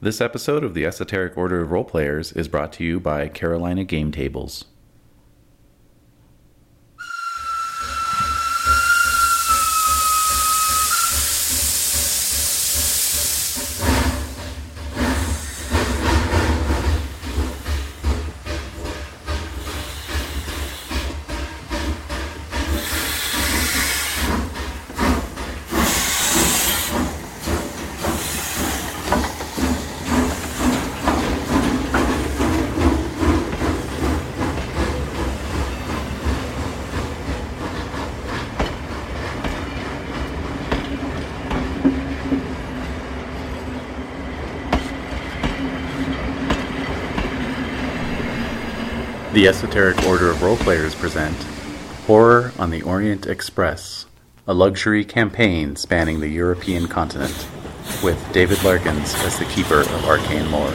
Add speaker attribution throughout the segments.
Speaker 1: This episode of the Esoteric Order of Roleplayers is brought to you by Carolina Game Tables. The Esoteric Order of Roleplayers present Horror on the Orient Express, a luxury campaign spanning the European continent, with David Larkins as the keeper of arcane lore.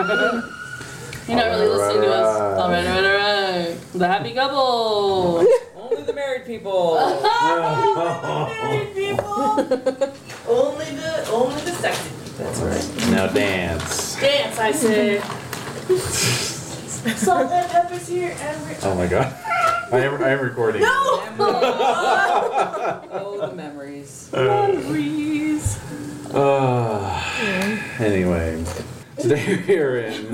Speaker 2: You're not really listening to us. All right, all right, all right. The happy couple.
Speaker 3: Only the married people. only the only the sexy.
Speaker 4: Now dance.
Speaker 2: Dance, I say.
Speaker 3: Salt and pepper's here every.
Speaker 4: Oh my god. I am, I am recording. No!
Speaker 3: Oh, the memories.
Speaker 2: Breeze.
Speaker 4: Ah. anyway, today we are in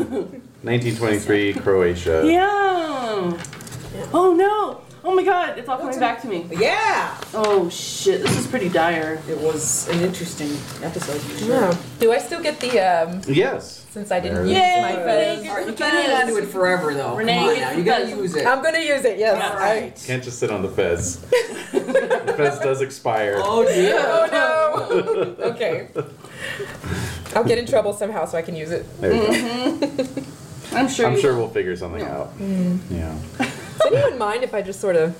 Speaker 4: 1923 Croatia.
Speaker 2: Yeah. Oh no. Oh my god, it's all coming back to me.
Speaker 3: Yeah,
Speaker 2: Oh shit, this is pretty dire.
Speaker 3: it was an interesting episode. For sure.
Speaker 5: Do I still get the um?
Speaker 4: Yes.
Speaker 5: Since I
Speaker 4: There
Speaker 5: didn't
Speaker 4: it
Speaker 5: use
Speaker 2: is.
Speaker 5: my
Speaker 2: Yay,
Speaker 5: fez,
Speaker 2: Renee,
Speaker 3: All right, you can't hang on to it forever though.
Speaker 2: Renee,
Speaker 3: Come on now, you gotta
Speaker 2: because-
Speaker 3: use it.
Speaker 5: I'm gonna use it. Yes.
Speaker 3: All right.
Speaker 4: Can't just sit on the fez. the fez does expire.
Speaker 3: Oh dear.
Speaker 5: I- oh no. okay. I'll get in trouble somehow, so I can use it.
Speaker 4: There you go.
Speaker 2: I'm sure.
Speaker 4: I'm
Speaker 2: you-
Speaker 4: sure we'll figure something out. Yeah.
Speaker 5: Does anyone mind if I just sort of?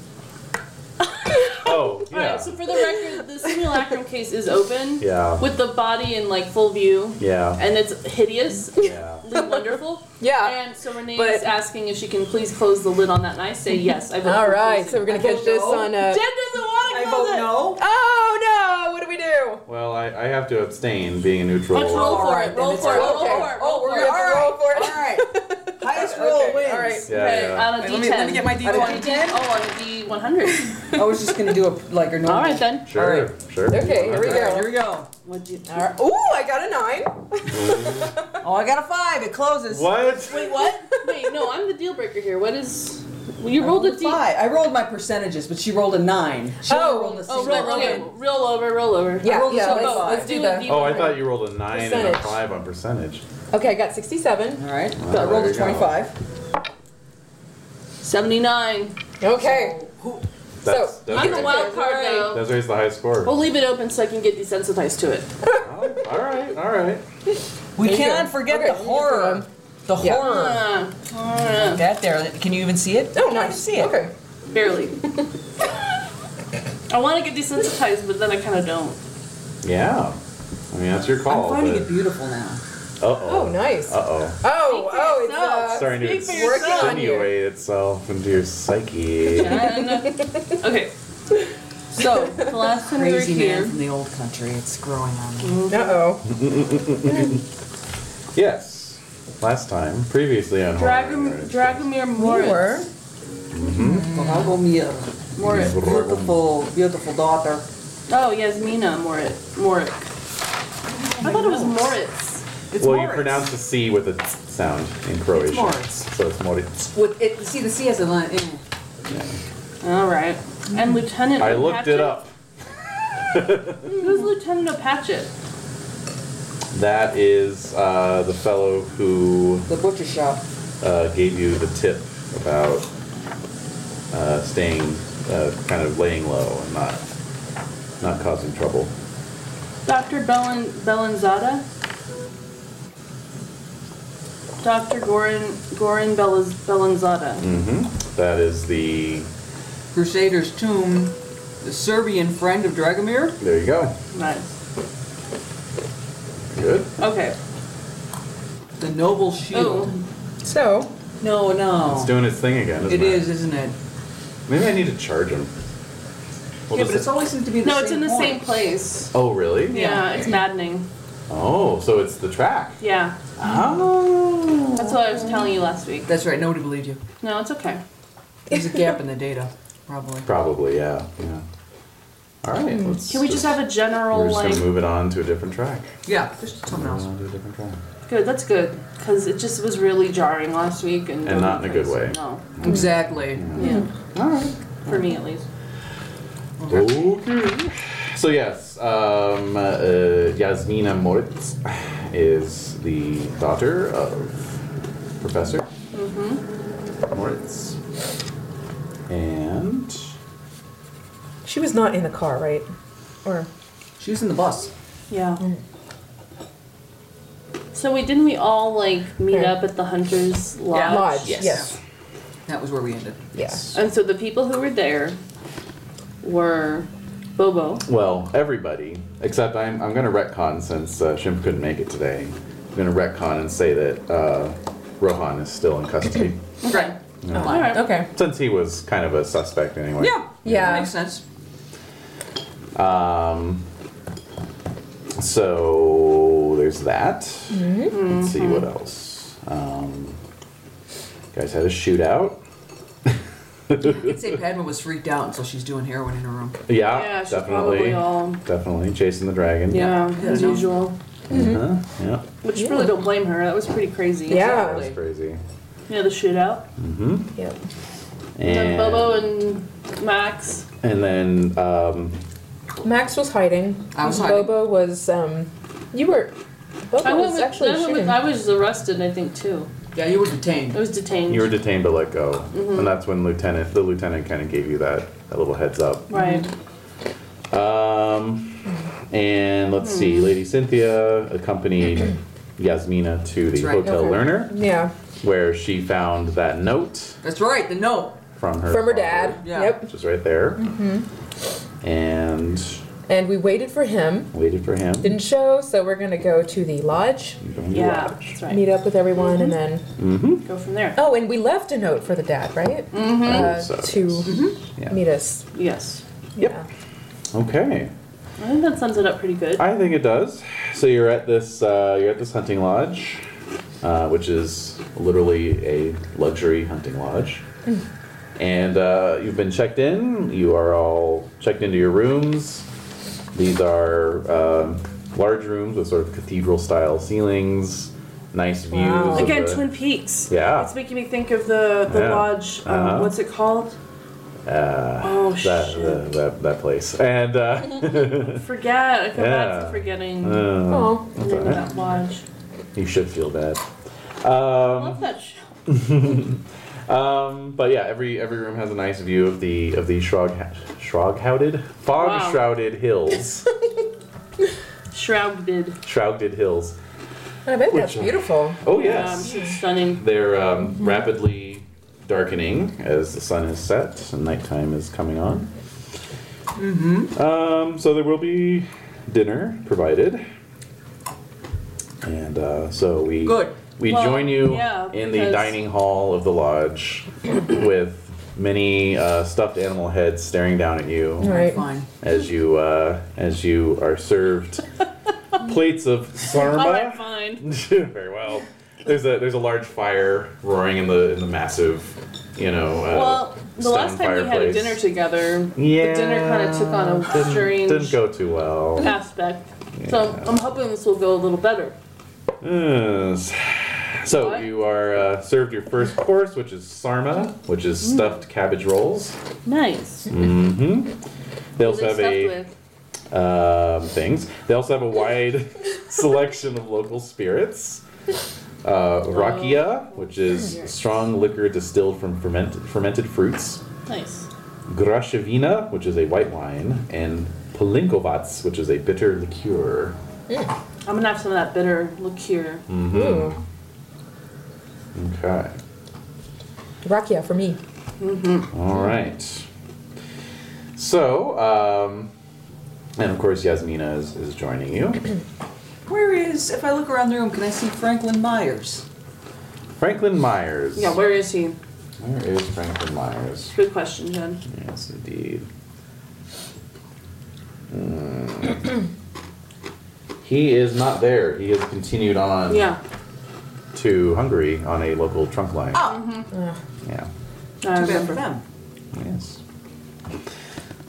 Speaker 4: Oh,
Speaker 2: All right,
Speaker 4: yeah.
Speaker 2: so for the record, the simulacrum case is open.
Speaker 4: Yeah.
Speaker 2: With the body in like full view,
Speaker 4: Yeah.
Speaker 2: and it's hideous.
Speaker 4: Yeah.
Speaker 2: Wonderful.
Speaker 5: Yeah.
Speaker 2: And so Renee
Speaker 5: But-
Speaker 2: is asking if she can please close the lid on that, and I say yes. I vote
Speaker 5: All
Speaker 2: for
Speaker 5: right.
Speaker 2: closing.
Speaker 5: So we're gonna
Speaker 3: I
Speaker 5: catch
Speaker 3: vote
Speaker 5: this
Speaker 3: no.
Speaker 5: on.
Speaker 2: Jen
Speaker 5: Uh...
Speaker 2: doesn't want to
Speaker 3: I
Speaker 2: close
Speaker 3: vote
Speaker 2: it.
Speaker 3: no.
Speaker 5: Oh no! What do we do?
Speaker 4: Well, I, I have to abstain being a neutral.
Speaker 2: Let's roll
Speaker 3: All
Speaker 2: for
Speaker 3: right,
Speaker 2: it.
Speaker 3: then
Speaker 2: Roll
Speaker 3: it's
Speaker 2: for it.
Speaker 3: okay.
Speaker 2: Roll for it. Roll
Speaker 5: Oh, we're
Speaker 2: for
Speaker 5: gonna
Speaker 2: it.
Speaker 5: have to roll for
Speaker 3: All
Speaker 5: it.
Speaker 3: right. Highest roll
Speaker 5: Okay,
Speaker 3: wins.
Speaker 5: all right.
Speaker 4: Yeah,
Speaker 2: Okay,
Speaker 4: yeah.
Speaker 2: on a
Speaker 3: Wait,
Speaker 2: D10.
Speaker 3: let me- let me get my D10.
Speaker 2: On a D10? Oh, on a D100.
Speaker 3: I was just gonna do a like a normal.
Speaker 2: All right, then.
Speaker 4: Sure,
Speaker 3: All
Speaker 4: sure.
Speaker 5: Okay, here we
Speaker 3: All right, here we go.
Speaker 2: What'd you...
Speaker 5: All right. Ooh, I got a nine.
Speaker 3: Oh, I got a five. It closes.
Speaker 4: What?
Speaker 2: Wait, what? Wait, no, I'm the deal breaker here. What is... Well, you rolled a D...
Speaker 3: Five. I rolled my percentages, but she rolled a nine. She only
Speaker 5: Oh.
Speaker 3: rolled a
Speaker 2: Oh,
Speaker 3: single.
Speaker 2: roll, okay. Roll over, roll over. I
Speaker 5: Yeah,
Speaker 2: rolled a
Speaker 5: yeah,
Speaker 2: single.
Speaker 3: let's-
Speaker 2: Let's,
Speaker 5: let's
Speaker 2: do
Speaker 5: do
Speaker 2: a
Speaker 5: the-
Speaker 2: D100.
Speaker 4: Oh, I thought you rolled a 9 and a
Speaker 5: Percentage.
Speaker 4: 5 on percentage.
Speaker 5: Okay, I got sixty-seven.
Speaker 3: All right.
Speaker 4: Wow,
Speaker 3: I
Speaker 4: there
Speaker 3: rolled a
Speaker 4: you go.
Speaker 3: twenty-five.
Speaker 2: 79.
Speaker 5: Okay.
Speaker 3: Who-
Speaker 4: That's,
Speaker 5: So,
Speaker 4: that's
Speaker 2: I'm
Speaker 4: right.
Speaker 2: a wild card,
Speaker 5: Right.
Speaker 2: though.
Speaker 4: That's raised the highest score.
Speaker 2: We'll leave it open so I can get desensitized to it.
Speaker 4: Oh, all right, all right.
Speaker 3: We
Speaker 5: There you
Speaker 3: cannot
Speaker 5: go.
Speaker 3: forget
Speaker 5: Okay,
Speaker 3: the
Speaker 5: you can do
Speaker 3: horror. The
Speaker 5: Yeah.
Speaker 3: horror.
Speaker 2: Ah, ah,
Speaker 3: That there. Can you even see it?
Speaker 5: Oh,
Speaker 3: Can't even
Speaker 5: nice.
Speaker 3: See it.
Speaker 5: Okay.
Speaker 2: barely. I want to get desensitized, but then I kind of don't.
Speaker 4: Yeah. I mean, that's your
Speaker 3: I'm
Speaker 4: call.
Speaker 3: finding it beautiful now.
Speaker 4: Uh-oh.
Speaker 5: Oh, nice.
Speaker 4: Uh oh.
Speaker 5: Oh, oh, it's
Speaker 2: yourself.
Speaker 5: uh,
Speaker 4: Starting to
Speaker 2: Speak for yourself.
Speaker 4: insinuate itself into your psyche.
Speaker 2: Jen. okay. So, the last time we were
Speaker 3: Crazy
Speaker 2: here...
Speaker 3: man from the old country. It's growing on me.
Speaker 5: Uh oh.
Speaker 4: yes. Last time, previously on
Speaker 2: Dragom-
Speaker 4: Horror.
Speaker 2: Dragomir Moritz.
Speaker 3: Mm. Bravo, Mia.
Speaker 2: Moritz.
Speaker 3: Beautiful, beautiful daughter.
Speaker 2: Oh, Yasmina Morit. Morik. I thought it was Moritz.
Speaker 3: It's
Speaker 4: well,
Speaker 3: Moritz.
Speaker 4: you pronounce the C with a t sound in Croatian.
Speaker 3: Moritz.
Speaker 4: So it's Moritz.
Speaker 3: With it, see the C has a line. In.
Speaker 2: All right. And Lieutenant.
Speaker 4: I looked it up.
Speaker 2: Who's Lieutenant Opatchit?
Speaker 4: That is uh, the fellow who
Speaker 3: The butcher shop.
Speaker 4: uh, gave you the tip about uh, staying, uh, kind of laying low and not not causing trouble.
Speaker 2: Dr. Belen Belanzada? Dr. Goran Goran Belaz, Belanzada.
Speaker 4: Mm-hmm. That is the.
Speaker 3: Crusader's tomb. The Serbian friend of Dragomir.
Speaker 4: There you go.
Speaker 2: Nice.
Speaker 4: Good.
Speaker 2: Okay.
Speaker 3: The noble shield.
Speaker 2: Oh.
Speaker 5: So,
Speaker 3: No,
Speaker 4: It's
Speaker 3: no.
Speaker 4: doing its thing again, isn't it?
Speaker 3: It is, isn't it?
Speaker 4: Maybe I need to charge him. We'll
Speaker 3: yeah,
Speaker 4: just-
Speaker 3: but it's always seems to be the
Speaker 2: No,
Speaker 3: same
Speaker 2: it's in the same
Speaker 3: point.
Speaker 2: place.
Speaker 4: oh, really?
Speaker 2: Yeah, it's maddening.
Speaker 4: Oh, so it's the track.
Speaker 2: Yeah,
Speaker 4: Oh.
Speaker 2: that's what I was telling you last week.
Speaker 3: That's right. Nobody believed you.
Speaker 2: No, it's okay.
Speaker 3: There's a gap in the data, probably.
Speaker 4: Probably, yeah. Yeah. All right. Let's
Speaker 2: Hmm. Can we just have a general
Speaker 4: We're just
Speaker 2: like?
Speaker 4: gonna move it on to a different track.
Speaker 3: Yeah, just something
Speaker 4: Move it
Speaker 3: else.
Speaker 4: on to a different track.
Speaker 2: Good, that's good because it just was really jarring last week and.
Speaker 4: And not in a good way.
Speaker 2: No,
Speaker 3: Exactly.
Speaker 2: yeah,
Speaker 4: All right.
Speaker 2: for me at least.
Speaker 4: Okay. So yes, um, uh, Yasmina Moritz is the daughter of Professor Moritz, and
Speaker 5: she was not in the car, right? Or
Speaker 3: She was in the bus.
Speaker 2: Yeah. Mm. So we didn't we all like meet
Speaker 5: Yeah.
Speaker 2: up at the hunters lodge?
Speaker 5: lodge?
Speaker 3: Yes.
Speaker 5: Yes.
Speaker 3: That was where we ended.
Speaker 5: Yes.
Speaker 2: And so the people who were there were Bobo.
Speaker 4: well, everybody except I'm. I'm going to retcon since uh, Shimp couldn't make it today. I'm going to retcon and say that uh, Rohan is still in custody
Speaker 3: Right.
Speaker 2: All right.
Speaker 5: Okay.
Speaker 4: since he was kind of a suspect anyway.
Speaker 3: Yeah.
Speaker 5: Yeah.
Speaker 3: Makes sense.
Speaker 4: So there's that. Let's see
Speaker 2: Mm-hmm.
Speaker 4: what else. Um, guys had a shootout.
Speaker 3: I'd say Padma was freaked out, so she's doing heroin in her room.
Speaker 4: Yeah,
Speaker 2: Yeah, she's
Speaker 4: definitely.
Speaker 2: probably all.
Speaker 4: Definitely chasing the dragon.
Speaker 2: Yeah, Mm-hmm.
Speaker 3: Yeah,
Speaker 2: as
Speaker 3: no.
Speaker 2: usual.
Speaker 4: Uh-huh. Yeah.
Speaker 2: Which really don't blame her. That was pretty crazy.
Speaker 5: Yeah.
Speaker 4: That's crazy.
Speaker 2: Yeah, the shootout.
Speaker 5: Yep.
Speaker 2: And
Speaker 4: And,
Speaker 2: Bobo and Max.
Speaker 4: and then um,
Speaker 5: Max was hiding.
Speaker 3: I was hiding.
Speaker 5: Bobo was. Um, you were. Bobo
Speaker 2: I went
Speaker 5: was
Speaker 2: with,
Speaker 5: actually
Speaker 2: I, went
Speaker 5: shooting.
Speaker 2: with, I was arrested, I think, too.
Speaker 3: Yeah, you were
Speaker 2: I
Speaker 3: detained.
Speaker 2: was detained.
Speaker 4: you were detained but let go,
Speaker 2: Mm-hmm.
Speaker 4: and that's when lieutenant, the lieutenant, kind of gave you that that little heads up.
Speaker 2: right.
Speaker 4: Um, and let's
Speaker 2: Mm-hmm.
Speaker 4: see, Lady Cynthia accompanied Yasmina to the
Speaker 3: That's right.
Speaker 4: hotel
Speaker 5: Okay.
Speaker 4: learner.
Speaker 5: yeah.
Speaker 4: where she found that note
Speaker 3: That's right. The note.
Speaker 4: from her
Speaker 5: From her
Speaker 4: father,
Speaker 5: dad. Mm-hmm.
Speaker 3: Yeah.
Speaker 5: Yep.
Speaker 4: which is right there, and
Speaker 5: And we waited for him.
Speaker 4: waited for him.
Speaker 5: Didn't show, so we're gonna go to the lodge,
Speaker 4: Going to
Speaker 2: Yeah,
Speaker 4: lodge.
Speaker 2: that's right.
Speaker 5: meet up with everyone, and then.
Speaker 2: Go from there.
Speaker 5: Oh, and we left a note for the dad, right? Mm-hmm.
Speaker 4: I
Speaker 5: Uh,
Speaker 4: hope so.
Speaker 5: to
Speaker 4: Yeah.
Speaker 5: meet us.
Speaker 2: Yes.
Speaker 5: Yep.
Speaker 4: Okay,
Speaker 2: I think that sums it up pretty good.
Speaker 4: I think it does. So you're at this uh, you're at this hunting lodge, uh, which is literally a luxury hunting lodge.
Speaker 5: Mm.
Speaker 4: And uh, you've been checked in. You are all checked into your rooms. These are um large rooms with sort of cathedral style ceilings, nice views.
Speaker 5: Wow.
Speaker 4: of
Speaker 2: Again,
Speaker 4: the-
Speaker 2: Twin Peaks.
Speaker 4: Yeah.
Speaker 2: It's making me think of the, the
Speaker 4: Yeah.
Speaker 2: lodge. Um,
Speaker 4: Uh-huh.
Speaker 2: What's it called?
Speaker 4: Uh,
Speaker 2: Oh,
Speaker 4: that,
Speaker 2: shit.
Speaker 4: that, that, that place. And uh,
Speaker 2: Forget. I come back
Speaker 4: Yeah.
Speaker 2: to forgetting
Speaker 4: uh,
Speaker 5: Oh.
Speaker 2: the name of that lodge.
Speaker 4: you should feel bad.
Speaker 2: I love that show.
Speaker 4: Um, but yeah, every every room has a nice view of the of the shrog shrog houted fog
Speaker 2: Wow.
Speaker 4: shrouded hills,
Speaker 2: Shrouded.
Speaker 4: shrouded hills.
Speaker 5: I bet that's
Speaker 4: Which, uh,
Speaker 5: beautiful.
Speaker 4: Oh yes,
Speaker 2: Um, stunning.
Speaker 4: they're um, rapidly darkening as the sun has set and nighttime is coming on. Mm-hmm. Um, so there will be dinner provided, and uh, so we
Speaker 3: Good.
Speaker 4: we
Speaker 2: Well,
Speaker 4: join you
Speaker 2: yeah,
Speaker 4: in the
Speaker 2: because-
Speaker 4: dining hall of the lodge with many uh, stuffed animal heads staring down at you
Speaker 5: All right.
Speaker 3: Fine.
Speaker 4: as you uh, as you are served plates of sarma.
Speaker 2: All right, fine.
Speaker 4: Very well. There's a there's a large fire roaring in the in the massive, you know. Uh,
Speaker 2: Well, the
Speaker 4: stone
Speaker 2: last time we had a
Speaker 4: fireplace.
Speaker 2: dinner together,
Speaker 4: yeah,
Speaker 2: the dinner kind of took on a
Speaker 4: didn't,
Speaker 2: strange
Speaker 4: Didn't go too well.
Speaker 2: aspect. So I'm hoping this will go a little better.
Speaker 4: Yes. So
Speaker 2: What?
Speaker 4: you are uh, served your first course, which is sarma, which is
Speaker 2: Mm.
Speaker 4: stuffed cabbage rolls. Mm-hmm.
Speaker 2: Nice.
Speaker 4: They
Speaker 2: What
Speaker 4: also
Speaker 2: are
Speaker 4: have
Speaker 2: they
Speaker 4: a
Speaker 2: stuffed with?
Speaker 4: um, things. They also have a wide selection of local spirits. Uh,
Speaker 2: Oh.
Speaker 4: rakia, which is strong liquor distilled from fermented, fermented fruits.
Speaker 2: Nice.
Speaker 4: Grashevina, which is a white wine. And Palinkovac, which is a bitter liqueur.
Speaker 2: I'm gonna have some of that bitter liqueur.
Speaker 4: Mm. Mm-hmm.
Speaker 5: Ooh.
Speaker 4: Okay.
Speaker 5: Rakia for me.
Speaker 4: All right. So, um, and of course, Yasmina is, is joining you.
Speaker 3: Where is, if I look around the room, can I see Franklin Myers?
Speaker 4: Franklin Myers.
Speaker 2: Yeah, where is he?
Speaker 4: where is Franklin Myers?
Speaker 2: Good question, Jen.
Speaker 4: Yes, indeed. Hmm. he is not there. He has continued on
Speaker 2: Yeah.
Speaker 4: to Hungary on a local trunk line.
Speaker 3: Oh,
Speaker 4: Yeah.
Speaker 2: I
Speaker 3: too bad for
Speaker 2: remember.
Speaker 3: them.
Speaker 4: Yes.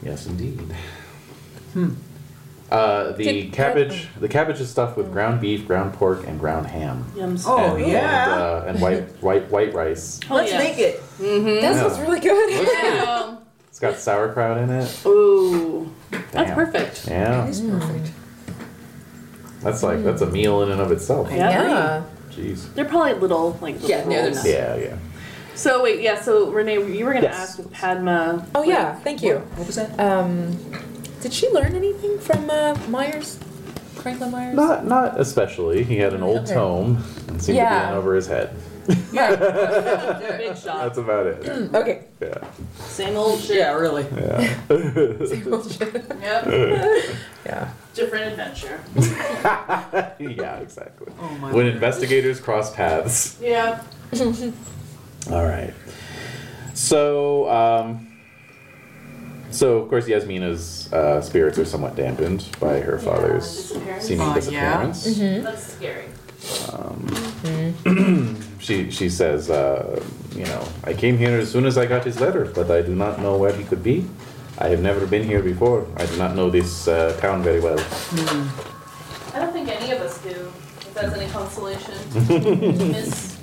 Speaker 4: Yes, indeed. Hmm. Uh, the
Speaker 5: Did-
Speaker 4: cabbage, the cabbage is stuffed with ground beef, ground pork, and ground ham,
Speaker 2: Yums.
Speaker 3: Oh,
Speaker 4: and,
Speaker 3: yeah.
Speaker 4: and, uh, and white, white, white rice.
Speaker 2: Hell
Speaker 6: Let's
Speaker 2: Oh, yeah.
Speaker 6: make it.
Speaker 5: That
Speaker 4: Yeah.
Speaker 5: sounds really good.
Speaker 2: Yeah.
Speaker 4: It's got sauerkraut in it.
Speaker 2: Ooh. That's
Speaker 4: Damn.
Speaker 2: perfect.
Speaker 4: Yeah,
Speaker 6: It's perfect.
Speaker 4: that's like that's a meal in and of itself.
Speaker 2: Yeah.
Speaker 4: Jeez.
Speaker 2: They're probably little, like, little
Speaker 5: Yeah, no, they're
Speaker 2: rolls.
Speaker 5: not.
Speaker 4: Yeah, yeah.
Speaker 2: So, wait, yeah, so Renee, you were going to
Speaker 4: Yes.
Speaker 2: ask with Padma.
Speaker 5: Oh yeah. Thank you.
Speaker 3: What was that?
Speaker 2: Uh,
Speaker 5: Um, did she learn anything from uh, Myers, Franklin Myers?
Speaker 4: Not not especially. He had an old
Speaker 5: Okay.
Speaker 4: tome and seemed to be
Speaker 5: Yeah.
Speaker 4: in over his head.
Speaker 5: Right.
Speaker 2: Big shot.
Speaker 4: That's about it.
Speaker 5: Hmm, okay.
Speaker 4: Yeah.
Speaker 2: Same old shit.
Speaker 3: yeah, really.
Speaker 2: Yep.
Speaker 5: Yeah.
Speaker 2: Different adventure.
Speaker 4: yeah, exactly.
Speaker 3: Oh my
Speaker 4: when investigators cross paths.
Speaker 2: Yeah.
Speaker 4: All right. So, um, so of course, Yasmina's uh, spirits are somewhat dampened by her father's
Speaker 2: disappearance.
Speaker 4: seeming
Speaker 3: Uh, yeah.
Speaker 4: disappearance.
Speaker 2: That's scary.
Speaker 4: She she says, uh, you know, I came here as soon as I got his letter, but I do not know where he could be. I have never been here before. I do not know this uh, town very well.
Speaker 2: I don't think any of us do, if that's any consolation. Miss.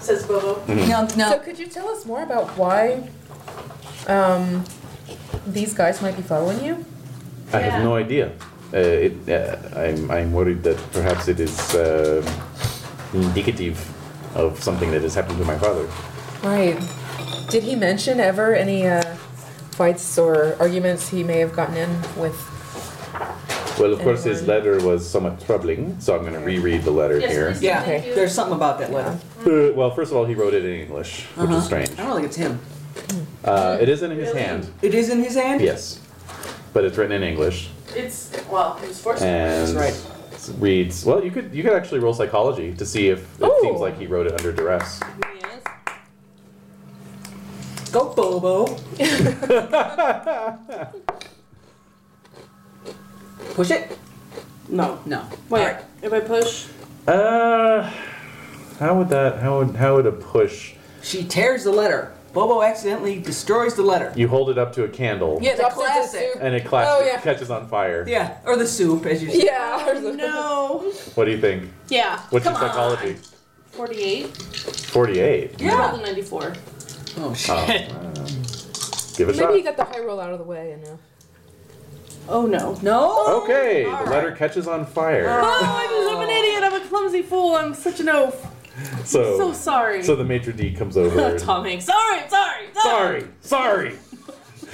Speaker 2: Says Bobo.
Speaker 6: No,
Speaker 5: So
Speaker 6: no.
Speaker 5: could you tell us more about why um, these guys might be following you?
Speaker 4: I have
Speaker 2: Yeah.
Speaker 4: no idea. Uh, it, uh, I'm, I'm worried that perhaps it is uh, indicative of something that has happened to my father.
Speaker 5: Right. Did he mention ever any uh, fights or arguments he may have gotten in with?
Speaker 4: Well, of course, his
Speaker 5: Anyone?
Speaker 4: letter was somewhat troubling, so I'm going to reread the letter
Speaker 2: Yes,
Speaker 4: here.
Speaker 2: please.
Speaker 3: Yeah,
Speaker 5: Okay.
Speaker 2: Thank you.
Speaker 3: there's something about that letter.
Speaker 4: Uh, well, first of all, he wrote it in English, which
Speaker 3: Uh-huh.
Speaker 4: is strange.
Speaker 3: I don't think it's him.
Speaker 4: Uh, it isn't in his
Speaker 2: Really?
Speaker 4: hand,
Speaker 3: It is in his hand?
Speaker 4: yes, but it's written in English
Speaker 2: It's, well, it was fortunate.
Speaker 4: and
Speaker 3: right.
Speaker 4: reads. Well, you could you could actually roll psychology to see if it seems
Speaker 5: Ooh.
Speaker 4: like he wrote it under duress.
Speaker 3: Go, Bobo. Push it?
Speaker 2: No.
Speaker 3: No.
Speaker 2: Wait,
Speaker 3: Alright.
Speaker 2: if I push,
Speaker 4: Uh, how would that? How would how would a push?
Speaker 3: She tears the letter. Bobo accidentally destroys the letter.
Speaker 4: You hold it up to a candle,
Speaker 5: Yeah,
Speaker 3: the classic.
Speaker 4: and it clash,
Speaker 5: Oh,
Speaker 4: it
Speaker 5: yeah.
Speaker 4: catches on fire.
Speaker 3: Yeah, or the soup, as you said.
Speaker 5: Yeah.
Speaker 2: no.
Speaker 4: What do you think?
Speaker 2: Yeah.
Speaker 4: What's
Speaker 2: Come
Speaker 4: your
Speaker 2: on.
Speaker 4: psychology?
Speaker 2: 48.
Speaker 4: Forty-eight.
Speaker 2: I rolled a 94.
Speaker 3: Oh, shit.
Speaker 4: Give it a
Speaker 5: Maybe you
Speaker 4: shot.
Speaker 5: got the high roll out of the way and. Uh,
Speaker 2: Oh no.
Speaker 3: No?
Speaker 4: Okay,
Speaker 3: All
Speaker 4: the
Speaker 3: right.
Speaker 4: letter catches on fire.
Speaker 2: Oh, I'm, I'm an idiot. I'm a clumsy fool. I'm such an oaf. So
Speaker 4: So,
Speaker 2: sorry.
Speaker 4: Oh. so the maitre d comes over. and-
Speaker 2: Tom Hanks. Sorry, sorry,
Speaker 4: sorry, sorry.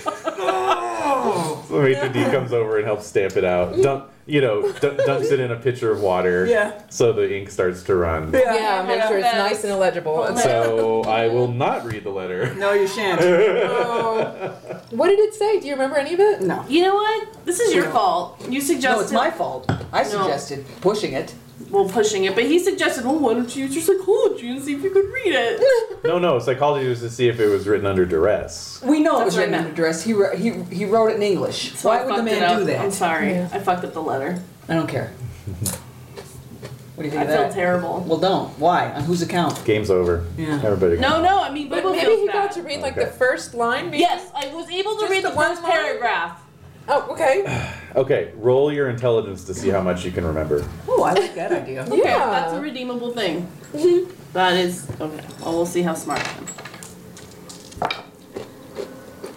Speaker 3: Oh.
Speaker 4: The maitre d comes over and helps stamp it out. Dump, you know, d- dumps it in a pitcher of water.
Speaker 3: Yeah.
Speaker 4: So the ink starts to run.
Speaker 5: yeah, make sure it's
Speaker 2: Yeah.
Speaker 5: nice and illegible.
Speaker 4: Oh.
Speaker 5: It's-
Speaker 4: So I will not read the letter.
Speaker 3: No, you shan't.
Speaker 5: What did it say? Do you remember any of it?
Speaker 3: No.
Speaker 2: You know what? This is your fault. You suggested
Speaker 3: No, it's my fault. I suggested pushing it.
Speaker 2: well pushing it, but he suggested, well, why don't you use your psychology and see if you could read it?
Speaker 4: No, no, psychology was to see if it was written under duress.
Speaker 3: We know
Speaker 2: That's
Speaker 3: it was
Speaker 2: what I
Speaker 3: written in
Speaker 2: meant.
Speaker 3: address. He, wr- he, he wrote it in English.
Speaker 2: So I
Speaker 3: Why would the
Speaker 2: fucked it
Speaker 3: man
Speaker 2: up.
Speaker 3: do
Speaker 2: I'm
Speaker 3: that?
Speaker 2: sorry,
Speaker 5: Yeah.
Speaker 2: I fucked up the letter.
Speaker 3: I don't care. What do you think
Speaker 2: I
Speaker 3: of
Speaker 2: feel
Speaker 3: that?
Speaker 2: terrible.
Speaker 3: Well, don't. Why? On whose account?
Speaker 4: Game's over.
Speaker 3: Yeah.
Speaker 4: Everybody.
Speaker 2: No, no, I mean,
Speaker 5: But
Speaker 2: Bobo
Speaker 5: maybe
Speaker 2: feels
Speaker 5: he
Speaker 2: bad.
Speaker 5: got to read like the
Speaker 4: Okay.
Speaker 5: first line. Maybe?
Speaker 2: Yes, I was able to
Speaker 5: Just
Speaker 2: read
Speaker 5: the
Speaker 2: the first
Speaker 5: one line?
Speaker 2: paragraph.
Speaker 5: Oh, okay.
Speaker 4: Okay, roll your intelligence to see how much you can remember.
Speaker 3: Oh, I like that idea.
Speaker 5: Yeah. Mm-hmm.
Speaker 2: Okay, that's a redeemable thing. That is okay. Well, we'll see how smart I am.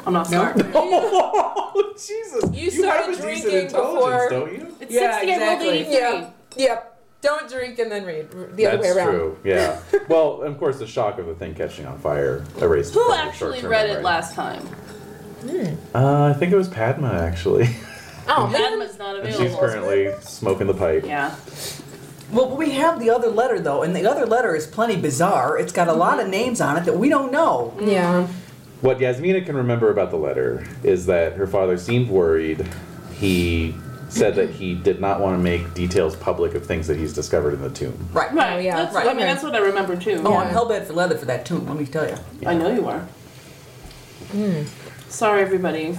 Speaker 2: I'm not smart.
Speaker 4: Oh, Jesus!
Speaker 5: You started drinking before-
Speaker 4: don't you?
Speaker 2: It's
Speaker 3: Yeah,
Speaker 2: 60, I rolled
Speaker 3: exactly.
Speaker 2: 83.
Speaker 5: Yeah. Yep. Don't drink and then read. The other way
Speaker 4: That's
Speaker 5: around.
Speaker 4: true. Yeah. well, of course, the shock of the thing catching on fire erased.
Speaker 2: Who
Speaker 4: your
Speaker 2: actually
Speaker 4: short-term
Speaker 2: read
Speaker 4: memory.
Speaker 2: it last time?
Speaker 5: Mm-hmm.
Speaker 4: Uh, I think it was Padma actually,
Speaker 5: Oh man.
Speaker 2: Padma's not
Speaker 4: and
Speaker 2: available.
Speaker 4: she's currently smoking the pipe.
Speaker 2: yeah.
Speaker 3: Well, we have the other letter though, and the other letter is plenty bizarre. It's got a lot of names on it that we don't know.
Speaker 5: Yeah.
Speaker 4: What Yasmina can remember about the letter is that her father seemed worried. He said that he did not want to make details public of things that he's discovered in the tomb.
Speaker 3: Right.
Speaker 2: Right.
Speaker 5: Oh, yeah.
Speaker 2: That's,
Speaker 5: Right.
Speaker 2: I mean, that's what I remember too.
Speaker 3: Oh, I'm hellbent for leather for that tomb. Let me tell you.
Speaker 2: I know you are.
Speaker 5: Hmm.
Speaker 2: Sorry, everybody.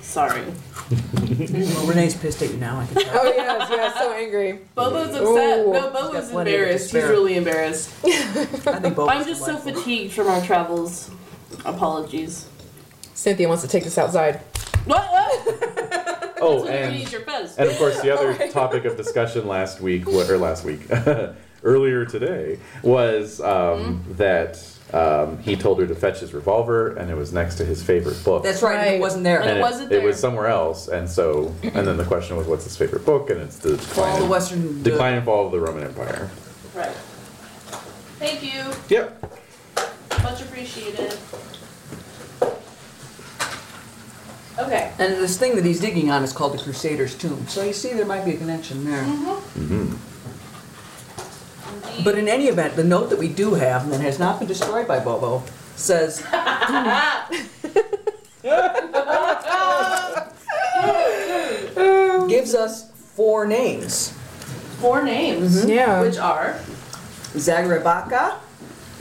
Speaker 2: Sorry.
Speaker 3: Well, Renee's pissed at you now. I can tell.
Speaker 5: Oh yes, yes, so angry.
Speaker 2: Bobo's upset. no,
Speaker 5: Ooh.
Speaker 3: He's got
Speaker 2: Bobo's
Speaker 3: plenty of
Speaker 2: embarrassed. He's
Speaker 3: despair.
Speaker 2: really embarrassed.
Speaker 3: I think both.
Speaker 2: I'm just so fatigued from our travels. Apologies.
Speaker 5: Cynthia wants to take this outside.
Speaker 2: What? what?
Speaker 4: Oh,
Speaker 2: That's when you need
Speaker 4: and
Speaker 2: your fez.
Speaker 4: and of course the other topic of discussion last week, wa- or last week, earlier today, was um, that um, he told her to fetch his revolver, and it was next to his favorite book.
Speaker 3: That's right. and It
Speaker 5: Right.
Speaker 3: wasn't there.
Speaker 2: And
Speaker 4: and
Speaker 2: it wasn't there.
Speaker 4: was somewhere else, and so, and then the question was, what's his favorite book? And it's the
Speaker 3: All
Speaker 4: decline,
Speaker 3: the
Speaker 4: and-
Speaker 3: Western.
Speaker 4: decline and fall of the Roman Empire.
Speaker 2: Right. Thank you.
Speaker 4: Yep.
Speaker 2: Much appreciated. Okay.
Speaker 3: And this thing that he's digging on is called the Crusaders' tomb. So you see, there might be a connection there.
Speaker 2: Indeed.
Speaker 3: But in any event, the note that we do have and that has not been destroyed by Bobo says, "Hmm." gives us four names
Speaker 2: four names.
Speaker 5: Mm-hmm. Yeah.
Speaker 2: Which are
Speaker 3: Zagrebaka,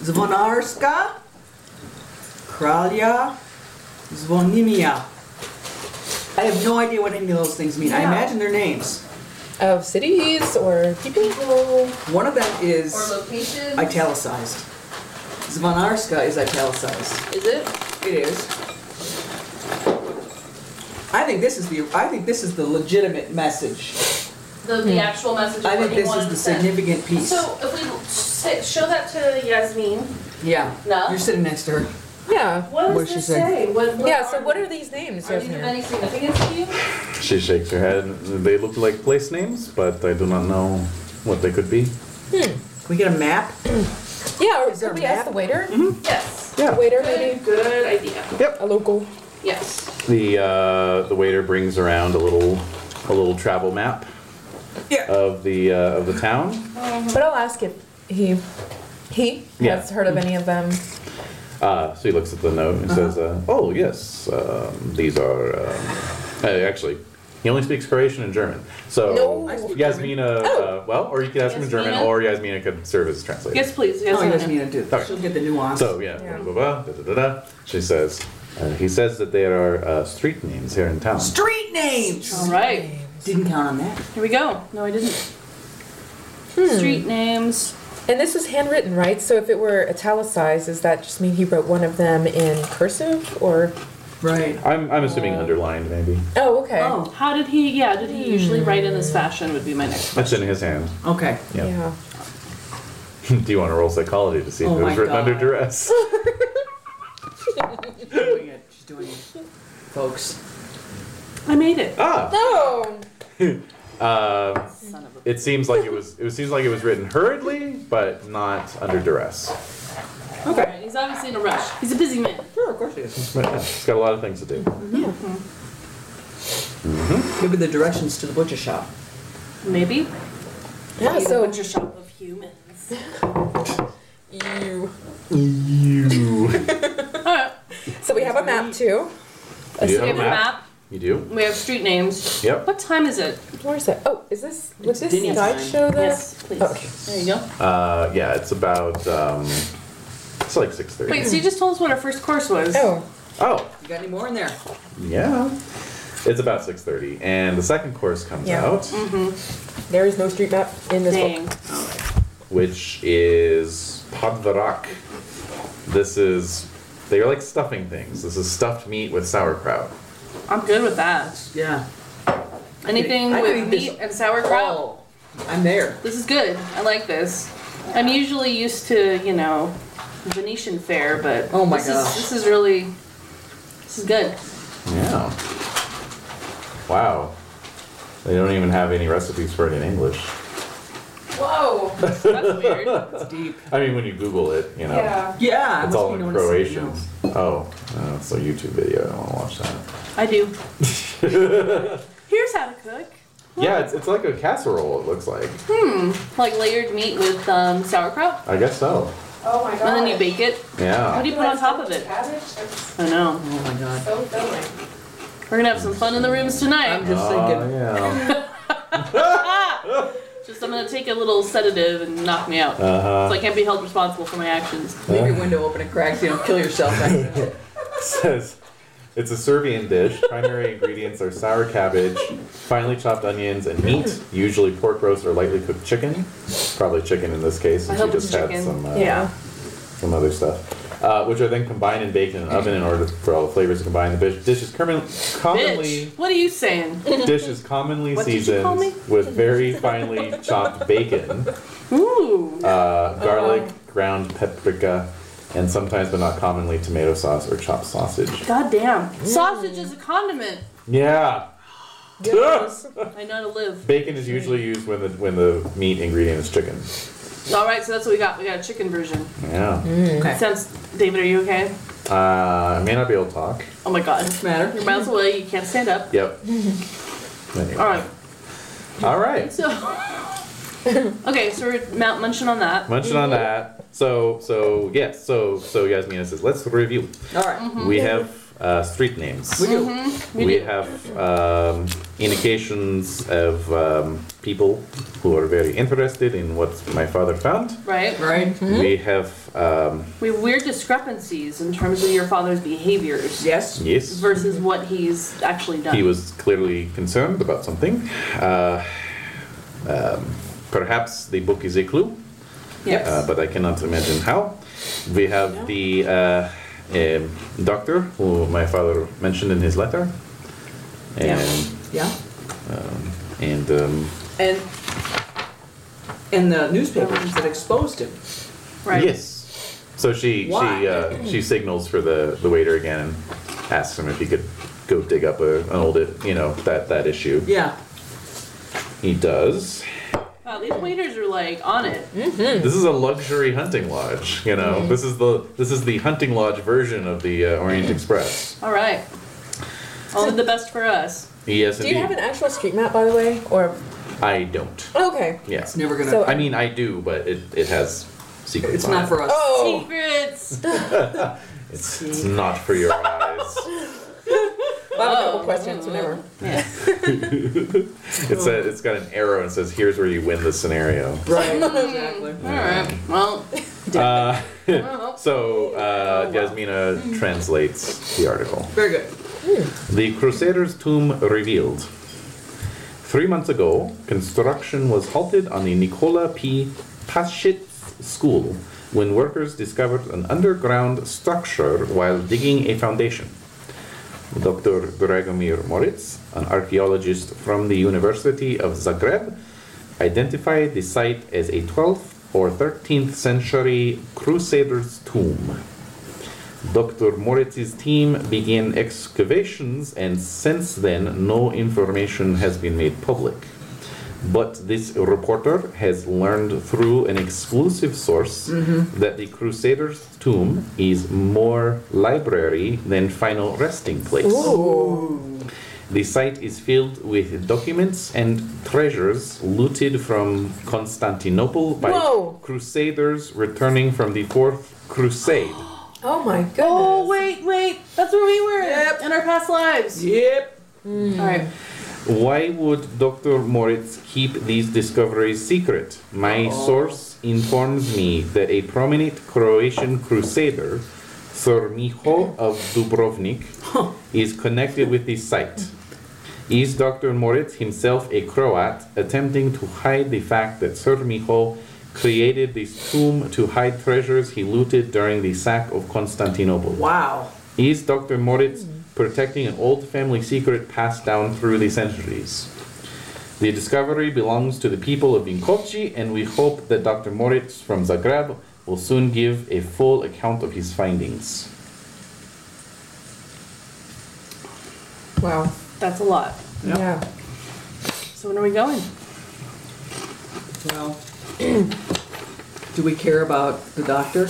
Speaker 3: Zvonarska, Kralya, Zvonimia. I have no idea what any of those things mean. I
Speaker 2: Yeah.
Speaker 3: imagine their names.
Speaker 5: Of cities or people.
Speaker 3: One of them is
Speaker 2: or locations.
Speaker 3: italicized. Zvonarska is italicized.
Speaker 2: Is it?
Speaker 3: It is. I think this is the I think this is the legitimate message.
Speaker 2: The, the actual message. of
Speaker 3: I
Speaker 2: what
Speaker 3: think
Speaker 2: he
Speaker 3: this
Speaker 2: wanted
Speaker 3: is the
Speaker 2: to send.
Speaker 3: significant piece.
Speaker 7: So if we say, show that to Yasmin,
Speaker 3: yeah.
Speaker 7: No.
Speaker 3: You're sitting next to her.
Speaker 5: Yeah.
Speaker 2: What
Speaker 3: What
Speaker 2: does
Speaker 3: she
Speaker 2: this
Speaker 3: said.
Speaker 2: say? What, what
Speaker 5: Yeah, so what are these names?
Speaker 2: Are these of
Speaker 5: Yasmin?
Speaker 2: any significance to you?
Speaker 4: She shakes her head. They look like place names, but I do not know what they could be.
Speaker 3: Can we get a map?
Speaker 5: Yeah, or
Speaker 3: Is there
Speaker 5: could
Speaker 3: a
Speaker 5: we
Speaker 3: map?
Speaker 5: ask the waiter?
Speaker 4: Mm-hmm.
Speaker 2: Yes.
Speaker 5: The waiter maybe?
Speaker 2: Good, good idea.
Speaker 5: A local.
Speaker 2: Yes.
Speaker 4: The uh, the waiter brings around a little a little travel map
Speaker 3: Yeah.
Speaker 4: of the uh, of the town.
Speaker 5: But I'll ask if he he
Speaker 4: Yeah.
Speaker 5: has heard of any of them.
Speaker 4: Uh, so he looks at the note and says, uh, "Oh yes, um, these are um, uh, actually." He only speaks Croatian and German. So
Speaker 5: No. I
Speaker 3: speak
Speaker 4: Yasmina, uh, well, or you could ask him in German,
Speaker 2: Yasmina?
Speaker 4: or Yasmina could serve as translator.
Speaker 2: Yes, please. Yes,
Speaker 3: Oh, you
Speaker 2: I
Speaker 3: guys
Speaker 2: know.
Speaker 3: need to do.
Speaker 4: Sorry.
Speaker 3: She'll get the nuance.
Speaker 4: So yeah,
Speaker 5: Yeah.
Speaker 4: blah, blah, blah, da, da, da, da. she says. Uh, he says that there are uh, street names here in town.
Speaker 3: Street names.
Speaker 2: All right.
Speaker 3: Didn't count on that.
Speaker 2: Here we go. Hmm. No, I didn't. Street names.
Speaker 5: And this is handwritten, right? So if it were italicized, does that just mean he wrote one of them in cursive or
Speaker 3: Right.
Speaker 4: I'm, I'm assuming underlined maybe.
Speaker 5: Oh, okay.
Speaker 3: Oh,
Speaker 2: How did he? Yeah, did he usually write in this fashion? Would be my next.
Speaker 4: It's in his hand.
Speaker 3: okay.
Speaker 5: Yeah.
Speaker 4: Do you want to roll psychology to see if
Speaker 3: Oh
Speaker 4: it was
Speaker 3: my
Speaker 4: written under
Speaker 3: God.
Speaker 4: duress?
Speaker 3: She's doing it. She's doing it. Folks.
Speaker 2: I made it.
Speaker 4: ah,
Speaker 5: No.
Speaker 4: uh,
Speaker 2: Son of a.
Speaker 4: it seems like it was. It seems like it was written hurriedly, but not under duress.
Speaker 2: Okay. He's obviously in a rush. He's a busy man.
Speaker 3: Sure, of course it is.
Speaker 4: But yeah, it's got a lot of things to do.
Speaker 3: Maybe the directions to the butcher shop.
Speaker 2: Maybe.
Speaker 5: Yeah, so
Speaker 2: butcher shop of humans.
Speaker 5: you
Speaker 4: You.
Speaker 2: All right.
Speaker 5: So we have a map too.
Speaker 4: You do
Speaker 2: We
Speaker 4: have a
Speaker 2: have a
Speaker 4: map.
Speaker 2: map.
Speaker 4: You do.
Speaker 2: We have street names.
Speaker 4: Yep.
Speaker 2: What time is it?
Speaker 5: Where is it? Oh, is this would
Speaker 3: It's
Speaker 5: this
Speaker 3: dinner
Speaker 5: guide
Speaker 3: time.
Speaker 5: show
Speaker 2: Yes,
Speaker 5: this?
Speaker 2: please.
Speaker 5: Oh, okay.
Speaker 2: There you go.
Speaker 4: Uh, yeah, it's about. Um, it's like six thirty.
Speaker 2: Wait, so you just told us what our first course was.
Speaker 5: Oh.
Speaker 4: Oh,
Speaker 3: You got any more in there?
Speaker 4: yeah. It's about six thirty, and the second course comes
Speaker 5: Yeah.
Speaker 4: out,
Speaker 5: There is no street map in this book.
Speaker 2: Dang.
Speaker 4: which is podvarak. This is. They're like stuffing things. This is stuffed meat with sauerkraut.
Speaker 2: I'm good with that.
Speaker 3: Yeah.
Speaker 2: Anything
Speaker 3: I could
Speaker 2: with
Speaker 3: eat this
Speaker 2: meat and sauerkraut.
Speaker 3: Oh, I'm there.
Speaker 2: This is good. I like this. I'm usually used to, you know, Venetian fare, but
Speaker 3: Oh my
Speaker 2: this
Speaker 3: gosh.
Speaker 2: is this is really this is good.
Speaker 4: Yeah. Wow. They don't even have any recipes for it in English.
Speaker 2: Whoa. That's weird.
Speaker 3: It's deep.
Speaker 4: I mean, when you Google it, you know,
Speaker 3: Yeah. I
Speaker 4: it's
Speaker 3: must
Speaker 4: all
Speaker 3: be
Speaker 4: in
Speaker 3: doing something
Speaker 4: Croatian.
Speaker 3: else.
Speaker 4: Oh, uh, it's a YouTube video. I don't want to watch that.
Speaker 2: I do. Here's how to cook.
Speaker 4: Yeah, it's, it's like a casserole, it looks like.
Speaker 2: Like layered meat with um, sauerkraut,
Speaker 4: I guess so.
Speaker 7: Oh my god.
Speaker 2: and then you bake it. What
Speaker 4: Yeah.
Speaker 2: do you put on top of it?
Speaker 7: Cabbage? That's
Speaker 2: I know.
Speaker 3: Oh my god.
Speaker 7: so filling. We're gonna have some fun in the rooms tonight.
Speaker 3: I'm just
Speaker 4: Oh,
Speaker 3: thinking.
Speaker 4: yeah.
Speaker 7: Just I'm gonna take a little sedative and knock me out,
Speaker 3: Uh-huh.
Speaker 7: so I can't be held responsible for my actions.
Speaker 3: Leave your window open, it cracks. You don't kill yourself.
Speaker 4: says it's a Serbian dish. Primary ingredients are sour cabbage, finely chopped onions, and meat. Usually pork roast or lightly cooked chicken. Probably chicken in this case, since
Speaker 7: hope
Speaker 4: you
Speaker 7: it's
Speaker 4: just had
Speaker 7: chicken.
Speaker 4: some uh,
Speaker 5: Yeah.
Speaker 4: some other stuff, uh, which are then combined and baked in an oven in order for all the flavors to combine. The dish, dish is commonly commonly
Speaker 7: Bitch, what are you saying?
Speaker 4: dish is commonly
Speaker 7: What did you
Speaker 4: seasoned
Speaker 7: call me?
Speaker 4: with very finely chopped bacon,
Speaker 7: Ooh,
Speaker 4: uh,
Speaker 7: Uh-huh.
Speaker 4: garlic, ground paprika, and sometimes but not commonly tomato sauce or chopped sausage.
Speaker 7: goddamn! Sausage is a condiment.
Speaker 4: Yeah.
Speaker 7: I know how to live.
Speaker 4: Bacon is usually
Speaker 7: Mm.
Speaker 4: used when the when the meat ingredient is chicken.
Speaker 7: All right, so that's what we got. We got a chicken version.
Speaker 4: Yeah.
Speaker 3: Okay.
Speaker 7: Sounds. David, are you okay?
Speaker 4: Mm. Uh, I may not be able to talk.
Speaker 7: Oh my god,
Speaker 3: Matter.
Speaker 7: you're miles away. You can't stand up.
Speaker 4: Yep. Anyway.
Speaker 7: All right,
Speaker 4: All right.
Speaker 7: so. okay, so we're mount munching on that.
Speaker 4: Munching on that. So so yes. so so Yasmina says let's review.
Speaker 3: All right.
Speaker 4: We have uh, street names.
Speaker 3: We do.
Speaker 7: Mm-hmm. We
Speaker 4: We
Speaker 7: do-
Speaker 4: have um, indications of um, people who are very interested in what my father found.
Speaker 7: Right?
Speaker 3: Right.
Speaker 7: Mm-hmm.
Speaker 4: We have um,
Speaker 7: We have weird discrepancies in terms of your father's behaviors
Speaker 3: Yes.
Speaker 4: yes.
Speaker 7: versus what he's actually done.
Speaker 4: He was clearly concerned about something. Uh, um, perhaps the book is a clue,
Speaker 7: Yes.
Speaker 4: uh, but I cannot imagine how. We have the uh, um, doctor who my father mentioned in his letter, and
Speaker 3: Yeah.
Speaker 4: and um,
Speaker 3: And and the newspapers that exposed him.
Speaker 7: right.
Speaker 4: yes, so she
Speaker 3: Why?
Speaker 4: she uh, she signals for the the waiter again and asks him if he could go dig up a, an old you know that that issue.
Speaker 3: Yeah.
Speaker 4: He does.
Speaker 7: Wow, these waiters are like on it.
Speaker 4: This is a luxury hunting lodge, you know. This is the this is the hunting lodge version of the uh, Orient Express.
Speaker 7: All right. Only the best for us.
Speaker 4: Yes,
Speaker 5: Do
Speaker 4: indeed.
Speaker 5: you have an actual street map, by the way? Or
Speaker 4: I don't.
Speaker 5: okay.
Speaker 4: Yes.
Speaker 3: It's never gonna.
Speaker 5: So-
Speaker 4: I mean, I do, but it, it has secrets.
Speaker 3: it's
Speaker 4: on
Speaker 3: not
Speaker 4: it.
Speaker 3: for us.
Speaker 5: Oh,
Speaker 7: Secrets.
Speaker 4: It's, it's not for your eyes.
Speaker 5: I have a couple questions. Whenever.
Speaker 7: Yeah.
Speaker 4: It's a, it's got an arrow and says, "Here's where you win the scenario."
Speaker 3: Right. exactly.
Speaker 7: All right. Well,
Speaker 4: Uh,
Speaker 7: well,
Speaker 4: so uh, Yasmina translates the article.
Speaker 3: Very good.
Speaker 4: The Crusader's tomb revealed. Three months ago, construction was halted on the Nikola P. Paschitz school when workers discovered an underground structure while digging a foundation. Dr. Dragomir Moritz, an archaeologist from the University of Zagreb, identified the site as a 12th or 13th century Crusader's tomb. Dr. Moritz's team began excavations, and since then, no information has been made public. But this reporter has learned through an exclusive source that the Crusader's tomb is more library than final resting place. The site is filled with documents and treasures looted from Constantinople by
Speaker 5: Whoa.
Speaker 4: crusaders returning from the Fourth Crusade.
Speaker 5: Oh my goodness.
Speaker 7: oh wait, wait. That's where we were
Speaker 3: Yep.
Speaker 7: in our past lives.
Speaker 3: Yep.
Speaker 7: All right.
Speaker 4: Why would Dr. Moritz keep these discoveries secret? My source informs me that a prominent Croatian crusader, Sir Miho of Dubrovnik, is connected with the site. Is Dr. Moritz himself a Croat attempting to hide the fact that Sir Miho created this tomb to hide treasures he looted during the sack of Constantinople?
Speaker 3: Wow.
Speaker 4: Is Dr. Moritz protecting an old family secret passed down through the centuries? The discovery belongs to the people of Vinkovci, and we hope that Dr. Moritz from Zagreb will soon give a full account of his findings.
Speaker 5: Wow.
Speaker 7: That's a lot.
Speaker 5: Yeah.
Speaker 7: So when are we going?
Speaker 3: Well, do we care about the doctor?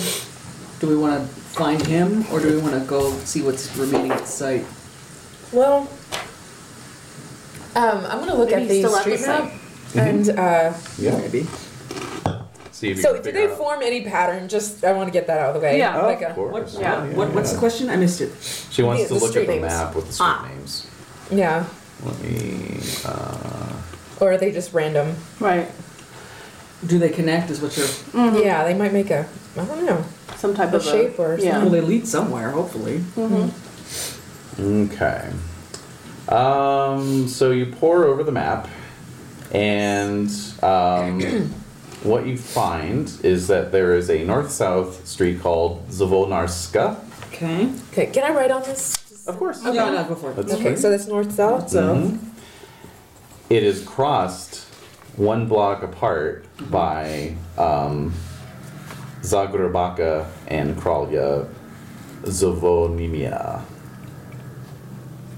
Speaker 3: Do we want to find him, or do we want to go see what's remaining at site?
Speaker 5: Well, um, I'm gonna look
Speaker 7: Maybe
Speaker 5: at
Speaker 7: he's
Speaker 5: the
Speaker 7: still at
Speaker 5: street
Speaker 7: the
Speaker 5: map
Speaker 4: Mm-hmm.
Speaker 5: and uh,
Speaker 4: Yeah.
Speaker 3: Maybe.
Speaker 4: See if you
Speaker 5: so
Speaker 4: can
Speaker 5: did
Speaker 4: figure
Speaker 5: they
Speaker 4: out-
Speaker 5: form any pattern? Just I want to get that out of the way.
Speaker 7: Yeah.
Speaker 4: Oh,
Speaker 5: Like
Speaker 4: of
Speaker 5: a,
Speaker 4: course.
Speaker 3: What?
Speaker 7: Yeah.
Speaker 3: What, what's the question? I missed it.
Speaker 4: She wants
Speaker 5: The-
Speaker 4: to
Speaker 5: the
Speaker 4: look at
Speaker 5: street
Speaker 4: the
Speaker 5: names.
Speaker 4: map with the street
Speaker 3: Ah.
Speaker 4: names.
Speaker 5: Yeah.
Speaker 4: Let me. Uh,
Speaker 5: Or are they just random?
Speaker 2: Right.
Speaker 3: Do they connect? Is what you're.
Speaker 7: Mm-hmm.
Speaker 5: Yeah, they might make a. I don't know.
Speaker 2: Some type
Speaker 5: A
Speaker 2: of
Speaker 5: shape
Speaker 2: a,
Speaker 5: or
Speaker 2: yeah.
Speaker 3: Well, they lead somewhere, hopefully.
Speaker 4: Okay. Um, so you pour over the map, and um, what you find is that there is a north south street called Zvolnarska.
Speaker 3: Okay.
Speaker 5: Okay, can I write on this?
Speaker 4: Of course.
Speaker 3: Okay. No, not before.
Speaker 4: That's
Speaker 5: Okay,
Speaker 4: true.
Speaker 5: so that's north south. So
Speaker 4: Mhm. It is crossed one block apart by um, Zagrebaka and Kralya Zvonimia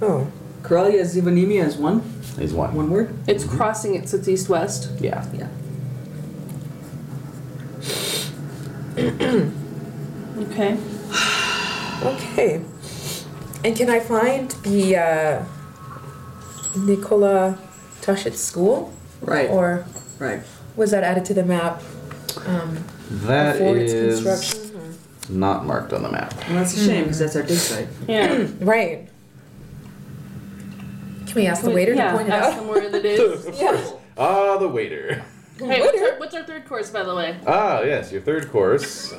Speaker 5: oh,
Speaker 3: Corelia zivonemia is one.
Speaker 4: is one.
Speaker 3: One word.
Speaker 2: It's crossing it, so it's east west.
Speaker 4: Yeah.
Speaker 3: Yeah.
Speaker 2: Okay.
Speaker 5: okay. And can I find the uh, Nikola Tushit school,
Speaker 3: Right.
Speaker 5: or
Speaker 3: right.
Speaker 5: was that added to the map um,
Speaker 4: That
Speaker 5: before
Speaker 4: is
Speaker 5: its construction? or-
Speaker 4: not marked on the map.
Speaker 3: Well, that's a shame because that's our dig site.
Speaker 2: Yeah.
Speaker 5: Right. Can we ask the waiter
Speaker 2: yeah,
Speaker 5: to point it
Speaker 2: ask
Speaker 5: out?
Speaker 2: them where it is.
Speaker 5: Yeah.
Speaker 4: Ah, the waiter.
Speaker 7: Hey, what's our, what's our third course, by the way?
Speaker 4: Ah, yes, your third course.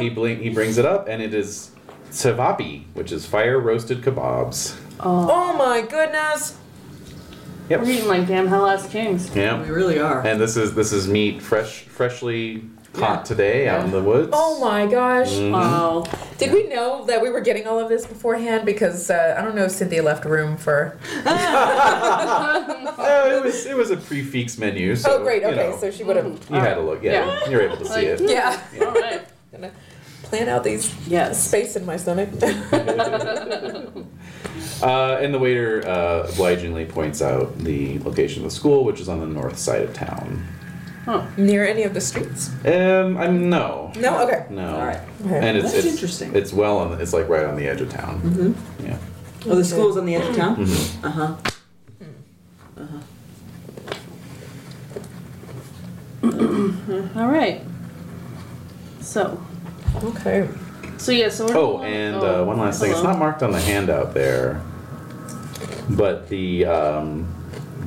Speaker 4: he blink, he brings it up, and it is cevapi, which is fire roasted kebabs.
Speaker 2: Oh,
Speaker 5: Oh my goodness.
Speaker 4: Yep.
Speaker 2: we're eating like damn hell ass kings.
Speaker 4: Yeah.
Speaker 3: We really are.
Speaker 4: And this is this is meat fresh, freshly caught today out in the woods.
Speaker 5: Oh my gosh.
Speaker 2: Wow.
Speaker 5: Did we know that we were getting all of this beforehand? Because uh, I don't know if Cynthia left room for.
Speaker 4: Oh, it was it was a prefix menu. So,
Speaker 5: oh, great.
Speaker 4: you
Speaker 5: Okay,
Speaker 4: know,
Speaker 5: so she would
Speaker 7: Mm-hmm.
Speaker 5: have.
Speaker 4: you had a look. Yeah,
Speaker 2: Yeah.
Speaker 4: you're able to see it.
Speaker 5: Yeah.
Speaker 7: All right.
Speaker 5: Gonna plan out these
Speaker 2: Yes.
Speaker 5: space in my stomach.
Speaker 4: Uh, and the waiter uh, obligingly points out the location of the school, which is on the north side of town.
Speaker 5: Near any of the streets?
Speaker 4: Um, I'm no.
Speaker 5: No. Okay.
Speaker 4: No.
Speaker 3: All right.
Speaker 5: Okay.
Speaker 4: And it's,
Speaker 3: That's
Speaker 4: it's
Speaker 3: interesting.
Speaker 4: It's well on. The, it's like right on the edge of town. Mm-hmm. Yeah.
Speaker 3: Oh, the school's on the edge of town.
Speaker 4: Mhm.
Speaker 3: Uh huh.
Speaker 2: All right. So,
Speaker 4: Mm-hmm.
Speaker 5: Okay.
Speaker 2: so yeah, so we're.
Speaker 4: Oh, and uh, one last thing. It's
Speaker 2: hello.
Speaker 4: not marked on the handout there, but the um,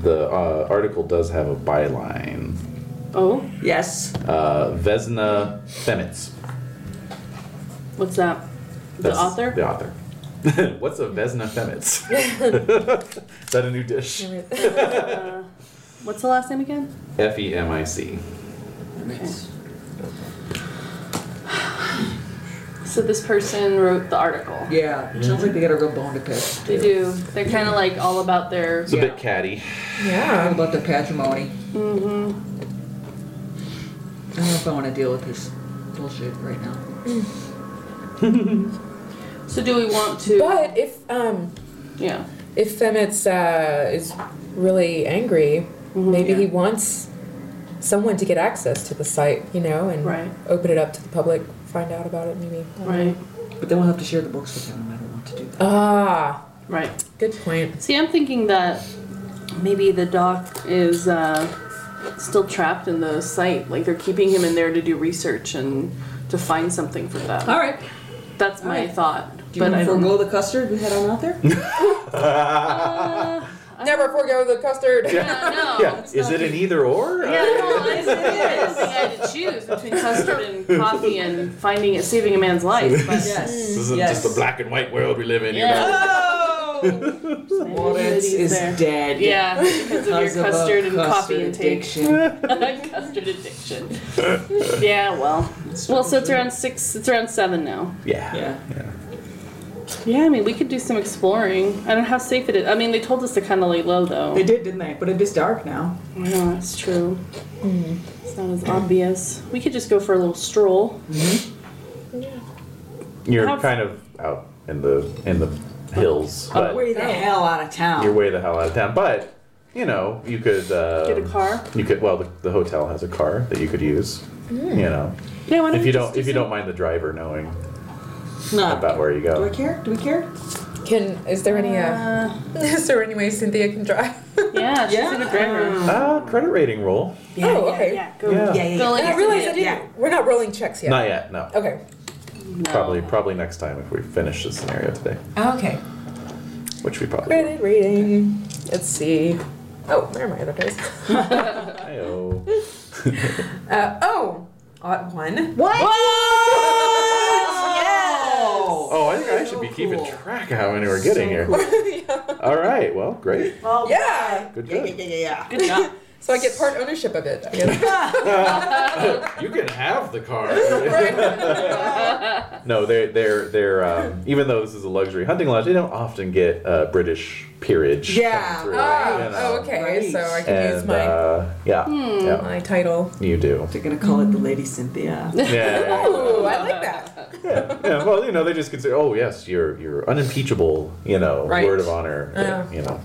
Speaker 4: the uh, article does have a byline.
Speaker 2: Oh,
Speaker 3: Yes.
Speaker 4: Uh, Vesna Femitz.
Speaker 2: what's that? The
Speaker 4: That's
Speaker 2: author?
Speaker 4: The author. What's a Vesna Femitz? is that a new dish?
Speaker 2: What's the last name again?
Speaker 4: F E M I C.
Speaker 3: Nice.
Speaker 7: So this person wrote the article.
Speaker 3: Yeah. Sounds like they got a real bone to pick.
Speaker 7: They do. They're kind of like all about their.
Speaker 4: It's a bit catty.
Speaker 3: How
Speaker 5: Yeah.
Speaker 3: about the patrimony? Mm-hmm. I don't know if I want to deal with this bullshit right now.
Speaker 7: So do we want to?
Speaker 5: But if um
Speaker 7: yeah.
Speaker 5: if Femitz uh, is really angry,
Speaker 2: Mm-hmm.
Speaker 5: maybe he
Speaker 3: Yeah.
Speaker 5: wants someone to get access to the site, you know, and
Speaker 2: Right.
Speaker 5: open it up to the public, find out about it, maybe. I don't know.
Speaker 2: Right.
Speaker 3: But then we'll have to share the books with them, and I don't want to do that.
Speaker 5: Ah,
Speaker 2: Right.
Speaker 5: good point.
Speaker 2: See, I'm thinking that maybe the doc is uh, still trapped in the site. Like they're keeping him in there to do research and to find something for them.
Speaker 3: All right.
Speaker 2: That's my
Speaker 3: right.
Speaker 2: thought.
Speaker 3: Do you
Speaker 2: but
Speaker 3: want
Speaker 2: I
Speaker 3: to
Speaker 2: don't.
Speaker 3: forego the custard and head on out there?
Speaker 5: Never forego the custard.
Speaker 2: Uh, Yeah, no.
Speaker 4: yeah. Is it an either or?
Speaker 2: Oh, Yeah, no, I it is. I had to choose between custard and coffee and finding it saving a man's life. But
Speaker 3: yes.
Speaker 4: This isn't
Speaker 3: Yes.
Speaker 4: just a black and white world we live in. You know?
Speaker 2: yeah,
Speaker 3: Lawrence
Speaker 2: He's
Speaker 3: is
Speaker 2: there.
Speaker 3: dead.
Speaker 2: yeah, because of your
Speaker 3: Because of a
Speaker 2: custard and
Speaker 3: custard
Speaker 2: coffee intake.
Speaker 3: addiction.
Speaker 2: custard addiction. yeah, well, well, so it's around six. It's around seven now.
Speaker 4: Yeah.
Speaker 3: yeah.
Speaker 2: Yeah, I mean, we could do some exploring. I don't know how safe it is. I mean, they told us to kind of lay low, though.
Speaker 3: They did, didn't they? But it is dark now.
Speaker 2: No, that's true. It's not as obvious. We could just go for a little stroll.
Speaker 4: You're
Speaker 2: How-
Speaker 4: kind of out in the in the hills, but
Speaker 3: Way the hell out of town.
Speaker 4: you're way the hell out of town. But you know, you could uh,
Speaker 2: Get a car.
Speaker 4: You could well, the, the hotel has a car that you could use. You know,
Speaker 2: Yeah, why don't
Speaker 4: if
Speaker 2: we
Speaker 4: you
Speaker 2: just
Speaker 4: don't if you don't mind the driver knowing
Speaker 3: Not.
Speaker 4: about where you
Speaker 3: Do I
Speaker 4: go.
Speaker 3: care? Do we care?
Speaker 5: Can is there any uh,
Speaker 2: Uh,
Speaker 5: is there any way Cynthia can drive?
Speaker 2: yeah, she's
Speaker 3: Yeah.
Speaker 2: a good driver.
Speaker 4: Ah, credit rating roll.
Speaker 5: oh, okay.
Speaker 2: Yeah, go.
Speaker 4: Yeah.
Speaker 3: Yeah, yeah, yeah.
Speaker 5: And
Speaker 7: Go
Speaker 5: I
Speaker 7: like
Speaker 5: realized I didn't.
Speaker 3: Yeah.
Speaker 5: We're not rolling checks yet.
Speaker 4: Not yet. No.
Speaker 5: Okay.
Speaker 2: No.
Speaker 4: Probably probably next time if we finish the scenario today.
Speaker 5: Okay.
Speaker 4: which we probably will.
Speaker 5: Credit rating. Let's see. Oh, where are my other dice?
Speaker 4: Hi-oh.
Speaker 5: Uh, oh, odd one.
Speaker 3: What?
Speaker 4: Oh, I think I should be keeping track of how many we're getting here. All right, well, great.
Speaker 8: Well,
Speaker 5: Yeah.
Speaker 4: Good job.
Speaker 5: So I get part ownership of it. I guess.
Speaker 4: You can have the car. no, they're they're they're um, even though this is a luxury hunting lodge, they don't often get uh, British peerage.
Speaker 3: Yeah.
Speaker 4: come through, you know.
Speaker 5: Oh, okay.
Speaker 3: Right.
Speaker 5: So I can use
Speaker 4: And
Speaker 5: my Hmm.
Speaker 4: uh, yeah, yeah,
Speaker 5: my title.
Speaker 4: you do.
Speaker 3: They're gonna call it the Lady Cynthia.
Speaker 4: Yeah, yeah, yeah.
Speaker 5: Ooh, I like that.
Speaker 4: yeah, well, you know, they just consider, oh yes, you're you're unimpeachable, you know,
Speaker 2: Right.
Speaker 4: word of honor,
Speaker 5: Uh.
Speaker 4: that, you know,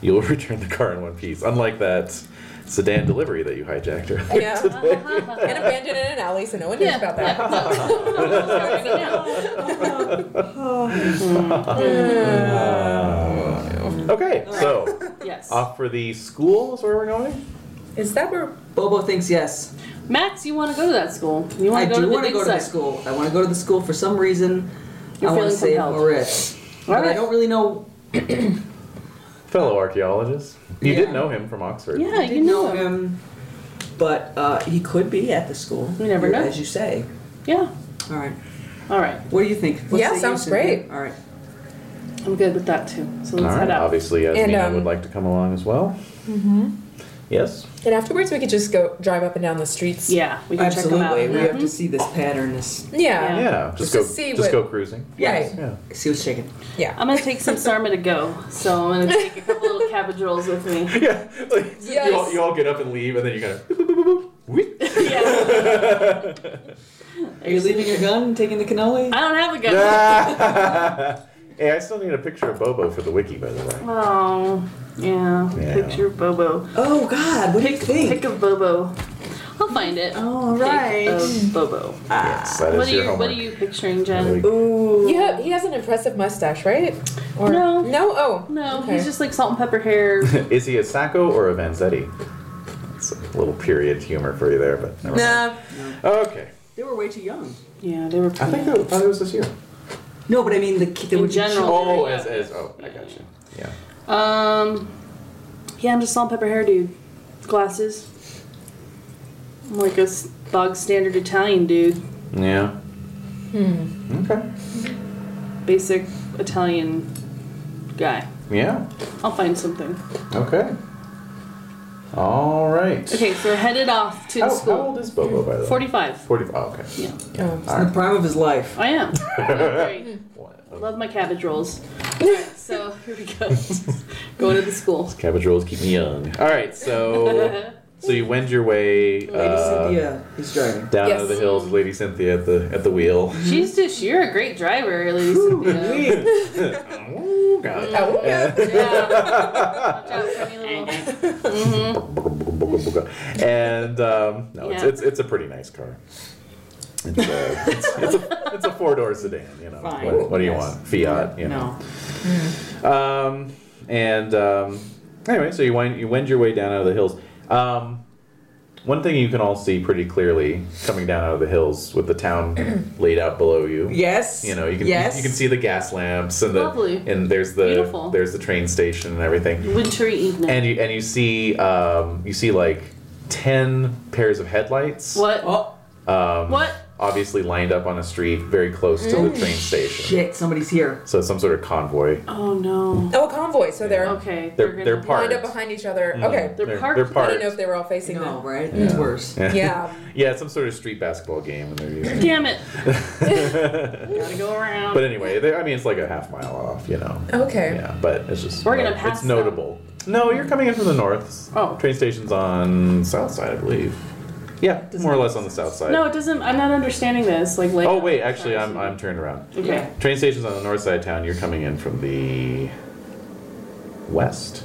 Speaker 4: you'll return the car in one piece. Unlike that sedan delivery that you hijacked. earlier.
Speaker 5: Yeah. and abandoned in an alley, so no one knows about that.
Speaker 4: Okay, so
Speaker 2: Yes.
Speaker 4: off for the school is where we're going.
Speaker 5: Is that where?
Speaker 3: Bobo thinks yes.
Speaker 2: Max, you want to go to that school? You
Speaker 3: I
Speaker 2: want to go
Speaker 3: do
Speaker 2: to the
Speaker 3: want to
Speaker 2: big
Speaker 3: go to the
Speaker 2: site?
Speaker 3: school. I want to go to the school for some reason.
Speaker 2: You're
Speaker 3: I want to
Speaker 2: feeling
Speaker 3: save
Speaker 2: compelled.
Speaker 3: Moritz.
Speaker 2: All
Speaker 3: But I
Speaker 2: right.
Speaker 3: don't really know.
Speaker 4: Fellow archaeologist, you
Speaker 3: Yeah.
Speaker 4: did know him from Oxford.
Speaker 2: Yeah,
Speaker 3: I
Speaker 2: you
Speaker 3: didn't
Speaker 2: know
Speaker 3: know
Speaker 2: him.
Speaker 3: him. But uh, he could be at the school.
Speaker 2: You never know.
Speaker 3: As you say.
Speaker 2: Yeah.
Speaker 3: All right.
Speaker 2: All right.
Speaker 3: What do you think? What's
Speaker 5: Yeah,
Speaker 3: the
Speaker 5: sounds
Speaker 3: use in him?
Speaker 5: great.
Speaker 3: All right.
Speaker 2: I'm good with that too. So
Speaker 4: All
Speaker 2: let's
Speaker 4: right.
Speaker 2: head out.
Speaker 4: Obviously, Yasmina
Speaker 5: And, um,
Speaker 4: would like to come along as well. Mm-hmm. Yes.
Speaker 5: And afterwards, we could just go drive up and down the streets.
Speaker 2: Yeah, we can check
Speaker 3: Absolutely.
Speaker 2: them
Speaker 3: We
Speaker 2: out.
Speaker 3: have to see this pattern. This.
Speaker 5: Yeah.
Speaker 4: Yeah.
Speaker 5: Just
Speaker 4: Just,
Speaker 5: to
Speaker 4: go.
Speaker 5: see
Speaker 4: just
Speaker 5: what-
Speaker 4: go cruising.
Speaker 5: Right.
Speaker 4: Yeah.
Speaker 3: See what's shaking.
Speaker 5: Yeah.
Speaker 2: I'm gonna take some sarma to go, so I'm gonna take a couple little cabbage rolls with me.
Speaker 4: Yeah. Like, you, all,
Speaker 5: Yes.
Speaker 4: you all get up and leave, and then you kind of.
Speaker 2: Yeah.
Speaker 3: Are you leaving your gun, taking the cannoli?
Speaker 2: I don't have a gun.
Speaker 4: hey, I still need a picture of Bobo for the wiki, by the way.
Speaker 2: Oh, yeah.
Speaker 4: Yeah.
Speaker 2: Picture of Bobo.
Speaker 3: Oh God! What do you think?
Speaker 2: Pick of Bobo. I'll find it.
Speaker 3: All
Speaker 2: Pick uh,
Speaker 3: right.
Speaker 2: of Bobo.
Speaker 4: yes, that is
Speaker 2: What are
Speaker 4: your
Speaker 2: you?
Speaker 4: homework.
Speaker 2: What are you picturing, Jen?
Speaker 3: Ooh.
Speaker 5: You have, he has an impressive mustache, right? Or
Speaker 2: No.
Speaker 5: No. Oh.
Speaker 2: No,
Speaker 5: Okay.
Speaker 2: he's just like salt and pepper hair.
Speaker 4: Is he a Sacco or a Vanzetti? It's a little period humor for you there, but never mind.
Speaker 5: Nah.
Speaker 4: Okay.
Speaker 3: They were way too young.
Speaker 2: yeah, they were.
Speaker 4: I
Speaker 2: Pretty
Speaker 4: think I thought it was this year.
Speaker 3: No, but I mean the kid. They
Speaker 2: In
Speaker 3: were just-
Speaker 2: general.
Speaker 4: Oh, as, as, oh, I got you. Yeah.
Speaker 2: Um, yeah, I'm just salt and pepper hair dude. Glasses. I'm like a s- bog standard Italian dude.
Speaker 4: Yeah. Hmm. Okay.
Speaker 2: Basic Italian guy.
Speaker 4: Yeah.
Speaker 2: I'll find something.
Speaker 4: Okay. All right.
Speaker 2: Okay, so we're headed off to the
Speaker 4: How, how
Speaker 2: school.
Speaker 4: old is Bobo, by the way?
Speaker 2: 45.
Speaker 4: 40. Oh, okay.
Speaker 2: Yeah,
Speaker 5: Oh.
Speaker 4: All
Speaker 3: in the
Speaker 4: right.
Speaker 3: prime of his life.
Speaker 2: I am. Great.
Speaker 4: What?
Speaker 2: Love my cabbage rolls. So here we go. Going to the school.
Speaker 4: Cabbage rolls keep me young. All right, so so you wend your way
Speaker 3: Lady
Speaker 4: uh,
Speaker 3: Cynthia is driving.
Speaker 4: down
Speaker 5: Yes.
Speaker 4: out of the hills, with Lady Cynthia at the at the wheel.
Speaker 2: She's just, you're a great driver, Lady Cynthia.
Speaker 4: oh God.
Speaker 5: Oh, okay.
Speaker 2: Yeah. Watch out for any little-
Speaker 4: And um, no, it's,
Speaker 2: Yeah.
Speaker 4: it's it's a pretty nice car. It's a, it's, it's a, it's a four door sedan, you know.
Speaker 2: Fine.
Speaker 4: What, what do you
Speaker 2: Yes.
Speaker 4: want? Fiat, you know.
Speaker 2: No.
Speaker 4: Um, and um, anyway, so you wind you wend your way down out of the hills. Um, one thing you can all see pretty clearly coming down out of the hills with the town laid out below you.
Speaker 3: Yes.
Speaker 4: You know, you can
Speaker 3: Yes.
Speaker 4: you can see the gas lamps and the
Speaker 2: Lovely.
Speaker 4: and there's the
Speaker 2: Beautiful.
Speaker 4: there's the train station and everything
Speaker 2: Wintry evening.
Speaker 4: and you and you see um, you see like ten pairs of headlights.
Speaker 2: what?
Speaker 3: Oh
Speaker 4: Um,
Speaker 2: What?
Speaker 4: Obviously lined up on a street very close to
Speaker 2: Mm.
Speaker 4: the train station.
Speaker 3: shit! Somebody's here.
Speaker 4: So some sort of convoy.
Speaker 2: Oh no.
Speaker 5: oh, a convoy. So they're
Speaker 2: Okay.
Speaker 4: They're-
Speaker 2: gonna-
Speaker 4: they're parked.
Speaker 5: lined up behind each other. Okay.
Speaker 2: They're parked?
Speaker 4: They're
Speaker 5: I
Speaker 4: parked.
Speaker 5: didn't know if they were all facing
Speaker 3: You know,
Speaker 5: them.
Speaker 3: right? It's worse.
Speaker 5: Yeah.
Speaker 4: yeah, some sort of street basketball game. And they're using.
Speaker 2: Damn it. Gotta go around.
Speaker 4: But anyway, they, I mean it's like a half mile off, you know.
Speaker 5: Okay.
Speaker 4: Yeah, but it's just
Speaker 2: We're gonna
Speaker 4: no-
Speaker 2: pass
Speaker 4: It's notable. No, you're coming in from the north.
Speaker 2: Oh.
Speaker 4: train station's on south side, I believe. Yeah, more or less on the south side.
Speaker 2: no, it doesn't. I'm not understanding this. Like, like.
Speaker 4: Oh wait, actually, I'm I'm turned around.
Speaker 2: Okay.
Speaker 4: Train station's on the north side of town. You're coming in from the west.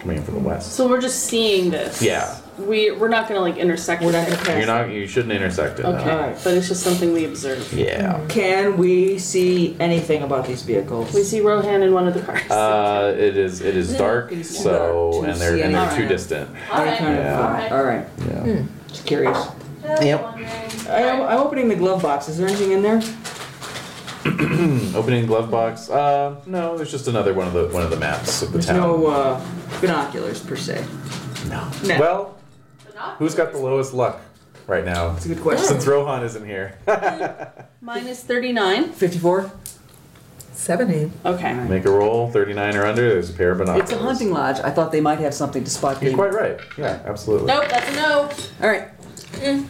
Speaker 4: Coming in from the west.
Speaker 2: So we're just seeing this.
Speaker 4: Yeah.
Speaker 2: We we're not gonna like intersect.
Speaker 3: We're
Speaker 2: with
Speaker 3: not gonna
Speaker 2: it.
Speaker 3: pass.
Speaker 4: You're not. You shouldn't intersect it. no.
Speaker 2: Okay. Hmm.
Speaker 3: Alright.
Speaker 2: But it's just something we observe.
Speaker 4: Yeah.
Speaker 3: Can we see anything about these vehicles?
Speaker 2: We see Rohan in one of the cars.
Speaker 4: Uh, it is. It is dark.
Speaker 3: It is too
Speaker 4: So
Speaker 3: dark to
Speaker 4: and they're
Speaker 3: see
Speaker 4: and they're
Speaker 3: anything.
Speaker 4: too distant.
Speaker 3: I kind of-
Speaker 4: Yeah.
Speaker 3: All right.
Speaker 4: Yeah.
Speaker 3: Just curious.
Speaker 8: Just
Speaker 4: Yep.
Speaker 8: wondering.
Speaker 3: I am, I'm opening the glove box. Is there anything in there?
Speaker 2: Hmm.
Speaker 4: Opening glove box. Uh, no, there's just another one of the one of the maps of the
Speaker 3: There's
Speaker 4: town.
Speaker 3: no uh, binoculars per se.
Speaker 4: no.
Speaker 3: No.
Speaker 4: Well,
Speaker 7: But not-
Speaker 4: who's got the lowest luck right now?
Speaker 3: That's a good question.
Speaker 4: Since Rohan isn't here,
Speaker 2: Mine is 39.
Speaker 3: 54?
Speaker 5: Seventy.
Speaker 2: Okay.
Speaker 4: make a roll, 39 or under. There's a pair of binoculars.
Speaker 3: It's a hunting lodge. I thought they might have something to spot
Speaker 4: You're
Speaker 3: game.
Speaker 4: quite right. Yeah, absolutely.
Speaker 8: Nope, that's a no.
Speaker 3: All right.
Speaker 2: Mm.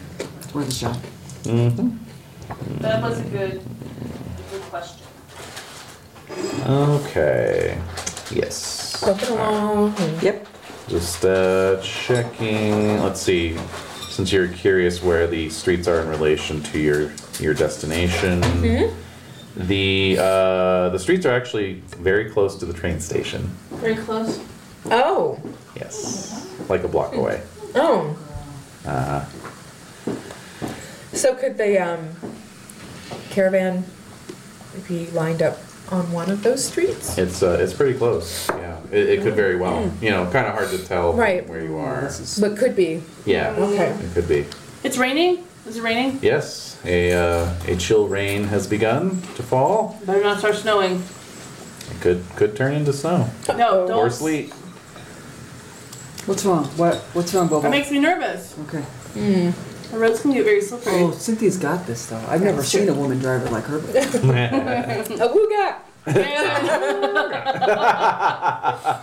Speaker 3: Worth a shot.
Speaker 7: That was a good, a good question.
Speaker 4: Okay. Yes.
Speaker 5: Bumping along.
Speaker 3: Yep.
Speaker 4: Just uh, checking. Let's see. Since you're curious where the streets are in relation to your your destination, the uh, the streets are actually very close to the train station.
Speaker 8: Very close.
Speaker 5: Oh.
Speaker 4: Yes, like a block away.
Speaker 5: Oh. So could the um, caravan be lined up on one of those streets?
Speaker 4: It's uh, it's pretty close. Yeah, it, it could very well. You know, kind of hard to tell
Speaker 5: Right.
Speaker 4: where you are.
Speaker 5: But could be.
Speaker 4: Yeah,
Speaker 5: Okay.
Speaker 4: it could be.
Speaker 2: It's raining? Is it raining?
Speaker 4: Yes, a uh, a chill rain has begun to fall.
Speaker 2: Better not start snowing.
Speaker 4: It could could turn into snow
Speaker 2: No,
Speaker 4: or
Speaker 2: don't.
Speaker 4: sleet.
Speaker 3: What's wrong? What? What's wrong, Bobo?
Speaker 2: That makes me nervous.
Speaker 3: okay.
Speaker 2: The roads can get very slippery.
Speaker 3: Oh, Cynthia's got this though. I've never seen a woman driver like her. But
Speaker 5: A wooga.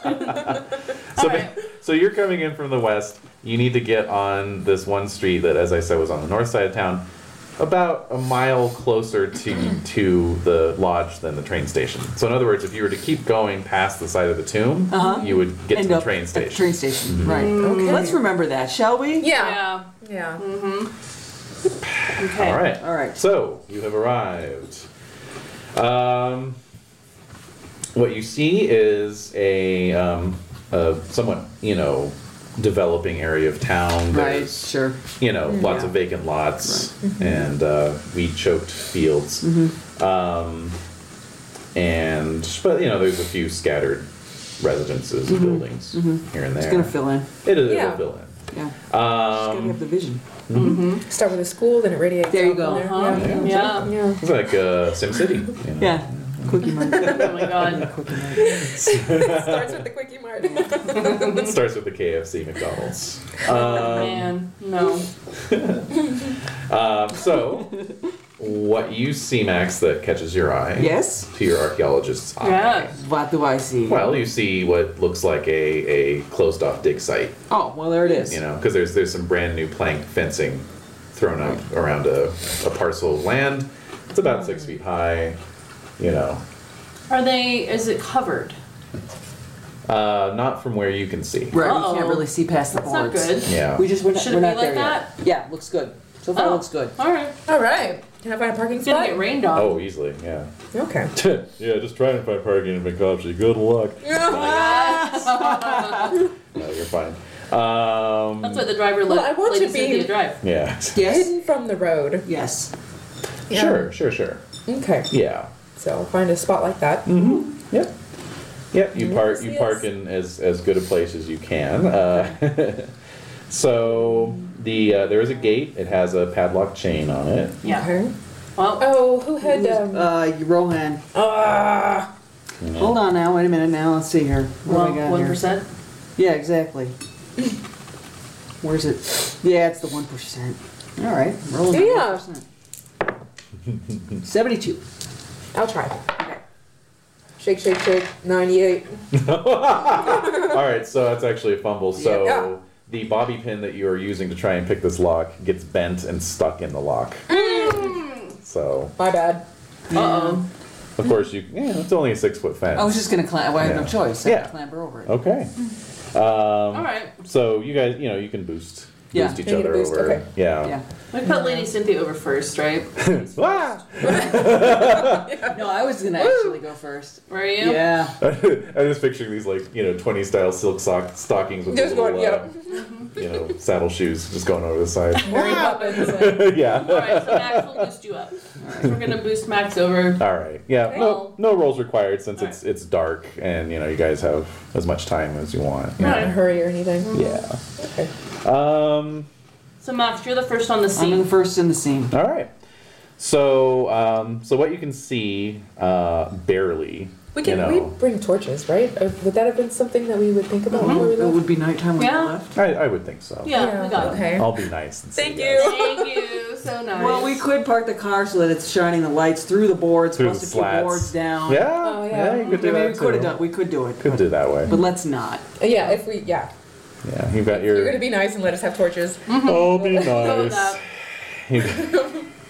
Speaker 3: Oh.
Speaker 4: So, ba- so you're coming in from the west. You need to get on this one street that, as I said, was on the north side of town, about a mile closer to to the lodge than the train station. So, in other words, if you were to keep going past the side of the tomb,
Speaker 3: Uh-huh.
Speaker 4: you would get
Speaker 3: End
Speaker 4: to the
Speaker 3: up
Speaker 4: train
Speaker 3: at
Speaker 4: station. Mm-hmm.
Speaker 3: the train station, right? Okay. Let's remember that, shall we?
Speaker 5: Yeah.
Speaker 2: Mm. yeah.
Speaker 5: Yeah.
Speaker 2: Okay.
Speaker 4: All right.
Speaker 3: All right.
Speaker 4: So you have arrived. Um, what you see is a, um, a somewhat, you know, developing area of town.
Speaker 3: Right.
Speaker 4: There's,
Speaker 3: Sure. Mm,
Speaker 4: You know, lots
Speaker 3: Yeah. Mm-hmm.
Speaker 4: of vacant lots and uh, weed choked fields. Um, and, but, you know, there's a few scattered residences and buildings here and there.
Speaker 3: Mm-hmm. It's gonna fill in.
Speaker 4: It is
Speaker 5: Yeah.
Speaker 4: it'll fill in.
Speaker 3: Yeah. Um, gotta have the vision.
Speaker 5: Start with a school, then it radiates.
Speaker 3: There you
Speaker 5: out
Speaker 3: go.
Speaker 5: from there.
Speaker 2: Huh?
Speaker 5: Yeah.
Speaker 2: Uh-huh. Yeah.
Speaker 5: Yeah.
Speaker 4: It's like uh, SimCity. You know?
Speaker 3: Yeah. Cookie money.
Speaker 2: Oh my god.
Speaker 3: Cookie money.
Speaker 5: Starts with the quickie mart.
Speaker 4: It starts with the KFC McDonald's.
Speaker 2: Man. No.
Speaker 4: Um, so, what you see, Max, that catches your eye
Speaker 3: Yes.
Speaker 4: to your archaeologist's eye.
Speaker 2: Yeah.
Speaker 3: What do I see?
Speaker 4: Well, you see what looks like a, a closed off dig site,
Speaker 3: oh, well, there it is.
Speaker 4: you know, because there's there's some brand new plank fencing thrown up around a, a parcel of land. It's about six feet high, you know,
Speaker 2: Are they? Is it covered?
Speaker 4: uh, not from where you can see.
Speaker 3: Right.
Speaker 2: Uh-oh.
Speaker 3: We can't really see past the
Speaker 2: That's not
Speaker 3: boards.
Speaker 2: good.
Speaker 4: Yeah.
Speaker 3: We just we're not,
Speaker 2: Should it
Speaker 3: we're
Speaker 2: be
Speaker 3: not
Speaker 2: like
Speaker 3: there yet. Yeah, looks good. So far,
Speaker 2: Oh.
Speaker 3: looks good.
Speaker 2: All right.
Speaker 5: All right. Can I find a parking
Speaker 2: It's gonna
Speaker 5: spot?
Speaker 2: get rained on.
Speaker 4: oh, easily, yeah.
Speaker 5: Okay.
Speaker 9: yeah, just trying to find parking in Benghazi. Good luck.
Speaker 4: No, you're fine. Um,
Speaker 2: That's what the driver
Speaker 5: Well,
Speaker 2: let.
Speaker 5: I want
Speaker 2: lady
Speaker 5: to
Speaker 2: said
Speaker 5: be-
Speaker 2: to drive.
Speaker 4: yeah.
Speaker 3: Yes.
Speaker 5: Hidden from the road.
Speaker 3: Yes.
Speaker 5: Yeah.
Speaker 4: Sure, sure, sure.
Speaker 5: Okay.
Speaker 4: Yeah.
Speaker 5: So find a spot like that.
Speaker 2: Mm.
Speaker 4: Yep. Yep. You park. You
Speaker 5: Yes,
Speaker 4: park
Speaker 5: yes.
Speaker 4: in as as good a place as you can. Uh, so the uh, there is a gate. It has a padlock chain on it.
Speaker 2: Yeah.
Speaker 5: Okay.
Speaker 2: Well,
Speaker 5: Oh, who had um,
Speaker 3: Uh, you- Rohan.
Speaker 5: ah,
Speaker 3: Hold on now. Wait a minute now. Let's see here. What do I got
Speaker 2: one
Speaker 3: here?
Speaker 2: percent.
Speaker 3: Yeah, exactly. Where's it? Yeah, it's the one percent. All right, rolling.
Speaker 5: Yeah.
Speaker 3: 1%. Seventy-two.
Speaker 5: I'll try. Shake, shake, shake. Ninety-eight.
Speaker 4: All right. So that's actually a fumble. So.
Speaker 5: Yeah.
Speaker 4: The bobby pin that you are using to try and pick this lock gets bent and stuck in the lock.
Speaker 3: Mm.
Speaker 4: So,
Speaker 5: My bad.
Speaker 2: Uh oh.
Speaker 4: of course, you. Yeah, it's only a six foot fence.
Speaker 3: I was just gonna climb. Well, I had
Speaker 4: Yeah.
Speaker 3: no choice. I had
Speaker 4: Yeah.
Speaker 3: to clamber over it.
Speaker 4: Okay. Oh. Um,
Speaker 2: All right.
Speaker 4: So, you guys, you know, you can boost,
Speaker 3: Yeah.
Speaker 4: boost each
Speaker 5: You need to
Speaker 4: other
Speaker 5: boost,
Speaker 4: over.
Speaker 5: okay.
Speaker 3: Yeah.
Speaker 2: We put Lady Cynthia over first, right?
Speaker 4: Ah!
Speaker 3: No, I was gonna actually go first.
Speaker 2: Were you?
Speaker 3: Yeah.
Speaker 4: I'm just picturing these like you know 20 style silk sock stockings with
Speaker 5: Just
Speaker 4: little,
Speaker 5: going,
Speaker 4: uh, you know saddle shoes just going over the side.
Speaker 5: Mary Poppins. uh,
Speaker 4: yeah.
Speaker 2: All right. So Max will boost you up. So we're gonna boost Max over.
Speaker 4: All right. Yeah. No,
Speaker 2: Well-
Speaker 4: no rolls required since
Speaker 2: All
Speaker 4: it's it's dark and you know you guys have as much time as you want.
Speaker 5: Not in a hurry or anything.
Speaker 4: Yeah.
Speaker 5: Okay.
Speaker 4: Um.
Speaker 2: So Max, you're the first on the
Speaker 3: I'm in
Speaker 2: scene.
Speaker 3: first in the scene.
Speaker 4: All right. So, um, so what you can see uh, barely.
Speaker 5: We
Speaker 4: You
Speaker 5: can
Speaker 4: know,
Speaker 5: we bring torches, right? Uh, Would that have been something that we would think about when we
Speaker 3: It
Speaker 5: left?
Speaker 3: would be nighttime when
Speaker 2: Yeah.
Speaker 3: we left.
Speaker 4: I, I would think so.
Speaker 2: Mm-hmm. Yeah, we got it.
Speaker 5: okay.
Speaker 4: I'll be nice. And say
Speaker 5: Thank
Speaker 4: yes.
Speaker 5: you.
Speaker 2: Thank you. So nice.
Speaker 3: Well, we could park the car so that it's shining the lights through the boards,
Speaker 4: Through
Speaker 3: plus
Speaker 4: the
Speaker 3: a few
Speaker 4: slats.
Speaker 3: boards down.
Speaker 4: Yeah,
Speaker 5: Oh,
Speaker 4: yeah.
Speaker 5: yeah.
Speaker 4: you could
Speaker 3: I
Speaker 4: do
Speaker 3: mean,
Speaker 4: that
Speaker 3: we could have
Speaker 4: too.
Speaker 3: done. We could do it.
Speaker 4: Could
Speaker 3: but,
Speaker 4: do that way.
Speaker 3: but let's not.
Speaker 5: Uh, Yeah, if we yeah.
Speaker 4: Yeah, you've got
Speaker 5: You're gonna
Speaker 4: your.
Speaker 5: be nice and let us have torches.
Speaker 4: Oh, be
Speaker 2: Go with
Speaker 4: nice.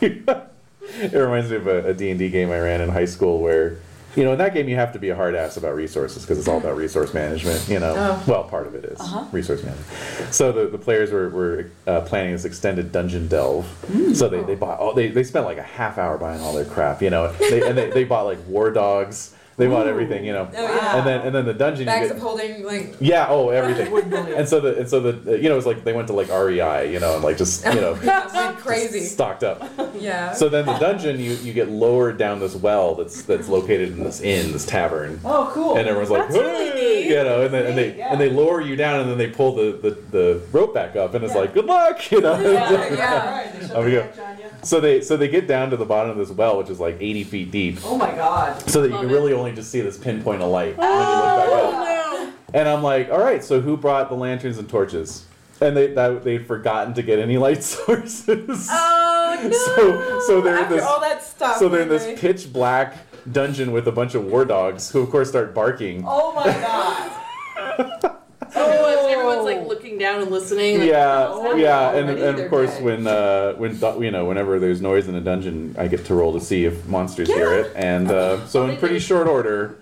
Speaker 2: that.
Speaker 4: It reminds me of a, a D&D game I ran in high school where, you know, in that game you have to be a hard ass about resources because it's all about resource management, you know.
Speaker 5: Oh.
Speaker 4: Well, part of it is resource management. So the, the players were, were uh, planning this extended dungeon delve. So they,
Speaker 5: Mm.
Speaker 4: they bought, all, they, they spent like a half hour buying all their crap, you know. They, and they, they bought like war dogs. They bought everything, you know.
Speaker 5: Oh, yeah.
Speaker 4: And then and then the dungeon you
Speaker 5: Bags
Speaker 4: get-
Speaker 5: of holding like
Speaker 4: Yeah. Oh, everything. and so the and so the you know it's like they went to like REI, you know, and like just you know
Speaker 5: like crazy.
Speaker 4: stocked up.
Speaker 5: Yeah.
Speaker 4: So then the dungeon you you get lowered down this well that's that's located in this inn, this tavern.
Speaker 3: Oh, cool.
Speaker 4: And everyone's like, "Hey," you know, and, then, and they and they lower you down, and then they pull the, the, the rope back up, and it's like, good luck, you know.
Speaker 5: yeah.
Speaker 4: There we go. So they so they get down to the bottom of this well, which is like 80 feet deep,
Speaker 3: Oh my god.
Speaker 4: so that you can really only just see this pinpoint of light when you look back
Speaker 5: Ah.
Speaker 4: up. And I'm like, all right, so who brought the lanterns and torches? And they that, they'd forgotten to get any light sources.
Speaker 5: Oh no.
Speaker 4: so so they're in
Speaker 5: After
Speaker 4: this
Speaker 5: all that stuff.
Speaker 4: so they're in
Speaker 5: Henry.
Speaker 4: this pitch black dungeon with a bunch of war dogs who of course start barking.
Speaker 3: Oh my god.
Speaker 2: Everyone's, everyone's like looking down and listening. like,
Speaker 4: yeah, yeah, and,
Speaker 3: already?
Speaker 4: and
Speaker 3: They're
Speaker 4: of course
Speaker 3: dead.
Speaker 4: when uh, when do- you know whenever there's noise in a dungeon, I get to roll to see if monsters hear it, and
Speaker 5: Oh,
Speaker 4: uh, so in pretty short order,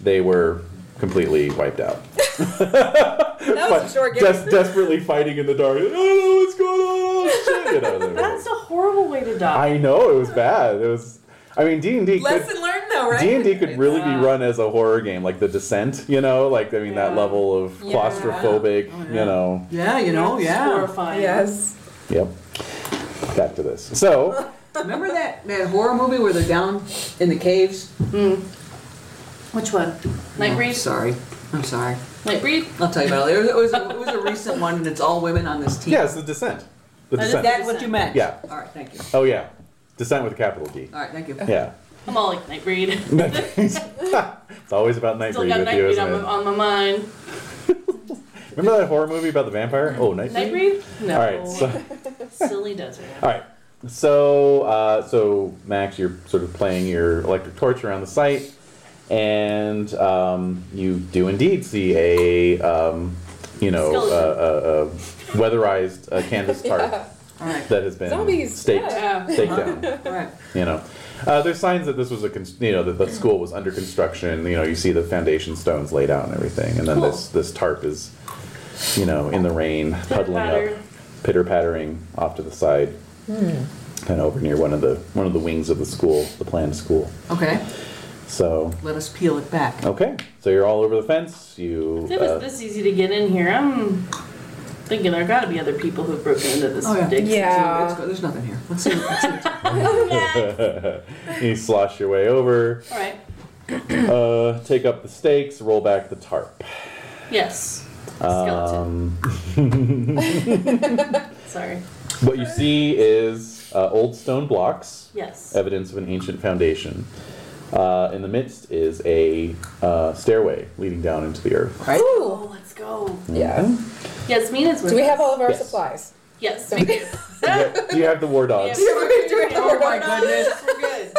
Speaker 4: they were completely wiped out.
Speaker 5: that was a short game.
Speaker 4: Des- desperately fighting in the dark. I don't know what's going on. Oh, shit. You know, they were-
Speaker 2: That's a horrible way to die.
Speaker 4: I know it was bad. It was. I mean, D and D could
Speaker 5: Lesson learned though, right?
Speaker 4: D and D could really
Speaker 2: uh,
Speaker 4: be run as a horror game, like The Descent. You know, like I mean, that level of
Speaker 5: Yeah.
Speaker 4: claustrophobic.
Speaker 2: Oh,
Speaker 4: You know.
Speaker 3: Yeah, you know,
Speaker 2: It's
Speaker 3: yeah.
Speaker 2: Horrifying.
Speaker 5: Yes.
Speaker 4: Yep. Back to this. So
Speaker 3: Remember that, that horror movie where they're down in the caves?
Speaker 2: Hmm. Which one?
Speaker 3: I'm
Speaker 2: Nightbreed.
Speaker 3: sorry. I'm sorry.
Speaker 2: Nightbreed.
Speaker 3: I'll tell you about it later. It was, it was, it was a recent one, and it's all women on this team.
Speaker 4: yeah, it's The Descent. The
Speaker 2: is
Speaker 4: Descent.
Speaker 3: That's what you meant.
Speaker 4: Yeah.
Speaker 3: All right, thank you.
Speaker 4: Oh yeah, Descent with a capital D.
Speaker 3: All right, thank you.
Speaker 4: Yeah.
Speaker 2: I'm all like Nightbreed.
Speaker 4: it's always about
Speaker 2: Still
Speaker 4: Nightbreed
Speaker 2: got
Speaker 4: with you,
Speaker 2: Nightbreed
Speaker 4: isn't
Speaker 2: on my,
Speaker 4: it?
Speaker 2: on my mind.
Speaker 4: Remember that horror movie about the vampire? Oh, Nightbreed.
Speaker 2: Nightbreed? No.
Speaker 4: All right. So. Oh,
Speaker 2: Silly desert.
Speaker 4: All right. So, uh, so Max, you're sort of playing your electric torch around the site, and um, you do indeed see a, um, you know, a, a, a weatherized uh, canvas tarp
Speaker 3: All right.
Speaker 4: that has been
Speaker 5: Zombies,
Speaker 4: staked,
Speaker 2: yeah.
Speaker 4: staked down.
Speaker 3: All right.
Speaker 4: You know, uh, there's signs that this was a, con- you know, that the school was under construction. You know, you see the foundation stones laid out and everything, and then this this tarp is, you know, in the rain, puddling
Speaker 2: Pitter-patter.
Speaker 4: up, pitter pattering off to the side, kind of over near one of the one of the wings of the school, the planned school.
Speaker 3: Okay,
Speaker 4: So
Speaker 3: let us peel it back.
Speaker 4: okay, so you're all over the fence. You
Speaker 2: If it was
Speaker 4: uh,
Speaker 2: this easy to get in here, I'm thinking there gotta be other people who've broken into this.
Speaker 3: Oh, yeah.
Speaker 2: dick.
Speaker 5: Yeah.
Speaker 3: It's good. There's nothing here. Let's see. Let's see. what's-
Speaker 4: you slosh your way over,
Speaker 2: All right.
Speaker 4: uh, take up the stakes, roll back the tarp.
Speaker 2: Yes. Skeleton.
Speaker 4: Um.
Speaker 2: Sorry.
Speaker 4: What you see is uh, old stone blocks.
Speaker 2: Yes.
Speaker 4: evidence of an ancient foundation. Uh, in the midst is a uh, stairway leading down into the earth. Hmm?
Speaker 5: Ooh.
Speaker 2: Oh, let's go.
Speaker 5: Yeah.
Speaker 2: Yasmin is with
Speaker 5: Do we have all of our
Speaker 4: Yes.
Speaker 5: supplies?
Speaker 2: Yes.
Speaker 5: Okay.
Speaker 2: We do.
Speaker 4: Do you have- do you have the war dogs?
Speaker 2: Oh
Speaker 5: my
Speaker 2: goodness. We're good.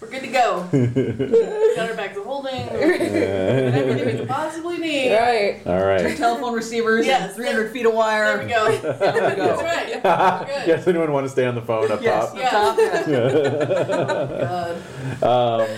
Speaker 2: We're good to go. Got our bags of holding. Everything we could possibly need.
Speaker 5: Right.
Speaker 4: All right.
Speaker 3: Telephone receivers,
Speaker 2: Yes.
Speaker 3: and 300 feet of
Speaker 2: There
Speaker 3: wire.
Speaker 2: we go.
Speaker 3: There we
Speaker 2: That's
Speaker 3: go.
Speaker 2: right. We're good.
Speaker 4: Yes, anyone want to stay on the phone up
Speaker 3: Yes,
Speaker 4: top?
Speaker 3: the top, yeah.
Speaker 2: God.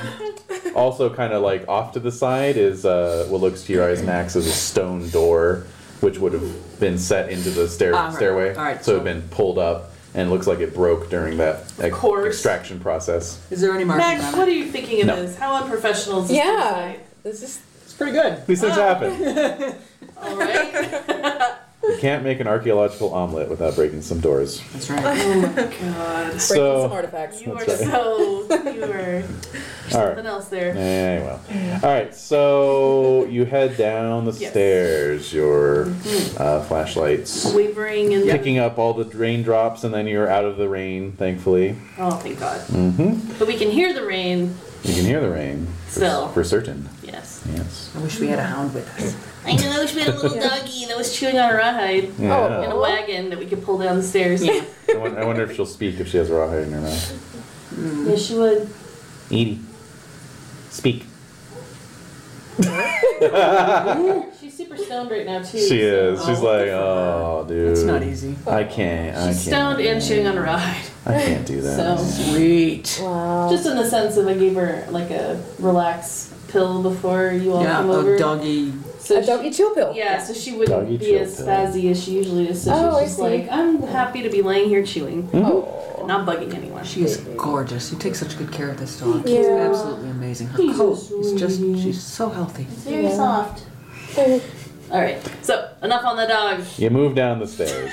Speaker 4: Also, kind of like off to the side is uh, what looks to your eyes, Max, is a stone door, which would have been set into the stair-
Speaker 3: Ah, right.
Speaker 4: stairway.
Speaker 3: All right,
Speaker 4: so it had
Speaker 3: so-
Speaker 4: been pulled up and looks like it broke during that ex-
Speaker 2: course.
Speaker 4: extraction process.
Speaker 3: Is there any marking
Speaker 2: Max,
Speaker 3: on
Speaker 2: what
Speaker 3: it?
Speaker 2: are you thinking of
Speaker 4: No.
Speaker 2: this? How unprofessional is this?
Speaker 5: Yeah. This is
Speaker 3: It's pretty good.
Speaker 4: These things happen.
Speaker 2: All right.
Speaker 4: You can't make an archaeological omelet without breaking some doors.
Speaker 3: That's right.
Speaker 5: Breaking some
Speaker 4: So,
Speaker 5: artifacts.
Speaker 2: You are
Speaker 4: That's right.
Speaker 2: so. You are
Speaker 4: all
Speaker 2: something
Speaker 4: right.
Speaker 2: else there.
Speaker 4: Eh, well. All right, so you head down the
Speaker 2: Yes.
Speaker 4: stairs, your
Speaker 3: Mm-hmm.
Speaker 4: uh, flashlights
Speaker 2: Wavering and.
Speaker 4: picking up all the raindrops, and then you're out of the rain, thankfully.
Speaker 2: Oh, thank God. Mm-hmm. But we can hear the rain.
Speaker 4: You can hear the rain. for-
Speaker 2: Still.
Speaker 4: For certain,
Speaker 2: Yes.
Speaker 4: yes.
Speaker 3: I wish we had a hound with us.
Speaker 2: I know I wish we had a little doggy that was chewing on a rawhide
Speaker 4: Yeah.
Speaker 2: in a wagon that we could pull down the stairs. Yeah,
Speaker 4: I won- I wonder if she'll speak if she has a rawhide in her mouth.
Speaker 2: she would.
Speaker 4: Edie, speak.
Speaker 2: She's super stoned right now too.
Speaker 4: She
Speaker 2: so- uh,
Speaker 4: is. She's like, oh, dude.
Speaker 3: It's not easy.
Speaker 4: I can't. I
Speaker 2: She's
Speaker 4: can't.
Speaker 2: stoned and chewing on a rawhide.
Speaker 4: I can't do that.
Speaker 2: So
Speaker 3: Sweet.
Speaker 5: Wow.
Speaker 2: just in the sense of I gave her like a relax pill before you all
Speaker 3: Yeah,
Speaker 2: come
Speaker 3: a
Speaker 2: over.
Speaker 3: doggy.
Speaker 2: So
Speaker 5: a doggy chill pill.
Speaker 2: She, yeah, so she wouldn't
Speaker 4: Doggy
Speaker 2: be
Speaker 4: chill
Speaker 2: as
Speaker 4: pill.
Speaker 2: spazzy as she usually is. So
Speaker 5: Oh, I
Speaker 2: she's just
Speaker 5: see.
Speaker 2: like, I'm happy to be laying here chewing,
Speaker 4: Mm-hmm.
Speaker 5: Oh.
Speaker 2: not bugging anyone.
Speaker 3: She is gorgeous. You take such good care of this dog.
Speaker 5: you.
Speaker 3: She's absolutely amazing. Her
Speaker 2: He's
Speaker 3: coat
Speaker 2: so
Speaker 3: is just,
Speaker 2: sweet.
Speaker 3: she's so healthy.
Speaker 2: It's very soft. All right. So enough on the dog.
Speaker 4: You move down the stairs.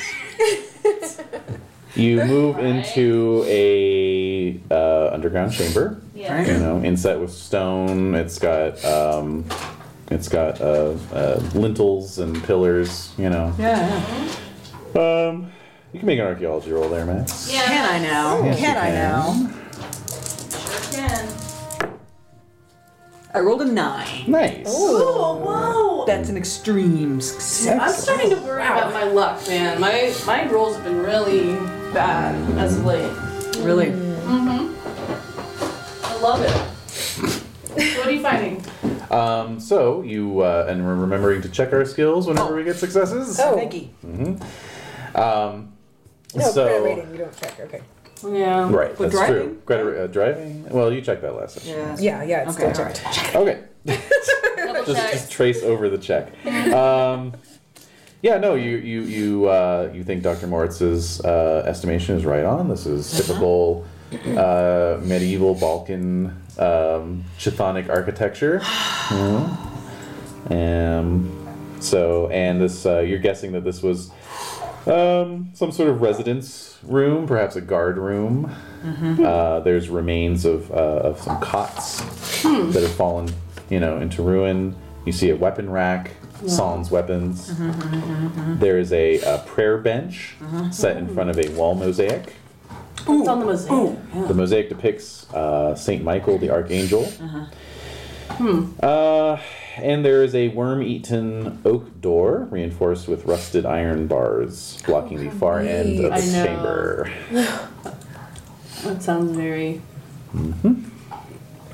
Speaker 4: you move into a uh, underground chamber.
Speaker 2: Yeah.
Speaker 4: You know, inset with stone. It's got um, it's got uh, uh, lintels and pillars. You know.
Speaker 3: Yeah, yeah.
Speaker 4: Um, you can make an archaeology roll there, Max.
Speaker 2: Yeah.
Speaker 3: Can I now?
Speaker 4: Yes, you
Speaker 3: I now?
Speaker 2: Ten.
Speaker 3: I rolled a nine.
Speaker 4: Nice.
Speaker 2: Oh wow!
Speaker 3: That's an extreme success.
Speaker 2: I'm starting to worry about my luck, man. My my rolls have been really bad as of late.
Speaker 3: Really?
Speaker 2: I love it. what are you finding?
Speaker 4: Um, so you uh, and we're remembering to check our skills whenever we get successes.
Speaker 5: Oh.
Speaker 3: Thank you.
Speaker 4: Um,
Speaker 5: No,
Speaker 4: so
Speaker 5: credit rating. You don't check. Okay.
Speaker 2: Yeah.
Speaker 4: right,
Speaker 3: But
Speaker 4: that's true.
Speaker 3: driving?
Speaker 4: Credit, uh, driving. Well, you checked that last session.
Speaker 3: Yeah.
Speaker 5: Yeah, yeah, it's
Speaker 3: Okay,
Speaker 5: still
Speaker 3: all
Speaker 5: checked.
Speaker 4: Okay.
Speaker 2: Double
Speaker 4: just,
Speaker 2: check.
Speaker 4: just trace over the check. Um, yeah, no, you you you uh, you think Dr. Moritz's uh, estimation is right on. This is typical uh, medieval Balkan um, Chthonic architecture. Mhm. Um, so and this uh, you're guessing that this was um, some sort of residence room, perhaps a guard room. Uh, there's remains of, uh, of some cots that have fallen, you know, into ruin. You see a weapon rack, sans weapons.
Speaker 2: Mm-hmm,
Speaker 4: There is a, uh prayer bench
Speaker 2: Mm-hmm.
Speaker 4: set in front of a wall mosaic.
Speaker 2: it's on the mosaic.
Speaker 4: The mosaic depicts uh, Saint Michael the Archangel.
Speaker 2: Uh-huh. Hmm.
Speaker 4: Uh, and there is a worm-eaten oak door reinforced with rusted iron bars, blocking the far end of the
Speaker 5: neat.
Speaker 2: Oh, I know.
Speaker 4: chamber.
Speaker 2: That sounds very
Speaker 4: Mm-hmm.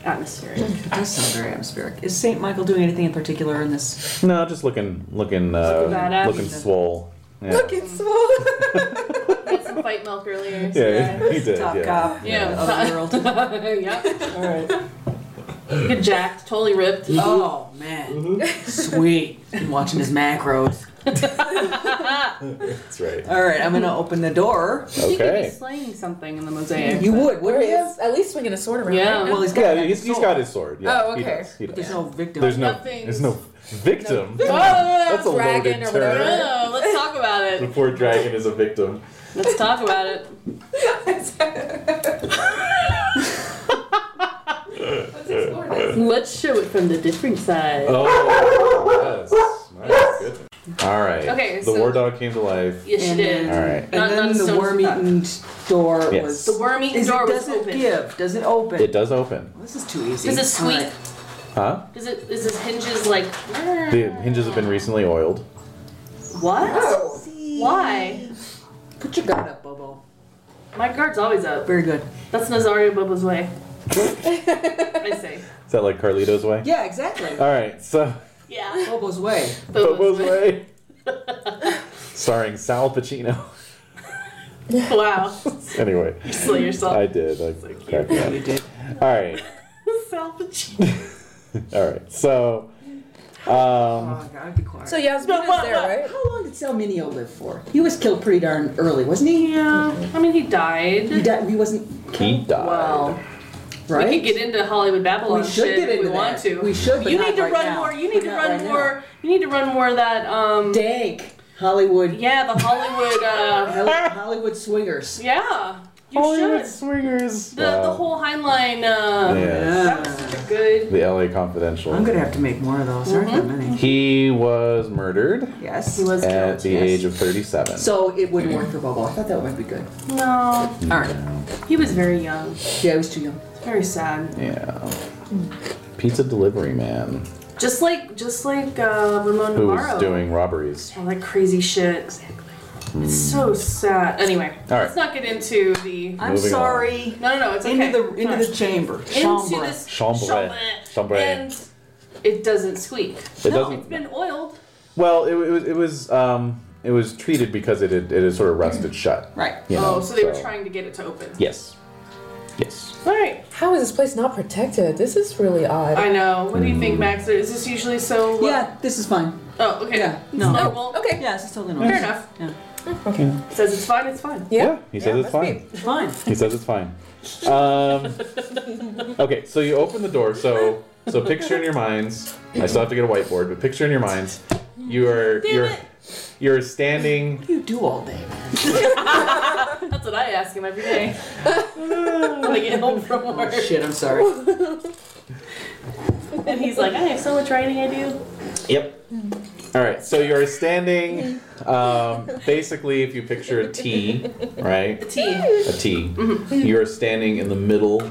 Speaker 2: atmospheric.
Speaker 3: It does sound very atmospheric. Is St. Michael doing anything in particular in this?
Speaker 4: No, just looking, looking, uh,
Speaker 2: Looking badass.
Speaker 4: looking swole. Yeah.
Speaker 5: Look, it's swollen.
Speaker 2: Had some fight milk earlier. So
Speaker 4: yeah,
Speaker 2: yeah.
Speaker 4: he did.
Speaker 3: Top
Speaker 4: yeah.
Speaker 3: cop
Speaker 2: Yeah.
Speaker 3: of the world.
Speaker 2: yeah. All right. Good jacked, totally ripped.
Speaker 3: Oh man, sweet! I'm watching his macros.
Speaker 4: That's right.
Speaker 3: All right, I'm gonna open the door.
Speaker 2: He could be
Speaker 4: Okay.
Speaker 2: slaying something in the mosaic.
Speaker 3: You would, wouldn't you?
Speaker 5: It's at least swinging a sword around.
Speaker 2: Yeah.
Speaker 5: right now.
Speaker 3: Well, he's got.
Speaker 4: Yeah,
Speaker 3: an
Speaker 4: he's, he's
Speaker 3: sword.
Speaker 4: got his sword. Yeah,
Speaker 5: Oh,
Speaker 4: he
Speaker 5: okay.
Speaker 4: does, he does.
Speaker 3: There's no victim.
Speaker 4: There's no.
Speaker 2: Nothing's-
Speaker 4: There's no victim.
Speaker 5: that's
Speaker 4: That's a loaded
Speaker 5: dragon or whatever.
Speaker 4: term.
Speaker 2: Oh, let's talk about
Speaker 4: The
Speaker 2: it.
Speaker 4: poor dragon is a victim.
Speaker 2: Let's talk about it. Let's show it from the different side.
Speaker 4: Oh, yes. My goodness. All right.
Speaker 2: Okay,
Speaker 4: The
Speaker 2: so-
Speaker 4: war dog came to life.
Speaker 2: Yes, she
Speaker 3: And
Speaker 2: did.
Speaker 4: All right.
Speaker 2: Not-
Speaker 3: And then
Speaker 2: not
Speaker 3: the
Speaker 2: so
Speaker 3: worm-eaten door
Speaker 4: Yes.
Speaker 3: was.
Speaker 2: The worm eating
Speaker 3: Is it,
Speaker 2: door was
Speaker 3: does it
Speaker 2: open.
Speaker 3: give? Does it open?
Speaker 4: It does open.
Speaker 3: This is too easy.
Speaker 2: Is it
Speaker 3: All
Speaker 2: sweet?
Speaker 3: right.
Speaker 4: Huh?
Speaker 2: Is it is its hinges like
Speaker 4: The hinges have been recently oiled.
Speaker 2: what? Why?
Speaker 3: Oh. Put your guard up, Bobo.
Speaker 2: My guard's always up.
Speaker 3: Very good.
Speaker 2: That's Nazario Bubba's way. I say.
Speaker 4: Is that like Carlito's way?
Speaker 3: Yeah, exactly.
Speaker 4: All right. So
Speaker 2: Yeah.
Speaker 3: Bobo's way.
Speaker 4: Bobo's way. Starring Sal Pacino.
Speaker 2: Wow.
Speaker 4: anyway,
Speaker 2: Slay yourself.
Speaker 4: I did. I cracked me up.
Speaker 3: You did.
Speaker 4: All right. All right. So. Um,
Speaker 3: Oh God, be quiet.
Speaker 5: So Yasmina's there, right?
Speaker 3: How long did Salminio live for? He was killed pretty darn early, wasn't he?
Speaker 2: Yeah. I mean, he died.
Speaker 3: He, died, he wasn't
Speaker 4: he
Speaker 3: killed,
Speaker 4: died.
Speaker 2: Well,
Speaker 3: right?
Speaker 2: we could get into Hollywood Babylon
Speaker 3: We should
Speaker 2: shit
Speaker 3: get
Speaker 2: if we
Speaker 3: into
Speaker 2: want
Speaker 3: that.
Speaker 2: to.
Speaker 3: We should, but
Speaker 2: you
Speaker 3: not
Speaker 2: need to
Speaker 3: right
Speaker 2: run
Speaker 3: now.
Speaker 2: more. You need to
Speaker 3: But not
Speaker 2: run
Speaker 3: right now.
Speaker 2: more. You need to run more of that. Um,
Speaker 3: Dank. Hollywood.
Speaker 2: Yeah, the Hollywood. Uh,
Speaker 3: Hol- Hollywood swingers.
Speaker 2: Oh, yeah, you
Speaker 4: Hollywood
Speaker 2: should.
Speaker 4: swingers.
Speaker 2: The, the whole Heinlein.
Speaker 4: Yeah.
Speaker 2: Uh, That was such a good.
Speaker 4: The LA Confidential.
Speaker 3: I'm gonna have to make more of those. Aren't there many?
Speaker 4: He was murdered
Speaker 3: Mm-hmm. Yes.
Speaker 4: at the age of 37.
Speaker 3: So it wouldn't work for Bobo. I thought that might be good.
Speaker 2: No,
Speaker 3: All right.
Speaker 2: he was very young.
Speaker 3: Yeah, I was too young.
Speaker 2: Very sad.
Speaker 4: Yeah. Pizza delivery man
Speaker 2: Just like just like uh, Ramon
Speaker 4: who
Speaker 2: Navarro.
Speaker 4: was doing Hmm. robberies.
Speaker 2: All that crazy shit. It's so sad. Anyway,
Speaker 4: All right.
Speaker 2: let's not get into the.
Speaker 3: I'm
Speaker 4: Moving on.
Speaker 3: sorry.
Speaker 2: No, no, no. It's okay.
Speaker 3: Into the into the chamber.
Speaker 2: into
Speaker 3: Chambre.
Speaker 2: this
Speaker 4: Chambre. Chambre.
Speaker 2: and it doesn't squeak.
Speaker 4: It
Speaker 2: no,
Speaker 4: doesn't-
Speaker 2: it's been oiled.
Speaker 4: Well, it, wa- it was it was um it was treated because it had, it had sort of rusted shut.
Speaker 3: Right.
Speaker 4: You know,
Speaker 2: oh, so they were trying to get it to open.
Speaker 4: Yes. Yes.
Speaker 2: All right.
Speaker 5: How is this place not protected? This is really odd.
Speaker 2: I know. What do you
Speaker 4: Hmm.
Speaker 2: think, Max? Is this usually so? low-
Speaker 3: Yeah, this is fine.
Speaker 2: Oh, okay.
Speaker 3: Yeah,
Speaker 2: It's
Speaker 3: no.
Speaker 2: normal.
Speaker 5: okay.
Speaker 3: Yeah, this is totally normal.
Speaker 2: Fair enough.
Speaker 3: Yeah.
Speaker 2: Says it's fine. It's fine.
Speaker 5: Yeah.
Speaker 4: he says it's
Speaker 5: must
Speaker 4: fine.
Speaker 5: be.
Speaker 3: Fine.
Speaker 4: He says it's fine. Um, okay, so you open the door. So so picture in your minds. I still have to get a whiteboard, but picture in your minds. You are you're you're standing.
Speaker 3: What do you do all day?
Speaker 2: That's what I ask him every day when I get home from work,
Speaker 3: Oh, Shit, I'm sorry.
Speaker 2: and he's like, "I have so much writing I do."
Speaker 4: Yep. All right, so you're standing. Um, basically, if you picture a T, right?
Speaker 2: Tea.
Speaker 4: A T. You're standing in the middle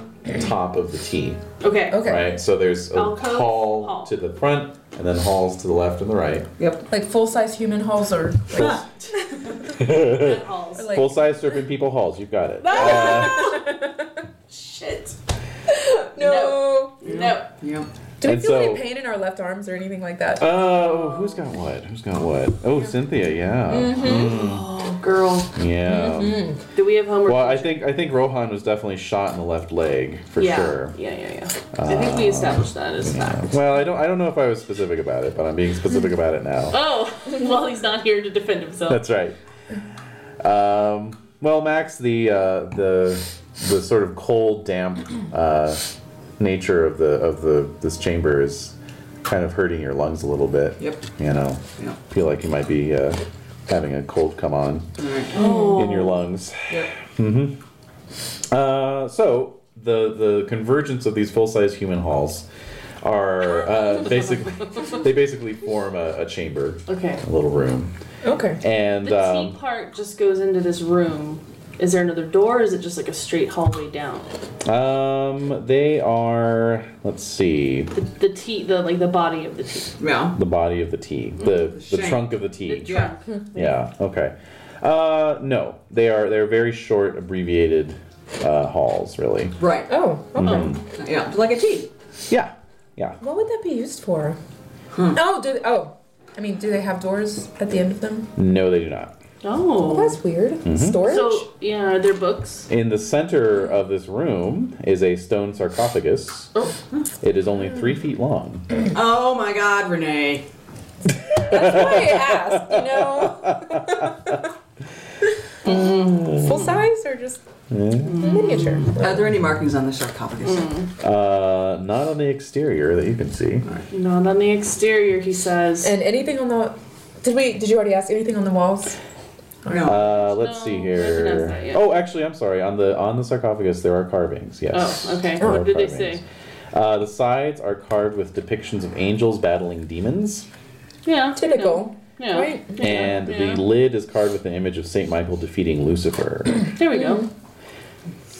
Speaker 4: top of the T.
Speaker 2: Okay.
Speaker 5: Okay.
Speaker 4: Right. So there's a
Speaker 2: Alcove,
Speaker 4: hall,
Speaker 2: hall.
Speaker 4: to the front, and then halls to the left and the right.
Speaker 3: Yep.
Speaker 5: Like full size human hulls or like,
Speaker 2: Good halls.
Speaker 5: or like
Speaker 4: Full size serpent people halls. You've got it. Uh,
Speaker 2: Shit.
Speaker 5: no.
Speaker 2: No.
Speaker 3: Yep.
Speaker 5: Do we
Speaker 4: And
Speaker 5: feel
Speaker 4: so-
Speaker 5: any pain in our left arms or anything like that?
Speaker 4: oh, who's got what? Who's got what? Oh, Cynthia. Yeah.
Speaker 2: Girl,
Speaker 4: Yeah.
Speaker 2: do we have homework?
Speaker 4: Well, I think I think Rohan was definitely shot in the left leg for
Speaker 2: yeah.
Speaker 4: sure. Uh,
Speaker 2: Yeah, yeah, yeah. I think we established that as fact.
Speaker 4: Well, I don't I don't know if I was specific about it, but I'm being specific about it now.
Speaker 2: Oh, well, he's not here to defend himself.
Speaker 4: That's right. Um, well, Max, the uh, the the sort of cold, damp uh, nature of the of the this chamber is kind of hurting your lungs a little bit.
Speaker 3: Yep.
Speaker 4: You know,
Speaker 3: Yep.
Speaker 4: feel like you might be uh, having a cold come on
Speaker 3: All right.
Speaker 4: in your lungs.
Speaker 3: Yep.
Speaker 4: Uh, so the the convergence of these full size human halls are uh, basically they basically form a, a chamber,
Speaker 2: okay.
Speaker 4: a little room,
Speaker 5: Okay.
Speaker 4: and
Speaker 2: The
Speaker 4: um,
Speaker 2: tea part just goes into this room. Is there another door? Or is it just like a straight hallway down?
Speaker 4: Um, they are. Let's see.
Speaker 2: The, the tea, the like the body of the tea.
Speaker 3: Yeah.
Speaker 4: The body of the T. The the
Speaker 3: Shank.
Speaker 4: trunk of the T.
Speaker 3: Yeah.
Speaker 4: Yeah. Okay. Uh, no, they are. They're very short, abbreviated uh, halls, really.
Speaker 3: Right.
Speaker 5: Oh. oh.
Speaker 4: Hmm.
Speaker 3: Yeah. Like a T.
Speaker 4: Yeah. Yeah.
Speaker 5: What would that be used for? Oh, do oh. I mean, do they have doors at the end of them?
Speaker 4: No, they do not.
Speaker 2: Oh.
Speaker 5: Well, that's weird.
Speaker 4: Mm-hmm.
Speaker 5: Storage?
Speaker 2: so yeah, are there books?
Speaker 4: In the center of this room is a stone sarcophagus. It is only three feet long.
Speaker 3: Oh my God, Renee.
Speaker 5: That's why I asked, you know? Full size or just miniature?
Speaker 3: Are there any markings on the sarcophagus?
Speaker 5: Mm.
Speaker 4: Uh, not on the exterior that you can see.
Speaker 2: Not on the exterior, he says.
Speaker 5: And anything on the. Did we. Did you already ask anything on the walls?
Speaker 3: No.
Speaker 4: Uh, let's
Speaker 2: No,
Speaker 4: see
Speaker 2: I didn't ask that
Speaker 4: here.
Speaker 2: yet.
Speaker 4: Oh, actually, I'm sorry. On the on the sarcophagus, there are carvings. Yes.
Speaker 2: Oh, okay.
Speaker 4: There
Speaker 2: What
Speaker 4: are
Speaker 2: did they
Speaker 4: carvings.
Speaker 2: say?
Speaker 4: Uh, the sides are carved with depictions of angels battling demons,
Speaker 2: yeah.
Speaker 5: Typical.
Speaker 2: Yeah. yeah.
Speaker 5: Right?
Speaker 4: and
Speaker 2: yeah.
Speaker 4: the lid is carved with the image of Saint Michael defeating Lucifer.
Speaker 2: There we go.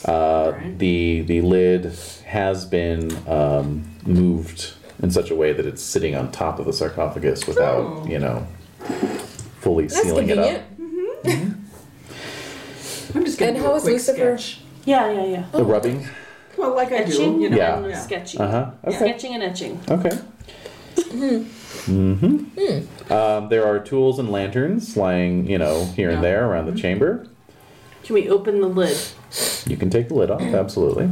Speaker 4: Uh, The the lid has been um, moved in such a way that it's sitting on top of the sarcophagus without you know fully
Speaker 5: Oh. That's
Speaker 4: sealing it up.
Speaker 5: convenient.
Speaker 3: I'm just gonna
Speaker 5: and
Speaker 3: do
Speaker 5: how
Speaker 3: a
Speaker 5: is
Speaker 3: quick
Speaker 5: Lucifer-
Speaker 3: sketch.
Speaker 2: Yeah, yeah, yeah.
Speaker 4: The rubbing.
Speaker 3: Well, like I do.
Speaker 2: Etching
Speaker 3: You know.
Speaker 4: Yeah.
Speaker 2: and
Speaker 3: Yeah.
Speaker 2: sketching.
Speaker 4: Uh huh. Okay.
Speaker 2: Sketching and etching.
Speaker 4: Okay. Mm-hmm.
Speaker 5: Mm-hmm. Hmm.
Speaker 4: Um, there are tools and lanterns lying, you know, here and there around
Speaker 5: Mm-hmm.
Speaker 4: the chamber.
Speaker 2: Can we open the lid?
Speaker 4: You can take the lid off, absolutely.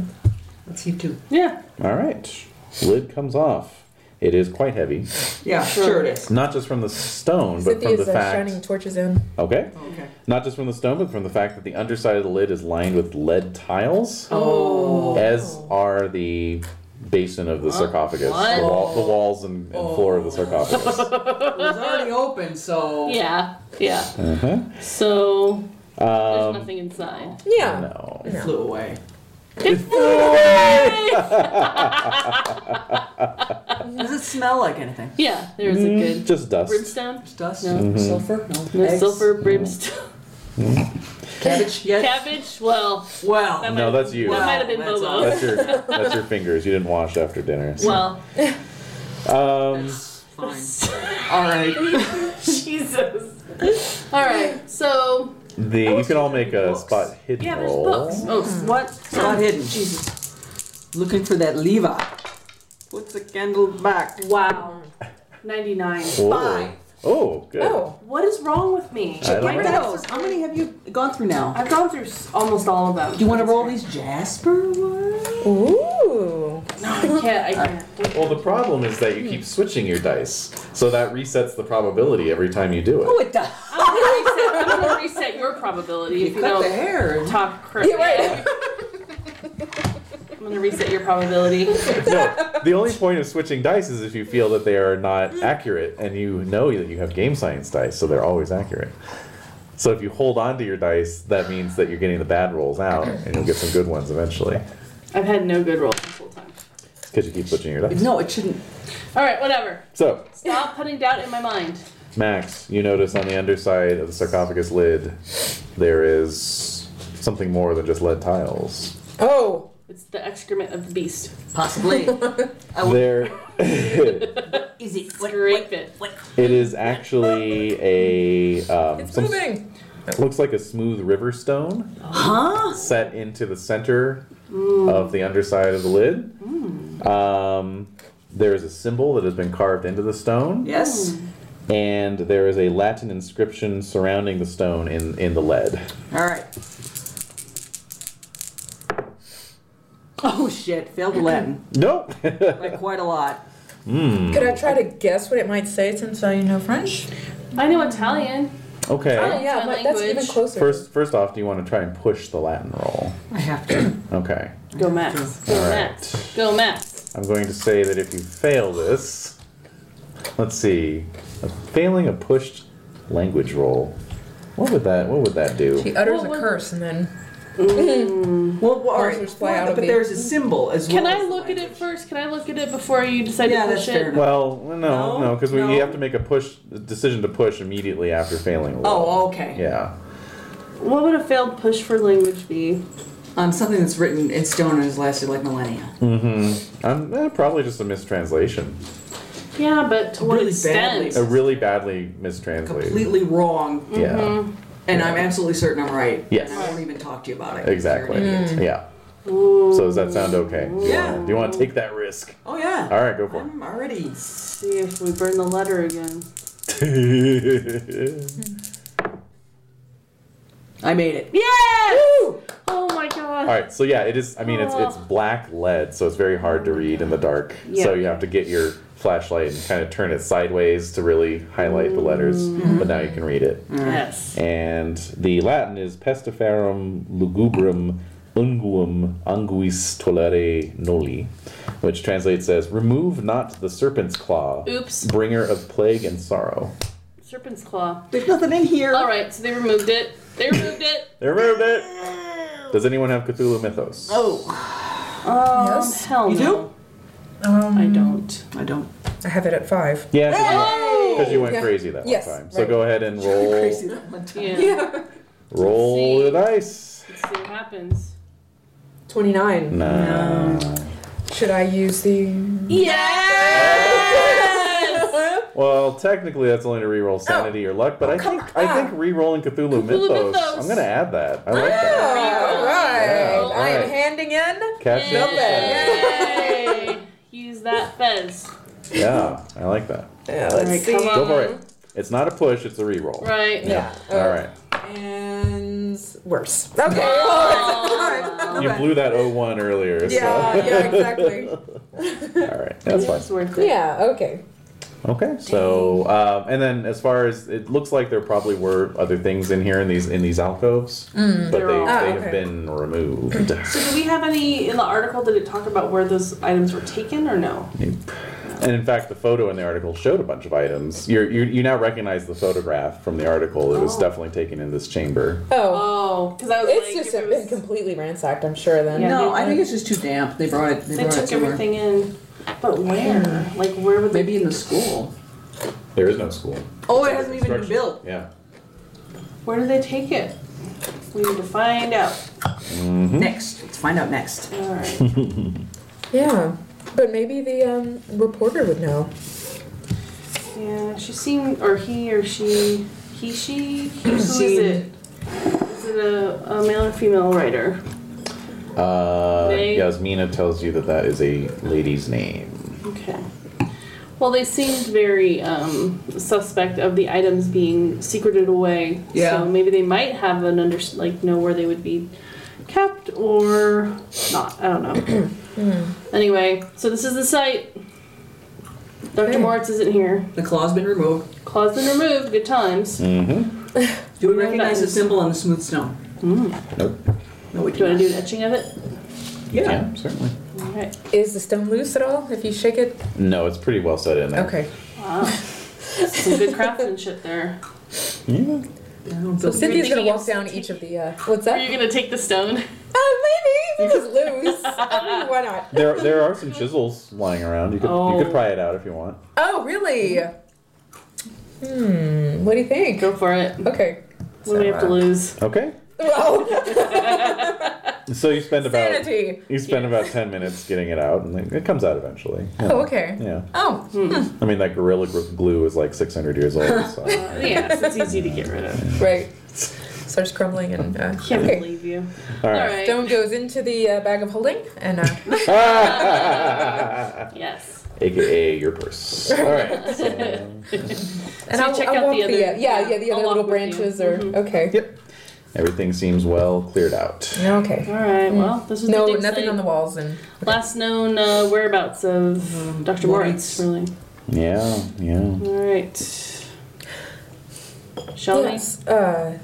Speaker 3: Let's see too.
Speaker 2: Yeah.
Speaker 4: All right. Lid comes off. It is quite heavy,
Speaker 3: Yeah. Sure it is.
Speaker 4: not just from the stone, but from
Speaker 5: Cynthia's
Speaker 4: the
Speaker 5: uh,
Speaker 4: fact.
Speaker 5: shining torches in.
Speaker 4: Okay.
Speaker 3: Okay.
Speaker 4: Not just from the stone, but from the fact that the
Speaker 2: Oh.
Speaker 4: underside of the lid is lined with lead tiles,
Speaker 3: Oh.
Speaker 4: as are the basin of the sarcophagus, the, wall, the walls and, and floor of the
Speaker 2: Oh.
Speaker 4: sarcophagus.
Speaker 3: It was already open, so
Speaker 2: Yeah, yeah.
Speaker 4: uh-huh.
Speaker 2: So
Speaker 4: Um,
Speaker 2: there's nothing inside.
Speaker 5: Yeah.
Speaker 4: No.
Speaker 3: it flew away. Does it smell like anything?
Speaker 2: Yeah, there's
Speaker 4: Mm.
Speaker 2: a good
Speaker 4: Just dust.
Speaker 2: brimstone.
Speaker 3: Dust?
Speaker 2: No.
Speaker 3: Sulfur? No.
Speaker 2: No
Speaker 3: Eggs?
Speaker 2: silver brimstone.
Speaker 3: Cabbage yet?
Speaker 2: Cabbage. Um, Well,
Speaker 3: Well,
Speaker 2: that might-
Speaker 4: No, that's you.
Speaker 2: that might have been
Speaker 3: That's
Speaker 2: Bobo.
Speaker 3: all.
Speaker 4: That's your that's your fingers. You didn't wash after dinner. so-
Speaker 2: Well,
Speaker 4: um,
Speaker 3: that's fine. All right.
Speaker 2: Jesus. All right. So,
Speaker 4: the you can all make a spot hidden
Speaker 2: Yeah, there's
Speaker 4: roll.
Speaker 2: books.
Speaker 3: Oh, what? It's not hidden.
Speaker 2: Jesus.
Speaker 3: Looking for that Levi. Put the candle back.
Speaker 2: Wow. 99.
Speaker 4: Whoa.
Speaker 3: Five.
Speaker 4: Oh, good.
Speaker 5: Oh,
Speaker 2: What is wrong with me?
Speaker 4: I don't
Speaker 3: What
Speaker 4: know.
Speaker 3: else? How many have you gone through now?
Speaker 2: I've gone through s- almost all of them.
Speaker 3: Do you want to roll these Jasper ones?
Speaker 5: Oh. ooh,
Speaker 2: I can't. I can't.
Speaker 4: Well, the problem is that you keep switching your dice, so that resets the probability every time you do it.
Speaker 3: Oh, it does.
Speaker 2: I'm gonna reset, I'm gonna reset your probability if
Speaker 3: You
Speaker 2: you
Speaker 3: cut the
Speaker 2: don't
Speaker 3: hair.
Speaker 2: talk crap. I'm gonna reset your probability.
Speaker 4: no, the only point of switching dice is if you feel that they are not
Speaker 5: Mm.
Speaker 4: accurate, and you know that you have game science dice, so they're always accurate. So if you hold on to your dice, that means that you're getting the bad rolls out, and you'll get some good ones eventually.
Speaker 2: I've had no good rolls this whole time.
Speaker 4: Because you keep switching your dice.
Speaker 3: No, it shouldn't.
Speaker 2: All right, whatever.
Speaker 4: So,
Speaker 2: Stop putting doubt in my mind.
Speaker 4: Max, you notice on the underside of the sarcophagus lid, there is something more than just lead tiles.
Speaker 5: oh,
Speaker 2: It's the excrement of the beast.
Speaker 3: Possibly.
Speaker 5: Oh.
Speaker 4: There,
Speaker 3: Is it?
Speaker 2: Scrape it.
Speaker 4: it is actually a um,
Speaker 5: it's
Speaker 4: some-
Speaker 5: moving.
Speaker 4: looks like a smooth river stone
Speaker 3: Huh?
Speaker 4: set into the center of the underside of the lid. Um, there is a symbol that has been carved into the stone,
Speaker 3: Yes.
Speaker 4: and there is a Latin inscription surrounding the stone in, in the lead.
Speaker 3: All right. Oh shit! Failed the Latin
Speaker 4: Nope.
Speaker 3: by quite a lot.
Speaker 4: Hmm.
Speaker 5: Could I try to guess what it might say since I know French?
Speaker 2: I know Italian.
Speaker 4: okay.
Speaker 5: yeah,
Speaker 2: my
Speaker 5: but that's even
Speaker 2: language.
Speaker 5: closer.
Speaker 4: First, first off, do you want to try and push the Latin roll?
Speaker 3: I have to.
Speaker 4: Okay.
Speaker 2: Go Max. Go
Speaker 4: All
Speaker 2: Max. Go Max.
Speaker 4: I'm going to say that if you fail this, let's see, a failing a pushed language roll, what would that what would that do?
Speaker 5: He utters
Speaker 2: What
Speaker 5: a
Speaker 2: was-
Speaker 5: curse and then
Speaker 3: Well, well all right.
Speaker 5: Monsters fly out of
Speaker 3: but
Speaker 5: me.
Speaker 3: there's a symbol as well.
Speaker 2: Can
Speaker 3: as
Speaker 2: I
Speaker 3: the
Speaker 2: look at
Speaker 3: language.
Speaker 2: it first? Can I look at it before you decide
Speaker 3: Yeah,
Speaker 2: to
Speaker 3: that's
Speaker 2: push
Speaker 3: fair
Speaker 2: it?
Speaker 3: enough.
Speaker 4: Well, no,
Speaker 3: No?
Speaker 4: no, because we
Speaker 3: No.
Speaker 4: you have to make a push a decision to push immediately after failing a roll.
Speaker 3: Oh, okay.
Speaker 4: Yeah.
Speaker 2: What would a failed push for language be?
Speaker 3: On Um, something that's written in stone and has lasted like millennia.
Speaker 4: Um, eh, probably just a mistranslation.
Speaker 2: Yeah, but to what
Speaker 3: Really
Speaker 2: extent?
Speaker 4: A really badly mistranslated.
Speaker 3: Completely Mm-hmm. wrong,
Speaker 4: Yeah.
Speaker 3: and I'm absolutely certain I'm right.
Speaker 4: Yes.
Speaker 3: And I won't even talk to you about it. 'cause you're an
Speaker 4: Exactly. Mm.
Speaker 3: idiot.
Speaker 4: Yeah. So does that sound okay? Do you
Speaker 3: Yeah.
Speaker 4: wanna- do you want to take that risk?
Speaker 3: Oh yeah.
Speaker 4: All right, go for it.
Speaker 3: I'm already.
Speaker 2: See if we burn the letter again.
Speaker 3: I made it.
Speaker 2: Yes! Oh my god.
Speaker 4: All right, so yeah, it is. I mean, it's it's black lead, so it's very hard to read in the dark. So
Speaker 2: Yeah.
Speaker 4: you have to get your flashlight and kind of turn it sideways to really highlight the letters. But now you can read it.
Speaker 2: Yes.
Speaker 4: And the Latin is pestiferum lugubrum unguum anguis tolere noli, which translates as "remove not the serpent's claw,
Speaker 2: Oops.
Speaker 4: bringer of plague and sorrow."
Speaker 2: Serpent's claw.
Speaker 3: There's nothing in here.
Speaker 2: All right, so they removed it. They removed it.
Speaker 4: They removed it. Does anyone have Cthulhu Mythos?
Speaker 3: Oh,
Speaker 2: Um,
Speaker 5: Yes.
Speaker 2: Hell
Speaker 3: You
Speaker 2: no.
Speaker 3: do?
Speaker 5: um,
Speaker 2: I don't.
Speaker 3: I don't.
Speaker 5: I have it at five.
Speaker 4: Yeah, because you went
Speaker 5: Yeah.
Speaker 4: crazy that
Speaker 5: Yes,
Speaker 4: one time. So
Speaker 5: right.
Speaker 4: go ahead and roll.
Speaker 3: Crazy that one time.
Speaker 2: Yeah.
Speaker 5: Yeah.
Speaker 4: Roll the dice.
Speaker 2: Let's see what happens.
Speaker 5: Twenty nine.
Speaker 4: Nah.
Speaker 5: Should I use the?
Speaker 4: Well, technically, that's only to re-roll sanity or luck, but I think I think re-rolling Cthulhu, Mythos,
Speaker 2: Mythos.
Speaker 4: I'm gonna add that. I like that.
Speaker 5: all right.
Speaker 4: Yeah,
Speaker 5: I am
Speaker 4: alright.
Speaker 5: handing in.
Speaker 4: Catch
Speaker 5: Not bad.
Speaker 2: Yay! Use that fez.
Speaker 4: Yeah, I like that.
Speaker 5: Yeah, let's
Speaker 2: Alright,
Speaker 5: see.
Speaker 2: come
Speaker 4: Go for
Speaker 2: on.
Speaker 4: it. It's not a push; it's a re-roll.
Speaker 2: Right.
Speaker 5: Yeah.
Speaker 4: All right.
Speaker 5: And worse. Okay.
Speaker 4: You blew that 01 earlier.
Speaker 5: yeah, yeah, exactly.
Speaker 4: So. All right. That's
Speaker 2: It's
Speaker 4: fine.
Speaker 2: worth it.
Speaker 5: Yeah, okay.
Speaker 4: Okay, so um, and then as far as it looks like there probably were other things in here in these in these alcoves, but they,
Speaker 2: They're all-
Speaker 5: Oh,
Speaker 4: they
Speaker 5: okay.
Speaker 4: have been removed.
Speaker 2: So do we have any in the article? Did it talk about where those items were taken or no?
Speaker 4: And in fact, the photo in the article showed a bunch of items. You're, you you now recognize the photograph from the article. It was definitely taken in this chamber.
Speaker 5: Oh,
Speaker 2: Oh, because I was
Speaker 5: it's
Speaker 2: like,
Speaker 5: just
Speaker 2: if it
Speaker 5: been
Speaker 2: was-
Speaker 5: completely ransacked. I'm sure then.
Speaker 2: Yeah,
Speaker 3: No,
Speaker 2: they
Speaker 3: I think
Speaker 2: did.
Speaker 3: it's just too damp. They brought it. They,
Speaker 2: they
Speaker 3: brought
Speaker 2: took
Speaker 3: it to her.
Speaker 2: everything in, but where? Like where would they?
Speaker 3: Maybe in the school.
Speaker 4: There is no school.
Speaker 3: Oh, it hasn't even been
Speaker 4: Construction.
Speaker 3: built.
Speaker 4: Yeah.
Speaker 2: Where do they take it? We need to find out.
Speaker 3: Mm-hmm. Next, let's find out next.
Speaker 2: All right.
Speaker 5: Yeah, but maybe the um, reporter would know.
Speaker 2: yeah, she seemed, or he or she, he, she, he, who is
Speaker 3: Seemed-
Speaker 2: it? Is it a, a male or female writer?
Speaker 4: Uh,
Speaker 2: They-
Speaker 4: Yasmina tells you that that is a lady's name.
Speaker 2: Okay. Well, they seemed very um, suspect of the items being secreted away.
Speaker 3: Yeah.
Speaker 2: So maybe they might have an under like know where they would be kept or not. I don't know. anyway, so this is the site. Dr.
Speaker 5: Okay.
Speaker 2: Moritz isn't here.
Speaker 3: The claw's been removed.
Speaker 2: Claw's been removed. Good times.
Speaker 4: Mm-hmm.
Speaker 3: Do we
Speaker 2: No
Speaker 3: recognize the
Speaker 2: buttons.
Speaker 3: symbol on the smooth stone?
Speaker 4: Nope.
Speaker 3: No, we
Speaker 2: Do you
Speaker 3: do
Speaker 2: want
Speaker 3: not.
Speaker 2: to do an etching of it?
Speaker 3: yeah.
Speaker 4: yeah, certainly.
Speaker 2: All right.
Speaker 5: Is the stone loose at all? If you shake it,
Speaker 4: No, it's pretty well set in there.
Speaker 5: okay.
Speaker 2: Wow. Some good craftsmanship there.
Speaker 4: Yeah.
Speaker 3: I don't
Speaker 5: So
Speaker 3: feel-
Speaker 5: Cynthia's gonna
Speaker 2: thinking
Speaker 5: walk
Speaker 2: of
Speaker 5: down each of the. Uh, what's
Speaker 2: Are
Speaker 5: that?
Speaker 2: you gonna take the stone?
Speaker 5: Oh, maybe if it was loose. I mean, why not?
Speaker 4: There, there are some chisels lying around. You could, you
Speaker 2: Oh.
Speaker 4: could pry it out if you want.
Speaker 5: Oh, really? Hmm. What do you think?
Speaker 2: Go for it.
Speaker 5: Okay.
Speaker 2: What do we have to lose?
Speaker 4: Okay.
Speaker 5: Well,
Speaker 4: So you spend about
Speaker 5: sanity.
Speaker 4: you spend about ten minutes getting it out, and it- it comes out eventually. Yeah.
Speaker 5: Oh, okay.
Speaker 4: Yeah.
Speaker 5: Oh,
Speaker 4: I mean, that gorilla gr- glue is like six hundred years old. So.
Speaker 2: Yes, it's easy to get rid of.
Speaker 5: right. Starts crumbling and uh,
Speaker 2: Can't
Speaker 5: okay.
Speaker 2: believe you.
Speaker 4: All
Speaker 2: All
Speaker 4: right.
Speaker 2: right.
Speaker 5: Stone goes into the uh, bag of holding and uh,
Speaker 2: Yes.
Speaker 4: AKA your purse. All right.
Speaker 5: and
Speaker 2: So
Speaker 5: I'll,
Speaker 2: check
Speaker 5: I'll
Speaker 2: out
Speaker 5: walk
Speaker 2: the
Speaker 5: the,
Speaker 2: other-
Speaker 5: uh, yeah yeah the
Speaker 2: I'll
Speaker 5: other
Speaker 2: walk
Speaker 5: little
Speaker 2: with you. Mm-hmm.
Speaker 5: branches or okay
Speaker 4: Yep. Everything seems well cleared out.
Speaker 5: okay
Speaker 2: All right. Well, this was
Speaker 5: Hmm. no
Speaker 2: the dig
Speaker 5: nothing
Speaker 2: site.
Speaker 5: on the walls and
Speaker 2: last known uh, whereabouts of
Speaker 5: Um,
Speaker 2: Dr. Moritz.
Speaker 3: Moritz.
Speaker 2: Really.
Speaker 4: Yeah. Yeah.
Speaker 2: All right. Shall
Speaker 5: yes uh,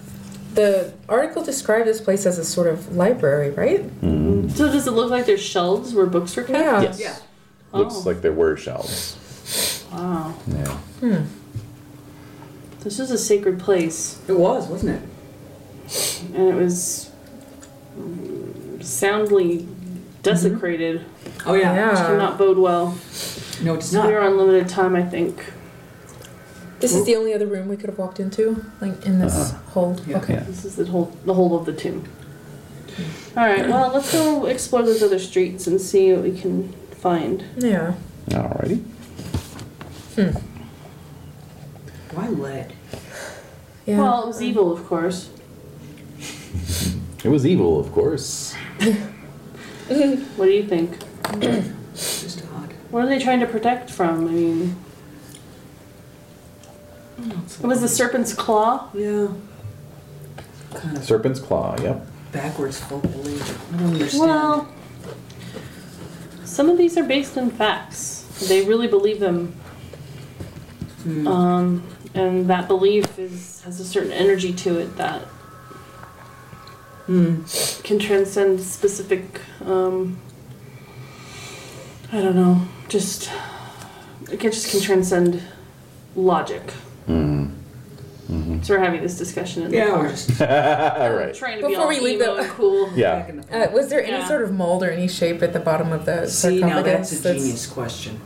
Speaker 5: the article described this place as a sort of library right
Speaker 4: Mm-hmm.
Speaker 2: we? So does it look like there's shelves where books were kept?
Speaker 5: yeah
Speaker 3: Yeah.
Speaker 2: Oh.
Speaker 4: Looks like there were shelves.
Speaker 2: Wow.
Speaker 4: Yeah.
Speaker 2: This is a sacred place,
Speaker 3: It was, wasn't it?
Speaker 2: and it was mm, soundly desecrated.
Speaker 3: Oh yeah.
Speaker 5: Yeah.
Speaker 2: Which did not bode well.
Speaker 3: No, it's
Speaker 2: So we were
Speaker 3: not.
Speaker 2: on limited time, I think.
Speaker 5: this is the only other room we could have walked into like in this
Speaker 3: Uh-huh.
Speaker 5: whole
Speaker 3: Yeah.
Speaker 5: okay
Speaker 2: This is the whole the whole of the tomb. All right. Well, let's go explore those other streets and see what we can find.
Speaker 5: yeah
Speaker 4: Alrighty.
Speaker 3: Why lead?
Speaker 5: yeah
Speaker 2: Well, it was evil, of course.
Speaker 4: It was evil, of course.
Speaker 2: What do you think?
Speaker 3: It's just odd.
Speaker 2: What are they trying to protect from? I mean, it was the serpent's claw.
Speaker 3: Yeah. Kind of
Speaker 4: Serpent's claw. Yep.
Speaker 3: backwards folk belief. I don't understand.
Speaker 2: Well, some of these are based in facts. They really believe them.
Speaker 5: Hmm.
Speaker 2: Um, and that belief is has a certain energy to it that
Speaker 5: Hmm.
Speaker 2: can transcend specific. Um, I don't know. Just it can, just can transcend logic. So we're having this discussion in
Speaker 3: yeah,
Speaker 2: the
Speaker 3: we're
Speaker 2: car.
Speaker 3: just
Speaker 4: All right.
Speaker 2: Trying to be
Speaker 5: Before
Speaker 2: all
Speaker 5: we leave
Speaker 2: emo
Speaker 5: the-
Speaker 2: and cool.
Speaker 4: Yeah.
Speaker 3: back in the
Speaker 5: uh, was there any
Speaker 2: Yeah.
Speaker 5: sort of mold or any shape at the bottom of the
Speaker 3: See, now
Speaker 5: sarcophagus
Speaker 3: that's a
Speaker 5: that's-
Speaker 3: genius question.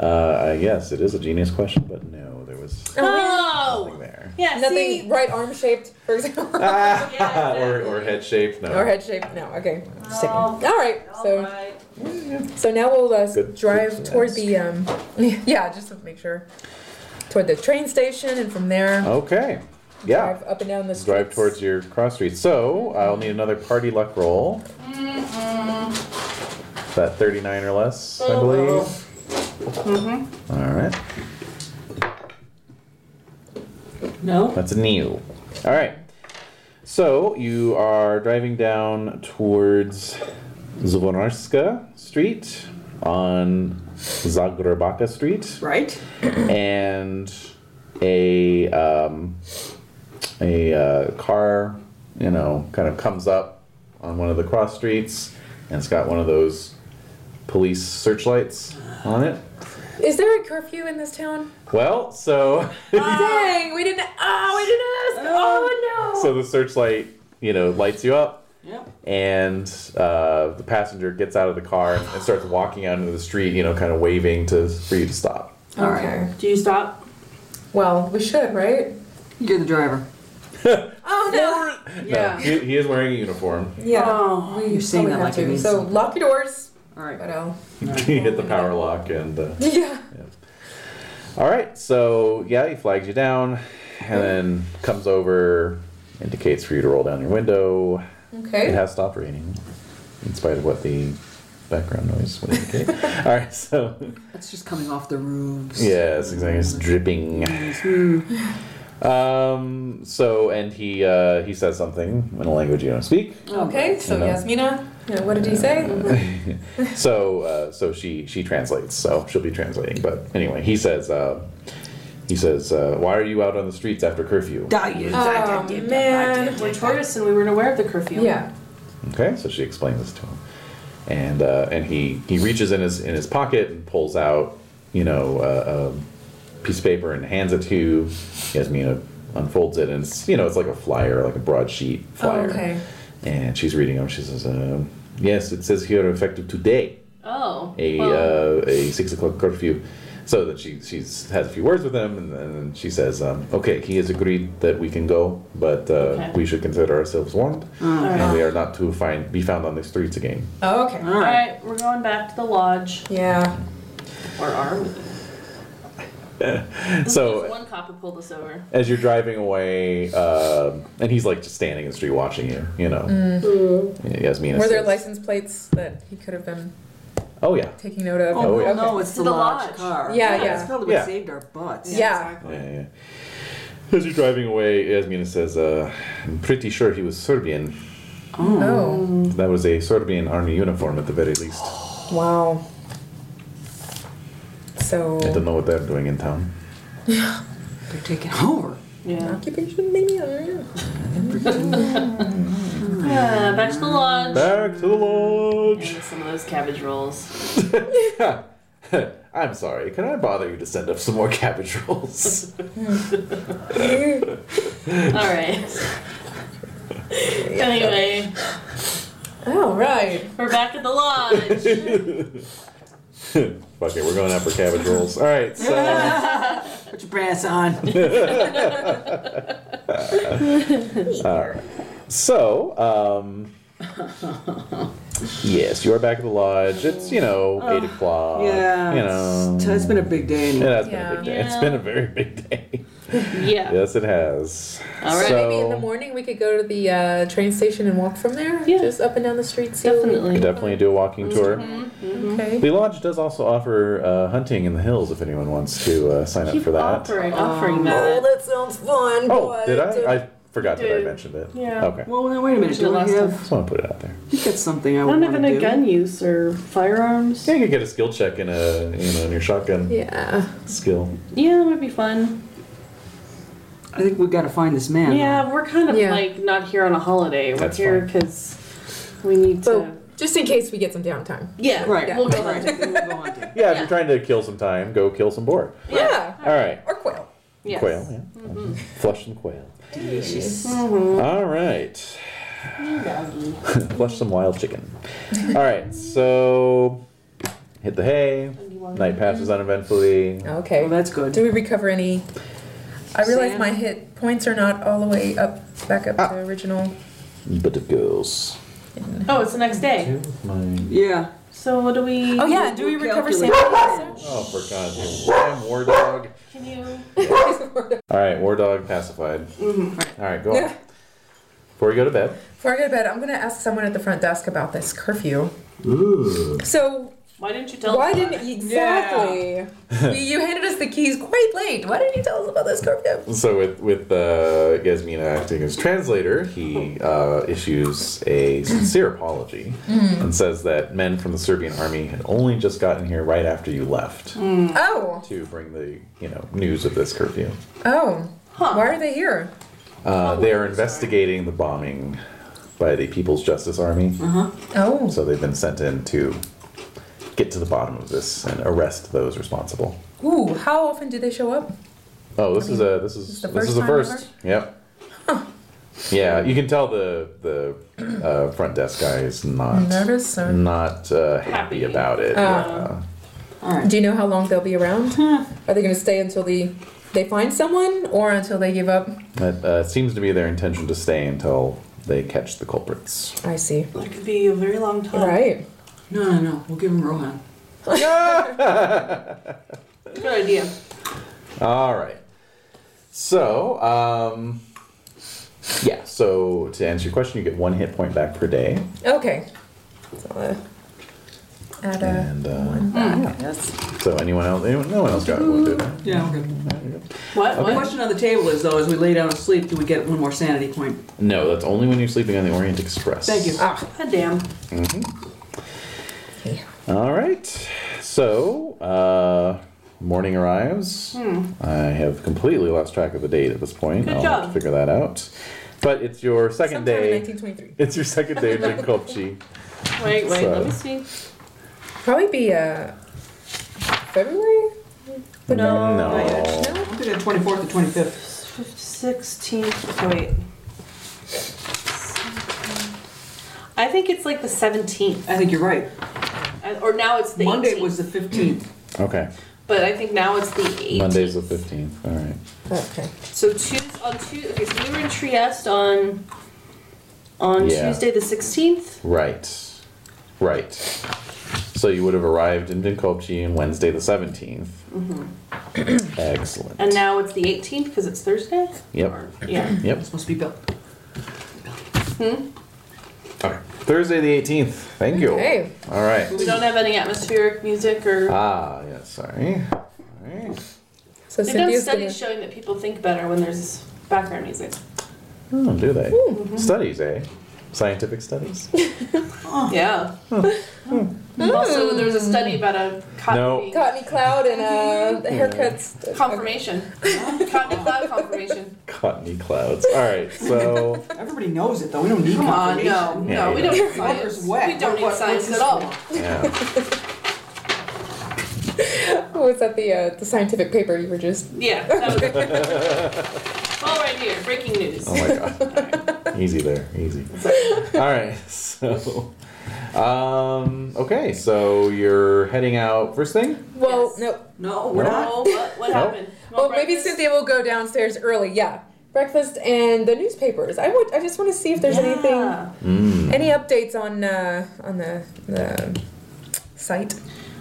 Speaker 4: Uh, yes, it is a genius question, but no, there was nothing
Speaker 2: Oh,
Speaker 4: there.
Speaker 2: yeah.
Speaker 5: nothing
Speaker 2: see?
Speaker 5: right arm shaped for example
Speaker 3: Ah,
Speaker 4: or, or head shaped. No.
Speaker 5: or head shaped no okay Just checking.
Speaker 2: Oh.
Speaker 5: all right so So now we'll uh,
Speaker 4: Good-
Speaker 5: drive
Speaker 4: good to
Speaker 5: toward
Speaker 4: ask.
Speaker 5: the um, yeah, just to make sure, toward the train station, and from there
Speaker 4: Okay. Oh, Yeah.
Speaker 5: drive up and down the street.
Speaker 4: Drive towards your cross street. So I'll need another party luck roll. Is that 39 or less, I believe? Mm-hmm. right.
Speaker 3: No?
Speaker 4: That's a new. All right. So you are driving down towards Zvornarska Street, on Zagrebaka Street
Speaker 3: Right?
Speaker 4: and a um, a uh, car, you know, kind of comes up on one of the cross streets, and it's got one of those police searchlights on it.
Speaker 5: Is there a curfew in this town?
Speaker 4: Well, so
Speaker 3: Uh,
Speaker 5: Dang, we didn't. Oh, we didn't ask. Oh, no.
Speaker 4: so the searchlight, you know, lights you up,
Speaker 2: Yep.
Speaker 4: and uh, the passenger gets out of the car and, and starts walking out into the street, you know, kind of waving to for you to stop.
Speaker 5: Okay.
Speaker 2: Do you stop?
Speaker 5: Well, we should, right?
Speaker 3: You're the driver.
Speaker 5: Oh no.
Speaker 4: No, he, he is wearing a uniform.
Speaker 5: Yeah.
Speaker 2: Oh,
Speaker 3: You're saying
Speaker 5: we
Speaker 3: that
Speaker 5: have
Speaker 3: like it
Speaker 5: to.
Speaker 3: means
Speaker 5: So
Speaker 3: something.
Speaker 5: lock your doors.
Speaker 3: All right.
Speaker 5: But oh.
Speaker 4: you hit the power lock and. Uh,
Speaker 5: Yeah.
Speaker 4: All right, so yeah, he flags you down, and then comes over, indicates for you to roll down your window. It
Speaker 5: Okay.
Speaker 4: has stopped raining, in spite of what the background noise would indicate. All right, so
Speaker 3: That's just coming off the roofs.
Speaker 4: yes, exactly, it's dripping.
Speaker 3: Hmm.
Speaker 4: Um, so and he uh, he says something in a language you don't speak.
Speaker 5: Okay. So
Speaker 4: No.
Speaker 5: Yasmina, yeah, what did he say? Oh,
Speaker 4: so uh, so she she translates so she'll be translating but anyway he says uh, he says uh, why are you out on the streets after curfew
Speaker 5: Oh man.
Speaker 2: we're tourists and we weren't aware of the curfew.
Speaker 5: Yeah.
Speaker 4: okay so she explains this to him and uh, and he he reaches in his in his pocket and pulls out you know uh, a piece of paper and hands it to you. Yasmina uh, unfolds it and it's you know it's like a flyer like a broadsheet flyer
Speaker 5: okay.
Speaker 4: and she's reading them she says uh, yes it says here effective today
Speaker 2: Oh.
Speaker 4: a
Speaker 2: well,
Speaker 4: uh, a six o'clock curfew. So that she she's has a few words with him, and then she says, um, "Okay, he has agreed that we can go, but uh,
Speaker 2: Okay. Oh,
Speaker 4: we should consider ourselves warned, and we are not to find be found on the streets again."
Speaker 5: Oh, okay.
Speaker 2: all right, we're going back to the lodge.
Speaker 5: Yeah.
Speaker 2: Or are we? Just
Speaker 4: So
Speaker 2: one cop who pulled us over.
Speaker 4: as you're driving away, um and he's like just standing in the street watching you, you know.
Speaker 2: Mm-hmm.
Speaker 4: Yasmina
Speaker 5: Were there
Speaker 4: says,
Speaker 5: license plates that he could have been
Speaker 4: "Oh yeah,
Speaker 5: taking note of?
Speaker 4: Oh, yeah.
Speaker 5: okay.
Speaker 3: No, it's the,
Speaker 2: the
Speaker 3: lodge,
Speaker 2: lodge.
Speaker 3: car.
Speaker 5: Yeah, yeah.
Speaker 3: It's probably what
Speaker 4: Yeah.
Speaker 3: saved our butts.
Speaker 5: Yeah.
Speaker 4: Yeah, yeah. As you're driving away, Yasmina says, uh, "I'm pretty sure he was Serbian.
Speaker 5: Oh.
Speaker 4: That was a Serbian army uniform at the very least."
Speaker 5: Wow. So.
Speaker 4: I don't know what they're doing in town.
Speaker 3: They're taking over.
Speaker 2: Yeah.
Speaker 5: Occupation mania.
Speaker 2: yeah Uh, back to the lodge.
Speaker 4: Back to the
Speaker 2: And
Speaker 4: lodge.
Speaker 2: with some of those cabbage rolls.
Speaker 4: I'm sorry. Can I bother you to send up some more cabbage rolls?
Speaker 2: All right. anyway,
Speaker 5: Oh right.
Speaker 2: we're back at the lodge.
Speaker 4: Fuck it, we're going out for cabbage rolls. All right. So,
Speaker 3: Put your brass on.
Speaker 4: all right. uh, So, um, yes, you are back at the lodge. It's you know eight o'clock.
Speaker 3: yeah.
Speaker 4: You know.
Speaker 3: It's- it's been a big day.
Speaker 4: It
Speaker 3: And
Speaker 4: has been a
Speaker 5: Yeah.
Speaker 4: big day. It's
Speaker 2: Yeah.
Speaker 4: been a very big day.
Speaker 2: yeah.
Speaker 4: yes, it has.
Speaker 2: All right.
Speaker 4: So,
Speaker 5: Maybe in the morning we could go to the uh, train station and walk from there.
Speaker 2: Yeah.
Speaker 5: Just up and down the street. See what we-
Speaker 4: we
Speaker 2: Definitely.
Speaker 4: definitely do a walking tour.
Speaker 5: Okay.
Speaker 4: The lodge does also offer uh, hunting in the hills if anyone wants to uh, sign up
Speaker 2: Keep
Speaker 4: for that.
Speaker 2: offering, offering that.
Speaker 5: Oh, that sounds fun.
Speaker 4: Oh, did I? I forgot that I
Speaker 2: did.
Speaker 4: mentioned it.
Speaker 2: Yeah.
Speaker 4: Okay.
Speaker 3: well, now, wait a minute. Do we
Speaker 2: Last
Speaker 3: have?
Speaker 2: time.
Speaker 4: Just want to put it out there.
Speaker 3: I think that's something I would
Speaker 2: Not even
Speaker 3: want to do.
Speaker 2: a gun use or firearms.
Speaker 4: Yeah, you could get a skill check in a you know in your shotgun
Speaker 5: Yeah.
Speaker 4: skill.
Speaker 2: Yeah, it would be fun.
Speaker 3: I think we've got to find this man.
Speaker 2: Yeah, we're kind of
Speaker 5: Yeah.
Speaker 2: like not here on a holiday. We're
Speaker 4: That's
Speaker 2: here because we need to.
Speaker 5: So just in case we get some downtime.
Speaker 2: yeah,
Speaker 3: Right.
Speaker 2: We'll go
Speaker 3: Right.
Speaker 2: on.
Speaker 3: We'll go on to-
Speaker 4: Yeah, if you're trying to kill some time, go kill some boar.
Speaker 5: Yeah.
Speaker 4: All right.
Speaker 5: Or quail.
Speaker 2: Yes.
Speaker 4: Quail. Yeah. Flush some quail.
Speaker 3: She's
Speaker 2: Mm-hmm.
Speaker 4: All right. Flush some wild chicken. All right. So hit the hay. Night passes uneventfully.
Speaker 5: Okay.
Speaker 3: Well, that's good.
Speaker 5: Do we recover any? I realize
Speaker 3: Sand?
Speaker 5: my hit points are not all the way up, back up to original.
Speaker 4: But it goes.
Speaker 2: Oh, it's the next day.
Speaker 4: Mine.
Speaker 3: Yeah.
Speaker 2: So what do we?
Speaker 5: Oh yeah, do we recover sand?
Speaker 4: Oh, for God's sake. Damn war dog.
Speaker 2: Can you?
Speaker 4: All right, war dog pacified. All right, go on. Before you go to bed.
Speaker 5: Before I go to bed, I'm gonna ask someone at the front desk about this curfew. So
Speaker 2: Why didn't you tell
Speaker 5: Why
Speaker 2: us?
Speaker 5: didn't you, exactly? you, you handed us the keys quite late. Why didn't you tell us about this, Scorpio?
Speaker 4: So with with uh, Yasmina acting as translator, he uh, issues a sincere apology and says that men from the Serbian army had only just gotten here right after you left
Speaker 5: Oh,
Speaker 4: to bring the you know news of this curfew.
Speaker 5: oh. Why are they here?
Speaker 4: Uh, they are investigating the bombing by the People's Justice Army,
Speaker 5: Oh,
Speaker 4: so they've been sent in to get to the bottom of this and arrest those responsible.
Speaker 5: ooh. How often do they show up?
Speaker 4: Oh, this is a this is
Speaker 5: the
Speaker 4: this is
Speaker 5: first
Speaker 4: the
Speaker 5: time
Speaker 4: first. Yep. Yeah, you can tell the the uh, front desk guy is not
Speaker 5: Nervous or-
Speaker 4: not uh, happy about it. yeah.
Speaker 5: Do you know how long they'll be around? Are they going to stay until the they find someone or until they give up?
Speaker 4: That uh, seems to be their intention to stay until they catch the culprits.
Speaker 5: I see.
Speaker 2: That could be a very long time.
Speaker 5: Right.
Speaker 3: No, no, no. We'll give him Rohan.
Speaker 2: Good idea.
Speaker 4: All right. So, um, yeah. So to answer your question, you get one hit point back per day,
Speaker 5: Okay. So, uh, add a
Speaker 4: and uh,
Speaker 3: Yes.
Speaker 4: so anyone else, anyone, no one else got one, did they?
Speaker 3: Yeah, okay.
Speaker 2: What?
Speaker 3: The
Speaker 2: What?
Speaker 3: question on the table is though, as we lay down to sleep, do we get one more sanity point?
Speaker 4: No, that's only when you're sleeping on the Orient Express.
Speaker 3: Thank you.
Speaker 5: ah.
Speaker 2: God damn.
Speaker 4: All right. So, uh, morning arrives.
Speaker 2: Hmm.
Speaker 4: I have completely lost track of the date at this point.
Speaker 2: Good
Speaker 4: I'll have
Speaker 2: job.
Speaker 4: to figure that out. But it's your second
Speaker 5: Sometime in
Speaker 4: day.
Speaker 5: 1923.
Speaker 4: It's your second day in Jinkolpchi.
Speaker 2: Wait, wait,
Speaker 4: So-
Speaker 2: let me see.
Speaker 5: Probably be uh, February.
Speaker 2: No,
Speaker 4: no.
Speaker 2: not yet.
Speaker 5: No?
Speaker 3: I'm thinking twenty fourth to twenty fifth.
Speaker 2: 16th. oh, Wait. I think it's like the 17th.
Speaker 3: I think you're right.
Speaker 2: I- Or now it's the
Speaker 3: Monday
Speaker 2: 18th.
Speaker 3: was the fifteenth.
Speaker 4: Okay.
Speaker 2: But I think now it's the 18th.
Speaker 4: Monday's the 15th. All right.
Speaker 5: Okay.
Speaker 2: So Tuesday on Tuesday. Okay, so we were in Trieste on on
Speaker 4: Yeah.
Speaker 2: Tuesday the 16th.
Speaker 4: Right. Right. So you would have arrived in Jinkolpchi on Wednesday the 17th. Excellent.
Speaker 2: Mm-hmm. And now it's the 18th because it's Thursday.
Speaker 4: Yep.
Speaker 2: Yeah.
Speaker 4: Yep.
Speaker 3: Supposed to be built.
Speaker 4: Okay. Thursday the 18th. Thank you.
Speaker 5: Okay.
Speaker 4: All right.
Speaker 2: We don't have any atmospheric music or.
Speaker 4: Ah, yeah, sorry. Alright.
Speaker 5: So
Speaker 2: They've done
Speaker 5: Cynthia's gonna,
Speaker 2: studies showing that people think better when there's background music.
Speaker 4: Oh, do they? Studies, eh? Scientific studies?
Speaker 2: Yeah. Also, there was a study about a cotton
Speaker 4: No.
Speaker 2: being-
Speaker 5: Cottony Cloud and uh, the haircuts.
Speaker 2: confirmation. cotton cloud confirmation.
Speaker 4: Cottony clouds. Alright, so.
Speaker 3: Everybody knows it though. We don't need
Speaker 2: Come on,
Speaker 3: confirmation.
Speaker 2: no,
Speaker 4: Yeah,
Speaker 2: no, we
Speaker 4: yeah.
Speaker 2: don't need
Speaker 3: Paper's
Speaker 2: science.
Speaker 3: wet.
Speaker 2: We don't
Speaker 3: What-
Speaker 2: need
Speaker 3: what-
Speaker 2: science
Speaker 3: what's
Speaker 2: at all.
Speaker 3: this
Speaker 4: Yeah.
Speaker 5: What was that? The uh, the scientific paper you were just.
Speaker 2: Yeah. That was all right here. Breaking news.
Speaker 4: Oh my god. Easy there, easy. Alright, so. Um, okay, so you're heading out first thing?
Speaker 5: Well,
Speaker 2: Yes.
Speaker 5: no.
Speaker 3: No, we're
Speaker 4: No.
Speaker 3: not.
Speaker 2: Oh, what, what
Speaker 4: No.
Speaker 2: happened? You
Speaker 5: Well,
Speaker 2: want
Speaker 5: maybe
Speaker 2: breakfast?
Speaker 5: Cynthia will go downstairs early. Yeah, breakfast and the newspapers. I would. I just want to see if there's
Speaker 2: Yeah.
Speaker 5: anything, any updates on uh, on the the site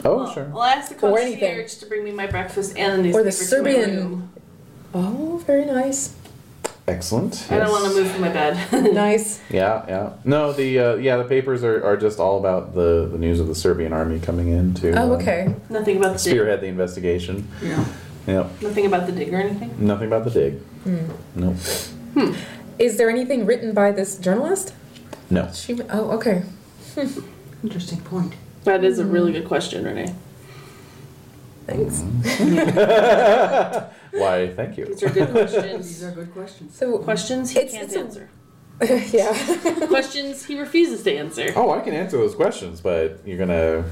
Speaker 4: Oh,
Speaker 2: Well,
Speaker 4: sure.
Speaker 2: I'll ask the
Speaker 5: Or
Speaker 2: concierge
Speaker 5: anything.
Speaker 2: to bring me my breakfast and the newspaper.
Speaker 5: or the
Speaker 2: to my room.
Speaker 5: Serbian. Oh, very nice.
Speaker 4: Excellent.
Speaker 2: I don't
Speaker 4: yes.
Speaker 2: want to move from my bed.
Speaker 5: Nice.
Speaker 4: Yeah, yeah. No, the uh, yeah, the papers are, are just all about the, the news of the Serbian army coming in to
Speaker 5: Oh,
Speaker 4: uh,
Speaker 5: okay.
Speaker 2: nothing about the dig.
Speaker 4: spearhead the investigation.
Speaker 3: Yeah.
Speaker 4: Yep.
Speaker 2: Nothing about the dig or anything.
Speaker 4: Nothing about the dig.
Speaker 5: Mm.
Speaker 4: Nope.
Speaker 5: Is there anything written by this journalist?
Speaker 4: No.
Speaker 5: She. Oh, okay.
Speaker 3: Interesting point.
Speaker 2: That is
Speaker 5: Mm-hmm.
Speaker 2: a really good question, Renee.
Speaker 5: Thanks.
Speaker 4: Why, thank you.
Speaker 2: These are good
Speaker 3: These
Speaker 2: questions.
Speaker 3: are good questions.
Speaker 5: So,
Speaker 2: questions he
Speaker 5: It's-
Speaker 2: can't
Speaker 5: it's a-
Speaker 2: answer.
Speaker 5: yeah.
Speaker 2: questions he refuses to answer.
Speaker 4: Oh, I can answer those questions, but you're gonna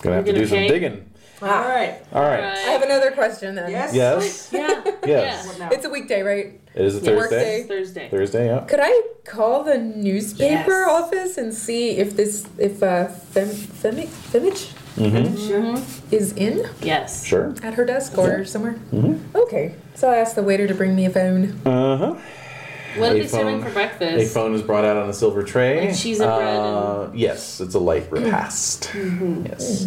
Speaker 4: gonna have to
Speaker 2: gonna
Speaker 4: do
Speaker 2: pay?
Speaker 4: some digging.
Speaker 3: All right.
Speaker 4: All right.
Speaker 5: I have
Speaker 2: Right.
Speaker 5: another question then.
Speaker 3: Yes.
Speaker 4: Yes,
Speaker 2: Yeah.
Speaker 4: Yes.
Speaker 2: Yeah.
Speaker 3: What now?
Speaker 5: It's a weekday, right?
Speaker 4: it is a
Speaker 5: Yeah. Work
Speaker 4: Thursday.
Speaker 5: day.
Speaker 2: Thursday.
Speaker 4: Thursday, yeah.
Speaker 5: Could I call the newspaper
Speaker 2: Yes.
Speaker 5: office and see if this if uh Fem, Femi, Femich is in
Speaker 2: Yes.
Speaker 4: Mm-hmm. Sure.
Speaker 5: at her desk or somewhere?
Speaker 4: Mhm.
Speaker 5: Okay, so I asked the waiter to bring me a phone.
Speaker 4: Uh huh.
Speaker 2: What are
Speaker 4: A
Speaker 2: they serving
Speaker 4: phone.
Speaker 2: for
Speaker 4: A
Speaker 2: breakfast?
Speaker 4: phone is brought out on a silver tray.
Speaker 2: Like cheese and bread
Speaker 4: Uh, Yes, it's a light repast. Yes.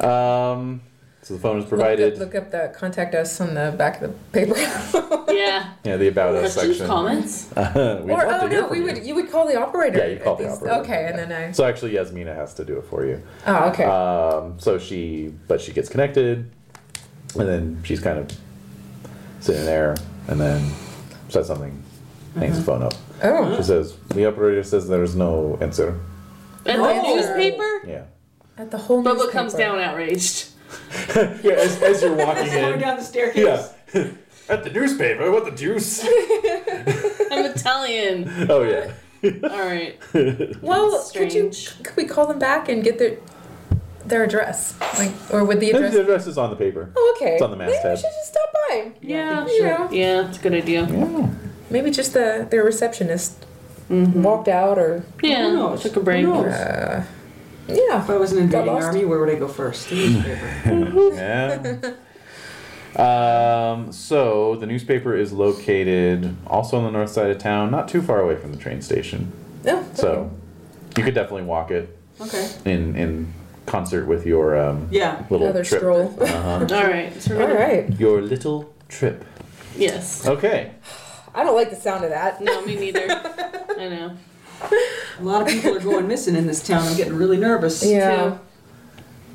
Speaker 4: Um, So the phone is provided.
Speaker 5: Mm-hmm. Look up, look up the contact us on the back of the paper.
Speaker 2: Yeah.
Speaker 4: Yeah, the about us
Speaker 2: Questions,
Speaker 4: section.
Speaker 2: comments?
Speaker 4: Uh, we'd
Speaker 5: or
Speaker 4: love to
Speaker 5: oh
Speaker 4: hear
Speaker 5: no,
Speaker 4: from
Speaker 5: we
Speaker 4: you.
Speaker 5: would you would call the operator.
Speaker 4: Yeah, you
Speaker 5: at
Speaker 4: call the
Speaker 5: these-
Speaker 4: operator.
Speaker 5: Okay, and
Speaker 4: Yeah.
Speaker 5: then I.
Speaker 4: So actually, Yasmina has to do it for you.
Speaker 5: Oh, okay.
Speaker 4: Um, so she, but she gets connected, and then she's kind of sitting there, and then says something, hangs the phone up.
Speaker 5: oh,
Speaker 4: She says, "The operator says there's no answer."
Speaker 2: And the newspaper?
Speaker 4: Yeah.
Speaker 5: at the whole.
Speaker 2: Bubba comes
Speaker 5: newspaper.
Speaker 2: down outraged.
Speaker 4: Yeah. As, as you're walking in,
Speaker 3: down the staircase.
Speaker 4: yeah. At the newspaper, what the deuce?
Speaker 2: I'm Italian.
Speaker 4: oh yeah.
Speaker 2: All right.
Speaker 5: Well,
Speaker 2: That's
Speaker 5: could you?
Speaker 2: strange.
Speaker 5: Could we call them back and get their their address, like, or would the
Speaker 4: The
Speaker 5: address?
Speaker 4: address is on the paper.
Speaker 5: Oh, okay.
Speaker 4: It's on the
Speaker 5: Maybe we
Speaker 4: masthead.
Speaker 5: should just stop by.
Speaker 2: Yeah.
Speaker 5: Yeah.
Speaker 2: Yeah, it's a good idea.
Speaker 4: Yeah.
Speaker 5: Maybe just the their receptionist
Speaker 2: Mm-hmm.
Speaker 5: walked out, or
Speaker 2: Yeah.
Speaker 3: Who knows?
Speaker 2: Took a break.
Speaker 3: Who knows?
Speaker 5: yeah.
Speaker 3: If I was an invading
Speaker 5: lost?
Speaker 3: army, where would I go first? The newspaper.
Speaker 4: Yeah. um, so the newspaper is located also on the north side of town, not too far away from the train station.
Speaker 5: No.
Speaker 4: So you could definitely walk it
Speaker 3: okay.
Speaker 4: in in concert with your um,
Speaker 3: Yeah.
Speaker 4: little
Speaker 5: Another
Speaker 4: trip.
Speaker 5: stroll.
Speaker 4: Uh-huh.
Speaker 2: All right. So we're
Speaker 5: All
Speaker 2: gonna-
Speaker 5: right.
Speaker 4: Your little trip.
Speaker 2: Yes.
Speaker 4: Okay.
Speaker 5: I don't like the sound of that.
Speaker 2: No, me neither. I know.
Speaker 3: A lot of people are going missing in this town. I'm getting really nervous.
Speaker 5: Yeah.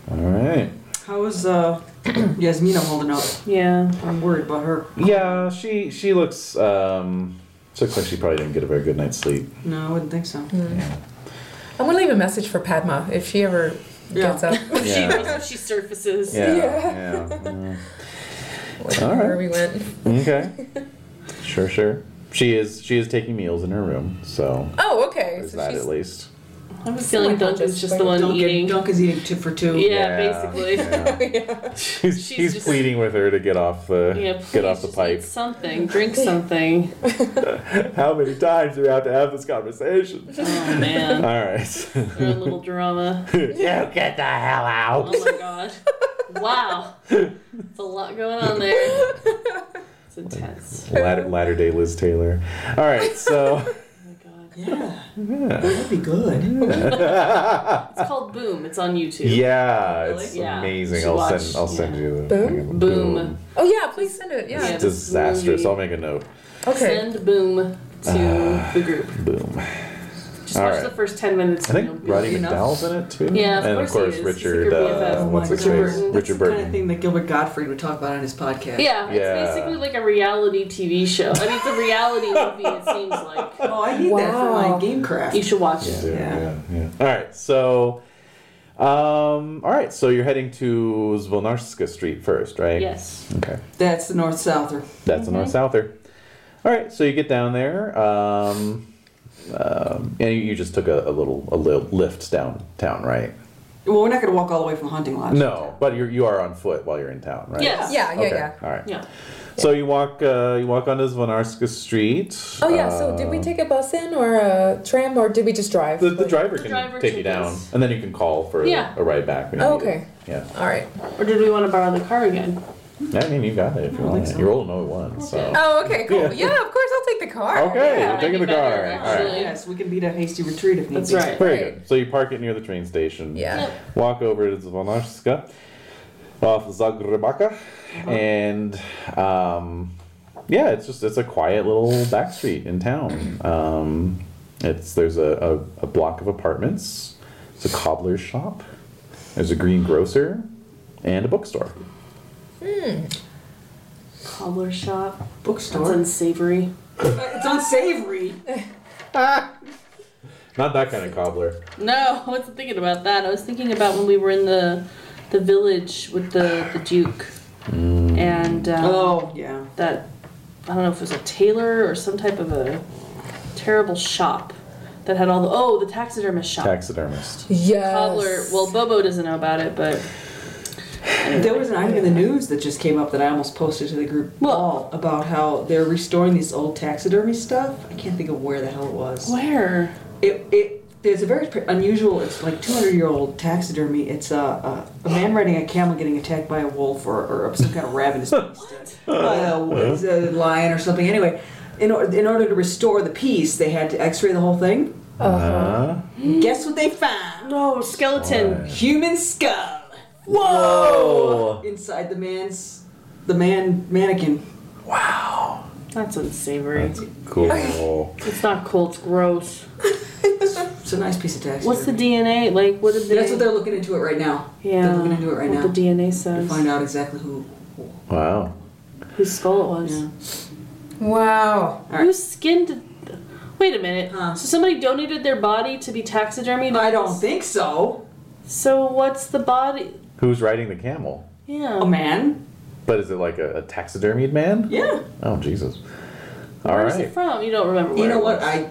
Speaker 4: All right.
Speaker 3: How is uh, Yasmina holding up?
Speaker 2: Yeah.
Speaker 3: I'm worried about her.
Speaker 4: Yeah, she she looks um, she looks like she probably didn't get a very good night's sleep.
Speaker 3: No, I wouldn't think so.
Speaker 5: I'm gonna leave a message for Padma if she ever
Speaker 3: Yeah.
Speaker 5: gets up.
Speaker 4: Yeah.
Speaker 2: She surfaces.
Speaker 4: Yeah.
Speaker 5: Yeah.
Speaker 4: yeah. All
Speaker 5: Where
Speaker 4: right.
Speaker 5: we went.
Speaker 4: Okay. sure, sure. She is she is taking meals in her room, so
Speaker 5: Oh, okay.
Speaker 4: there's
Speaker 5: So
Speaker 4: that
Speaker 5: she's
Speaker 4: at least.
Speaker 2: I was feeling Duncan's just the one
Speaker 3: Dunk,
Speaker 2: eating.
Speaker 3: is- Dunk is eating two for two.
Speaker 2: Yeah, basically.
Speaker 4: yeah. She's,
Speaker 2: She's
Speaker 4: he's
Speaker 2: just-
Speaker 4: pleading with her to get off the
Speaker 2: Yeah, please
Speaker 4: get off the
Speaker 2: just
Speaker 4: pipe.
Speaker 2: eat something. Drink something.
Speaker 4: How many times do we have to have this conversation?
Speaker 2: Oh
Speaker 4: All
Speaker 2: man.
Speaker 4: right.
Speaker 2: They're a little drama.
Speaker 4: you get the hell out.
Speaker 2: Oh my god. Wow. It's a lot going on there. It's intense.
Speaker 4: Latter, latter day Liz Taylor. All right, so
Speaker 2: Oh my god.
Speaker 3: Yeah,
Speaker 4: yeah,
Speaker 3: that'd be good.
Speaker 2: It's called Boom. It's on YouTube.
Speaker 4: yeah it's
Speaker 2: Yeah.
Speaker 4: amazing.
Speaker 2: Should
Speaker 4: I'll
Speaker 2: watch.
Speaker 4: send I'll send
Speaker 2: Yeah.
Speaker 4: you the
Speaker 5: Boom?
Speaker 4: thing.
Speaker 2: Boom.
Speaker 5: Oh yeah, please send it. Yeah.
Speaker 2: Yeah. this
Speaker 4: Disastrous.
Speaker 2: movie.
Speaker 4: I'll make a note.
Speaker 5: Okay.
Speaker 2: Send Boom to the group.
Speaker 4: Boom.
Speaker 2: Just
Speaker 4: all
Speaker 2: watch
Speaker 4: right.
Speaker 2: the first ten
Speaker 4: I
Speaker 2: minutes. and
Speaker 4: think
Speaker 2: you'll be-
Speaker 4: Roddy
Speaker 3: enough.
Speaker 4: McDowell's in it too.
Speaker 2: Yeah, of
Speaker 4: and of
Speaker 2: course he
Speaker 4: course
Speaker 2: is. He's
Speaker 4: Richard.
Speaker 2: your
Speaker 4: Uh,
Speaker 2: BFF.
Speaker 3: Oh my
Speaker 4: what's his
Speaker 3: God.
Speaker 4: face? Richard
Speaker 3: That's the kind of
Speaker 4: Burton.
Speaker 3: thing that Gilbert Gottfried would talk about on his podcast.
Speaker 2: Yeah, it's
Speaker 4: Yeah.
Speaker 2: basically like a reality TV show. I mean, it's a reality movie. It seems like
Speaker 3: Oh, I need that for
Speaker 5: Wow.
Speaker 3: my game craft.
Speaker 2: you should watch it.
Speaker 3: Yeah.
Speaker 4: yeah. All right, so, um, all right, so you're heading to Zvonarska Street first, right?
Speaker 2: Yes. Mm-hmm.
Speaker 4: Okay,
Speaker 3: That's the North Souther.
Speaker 4: that's a north souther. All right, so you get down there, um, um, and you- you just took a, a little a little lift downtown, right?
Speaker 3: Well, we're not going to walk all the way from hunting lodge.
Speaker 4: No, but you're, you are on foot while you're in town, right?
Speaker 2: Yes.
Speaker 5: Yeah. Yeah.
Speaker 4: Okay.
Speaker 5: Yeah.
Speaker 4: All right.
Speaker 2: Yeah.
Speaker 4: So you walk uh, you walk onto Zvonarska Street. uh,
Speaker 5: Oh yeah. So did we take a bus in or a tram or did we just drive?
Speaker 4: The, the driver
Speaker 2: The
Speaker 4: can
Speaker 2: driver
Speaker 4: take you
Speaker 2: took
Speaker 4: down,
Speaker 2: us.
Speaker 4: and then you can call for a-
Speaker 2: Yeah.
Speaker 4: a, ride back. when you
Speaker 5: Oh,
Speaker 4: need it.
Speaker 5: okay.
Speaker 4: Yeah.
Speaker 5: All right.
Speaker 2: Or did we want to borrow the car again?
Speaker 4: I mean, you got it if you want it. You're old and 01, so.
Speaker 5: Oh, okay. Cool. Yeah. Of course, I'll take the car.
Speaker 4: Okay,
Speaker 2: Yeah,
Speaker 4: you're taking the
Speaker 2: you
Speaker 4: car.
Speaker 2: better,
Speaker 4: All right.
Speaker 2: actually.
Speaker 3: Yes, we can beat a hasty retreat if need
Speaker 2: That's
Speaker 3: be.
Speaker 2: right.
Speaker 4: Very
Speaker 5: Right.
Speaker 4: good. So you park it near the train station.
Speaker 5: Yeah.
Speaker 2: Yep.
Speaker 4: Walk over to Zvonarska off Zagrebaka.
Speaker 2: Uh-huh.
Speaker 4: And um, yeah, it's just it's a quiet little back street in town. Um, it's there's a, a, a block of apartments. It's a cobbler's shop. There's a green grocer and a bookstore.
Speaker 2: Cobbler shop. That's
Speaker 3: Bookstore.
Speaker 2: unsavory.
Speaker 3: it's unsavory.
Speaker 4: Not that kind of cobbler.
Speaker 2: No, I wasn't thinking about that. I was thinking about when we were in the the village with the the Duke and um,
Speaker 3: Oh, yeah.
Speaker 2: that I don't know if it was a tailor or some type of a terrible shop that had all the oh the taxidermist shop.
Speaker 4: Taxidermist.
Speaker 5: Yes.
Speaker 2: Cobbler. Well, Bobo doesn't know about it, but
Speaker 3: There was an item in the news that just came up that I almost posted to the group
Speaker 2: What?
Speaker 3: all about how they're restoring these old taxidermy stuff. I can't think of where the hell it was.
Speaker 2: where?
Speaker 3: It, it there's a very pr- unusual. It's like 200 year old taxidermy. It's a, a a man riding a camel getting attacked by a wolf or, or some kind of ravenous beast, uh, it's a lion or something. Anyway, in order in order to restore the piece, they had to X-ray the whole thing.
Speaker 4: Uh-huh.
Speaker 2: Mm-hmm.
Speaker 3: Guess what they found?
Speaker 2: No Oh, skeleton.
Speaker 3: Human skull.
Speaker 5: Whoa!
Speaker 3: inside the man's the man mannequin.
Speaker 4: Wow.
Speaker 2: That's unsavory.
Speaker 9: That's cool.
Speaker 2: it's not cool. It's gross.
Speaker 3: It's a nice piece of taxidermy.
Speaker 2: What's the DNA like? What did they?
Speaker 3: That's what they're looking into it right now.
Speaker 2: yeah.
Speaker 3: they're looking into it right
Speaker 2: what
Speaker 3: now.
Speaker 2: The DNA
Speaker 3: to find
Speaker 2: says
Speaker 3: out exactly who.
Speaker 4: Wow.
Speaker 2: whose skull it was.
Speaker 3: Yeah.
Speaker 5: Wow.
Speaker 3: All right.
Speaker 2: Who skinned? Wait a minute.
Speaker 3: Huh.
Speaker 2: So somebody donated their body to be taxidermied.
Speaker 3: I don't think so.
Speaker 2: So what's the body?
Speaker 4: Who's riding the camel?
Speaker 2: Yeah.
Speaker 3: A man?
Speaker 4: But is it like a, a taxidermied man?
Speaker 3: Yeah.
Speaker 4: Oh Jesus. All
Speaker 2: Where's
Speaker 4: right.
Speaker 2: it from? You don't remember.
Speaker 3: You
Speaker 2: where
Speaker 3: know
Speaker 2: it
Speaker 3: what?
Speaker 2: was.
Speaker 3: I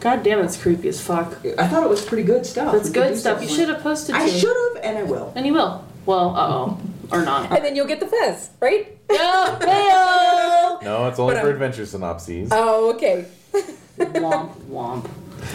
Speaker 2: God damn, it's creepy as fuck.
Speaker 3: I thought it was pretty good stuff.
Speaker 2: That's
Speaker 3: We could
Speaker 2: good
Speaker 3: do
Speaker 2: stuff. You
Speaker 3: something
Speaker 2: should
Speaker 3: like-
Speaker 2: have posted.
Speaker 3: I
Speaker 2: to.
Speaker 3: should have, and I will.
Speaker 2: And you will. Well, uh oh, or not.
Speaker 5: And then you'll get the fez, right?
Speaker 2: No, fail.
Speaker 4: No, it's only
Speaker 5: But
Speaker 4: for
Speaker 2: um,
Speaker 5: I'm-
Speaker 4: adventure synopses.
Speaker 5: Oh, okay.
Speaker 2: womp womp.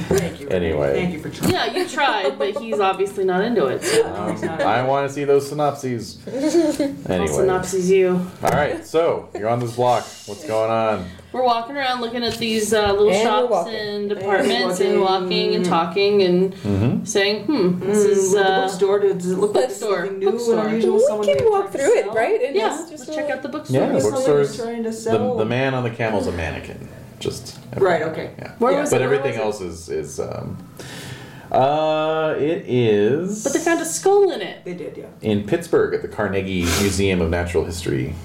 Speaker 3: Thank you.
Speaker 4: Anyway.
Speaker 3: Thank you for trying.
Speaker 2: Yeah, you tried, but he's obviously not into it. So.
Speaker 4: Um, I want to see those synopses.
Speaker 2: I'll
Speaker 4: anyway.
Speaker 2: synopsis you.
Speaker 4: All right. So you're on this block. What's going on?
Speaker 2: We're walking around looking at these uh, little
Speaker 5: And we're
Speaker 2: shops
Speaker 5: walking.
Speaker 2: and apartments
Speaker 3: And
Speaker 2: and
Speaker 3: we're
Speaker 2: walking and talking and
Speaker 4: Mm-hmm.
Speaker 2: saying, hmm, this is.
Speaker 3: Mm, the
Speaker 2: Uh,
Speaker 3: bookstore. Does it look like
Speaker 2: bookstore.
Speaker 3: something new
Speaker 2: Bookstore.
Speaker 3: and unusual?
Speaker 5: We
Speaker 3: someone
Speaker 5: can
Speaker 3: may have
Speaker 5: walk
Speaker 3: tried to
Speaker 5: through it,
Speaker 3: sell?
Speaker 5: right? And
Speaker 2: yeah,
Speaker 5: just- just
Speaker 2: let's
Speaker 5: a-
Speaker 2: check out the bookstore.
Speaker 4: Yeah, the
Speaker 3: Somebody
Speaker 4: bookstore
Speaker 3: was
Speaker 4: is
Speaker 3: trying to
Speaker 4: the,
Speaker 3: sell.
Speaker 4: the man on the camel's a mannequin. Just
Speaker 3: Right, okay.
Speaker 4: Yeah.
Speaker 2: Where
Speaker 3: Yeah.
Speaker 2: was
Speaker 4: But
Speaker 2: it? Where
Speaker 4: everything
Speaker 2: was it?
Speaker 4: else is is um. Uh, it is.
Speaker 2: But they found a skull in it.
Speaker 3: They did, yeah.
Speaker 4: in Pittsburgh at the Carnegie Museum of Natural History,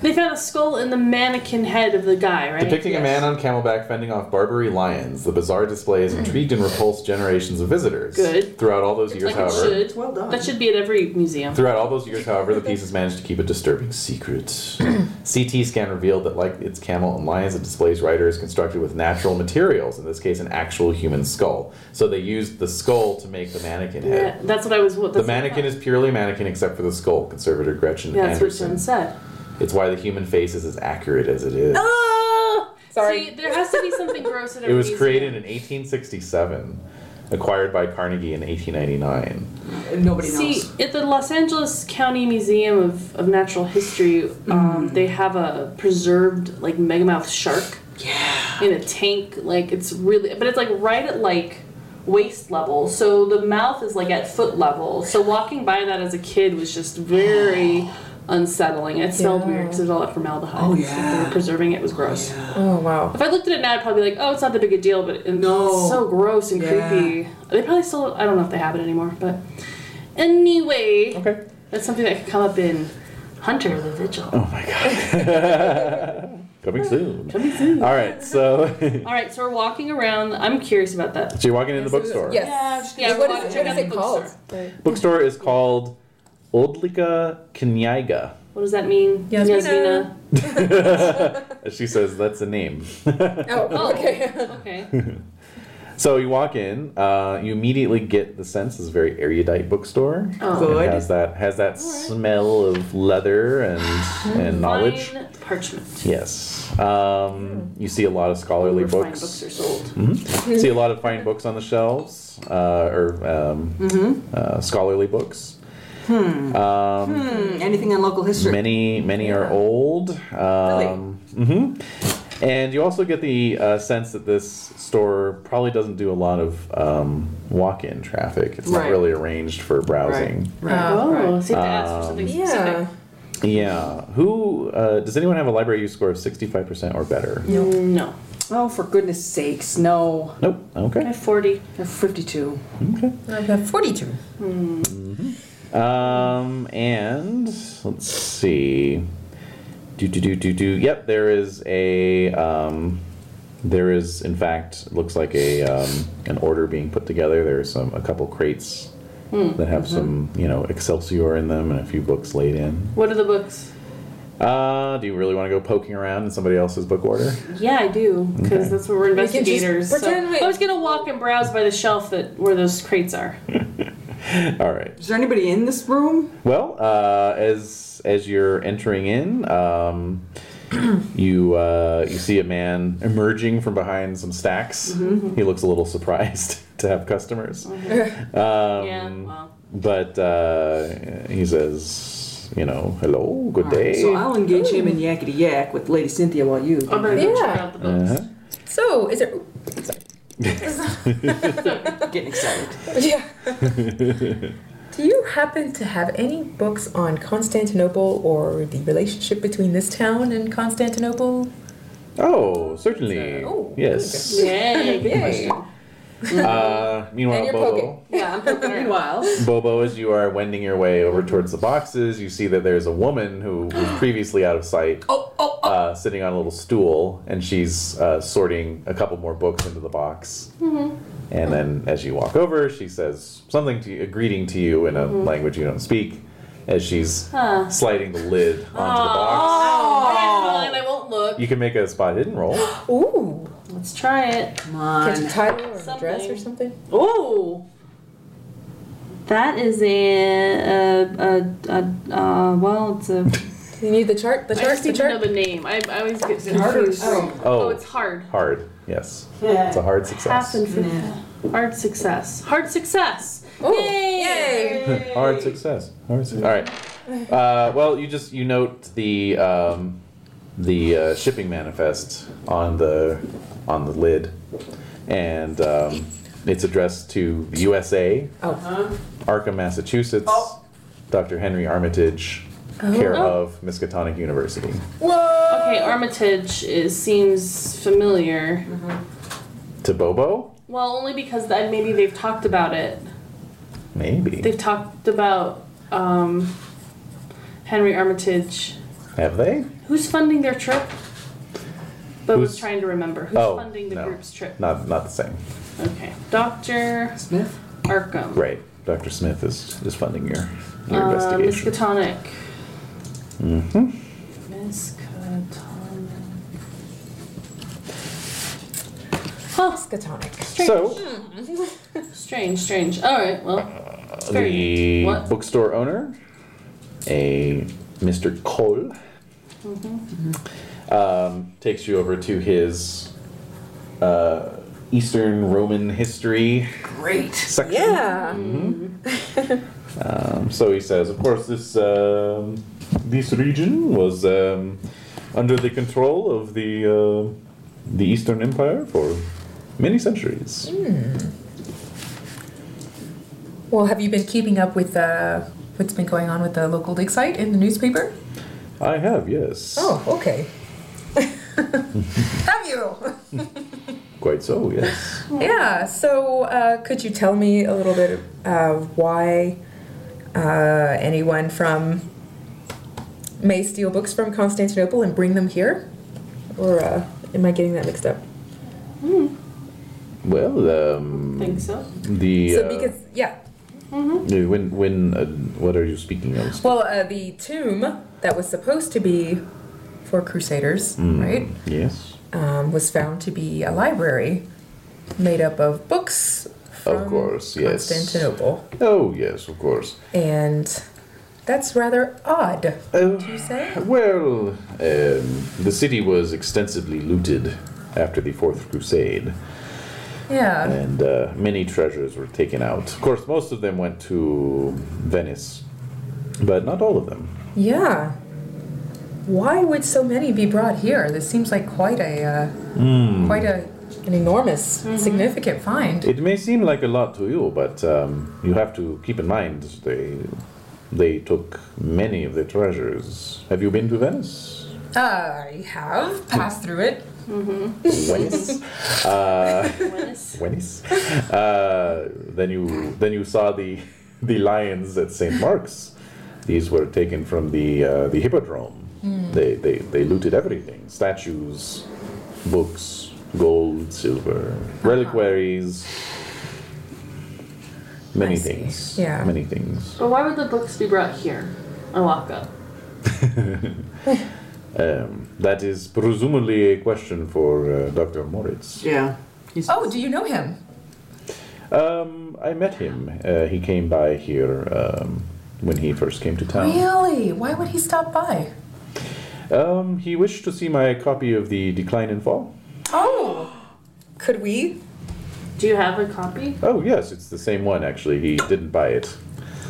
Speaker 2: They found a skull in the mannequin head of the guy, right?
Speaker 4: depicting a man on camelback fending off Barbary lions. The bizarre display has intrigued and repulsed generations of visitors.
Speaker 2: Good.
Speaker 4: Throughout all those years,
Speaker 2: like it
Speaker 4: however,
Speaker 2: should.
Speaker 3: Well done.
Speaker 2: That should be at every museum.
Speaker 4: Throughout all those years, however, the pieces managed to keep a disturbing secret. CT scan revealed that, like its camel and lions, it displays rider is constructed with natural materials. In this case, an actual human skull. So they used the skull to make the mannequin
Speaker 2: Yeah,
Speaker 4: head.
Speaker 2: that's what I was.
Speaker 4: The mannequin is purely mannequin except for the skull. Conservator Gretchen
Speaker 2: Yeah, that's what
Speaker 4: Anderson.
Speaker 2: Jen said.
Speaker 4: It's why the human face is as accurate as it is.
Speaker 2: Oh,
Speaker 5: Sorry.
Speaker 2: See, there has to be something gross in
Speaker 4: It was
Speaker 2: museum.
Speaker 4: created in 1867, acquired by Carnegie in 1899.
Speaker 3: And nobody
Speaker 2: See,
Speaker 3: knows.
Speaker 2: at the Los Angeles County Museum of, of Natural History,
Speaker 3: Mm.
Speaker 2: um, they have a preserved like megamouth shark
Speaker 3: Yeah.
Speaker 2: in a tank. Like it's really, but it's like right at like waist level. So the mouth is like at foot level. So walking by that as a kid was just very unsettling. It smelled weird because it was all that formaldehyde.
Speaker 3: Oh,
Speaker 2: and stuff. They
Speaker 3: yeah.
Speaker 2: were preserving it. It was gross.
Speaker 5: Oh, wow.
Speaker 2: If I looked at it now, I'd probably be like, "Oh, it's not that big a deal," but it- it's
Speaker 3: No.
Speaker 2: so gross and
Speaker 3: Yeah.
Speaker 2: creepy. They probably still—I don't know if they have it anymore, but anyway,
Speaker 4: Okay.
Speaker 2: that's something that could come up in Hunter the Vigil.
Speaker 4: Oh my god. Coming soon. Coming soon. All right, so, so
Speaker 2: All right, so we're walking around. I'm curious about that.
Speaker 4: you're walking in the bookstore.
Speaker 5: Yes.
Speaker 2: Yeah,
Speaker 5: what
Speaker 2: we're walking
Speaker 5: is, what is
Speaker 2: around
Speaker 5: it
Speaker 2: the
Speaker 5: called?
Speaker 2: bookstore.
Speaker 4: Bookstore is called Oldlika Knyaga.
Speaker 2: What does that mean,
Speaker 5: Yasmina.
Speaker 4: As she says, that's a name.
Speaker 5: Oh, okay.
Speaker 2: Okay. Um,
Speaker 4: So you walk in, uh, you immediately get the sense this is a very erudite bookstore.
Speaker 2: Oh.
Speaker 4: It
Speaker 3: Good.
Speaker 4: has that has that smell of leather and and knowledge.
Speaker 2: Fine parchment.
Speaker 4: Yes. Um, you see a lot of scholarly
Speaker 2: Where fine
Speaker 4: books. Hmm.
Speaker 2: books are sold.
Speaker 4: see a lot of fine books on the shelves, uh, or um, uh, scholarly books. Um,
Speaker 3: Hmm, anything on local history?
Speaker 4: Many, many are old. Um, mhm. And you also get the uh, sense that this store probably doesn't do a lot of um, walk-in traffic. It's not
Speaker 3: Right.
Speaker 4: really arranged for browsing.
Speaker 3: Right.
Speaker 2: Oh,
Speaker 3: right.
Speaker 4: Uh,
Speaker 2: so you have to ask for something
Speaker 5: Uh, Yeah.
Speaker 2: specific.
Speaker 4: Yeah. Who uh, does anyone have a library use score of sixty-five percent or better?
Speaker 2: No,
Speaker 3: Oh, for goodness sakes, no.
Speaker 4: Nope.
Speaker 2: I
Speaker 4: Okay.
Speaker 2: have forty.
Speaker 3: They're 52.
Speaker 5: I've got 42.
Speaker 4: Um, and let's see. Do do do do do. Yep, there is a. Um, there is, in fact, it looks like a um, an order being put together. There are some a couple crates that have some you know Excelsior in them and a few books laid in.
Speaker 2: What are the books?
Speaker 4: Uh, do you really want to go poking around in somebody else's book order?
Speaker 2: Yeah, I do because that's where we're
Speaker 5: just
Speaker 2: investigators. so-
Speaker 5: pretend we-
Speaker 2: I was gonna walk and browse by the shelf that where those crates are.
Speaker 4: All right.
Speaker 3: Is there anybody in this room?
Speaker 4: Well, uh, as as you're entering in, um, you uh, you see a man emerging from behind some stacks. He looks a little surprised to have customers, um,
Speaker 2: yeah, well,
Speaker 4: but uh, he says, "You know, hello, good day."
Speaker 3: So I'll engage him in yakety yak with Lady Cynthia while you.
Speaker 2: I'm gonna go check
Speaker 5: Yeah.
Speaker 2: out the books.
Speaker 4: Uh-huh.
Speaker 5: So, is it.
Speaker 3: getting excited.
Speaker 5: Yeah. Do you happen to have any books on Constantinople or the relationship between this town and Constantinople?
Speaker 4: Oh, certainly.
Speaker 5: Oh,
Speaker 4: yes.
Speaker 2: Yay.
Speaker 5: Yay!
Speaker 4: Uh, meanwhile,
Speaker 5: And you're
Speaker 4: Bobo.
Speaker 5: poking.
Speaker 2: Yeah, I'm poking her.
Speaker 3: Meanwhile,
Speaker 4: Bobo, as you are wending your way over towards the boxes, you see that there's a woman who was previously out of sight, Uh, sitting on a little stool, and she's uh, sorting a couple more books into the box. And then, as you walk over, she says something to you, a greeting to you in a language you don't speak, as she's
Speaker 2: Uh,
Speaker 4: sliding the lid onto the box.
Speaker 2: Oh, and I won't look.
Speaker 4: You can make a spot hidden roll.
Speaker 5: Ooh,
Speaker 2: Let's try it.
Speaker 3: come
Speaker 5: catch a
Speaker 3: on.
Speaker 5: title or a
Speaker 2: Something.
Speaker 5: dress or something.
Speaker 2: Oh, that is a a, a, a uh, well, it's a.
Speaker 5: You need the chart. The
Speaker 2: I
Speaker 5: chart.
Speaker 2: just
Speaker 5: The
Speaker 2: need to know
Speaker 5: chart.
Speaker 2: the name. I, I always get
Speaker 3: it hard or
Speaker 2: confused.
Speaker 3: straight?
Speaker 4: Oh,
Speaker 2: it's hard.
Speaker 4: hard. Yes,
Speaker 3: Yeah.
Speaker 4: it's a hard
Speaker 2: Half
Speaker 4: success.
Speaker 2: and fifth.
Speaker 3: Nah.
Speaker 2: Hard success. Hard success.
Speaker 5: Ooh,
Speaker 2: Yay!
Speaker 4: Hard success. Hard success. All right. Uh, well, you just you note the um, the uh, shipping manifest on the on the lid, and um, it's addressed to USA,
Speaker 5: Oh,
Speaker 4: Arkham, Massachusetts, Dr. Henry Armitage,
Speaker 2: Oh.
Speaker 4: care of Miskatonic University.
Speaker 2: Okay, Armitage is seems familiar.
Speaker 4: To Bobo,
Speaker 2: Well, only because that maybe they've talked about it.
Speaker 4: maybe
Speaker 2: They've talked about um, Henry Armitage.
Speaker 4: have they?
Speaker 2: Who's funding their trip? But was
Speaker 4: Who's-
Speaker 2: trying to remember who's
Speaker 4: Oh,
Speaker 2: funding the
Speaker 4: no.
Speaker 2: group's trip.
Speaker 4: Not not the same.
Speaker 2: Okay, Doctor
Speaker 3: Smith.
Speaker 2: Arkham.
Speaker 4: Right. Dr. Smith is is funding your your
Speaker 2: Uh,
Speaker 4: investigation. Mm-hmm.
Speaker 2: Miskatonic. Miskatonic.
Speaker 5: scatonic.
Speaker 4: So.
Speaker 2: Strange, strange. All right, well,
Speaker 4: Uh, the
Speaker 2: What?
Speaker 4: bookstore owner, a Mr. Cole,
Speaker 5: Mm-hmm.
Speaker 4: um, takes you over to his uh, Eastern Roman history
Speaker 3: Great.
Speaker 4: section.
Speaker 5: Yeah.
Speaker 4: Um, so he says, of course, this um, this region was um, under the control of the uh, the Eastern Empire for many centuries.
Speaker 5: Mm. Well, have you been keeping up with uh, what's been going on with the local dig site in the newspaper?
Speaker 4: I have, yes.
Speaker 5: Oh, okay. have you?
Speaker 4: Quite so, yes.
Speaker 5: Yeah. So, uh, could you tell me a little bit uh, why uh, anyone from may steal books from Constantinople and bring them here, or uh, am I getting that mixed up?
Speaker 4: well, um,
Speaker 2: think so.
Speaker 4: the
Speaker 5: So
Speaker 4: uh,
Speaker 5: because yeah,
Speaker 4: Yeah, When, when, uh, what are you speaking of?
Speaker 5: well, uh, the tomb that was supposed to be for Crusaders,
Speaker 4: Mm.
Speaker 5: right?
Speaker 4: Yes.
Speaker 5: um, was found to be a library made up of books from
Speaker 4: Of course, yes.
Speaker 5: Constantinople.
Speaker 4: Oh, yes, of course.
Speaker 5: And that's rather odd.
Speaker 4: Uh,
Speaker 5: you say?
Speaker 4: Well, um, the city was extensively looted after the Fourth Crusade,
Speaker 5: Yeah.
Speaker 4: and uh, many treasures were taken out. Of course, most of them went to Venice, but not all of them.
Speaker 5: Yeah. Why would so many be brought here? This seems like quite a uh, quite a an enormous, significant find.
Speaker 4: Hmm. It may seem like a lot to you, but um, you have to keep in mind they they took many of their treasures. Have you been to Venice?
Speaker 5: Uh, I have passed through it.
Speaker 4: Venice.
Speaker 2: Venice.
Speaker 4: Venice. Uh, then you then you saw the the lions at St. Mark's. These were taken from the uh, the hippodrome.
Speaker 5: Hmm.
Speaker 4: They, they they looted everything: statues, books, gold, silver,
Speaker 5: Uh-huh.
Speaker 4: reliquaries, many
Speaker 5: see.
Speaker 4: things.
Speaker 5: Yeah.
Speaker 4: many things.
Speaker 2: But why would the books be brought here? I walk up.
Speaker 4: Um, that is presumably a question for uh, Dr. Moritz.
Speaker 3: Yeah. He's
Speaker 5: Oh, do you know him?
Speaker 4: Um, I met him. Uh, he came by here um, when he first came to town.
Speaker 5: Really? Why would he stop by?
Speaker 4: Um, he wished to see my copy of the Decline and Fall.
Speaker 5: Oh, could we?
Speaker 2: Do you have a copy?
Speaker 4: Oh yes, it's the same one actually. He didn't buy it.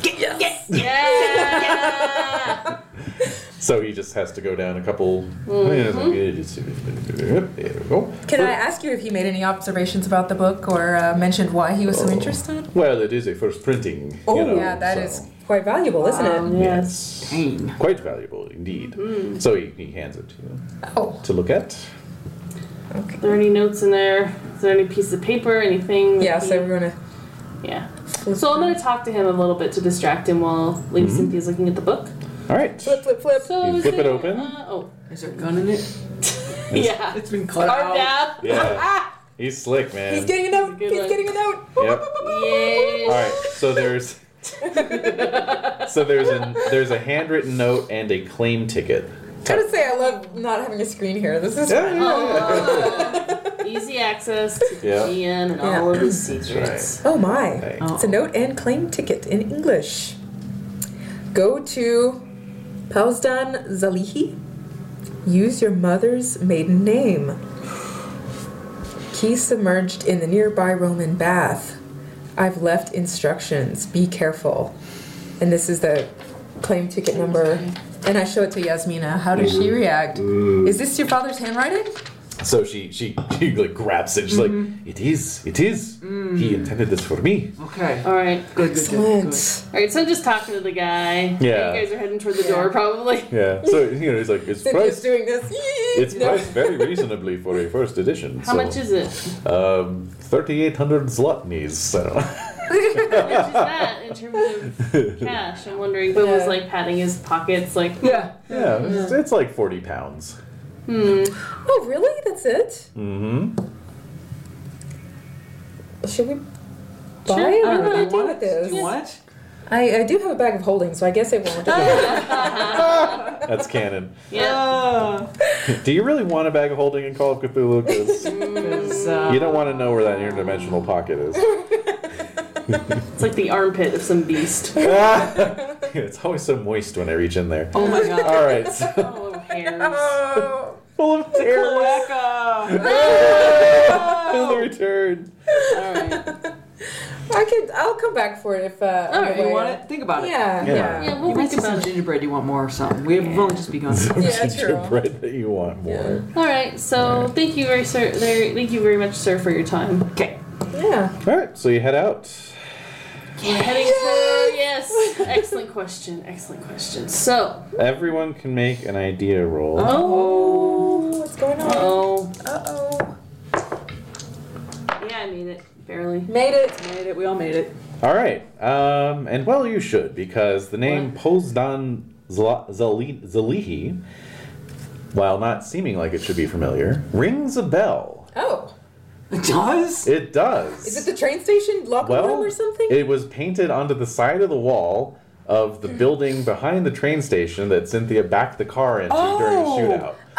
Speaker 2: Yeah!
Speaker 4: So he just has to go down a couple. There we go.
Speaker 5: Mm-hmm. Can I ask you if he made any observations about the book or uh, mentioned why he was so interested?
Speaker 4: Well, it is a first printing.
Speaker 5: Oh,
Speaker 4: you know,
Speaker 5: yeah, that is
Speaker 4: Oh. so- Um,
Speaker 5: quite valuable, isn't
Speaker 2: Um,
Speaker 5: it?
Speaker 4: Yes. Quite valuable indeed.
Speaker 5: Mm.
Speaker 4: So he, he hands it to you
Speaker 5: Oh,
Speaker 4: to look at.
Speaker 5: okay.
Speaker 2: Are there any notes in there? Is there any piece of paper? Anything? that
Speaker 5: Yeah,
Speaker 2: he-
Speaker 5: so we're gonna.
Speaker 2: yeah. So I'm gonna talk to him a little bit to distract him while Lady Cynthia's looking at the book.
Speaker 4: All right.
Speaker 5: Flip, flip, flip.
Speaker 2: So
Speaker 4: You
Speaker 2: is
Speaker 4: flip Mm-hmm. it
Speaker 2: there-
Speaker 4: open.
Speaker 2: Uh, oh,
Speaker 3: Is there a gun in it?
Speaker 2: yeah.
Speaker 3: It's been cut
Speaker 2: Carved
Speaker 3: out.
Speaker 2: out.
Speaker 4: Yeah. He's slick, man.
Speaker 5: He's getting a note.
Speaker 2: Good
Speaker 5: He's
Speaker 2: one.
Speaker 5: getting a note.
Speaker 4: Yep. All
Speaker 2: Yay.
Speaker 4: right. So there's so there's a there's a handwritten note and a claim ticket.
Speaker 5: Gotta say, I love not having a screen here. This is.
Speaker 4: Yeah,
Speaker 2: Easy access to
Speaker 4: Yeah.
Speaker 2: the GN and
Speaker 5: Yeah.
Speaker 2: all of his secrets.
Speaker 5: Oh my.
Speaker 4: Hey.
Speaker 5: It's a note and claim ticket in English. Go to Palzdan Zalihi. Use your mother's maiden name. Key submerged in the nearby Roman bath. I've left instructions. Be careful. And this is the claim ticket number. And I show it to Yasmina. How does she react?
Speaker 4: Mm.
Speaker 5: Is this your father's handwriting?
Speaker 4: So she she she like grabs it. She's like, it is, it is. He intended this for me.
Speaker 3: Okay.
Speaker 2: All right.
Speaker 3: Good, good, good, good.
Speaker 5: Excellent.
Speaker 2: All right. So I'm just talking to the guy.
Speaker 4: Yeah.
Speaker 2: You guys are heading toward the door, probably.
Speaker 4: Yeah. So you know, he's like, it's
Speaker 5: Cynthia's
Speaker 4: priced.
Speaker 5: doing this.
Speaker 4: It's
Speaker 5: No.
Speaker 4: priced very reasonably for a first edition.
Speaker 2: How
Speaker 4: so,
Speaker 2: much is it?
Speaker 4: Um, thirty-eight hundred zlotnies. So.
Speaker 2: How much is that in terms of cash? I'm wondering. But was
Speaker 5: Yeah.
Speaker 2: like patting his pockets, like
Speaker 3: Yeah.
Speaker 4: Yeah, it's, it's like 40 pounds.
Speaker 2: hmm,
Speaker 5: Oh, really? That's it?
Speaker 4: Mm-hmm.
Speaker 5: Should we buy
Speaker 2: Sure.
Speaker 5: it?
Speaker 2: I
Speaker 5: What
Speaker 2: don't
Speaker 5: do
Speaker 2: know.
Speaker 5: I do with this?
Speaker 3: What?
Speaker 5: I, I do have a bag of holding, so I guess it won't.
Speaker 4: That's canon.
Speaker 5: Uh.
Speaker 2: yeah.
Speaker 4: Do you really want a bag of holding in Call of Cthulhu? 'Cause you
Speaker 3: You
Speaker 4: don't want to know where that interdimensional pocket is.
Speaker 2: It's like the armpit of some beast.
Speaker 4: it's always so moist when I reach in there.
Speaker 3: Oh my god.
Speaker 4: All right. So,
Speaker 2: Oh, little
Speaker 4: full
Speaker 2: hairs.
Speaker 5: Oh.
Speaker 4: of terror.
Speaker 3: Rebecca!
Speaker 4: Fill the return.
Speaker 2: All right.
Speaker 5: I could. I'll come back for it if. Uh,
Speaker 2: All right,
Speaker 5: on the
Speaker 3: You
Speaker 5: way
Speaker 3: want
Speaker 5: out.
Speaker 3: it? Think about it.
Speaker 5: Yeah.
Speaker 4: Yeah.
Speaker 5: Yeah.
Speaker 2: Yeah,
Speaker 3: You
Speaker 2: we'll
Speaker 3: might
Speaker 2: think
Speaker 3: see some
Speaker 2: about it.
Speaker 3: gingerbread you want more or something. We have only just begun.
Speaker 5: Yeah, true.
Speaker 4: Gingerbread that you want more.
Speaker 2: All right. So thank you very sir. There, thank you very much, sir, for your time.
Speaker 3: Okay.
Speaker 5: Yeah.
Speaker 4: All right. So you head out.
Speaker 2: We're heading for yes. Excellent question. Excellent question. So
Speaker 4: Everyone can make an idea roll.
Speaker 5: Oh, what's going on?
Speaker 2: oh
Speaker 5: Uh oh.
Speaker 2: yeah, I made it barely.
Speaker 5: Made it.
Speaker 3: Made it. We all made it.
Speaker 4: All right. Um, and well, you should because the name Pozdan Zla- Zali- Zalihi, while not seeming like it should be familiar, rings a bell.
Speaker 5: Oh.
Speaker 3: It does?
Speaker 4: It does.
Speaker 5: Is it the train station locker room or something?
Speaker 4: it was painted onto the side of the wall of the building behind the train station that Cynthia backed the car into during
Speaker 3: Oh.
Speaker 4: the shootout.
Speaker 5: oh.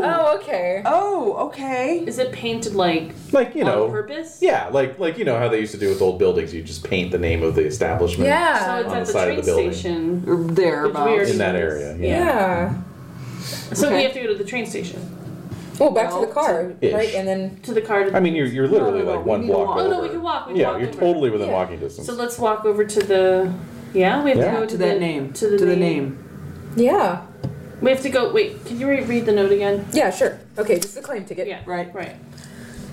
Speaker 3: Oh.
Speaker 5: Oh. Okay.
Speaker 3: Oh, okay.
Speaker 2: Is it painted like
Speaker 4: Like you know,
Speaker 2: on purpose?
Speaker 4: yeah, like like you know how they used to do with old buildings. You just paint the name of the establishment
Speaker 2: So
Speaker 5: Yeah.
Speaker 2: it's
Speaker 4: On
Speaker 2: at
Speaker 4: the
Speaker 2: the,
Speaker 4: side of the
Speaker 2: train
Speaker 4: building.
Speaker 2: station.
Speaker 3: Or
Speaker 2: It's
Speaker 3: Thereabouts.
Speaker 2: weird.
Speaker 4: in that area.
Speaker 5: yeah.
Speaker 2: So
Speaker 3: Okay.
Speaker 2: we have to go to the train station.
Speaker 5: Oh, back to
Speaker 3: Well,
Speaker 5: the car,
Speaker 4: ish.
Speaker 5: right? And then
Speaker 2: To the car. To
Speaker 4: I mean, you're, you're literally
Speaker 3: No, no, no,
Speaker 4: like
Speaker 3: we
Speaker 4: one
Speaker 3: need to
Speaker 4: block
Speaker 3: walk.
Speaker 4: over.
Speaker 2: Oh, no, we can walk, we can
Speaker 4: yeah,
Speaker 2: walk
Speaker 4: you're
Speaker 2: over.
Speaker 4: totally within
Speaker 5: Yeah.
Speaker 4: walking distance.
Speaker 2: So let's walk over to the. Yeah, we have
Speaker 4: Yeah.
Speaker 2: to go
Speaker 3: To that name.
Speaker 2: To the name.
Speaker 5: yeah.
Speaker 2: We have to go. Wait, can you re- read the note again?
Speaker 5: Yeah. Sure. Okay. This is a claim ticket.
Speaker 2: Yeah.
Speaker 3: Right.
Speaker 2: Right.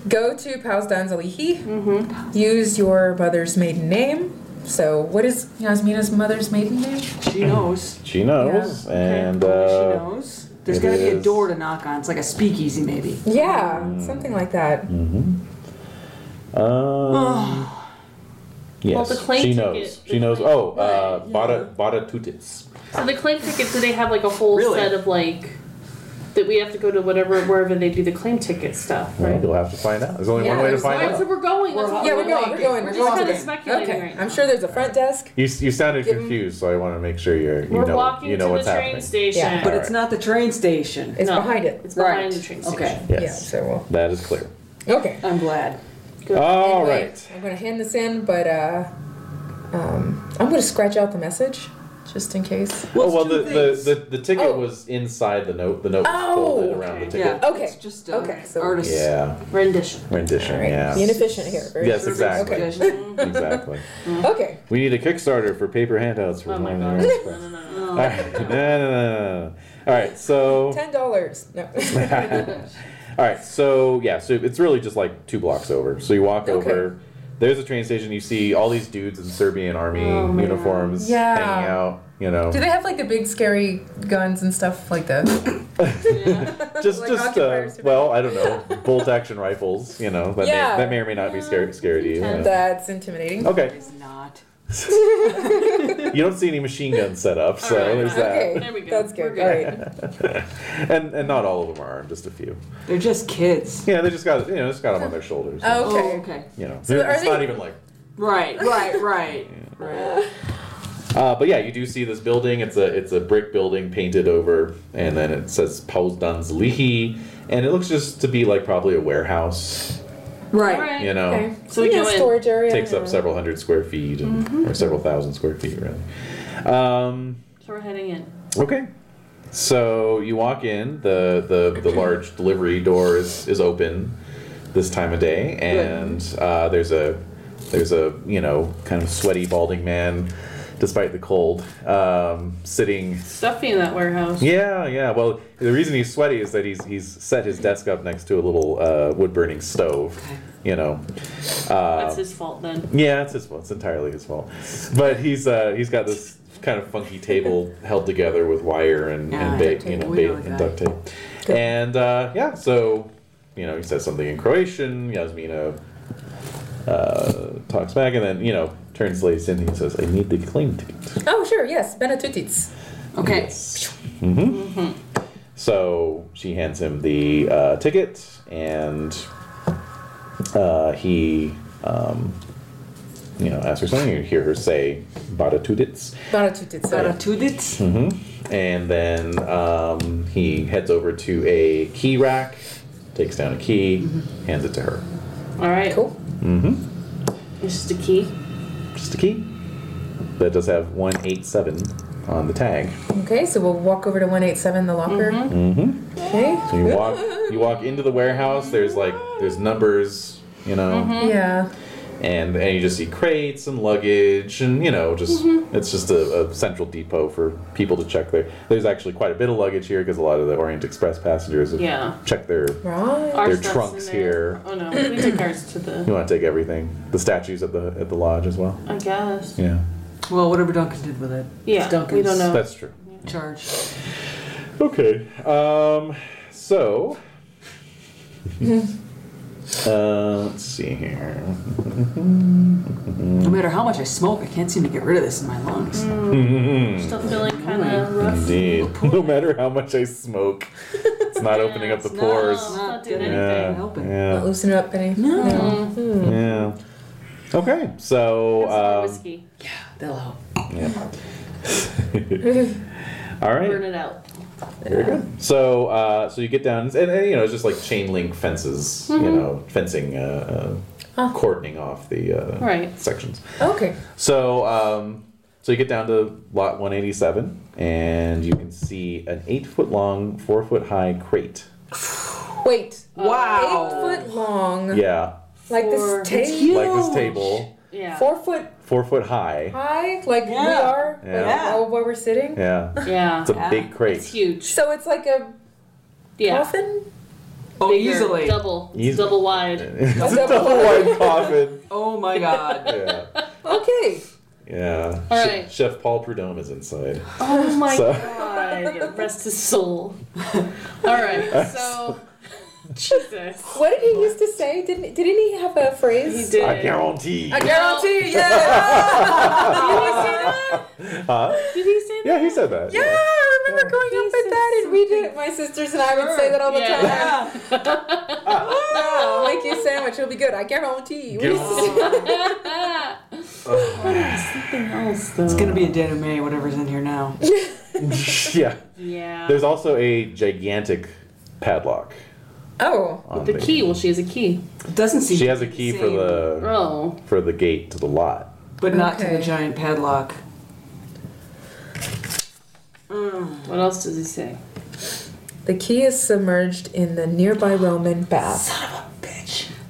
Speaker 5: Go to Pausdan Zalihi. Use your mother's maiden name. So, what is Yasmina's mother's maiden name?
Speaker 3: She knows.
Speaker 4: she knows, and
Speaker 3: she
Speaker 4: uh,
Speaker 3: knows. There's
Speaker 4: it
Speaker 3: got to be a
Speaker 4: is-
Speaker 3: door to knock on. It's like a speakeasy, maybe.
Speaker 5: Yeah,
Speaker 4: Mm.
Speaker 5: something like that.
Speaker 4: um, yes,
Speaker 2: Well, the claim
Speaker 4: she
Speaker 2: ticket-
Speaker 4: knows.
Speaker 2: the
Speaker 4: She knows.
Speaker 2: claim-
Speaker 4: Oh, uh, Bada Bada Tutis.
Speaker 2: So the claim tickets. Do they have like a whole
Speaker 3: Really?
Speaker 2: set of like that we have to go to whatever wherever they do the claim ticket stuff,
Speaker 4: Well,
Speaker 2: right?
Speaker 4: You'll have to find out. There's only
Speaker 5: Yeah,
Speaker 4: one way to
Speaker 5: there's
Speaker 4: find
Speaker 2: Alright, so
Speaker 4: out.
Speaker 2: we're going. That's
Speaker 4: Oh,
Speaker 2: what
Speaker 5: Yeah, we're going. We're going.
Speaker 2: We're just
Speaker 5: We're going.
Speaker 2: kinda
Speaker 5: today.
Speaker 2: speculating
Speaker 5: okay,
Speaker 2: right now.
Speaker 5: I'm sure there's a front desk.
Speaker 4: You, you sounded
Speaker 5: Give 'em-
Speaker 4: confused, so I want to make sure you're you
Speaker 2: We're
Speaker 4: know
Speaker 2: walking
Speaker 4: you know
Speaker 2: to
Speaker 4: what's
Speaker 2: the train
Speaker 4: happening.
Speaker 2: station.
Speaker 5: Yeah.
Speaker 3: But
Speaker 4: All
Speaker 3: it's
Speaker 4: right.
Speaker 3: not the train station.
Speaker 5: It's
Speaker 2: No,
Speaker 5: behind it.
Speaker 2: It's behind
Speaker 3: Right.
Speaker 2: the train station.
Speaker 3: Okay.
Speaker 5: Yeah,
Speaker 4: Yes,
Speaker 5: so we'll.
Speaker 4: that is clear.
Speaker 5: Okay.
Speaker 3: I'm glad.
Speaker 4: All
Speaker 5: Anyway,
Speaker 4: right.
Speaker 5: I'm going to hand this in, but uh, um, I'm going to scratch out the message just in case.
Speaker 4: Oh well,
Speaker 3: it's two
Speaker 4: the, the,
Speaker 3: things.
Speaker 4: the, the ticket
Speaker 5: Oh.
Speaker 4: was inside the note. The note
Speaker 5: Oh,
Speaker 4: was folded around the
Speaker 2: okay.
Speaker 4: ticket.
Speaker 3: Yeah.
Speaker 5: Okay.
Speaker 3: It's just uh,
Speaker 5: Okay, so-
Speaker 3: artists.
Speaker 4: Yeah,
Speaker 2: Rendition.
Speaker 4: rendition.
Speaker 5: All right.
Speaker 4: Yeah,
Speaker 5: Be inefficient here. Very
Speaker 4: Yes,
Speaker 5: sure.
Speaker 4: exactly.
Speaker 5: Okay.
Speaker 3: Suggestion.
Speaker 4: exactly.
Speaker 5: okay.
Speaker 4: We need a Kickstarter for paper handouts. For
Speaker 2: Oh my
Speaker 4: Lion
Speaker 2: god.
Speaker 4: Air
Speaker 2: No,
Speaker 4: Express.
Speaker 2: no, no, no.
Speaker 4: All right. No, no, no, no, no. All right. So.
Speaker 5: Ten dollars. No.
Speaker 4: All right, so yeah, so it's really just like two blocks over. So you walk
Speaker 5: Okay.
Speaker 4: over. There's a train station. You see all these dudes in Serbian army uniforms
Speaker 5: Oh, Yeah.
Speaker 4: hanging out. You know,
Speaker 5: Do they have like the big scary guns and stuff like the?
Speaker 4: just
Speaker 5: like
Speaker 4: just uh,
Speaker 5: occupiers?
Speaker 4: well, I don't know, bolt action rifles. You know, that, may,
Speaker 5: Yeah.
Speaker 4: that may or may not be scary, scary to you. yeah.
Speaker 5: That's intimidating.
Speaker 3: It
Speaker 4: Okay,
Speaker 3: is not.
Speaker 4: you don't see any machine guns set up, so
Speaker 2: Alright,
Speaker 4: there's
Speaker 5: Okay,
Speaker 2: There we go.
Speaker 5: that's
Speaker 2: We're
Speaker 5: good. All right.
Speaker 4: that. And and not all of them are armed, just a few.
Speaker 3: They're just kids.
Speaker 4: Yeah, they just got you know just got them on their shoulders.
Speaker 3: Oh,
Speaker 5: Okay.
Speaker 3: okay.
Speaker 4: You know,
Speaker 5: So are
Speaker 4: it's not
Speaker 5: they-
Speaker 4: even like
Speaker 3: Right, right, right. right.
Speaker 4: Uh, but yeah, you do see this building. It's a it's a brick building painted over, and then it says Paulsdanzlihi, and it looks just to be like probably a warehouse.
Speaker 3: Right.
Speaker 2: Alright.
Speaker 4: You know,
Speaker 5: Okay.
Speaker 2: So we
Speaker 5: yeah,
Speaker 2: go in.
Speaker 5: storage area.
Speaker 4: takes up several hundred square feet and,
Speaker 5: Mm-hmm.
Speaker 4: or several thousand square feet, really. Um,
Speaker 2: So we're heading in.
Speaker 4: okay, so you walk in. the the The large delivery door is is open this time of day, and uh, there's a there's a you know kind of sweaty balding man, despite the cold, um, sitting.
Speaker 2: Stuffy in that warehouse.
Speaker 4: Yeah, yeah. Well, the reason he's sweaty is that he's he's set his desk up next to a little uh, wood burning stove. You know, Um,
Speaker 2: That's his fault then.
Speaker 4: yeah, it's his fault. It's entirely his fault. But he's uh, he's got this kind of funky table held together with wire and,
Speaker 3: Ah,
Speaker 4: and bait,
Speaker 3: duct
Speaker 4: you know,
Speaker 3: tape. We
Speaker 4: bait
Speaker 3: know the
Speaker 4: and
Speaker 3: guy.
Speaker 4: duct tape. And uh, yeah, so you know, he says something in Croatian. Yasmina uh, talks back, and then you know, translates in. and He says, "I need the claim ticket."
Speaker 5: Oh sure, yes, Benetutits.
Speaker 3: Okay.
Speaker 4: Mm-hmm. So she hands him the uh, ticket, and uh, he, um, you know, asks her something. You hear her say "Baratudits,"
Speaker 5: Benetutits.
Speaker 3: Got a
Speaker 5: uh,
Speaker 3: tudits?
Speaker 4: and then um, he heads over to a key rack, takes down a key, hands it to her.
Speaker 2: Alright.
Speaker 5: Cool.
Speaker 2: It's just a key.
Speaker 4: Just a key that does have one eight seven on the tag.
Speaker 5: Okay, so we'll walk over to 187 the locker. Mm-hmm. Okay.
Speaker 4: So you walk, you walk into the warehouse. There's like there's numbers, you know.
Speaker 5: Yeah.
Speaker 4: and and you just see crates and luggage and you know just it's just a, a central depot for people to check their there's actually quite a bit of luggage here because a lot of the orient express passengers have
Speaker 2: Yeah.
Speaker 4: checked their
Speaker 5: Right.
Speaker 2: Our
Speaker 4: Their
Speaker 2: stuff's in
Speaker 4: trunks
Speaker 2: there.
Speaker 4: here.
Speaker 2: Oh no, we took ours to the.
Speaker 4: you want to take everything the statues at the at the lodge as well
Speaker 2: I guess.
Speaker 4: yeah
Speaker 3: Well, whatever Duncan did with it.
Speaker 2: Yeah,
Speaker 3: It's Duncan's
Speaker 2: we don't know.
Speaker 4: that's true
Speaker 3: Charge.
Speaker 4: okay um so uh let's see here
Speaker 3: No matter how much I smoke, I can't seem to get rid of this in my lungs.
Speaker 2: Still feeling kind of rough.
Speaker 4: indeed no matter how much i smoke it's not opening up the
Speaker 2: It's
Speaker 4: pores
Speaker 2: Not, not doing
Speaker 3: Yeah.
Speaker 2: anything.
Speaker 4: yeah,
Speaker 3: help it.
Speaker 4: yeah.
Speaker 5: Loosen up, Penny.
Speaker 3: No.
Speaker 4: Yeah. Okay. So.
Speaker 2: Some
Speaker 4: Um,
Speaker 2: whiskey.
Speaker 3: They'll help.
Speaker 4: all
Speaker 2: Burn
Speaker 4: right.
Speaker 2: it out.
Speaker 4: Very good. So, uh, so you get down, and, and, you know, it's just like chain link fences.
Speaker 2: Mm-hmm.
Speaker 4: You know, fencing, uh, uh,
Speaker 5: Huh.
Speaker 4: cordoning off the uh,
Speaker 2: Right.
Speaker 4: sections.
Speaker 5: Okay.
Speaker 4: So, um, so you get down to lot 187, and you can see an eight foot long, four foot high crate.
Speaker 5: Wait.
Speaker 3: Wow.
Speaker 5: Eight foot long.
Speaker 4: Yeah,
Speaker 5: Like
Speaker 2: Four.
Speaker 5: this
Speaker 3: It's
Speaker 5: table.
Speaker 3: huge.
Speaker 4: like this table,
Speaker 2: Yeah.
Speaker 5: Four foot
Speaker 4: four foot high.
Speaker 5: high. Like we
Speaker 3: Yeah.
Speaker 5: are.
Speaker 4: Yeah.
Speaker 5: Like, oh, where we're sitting.
Speaker 4: Yeah,
Speaker 2: Yeah.
Speaker 4: it's a
Speaker 3: Yeah.
Speaker 4: big crate.
Speaker 2: It's huge.
Speaker 5: So it's like a
Speaker 2: Yeah.
Speaker 5: coffin.
Speaker 3: Oh,
Speaker 2: Bigger,
Speaker 3: easily.
Speaker 2: Double. It's
Speaker 4: Easy.
Speaker 2: double wide.
Speaker 4: it's a
Speaker 5: double-
Speaker 4: double wide coffin.
Speaker 3: Oh my god.
Speaker 4: Yeah.
Speaker 5: Okay.
Speaker 4: Yeah.
Speaker 2: All
Speaker 4: Che-
Speaker 2: right.
Speaker 4: Chef Paul Prudhomme is inside.
Speaker 2: Oh my
Speaker 4: So-
Speaker 2: god. Rest his soul. All right. So. Jesus.
Speaker 5: What did he used to say? Didn't didn't he have a
Speaker 2: He
Speaker 5: phrase?
Speaker 2: did.
Speaker 4: I
Speaker 2: it.
Speaker 4: guarantee.
Speaker 5: I guarantee. Yeah.
Speaker 4: Huh?
Speaker 2: Did he say that?
Speaker 4: Yeah, he said that.
Speaker 5: Yeah, I remember growing up with
Speaker 2: said
Speaker 5: that, and we did it. My sisters and I would say that all the
Speaker 2: Sure.
Speaker 5: time.
Speaker 3: Yeah.
Speaker 5: I'll make you a sandwich. It'll be good. I guarantee. you.
Speaker 2: Something else though.
Speaker 3: It's gonna be a denouement, whatever's in here now.
Speaker 4: yeah.
Speaker 2: Yeah.
Speaker 4: There's also a gigantic padlock.
Speaker 5: Oh,
Speaker 4: On
Speaker 2: the key. Well, she has a key.
Speaker 3: It doesn't seem
Speaker 4: She has a key for
Speaker 3: same,
Speaker 4: the
Speaker 2: Oh.
Speaker 4: for the gate to the lot.
Speaker 3: But not to the
Speaker 5: Okay.
Speaker 3: giant padlock.
Speaker 2: What else does he say?
Speaker 5: the key is submerged in the nearby Roman bath.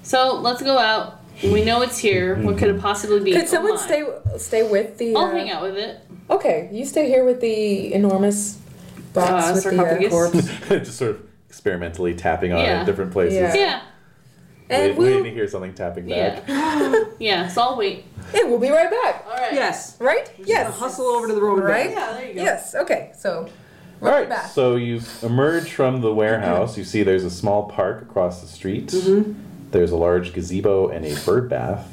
Speaker 2: So let's go
Speaker 4: Mm-hmm.
Speaker 2: out. We know it's here. What could it possibly be?
Speaker 5: Could
Speaker 2: Oh
Speaker 5: someone
Speaker 2: my.
Speaker 5: stay stay with the?
Speaker 2: I'll
Speaker 5: uh,
Speaker 2: hang out with it.
Speaker 5: Okay, you stay here with the enormous
Speaker 2: Uh,
Speaker 5: box with the uh,
Speaker 2: sarcophagus.
Speaker 5: corpse,
Speaker 4: Just sort of experimentally tapping on it
Speaker 2: Yeah.
Speaker 4: in different places.
Speaker 5: Yeah.
Speaker 2: Yeah.
Speaker 5: and
Speaker 4: Wait- waiting to
Speaker 5: we'll
Speaker 4: hear something tapping back.
Speaker 2: Yeah. yeah, so I'll wait.
Speaker 5: yeah, we'll be right back.
Speaker 2: All right.
Speaker 3: Yes.
Speaker 5: Right? Yes.
Speaker 3: Hustle over to the road.
Speaker 5: Right?
Speaker 7: Yeah, there you go.
Speaker 5: Yes. Okay. So
Speaker 4: All right,
Speaker 5: back.
Speaker 4: so you emerge from the warehouse. You see there's a small park across the street. There's a large gazebo and a bird bath.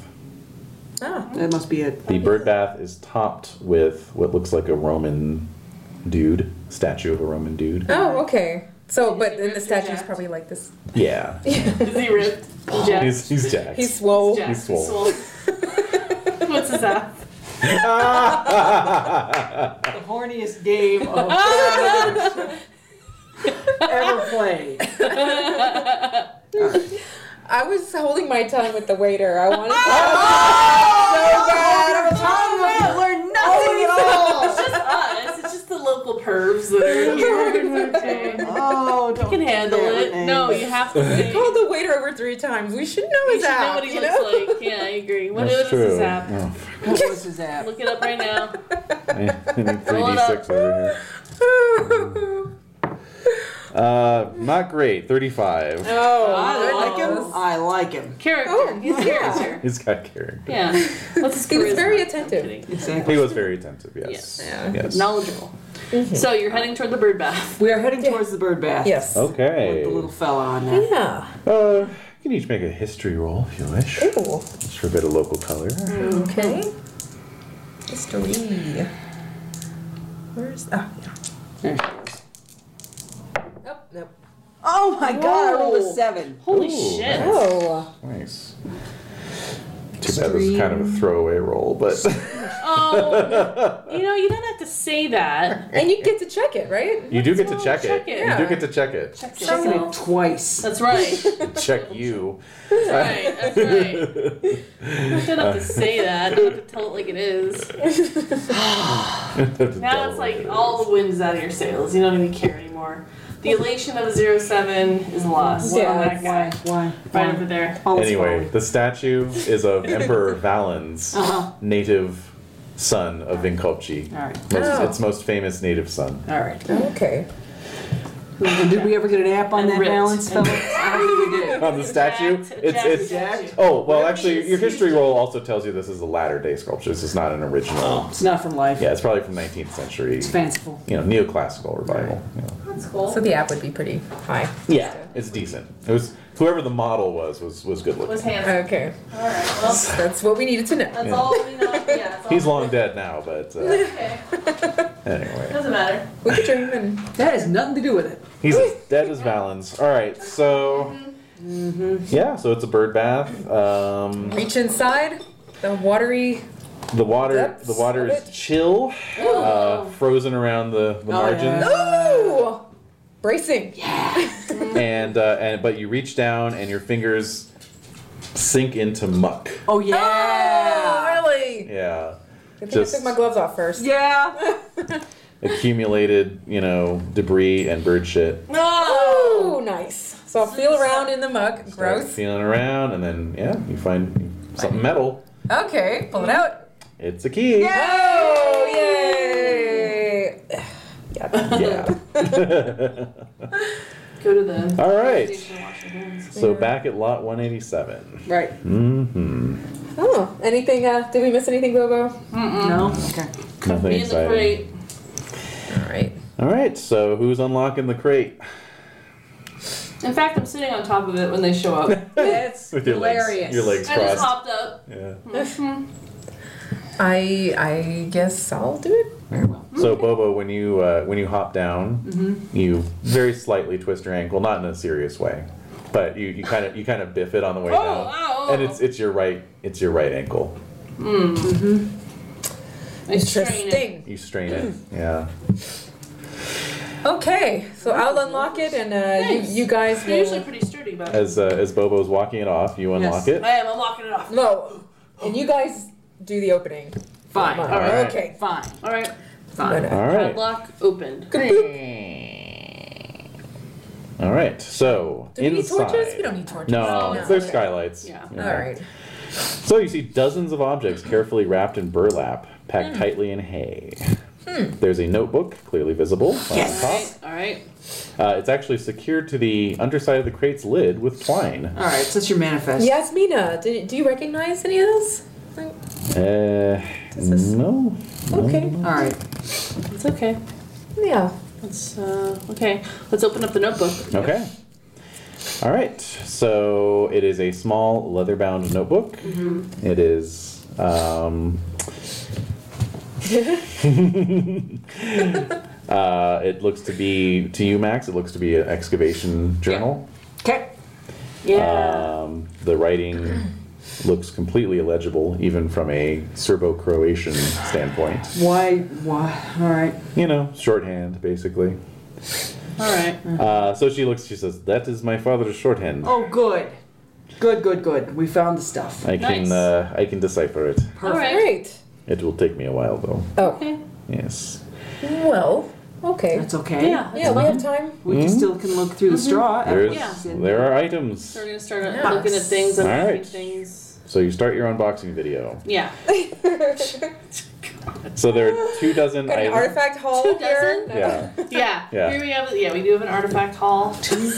Speaker 5: ah,
Speaker 3: That must be it.
Speaker 4: The bird bath is topped with what looks like a Roman dude, statue of a Roman dude.
Speaker 5: oh, okay. So, but then the
Speaker 2: ripped
Speaker 5: statue's
Speaker 2: or
Speaker 5: probably like this.
Speaker 4: Yeah,
Speaker 2: Is he ripped? Jack.
Speaker 4: he's he's jacked.
Speaker 5: He's swole.
Speaker 2: Jack.
Speaker 4: he's swole.
Speaker 2: What's his app?
Speaker 3: The horniest game of ever played.
Speaker 5: I was holding my tongue with the waiter. I wanted to.
Speaker 3: learned nothing at all.
Speaker 2: It's just us. Ah, It's just the local pervs that are here. It's okay. You
Speaker 3: Oh, don't
Speaker 2: can handle
Speaker 3: forget
Speaker 2: it. No,
Speaker 3: names.
Speaker 2: you have to. Wait.
Speaker 5: called the waiter over three times. We should know
Speaker 2: You
Speaker 5: his
Speaker 2: should know
Speaker 5: app.
Speaker 2: what he
Speaker 5: you
Speaker 2: looks
Speaker 5: know?
Speaker 2: like. Yeah, I agree. What
Speaker 4: That's
Speaker 2: is
Speaker 4: true.
Speaker 2: his app?
Speaker 4: Oh,
Speaker 3: What was his app?
Speaker 2: Look it up right now.
Speaker 4: I need
Speaker 2: Roll it up.
Speaker 4: 3d6 over here. Uh, not great. 35.
Speaker 3: I
Speaker 2: Oh.
Speaker 5: oh,
Speaker 3: like him. I like him.
Speaker 2: Character.
Speaker 5: Oh,
Speaker 2: He's character.
Speaker 4: He's got character.
Speaker 2: Yeah. What's his
Speaker 5: he was
Speaker 2: charisma?
Speaker 5: very
Speaker 2: I'm
Speaker 5: attentive.
Speaker 2: kidding.
Speaker 3: Exactly.
Speaker 4: He was very attentive, yes.
Speaker 2: Yes.
Speaker 5: Yeah.
Speaker 4: Yes.
Speaker 2: Knowledgeable. So you're heading toward the bird bath.
Speaker 3: We are heading towards the Oh. bird bath.
Speaker 5: Yes.
Speaker 4: Okay.
Speaker 3: With the little fella on there.
Speaker 5: Yeah.
Speaker 4: Uh, you can each make a history roll if you wish.
Speaker 5: Ew.
Speaker 4: Just for a bit of local color.
Speaker 2: Hmm.
Speaker 5: Okay. History. Where's ah? Yeah.
Speaker 2: There she goes.
Speaker 5: Nope. Nope.
Speaker 3: Oh my god, I rolled a
Speaker 2: Whoa.
Speaker 3: seven.
Speaker 2: Holy
Speaker 4: Ooh,
Speaker 2: shit.
Speaker 5: Oh.
Speaker 4: Nice. Too bad this is kind of a throwaway roll, but
Speaker 2: Oh. You know, you don't have to say that.
Speaker 5: And you get to check it, right?
Speaker 4: you do get to
Speaker 2: roll,
Speaker 4: check,
Speaker 2: check
Speaker 4: it.
Speaker 2: it.
Speaker 4: You
Speaker 5: Yeah.
Speaker 4: do get to check it.
Speaker 2: Check
Speaker 3: Checking
Speaker 2: yourself.
Speaker 3: it twice.
Speaker 2: That's right.
Speaker 4: Check you.
Speaker 2: Right, that's right. You don't have to say that. You don't have to tell it like it is. Now it's like all the wind's out of your sails. You don't even care anymore. The elation of a zero seven is lost.
Speaker 5: Yeah,
Speaker 2: on that
Speaker 5: it's-
Speaker 2: guy.
Speaker 3: Why?
Speaker 2: Right over there.
Speaker 3: Oh, it's
Speaker 4: Anyway,
Speaker 3: fine.
Speaker 4: the statue is of Emperor Valens,
Speaker 2: Uh-huh.
Speaker 4: native son of Vinkovci.
Speaker 2: Alright.
Speaker 4: Most,
Speaker 5: Oh.
Speaker 4: Its most famous native son.
Speaker 2: Alright.
Speaker 5: Okay.
Speaker 3: Did we ever get an app on
Speaker 2: And
Speaker 3: that
Speaker 2: ripped.
Speaker 3: balance, fellas? I don't think we did.
Speaker 4: On the statue,
Speaker 2: Jacked,
Speaker 4: it's
Speaker 2: jacked
Speaker 4: it's.
Speaker 2: statue.
Speaker 4: Oh well,
Speaker 2: Whatever it
Speaker 4: actually,
Speaker 2: is.
Speaker 4: your history roll also tells you this is a latter day sculpture. This is not an original.
Speaker 2: Oh.
Speaker 3: It's not from life.
Speaker 4: Yeah, it's probably from 19th century.
Speaker 3: It's fanciful.
Speaker 4: You know, neoclassical revival. You know.
Speaker 7: That's cool.
Speaker 5: So the app would be pretty high.
Speaker 4: Yeah, it's decent. It was whoever the model was was was good looking.
Speaker 7: was handsome.
Speaker 5: Okay.
Speaker 7: All right. Well, that's
Speaker 5: That's what we needed to know.
Speaker 7: all we know. Yeah. That's all.
Speaker 4: He's long dead now, but uh,
Speaker 7: Okay.
Speaker 4: anyway,
Speaker 7: Doesn't matter.
Speaker 5: We could dream and
Speaker 3: That has nothing to do with it.
Speaker 4: he's as dead as Valens. All right, so yeah, so it's a bird bath. Um,
Speaker 5: reach inside the watery.
Speaker 4: the water
Speaker 5: Depths
Speaker 4: the water
Speaker 5: of
Speaker 4: is
Speaker 5: it.
Speaker 4: chill, uh, frozen around the, the
Speaker 3: Oh,
Speaker 4: margins,
Speaker 5: Ooh! Bracing.
Speaker 4: and uh, and but you reach down and your fingers sink into muck.
Speaker 3: Oh yeah.
Speaker 5: Oh, really?
Speaker 4: Yeah,
Speaker 5: I think
Speaker 4: Just-
Speaker 5: I took my gloves off first.
Speaker 3: Yeah.
Speaker 4: accumulated you know debris and bird shit.
Speaker 5: Oh, nice. So I'll feel around in the mug.
Speaker 4: Start
Speaker 5: Gross.
Speaker 4: Feeling around, and then yeah, you find something metal.
Speaker 5: Okay, pull it out.
Speaker 4: It's a key. Yeah.
Speaker 5: Oh, yay! Yeah.
Speaker 2: Go to the
Speaker 4: All right.
Speaker 2: station and wash your hands.
Speaker 4: So back at lot 187.
Speaker 3: Right.
Speaker 4: Mm-hmm.
Speaker 5: Oh, anything? Uh, did we miss anything, Bobo? All
Speaker 3: No. Okay.
Speaker 4: Nothing
Speaker 2: Be in the
Speaker 4: exciting.
Speaker 2: crate.
Speaker 5: right.
Speaker 4: All right. So who's unlocking the crate?
Speaker 2: In fact, I'm sitting on top of it when they show up.
Speaker 3: That's
Speaker 4: With your legs.
Speaker 3: Hilarious.
Speaker 4: Your legs
Speaker 2: I just
Speaker 4: crossed.
Speaker 2: hopped up.
Speaker 4: Yeah.
Speaker 5: I I guess I'll do it.
Speaker 4: So Bobo, when you uh, when you hop down, you very slightly twist your ankle, not in a serious way, but you, you kind of you kind of biff it on the way down,
Speaker 2: ow, ow.
Speaker 4: and it's it's your right it's your right ankle.
Speaker 2: I strain it.
Speaker 5: Interesting.
Speaker 4: You strain it. Yeah.
Speaker 5: Okay, so I'll unlock it, and uh,
Speaker 2: Nice.
Speaker 5: you, you guys
Speaker 2: They're usually
Speaker 5: will.
Speaker 2: pretty sturdy, but I
Speaker 4: As uh, as Bobo's walking it off, you unlock it.
Speaker 2: am. I'm locking it off.
Speaker 5: No, and you guys do the opening.
Speaker 3: fine.
Speaker 5: Mine.
Speaker 4: All right.
Speaker 5: Okay.
Speaker 3: Fine.
Speaker 2: All right.
Speaker 5: But, uh,
Speaker 4: All right.
Speaker 2: Padlock opened.
Speaker 4: All right. So
Speaker 5: Do we need
Speaker 4: inside.
Speaker 5: torches? We don't need torches.
Speaker 4: No,
Speaker 2: No,
Speaker 4: there's
Speaker 5: okay.
Speaker 4: skylights.
Speaker 2: Yeah.
Speaker 5: All right. Hmm.
Speaker 4: So you see dozens of objects carefully wrapped in burlap, packed tightly in hay. There's a notebook, clearly visible. Yes.
Speaker 2: All right.
Speaker 4: Uh, it's actually secured to the underside of the crate's lid with twine.
Speaker 3: All right, so that's your manifest.
Speaker 5: Yasmina, do, do you recognize any of this?
Speaker 4: Uh,
Speaker 5: Oh. this-
Speaker 4: no.
Speaker 5: Okay.
Speaker 3: All right.
Speaker 2: It's okay.
Speaker 5: Yeah.
Speaker 2: Let's uh, okay. Let's open up the notebook.
Speaker 4: Okay. All right. So it is a small leather-bound notebook.
Speaker 2: Mm-hmm.
Speaker 4: It is. Um, uh, it looks to be to you, Max. It looks to be an excavation journal.
Speaker 3: Okay.
Speaker 2: Yeah.
Speaker 4: Um, the writing looks completely illegible, even from a Serbo-Croatian standpoint.
Speaker 3: Why? Why? All right.
Speaker 4: You know, shorthand, basically.
Speaker 2: All right.
Speaker 4: Uh, so she looks. She says, "That is my father's shorthand.
Speaker 3: Oh, good. Good, good, good. We found the stuff.
Speaker 4: I can
Speaker 2: nice.
Speaker 4: uh, I can decipher it."
Speaker 2: All right.
Speaker 5: Great.
Speaker 4: It will take me a while, though.
Speaker 5: Oh.
Speaker 4: Yes.
Speaker 5: Well, okay.
Speaker 3: That's okay.
Speaker 2: Yeah.
Speaker 5: Yeah, we have time.
Speaker 3: We can still can look through the straw.
Speaker 4: There's,
Speaker 2: Yeah.
Speaker 4: There are items.
Speaker 2: So we're gonna start
Speaker 5: Yeah.
Speaker 2: looking at things,
Speaker 4: All
Speaker 2: unpacking
Speaker 4: right.
Speaker 2: things.
Speaker 4: So you start your unboxing video.
Speaker 2: Yeah.
Speaker 4: So there are two dozen
Speaker 5: Got an
Speaker 4: items.
Speaker 5: artifact hall
Speaker 2: Two
Speaker 5: here.
Speaker 2: dozen?
Speaker 4: Yeah.
Speaker 2: Yeah.
Speaker 4: Yeah.
Speaker 2: Here we have. Yeah, we do have an artifact hall.
Speaker 3: Two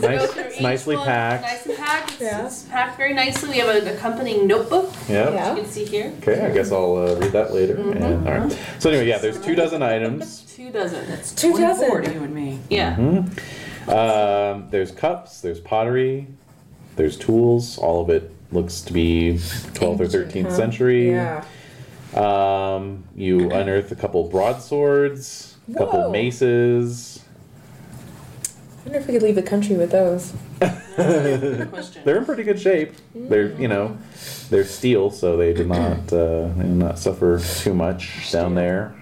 Speaker 2: Go
Speaker 4: Nice,
Speaker 2: through
Speaker 4: it's
Speaker 2: each
Speaker 4: nicely
Speaker 2: one.
Speaker 4: packed.
Speaker 2: Nice and packed. It's,
Speaker 5: Yeah.
Speaker 2: it's packed very nicely. We have an accompanying notebook.
Speaker 4: Yep.
Speaker 5: Yeah.
Speaker 3: Oh.
Speaker 5: Mm-hmm.
Speaker 2: You can see here.
Speaker 4: Okay, I guess I'll uh, read that later. And, all right. So anyway, yeah, there's two dozen items.
Speaker 2: Two dozen. That's
Speaker 5: Two
Speaker 3: Forty,
Speaker 5: dozen.
Speaker 3: you and me.
Speaker 2: yeah.
Speaker 4: Mm-hmm.
Speaker 5: Mm-hmm.
Speaker 4: Um, there's cups. There's pottery. There's tools. All of it looks to be 12th or 13th century.
Speaker 5: Yeah.
Speaker 4: Um, you unearth a couple broadswords, a couple
Speaker 5: Whoa.
Speaker 4: maces.
Speaker 5: I wonder if we could leave the country with those.
Speaker 2: Good question.
Speaker 4: They're in pretty good shape. They're you know, they're steel, so they did not uh, they did not suffer too much down there.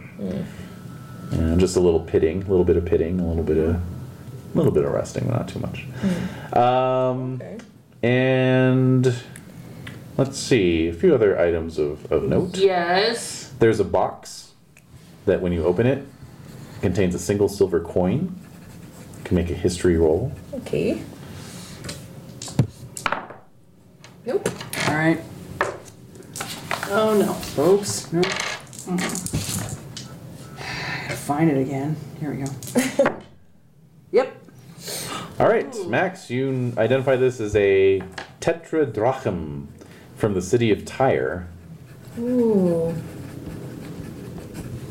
Speaker 4: And just a little pitting, a little bit of pitting, a little bit of, a little bit of resting, not too much. Um,
Speaker 5: Okay.
Speaker 4: And let's see a few other items of, of note.
Speaker 2: Yes.
Speaker 4: There's a box that, when you open it, contains a single silver coin. You can make a history roll.
Speaker 5: Okay. Nope.
Speaker 3: All right,
Speaker 2: Oh no.
Speaker 3: folks. No. Gotta Find it again. Here we go. yep.
Speaker 4: All right, Max, you identify this as a tetradrachm from the city of Tyre.
Speaker 5: Ooh.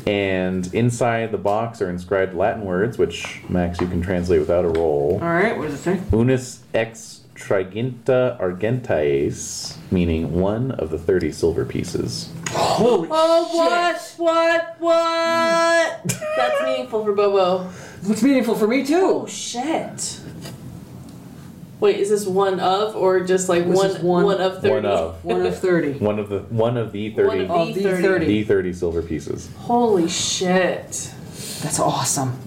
Speaker 4: And inside the box are inscribed Latin words, which, Max, you can translate without a roll.
Speaker 3: All right. What does it say?
Speaker 4: Unus ex triginta argentaes, meaning one of the 30 silver pieces.
Speaker 3: Holy
Speaker 2: Oh what? What? What? That's meaningful for Bobo.
Speaker 3: What's meaningful for me too?
Speaker 2: Oh shit. Wait, is this one of or just like
Speaker 3: This
Speaker 2: one
Speaker 3: is one-
Speaker 2: one of thirty?
Speaker 4: One of.
Speaker 3: One of thirty.
Speaker 4: One of the one of the 30
Speaker 2: One
Speaker 3: Of the
Speaker 2: B30.
Speaker 3: thirty.
Speaker 4: the 30 silver pieces.
Speaker 2: Holy shit.
Speaker 3: That's awesome.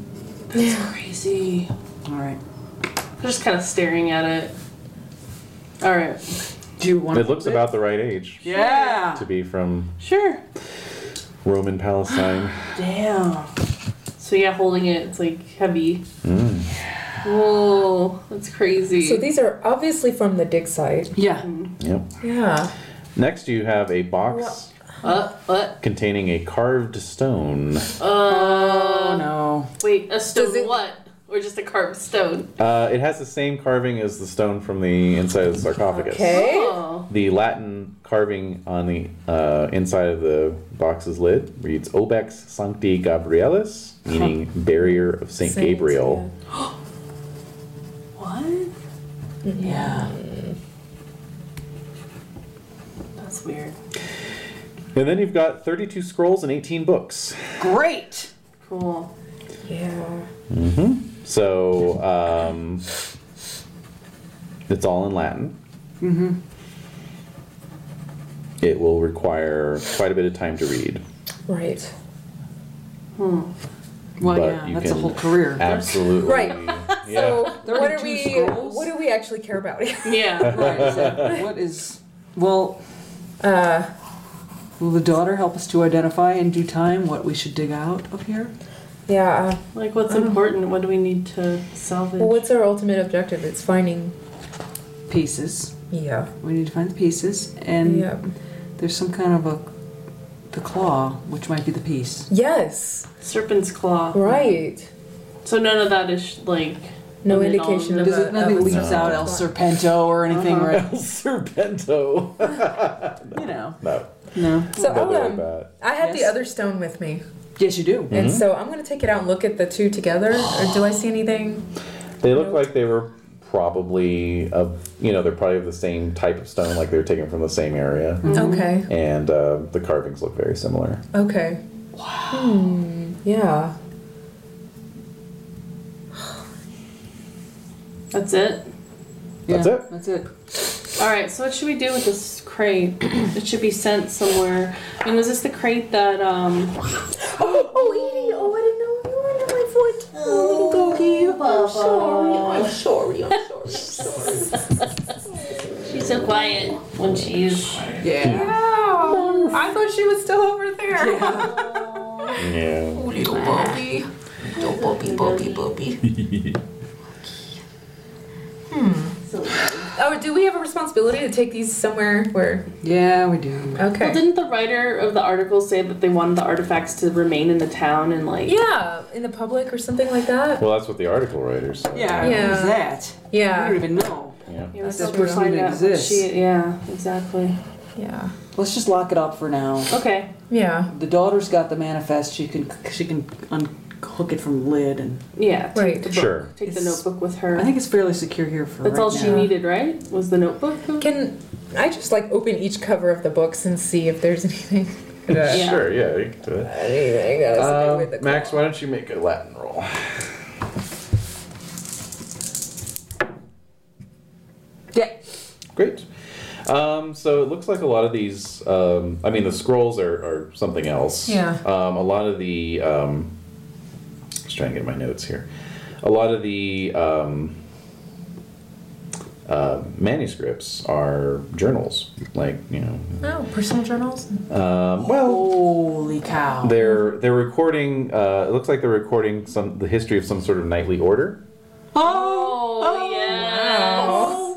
Speaker 2: That's crazy.
Speaker 3: All right.
Speaker 2: I'm just kind of staring at it. All right.
Speaker 3: Do you want?
Speaker 4: It looks about the right age
Speaker 3: Yeah.
Speaker 4: to be from
Speaker 2: Sure.
Speaker 4: Roman Palestine.
Speaker 2: Damn. So yeah, holding it, it's like heavy.
Speaker 4: Mm,
Speaker 2: Whoa, that's crazy.
Speaker 5: So these are obviously from the dig site.
Speaker 3: Yeah.
Speaker 4: Yep.
Speaker 5: Yeah.
Speaker 4: Next, you have a box
Speaker 2: uh, what?
Speaker 4: containing a carved stone.
Speaker 3: Oh no.
Speaker 2: Wait, a stone
Speaker 5: Does it-
Speaker 2: what? Or just a carved stone?
Speaker 4: Uh, it has the same carving as the stone from the inside of the sarcophagus.
Speaker 5: Okay.
Speaker 2: Oh.
Speaker 4: The Latin carving on the uh, inside of the box's lid reads Obex Sancti Gabrielis, meaning barrier of Saint
Speaker 5: Saints,
Speaker 4: Gabriel.
Speaker 2: What?
Speaker 5: Mm-hmm.
Speaker 3: Yeah.
Speaker 2: That's weird.
Speaker 4: And then you've got 32 scrolls and 18 books.
Speaker 3: Great.
Speaker 2: Cool.
Speaker 5: Yeah.
Speaker 4: So um, it's all in Latin. Mm-hmm. It will require quite a bit of time to read.
Speaker 5: Right.
Speaker 3: Well,
Speaker 4: but
Speaker 3: yeah.
Speaker 4: you
Speaker 3: That's a
Speaker 4: can
Speaker 3: whole career.
Speaker 4: Absolutely.
Speaker 5: Right.
Speaker 4: Yeah.
Speaker 5: So what
Speaker 3: 32
Speaker 5: do we
Speaker 3: scrolls.
Speaker 5: what do we actually care about?
Speaker 2: Yeah.
Speaker 3: Right, exactly. what is well
Speaker 5: uh
Speaker 3: will the daughter help us to identify in due time what we should dig out of here
Speaker 5: yeah.
Speaker 2: like, what's important? What do we need to salvage?
Speaker 5: Uh-huh. Well what's our ultimate objective? It's finding
Speaker 3: pieces
Speaker 5: Yeah.
Speaker 3: we need to find the pieces and
Speaker 5: Yeah.
Speaker 3: there's some kind of a the claw, which might be the piece.
Speaker 5: Yes,
Speaker 2: Serpent's claw.
Speaker 5: right.
Speaker 2: So none of that is like.
Speaker 5: No
Speaker 2: and it
Speaker 5: indication
Speaker 2: all-
Speaker 5: of
Speaker 3: Does
Speaker 5: a-
Speaker 3: it, nothing
Speaker 5: of a-
Speaker 3: leaps out El Serpento or anything,
Speaker 5: Uh-huh.
Speaker 3: right?
Speaker 4: Serpento.
Speaker 3: You know.
Speaker 4: No.
Speaker 3: No.
Speaker 5: So
Speaker 4: No,
Speaker 5: I'll,
Speaker 4: they're
Speaker 5: um,
Speaker 4: bad.
Speaker 5: I have the
Speaker 3: Yes.
Speaker 5: other stone with me,
Speaker 3: Yes, you do.
Speaker 8: Mm-hmm.
Speaker 5: and so I'm going to take it out and look at the two together. Or do I see anything?
Speaker 4: They look like they were probably of you know they're probably of the same type of stone, like they were taken from the same area,
Speaker 3: Mm.
Speaker 8: Mm-hmm.
Speaker 5: Okay.
Speaker 4: and uh, the carvings look very similar.
Speaker 5: Okay. Wow. yeah.
Speaker 2: That's it.
Speaker 4: That's
Speaker 3: Yeah,
Speaker 4: it.
Speaker 3: That's it.
Speaker 2: All right. So what should we do with this crate? it should be sent somewhere. And is this the crate that um?
Speaker 5: Oh, oh, Edie! Oh, I didn't know you were under my foot. Oh, little doggy. I'm sorry. I'm sorry. I'm sorry.
Speaker 2: She's so quiet when she's.
Speaker 3: Yeah.
Speaker 5: Oh, I thought she was still over there.
Speaker 4: Yeah.
Speaker 8: Little Bobby. Little Bobby, Bobby, Bobby.
Speaker 5: Oh, do we have a responsibility to take these somewhere where?
Speaker 3: Yeah, we do.
Speaker 5: Okay.
Speaker 2: Well, didn't the writer of the article say that they wanted the artifacts to remain in the town and like?
Speaker 5: yeah, in the public or something like that.
Speaker 4: Well, that's what the article writers. Said.
Speaker 3: Yeah,
Speaker 5: Yeah.
Speaker 3: who's that? I don't
Speaker 5: Yeah.
Speaker 3: even know.
Speaker 4: Yeah.
Speaker 2: Yeah,
Speaker 3: That's
Speaker 2: we'll
Speaker 3: just mean
Speaker 2: find
Speaker 3: it
Speaker 2: out what
Speaker 3: exists.
Speaker 2: She, yeah, exactly.
Speaker 5: Yeah.
Speaker 3: Let's just lock it up for now.
Speaker 2: Okay.
Speaker 5: Yeah.
Speaker 3: The daughter's got the manifest. She can she can unhook it from the lid, and
Speaker 2: Yeah. Take
Speaker 5: Right.
Speaker 2: The book.
Speaker 4: Sure.
Speaker 2: Take the
Speaker 3: It's-
Speaker 2: notebook with her.
Speaker 3: I think it's fairly secure here for
Speaker 2: That's
Speaker 3: right
Speaker 2: all she
Speaker 3: now.
Speaker 2: needed, right? Was the notebook?
Speaker 5: Can I just like open each cover of the books and see if there's anything?
Speaker 2: Yeah.
Speaker 4: Sure. Yeah. You can do it.
Speaker 5: Anything that has to do
Speaker 4: Um,
Speaker 5: with the
Speaker 4: Max, why don't you make a Latin roll?
Speaker 3: Yeah.
Speaker 4: Great. Um, so it looks like a lot of these. Um, I mean, the scrolls are, are something else.
Speaker 5: Yeah.
Speaker 4: Um, a lot of the. Um, just trying to get my notes here. A lot of the um, uh, manuscripts are journals, like you know.
Speaker 5: Oh, personal journals.
Speaker 4: Um, well,
Speaker 3: Holy cow.
Speaker 4: they're they're recording. Uh, it looks like they're recording some the history of some sort of knightly order
Speaker 3: Oh,
Speaker 2: Oh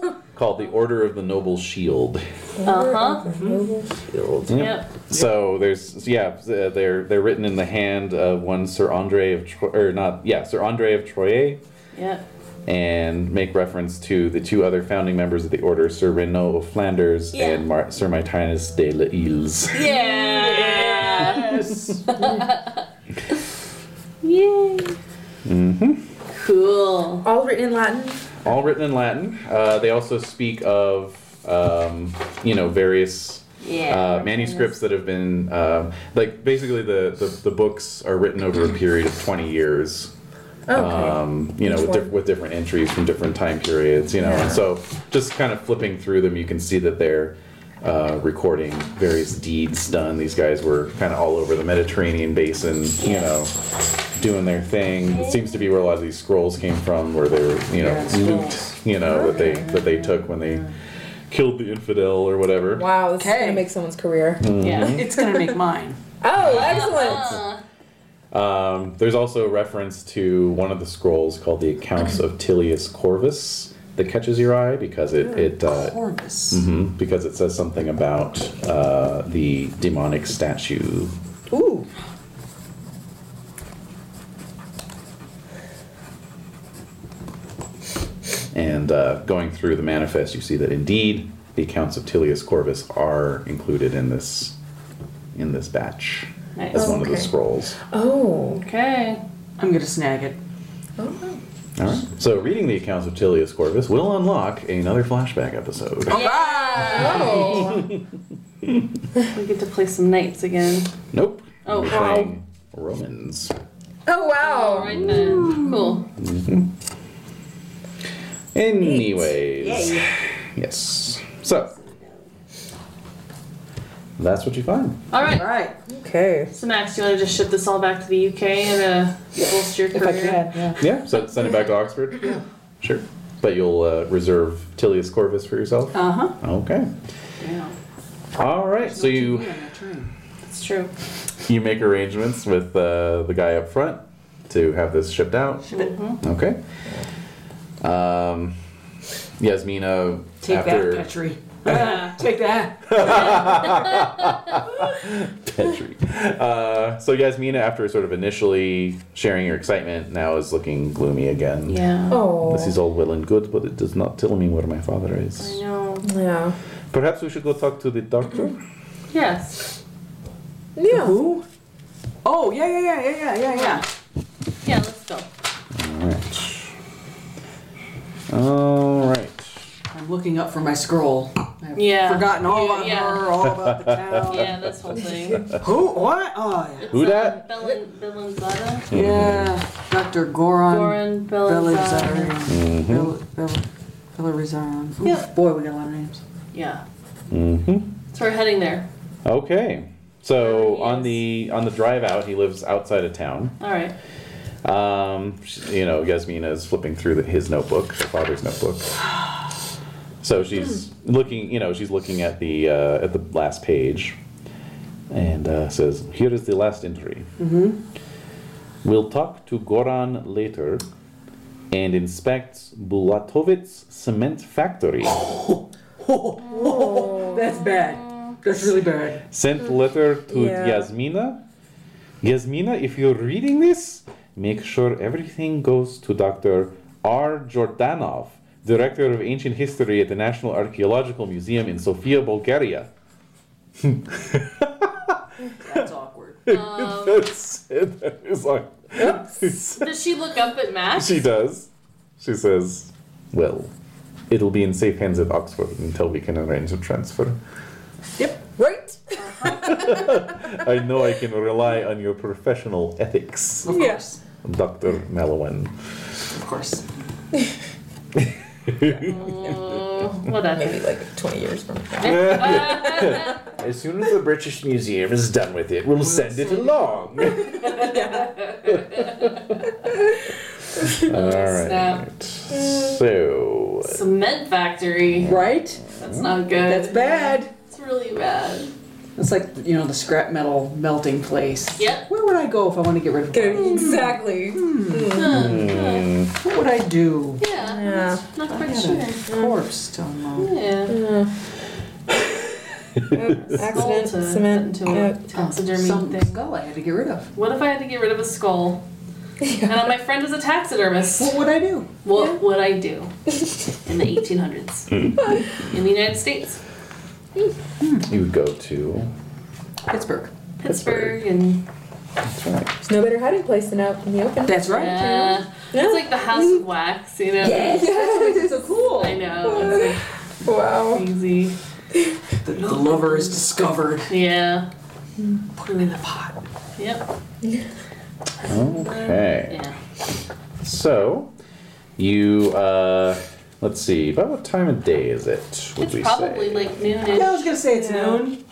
Speaker 2: yeah.
Speaker 4: called the Order of the Noble Shield.
Speaker 2: Uh huh. Yep.
Speaker 4: So there's yeah th- they're they're written in the hand of one Sir Andre of Tro- or not yeah Sir Andre of Troyes
Speaker 2: Yep.
Speaker 4: and make reference to the two other founding members of the order Sir Renaud of Flanders and Mar- Sir Martinus de la Isles.
Speaker 2: Yeah.
Speaker 4: Yes.
Speaker 2: Yay. Mhm.
Speaker 4: Mm-hmm.
Speaker 2: Cool.
Speaker 5: All written in Latin.
Speaker 4: All written in Latin. Uh, they also speak of um, you know various
Speaker 2: Yeah.
Speaker 4: uh, manuscripts that have been um like basically the, the the books are written over a period of 20 years
Speaker 5: Okay.
Speaker 4: um, you know,
Speaker 5: Each
Speaker 4: with,
Speaker 5: one.
Speaker 4: diff- with different entries from different time periods, you know.
Speaker 5: Yeah.
Speaker 4: And so, just kind of flipping through them, you can see that they're uh, recording various deeds done. These guys were kind of all over the Mediterranean basin, you know, doing their thing. It seems to be where a lot of these scrolls came from, where they were, you know, loot, you know, that they that they took when they killed the infidel or whatever.
Speaker 5: wow, this is
Speaker 3: Okay.
Speaker 5: gonna make someone's career.
Speaker 4: Mm-hmm.
Speaker 2: yeah.
Speaker 3: it's gonna make mine.
Speaker 5: Oh, excellent.
Speaker 4: Um, there's also a reference to one of the scrolls called the Accounts of Tilius Corvus that catches your eye because it it uh,
Speaker 3: Corvus.
Speaker 4: mhm, because it says something about uh, the demonic statue.
Speaker 3: Ooh.
Speaker 4: And uh, going through the manifest, you see that indeed the accounts of Tilius Corvus are included in this in this batch as
Speaker 2: Nice.
Speaker 4: one of the
Speaker 5: Okay.
Speaker 4: scrolls.
Speaker 5: Oh.
Speaker 2: Okay.
Speaker 3: I'm gonna snag it.
Speaker 4: All right. So reading the accounts of Tilius Corvus will unlock another flashback episode.
Speaker 2: Oh.
Speaker 5: Oh.
Speaker 2: We get to play some knights again.
Speaker 4: Nope.
Speaker 2: Oh,
Speaker 4: We're
Speaker 2: wow.
Speaker 4: playing Romans.
Speaker 5: Oh
Speaker 2: All
Speaker 5: wow.
Speaker 2: right then. Cool.
Speaker 4: Anyways. Yes. So that's what you find.
Speaker 2: All right.
Speaker 3: All right.
Speaker 5: Okay.
Speaker 2: So Max, do you want to just ship this all back to the UK and uh, bolster your
Speaker 3: If I
Speaker 2: career?
Speaker 3: can. Yeah.
Speaker 4: Yeah. So send it back to Oxford. Yeah. Sure. But you'll uh, reserve Tilius Corvus for yourself.
Speaker 3: Uh huh.
Speaker 4: Okay.
Speaker 2: Yeah,
Speaker 4: All right. So you
Speaker 2: that's true.
Speaker 4: you make arrangements with uh, the guy up front to have this shipped out. Okay. Um, Yasmina
Speaker 3: Take
Speaker 4: after
Speaker 3: that, Petri. Take that.
Speaker 4: Petri. Uh, so you guys, Mina, after sort of initially sharing your excitement, now is looking gloomy again.
Speaker 2: Yeah.
Speaker 5: Oh.
Speaker 4: This is all well and good, but it does not tell me where my father
Speaker 2: I
Speaker 4: is.
Speaker 2: know.
Speaker 5: yeah.
Speaker 4: Perhaps we should go talk to the doctor.
Speaker 2: Yes.
Speaker 5: Yeah.
Speaker 3: Who? Oh yeah yeah yeah yeah yeah yeah yeah.
Speaker 2: Yeah, let's go.
Speaker 4: all right. All right.
Speaker 3: I'm looking up for my scroll. I've
Speaker 2: Yeah.
Speaker 3: forgotten all about
Speaker 2: Yeah.
Speaker 3: her, all about the town.
Speaker 2: Yeah, this whole thing.
Speaker 3: Who? What? Oh
Speaker 2: It's,
Speaker 4: Who
Speaker 2: um,
Speaker 4: dat?
Speaker 2: Belin, Belinzada?
Speaker 3: yeah. Yeah. Dr. Goron.
Speaker 2: Goran Belinzada.
Speaker 3: Belizarin. Bel- Bel- Belizarin. Ooh,
Speaker 2: Yep.
Speaker 3: Boy, we got a lot of names.
Speaker 2: Yeah.
Speaker 4: Mm-hmm.
Speaker 2: So we're heading there.
Speaker 4: Okay. So
Speaker 2: Yes.
Speaker 4: on the on the drive out, he lives outside of town.
Speaker 2: All right.
Speaker 4: Um, she- you know, Yasmina is flipping through the, his notebook, her father's notebook. So she's looking, you know, she's looking at the uh, at the last page, and uh, says, "Here is the last entry. We'll talk to Goran later, and inspect Bulatovitz cement factory.
Speaker 3: That's bad. That's really bad.
Speaker 4: Sent letter to
Speaker 5: Yeah.
Speaker 4: Yasmina. Yasmina, if you're reading this, make sure everything goes to Dr. R. Jordanov, Director of Ancient History at the National Archaeological Museum in Sofia, Bulgaria.
Speaker 3: That's awkward.
Speaker 4: That's it. That is like,
Speaker 2: Does she look up at Max?
Speaker 4: she does. She says, Well, it'll be in safe hands at Oxford until we can arrange a transfer.
Speaker 3: Yep.
Speaker 5: Right?
Speaker 4: I know I can rely on your professional ethics,
Speaker 3: Of
Speaker 5: Yeah.
Speaker 3: course.
Speaker 4: Dr. Mallowan.
Speaker 3: Of course.
Speaker 5: Maybe
Speaker 2: Oh, Whatever.
Speaker 5: like 20 years from now.
Speaker 4: As soon as the British Museum is done with it, we'll send it along. Alright.
Speaker 2: Snap.
Speaker 4: So.
Speaker 2: Cement factory.
Speaker 3: Right?
Speaker 2: That's not good.
Speaker 3: That's bad.
Speaker 2: It's really bad.
Speaker 3: It's like you know the scrap metal melting place.
Speaker 2: Yep.
Speaker 3: Where would I go if I want to get rid of it?
Speaker 5: Good. Exactly.
Speaker 3: What would I do?
Speaker 2: Yeah.
Speaker 5: Yeah.
Speaker 2: Not quite
Speaker 3: I
Speaker 2: sure.
Speaker 3: had a corpse still alone.
Speaker 2: Yeah.
Speaker 5: Accident,
Speaker 2: Skull to-
Speaker 5: cement,
Speaker 2: to a
Speaker 5: yeah.
Speaker 2: taxidermy
Speaker 3: Some
Speaker 2: thing.
Speaker 3: skull I had to get rid of.
Speaker 2: What if I had to get rid of a skull? And my friend is a taxidermist.
Speaker 3: What would I do?
Speaker 2: What would I do in the 1800s
Speaker 4: Hmm.
Speaker 2: in the United States?
Speaker 4: You would go to.
Speaker 3: Pittsburgh.
Speaker 2: Pittsburgh and
Speaker 4: That's right.
Speaker 5: There's no better hiding place than out in the open.
Speaker 3: That's right.
Speaker 2: uh, it's like the house of wax, you know.
Speaker 3: That's so cool.
Speaker 2: I know it's
Speaker 5: Wow.
Speaker 2: like easy.
Speaker 3: The, the lover is discovered.
Speaker 2: Yeah.
Speaker 3: Put him in the pot.
Speaker 2: Yep.
Speaker 4: Okay.
Speaker 2: Yeah.
Speaker 4: So, you, uh. Let's see, about what time of day is it? Would
Speaker 2: It's
Speaker 4: we
Speaker 2: probably
Speaker 4: say?
Speaker 2: like noonish.
Speaker 3: Yeah, I was gonna say it's noon.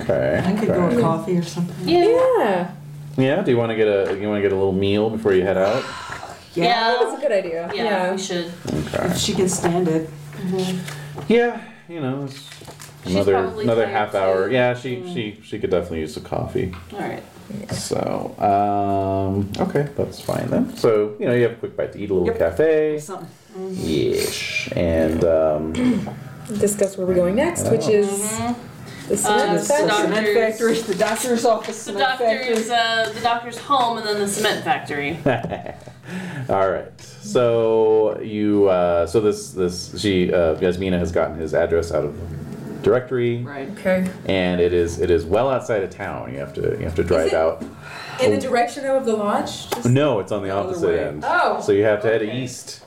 Speaker 4: Okay.
Speaker 3: I could go
Speaker 4: okay.
Speaker 3: to coffee or something.
Speaker 2: Yeah.
Speaker 5: Yeah.
Speaker 4: Yeah. Do you want to get a you want to get a little meal before you head out?
Speaker 5: That's a
Speaker 2: Yeah.
Speaker 5: good idea.
Speaker 2: Yeah,
Speaker 5: Yeah.
Speaker 2: we should.
Speaker 4: Okay.
Speaker 3: If she can stand it.
Speaker 4: Yeah, you know, it's
Speaker 2: She's
Speaker 4: another
Speaker 2: probably
Speaker 4: another
Speaker 2: tired,
Speaker 4: half hour.
Speaker 2: too.
Speaker 4: Yeah, she she she could definitely use a coffee.
Speaker 2: All right.
Speaker 4: So, um, okay, that's fine then. So, you know, you have a quick bite to eat, a little
Speaker 3: Yep.
Speaker 4: cafe.
Speaker 3: Something.
Speaker 4: Yes. And um,
Speaker 5: Discuss where we're going next, which is the
Speaker 2: Uh,
Speaker 5: cement factory.
Speaker 3: The cement
Speaker 2: doctor's-
Speaker 3: factory. The doctor's office.
Speaker 2: The
Speaker 3: Cement factory.
Speaker 2: doctor's uh, the doctor's home, and then the cement factory.
Speaker 4: all right. So you uh, so this this she uh, Yasmina has gotten his address out of the directory,
Speaker 3: Right.
Speaker 5: Okay.
Speaker 4: and it is it is well outside of town. You have to you have to drive
Speaker 5: it-
Speaker 4: out.
Speaker 5: In the direction of the lodge? Just...
Speaker 4: No, it's on the
Speaker 3: other
Speaker 4: opposite
Speaker 3: way.
Speaker 4: end.
Speaker 5: Oh.
Speaker 4: So you have to head east.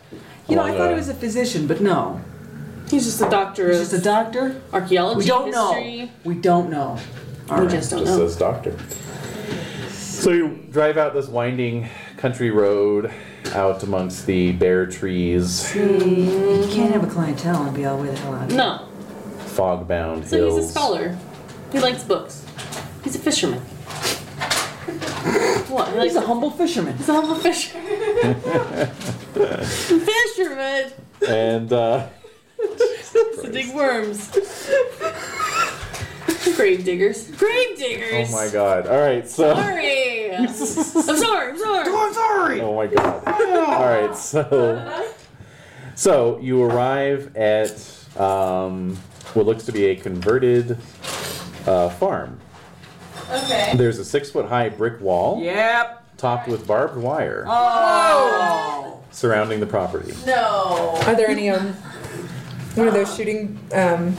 Speaker 3: You know, I
Speaker 4: along
Speaker 3: thought
Speaker 4: the-
Speaker 3: he was a physician, but no.
Speaker 2: He's just a doctor
Speaker 3: He's just a doctor.
Speaker 2: archaeology.
Speaker 3: We don't
Speaker 2: history.
Speaker 3: know. We don't know. All
Speaker 2: We
Speaker 3: right.
Speaker 2: just don't
Speaker 4: just
Speaker 2: know.
Speaker 4: says doctor. So you drive out this winding country road out amongst the bare trees,
Speaker 3: You can't have a clientele and be all the way the hell out. of it.
Speaker 2: No.
Speaker 4: fog bound
Speaker 2: So
Speaker 4: hills.
Speaker 2: he's a scholar. He likes books. He's a fisherman. what? He likes
Speaker 3: He's a humble fisherman.
Speaker 2: he's a humble fisherman. fisherman.
Speaker 4: And uh,
Speaker 2: Dig worms. Grave diggers. Grave
Speaker 4: oh
Speaker 2: diggers.
Speaker 4: my god. Alright, so
Speaker 2: Sorry. I'm sorry. I'm sorry.
Speaker 3: I'm sorry.
Speaker 4: Oh my god. Alright, so So you arrive at um what looks to be a converted uh, farm.
Speaker 7: Okay.
Speaker 4: There's a six foot high brick wall
Speaker 3: Yep.
Speaker 4: topped with barbed wire
Speaker 3: Oh.
Speaker 4: surrounding the property.
Speaker 7: No.
Speaker 5: Are there any um, one of those shooting um,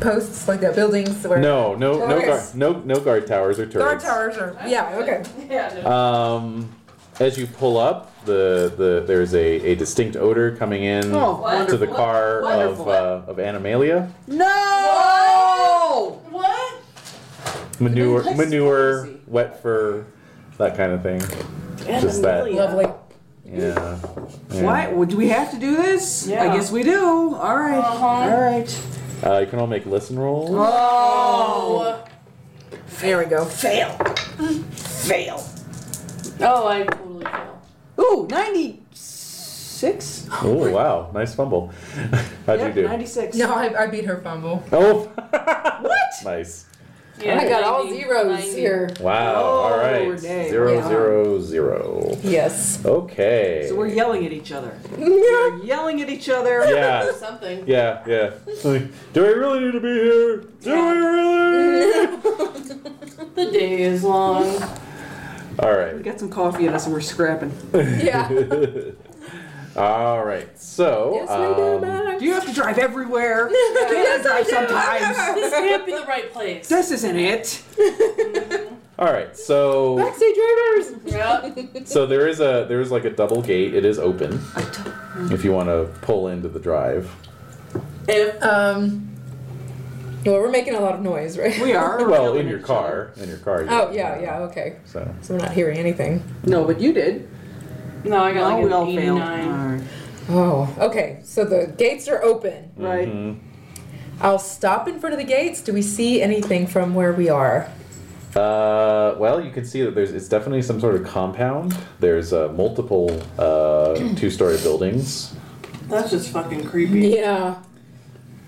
Speaker 5: posts like that buildings where
Speaker 4: No, no, no, guard,
Speaker 5: Towers.
Speaker 4: no, no guard towers or
Speaker 5: guard
Speaker 4: turrets.
Speaker 5: towers or yeah okay
Speaker 7: Yeah. No.
Speaker 4: Um, as you pull up, the, the there's a, a distinct odor coming in
Speaker 3: Oh,
Speaker 4: to the
Speaker 7: wonderful.
Speaker 4: car
Speaker 7: Wonderful.
Speaker 4: of uh, of animalia.
Speaker 3: No.
Speaker 7: what?
Speaker 4: manure,
Speaker 3: That's
Speaker 4: manure,
Speaker 3: crazy.
Speaker 4: wet fur, that kind of thing. Just that.
Speaker 5: lovely
Speaker 4: Yeah. yeah.
Speaker 3: Why? Well, do we have to do this?
Speaker 7: Yeah.
Speaker 3: I guess we do. All right.
Speaker 7: Uh-huh.
Speaker 3: All right.
Speaker 4: Uh, you can all make listen rolls.
Speaker 3: Oh.
Speaker 5: there we go
Speaker 3: Fail. Fail.
Speaker 2: Oh, I totally fail.
Speaker 3: Ooh, 96?
Speaker 4: Oh wow, nice fumble. How'd
Speaker 3: Yep,
Speaker 4: you do?
Speaker 3: 96.
Speaker 5: no I, I beat her fumble
Speaker 4: Oh,
Speaker 3: What?
Speaker 4: nice.
Speaker 2: Yeah,
Speaker 5: I got all
Speaker 2: 90,
Speaker 5: zeros
Speaker 2: 90.
Speaker 5: here
Speaker 4: Wow. all right.
Speaker 3: Oh, dang.
Speaker 4: Zero
Speaker 5: Yeah.
Speaker 4: zero zero.
Speaker 5: yes
Speaker 4: Okay.
Speaker 3: So we're yelling at each other.
Speaker 5: yeah
Speaker 3: We're yelling at each other.
Speaker 4: yeah.
Speaker 7: Something.
Speaker 4: Yeah, yeah. Like, Do I really need to be here? Do I really?
Speaker 2: The day is long.
Speaker 4: All
Speaker 3: We
Speaker 4: right.
Speaker 3: got some coffee in us and we're scrapping.
Speaker 4: All right. So,
Speaker 5: yes we do
Speaker 4: um,
Speaker 5: man
Speaker 3: Do you have to drive everywhere? You can't drive sometimes.
Speaker 2: This can't be the right place.
Speaker 3: This isn't it.
Speaker 4: all right. So
Speaker 5: backseat drivers
Speaker 2: Yep.
Speaker 4: So there is a there is like a double gate. It is open. If you want to pull into the drive.
Speaker 2: If
Speaker 5: um well we're making a lot of noise right
Speaker 3: We are. We're
Speaker 4: Well,
Speaker 3: yelling
Speaker 4: in
Speaker 3: at
Speaker 4: your
Speaker 3: each
Speaker 4: car. In your car. you-
Speaker 5: oh yeah yeah okay
Speaker 4: So
Speaker 5: so we're not hearing anything
Speaker 3: other. No, but you did.
Speaker 2: no, I got
Speaker 3: Oh,
Speaker 2: like
Speaker 3: we
Speaker 2: an
Speaker 3: all failed.
Speaker 2: 89.
Speaker 5: oh okay so the gates are open
Speaker 3: Right.
Speaker 4: Mm-hmm.
Speaker 5: I'll stop in front of the gates do we see anything from where we are
Speaker 4: uh, well, you can see that there's it's definitely some sort of compound. There's uh, multiple uh, two-story buildings,
Speaker 2: That's just fucking creepy.
Speaker 5: yeah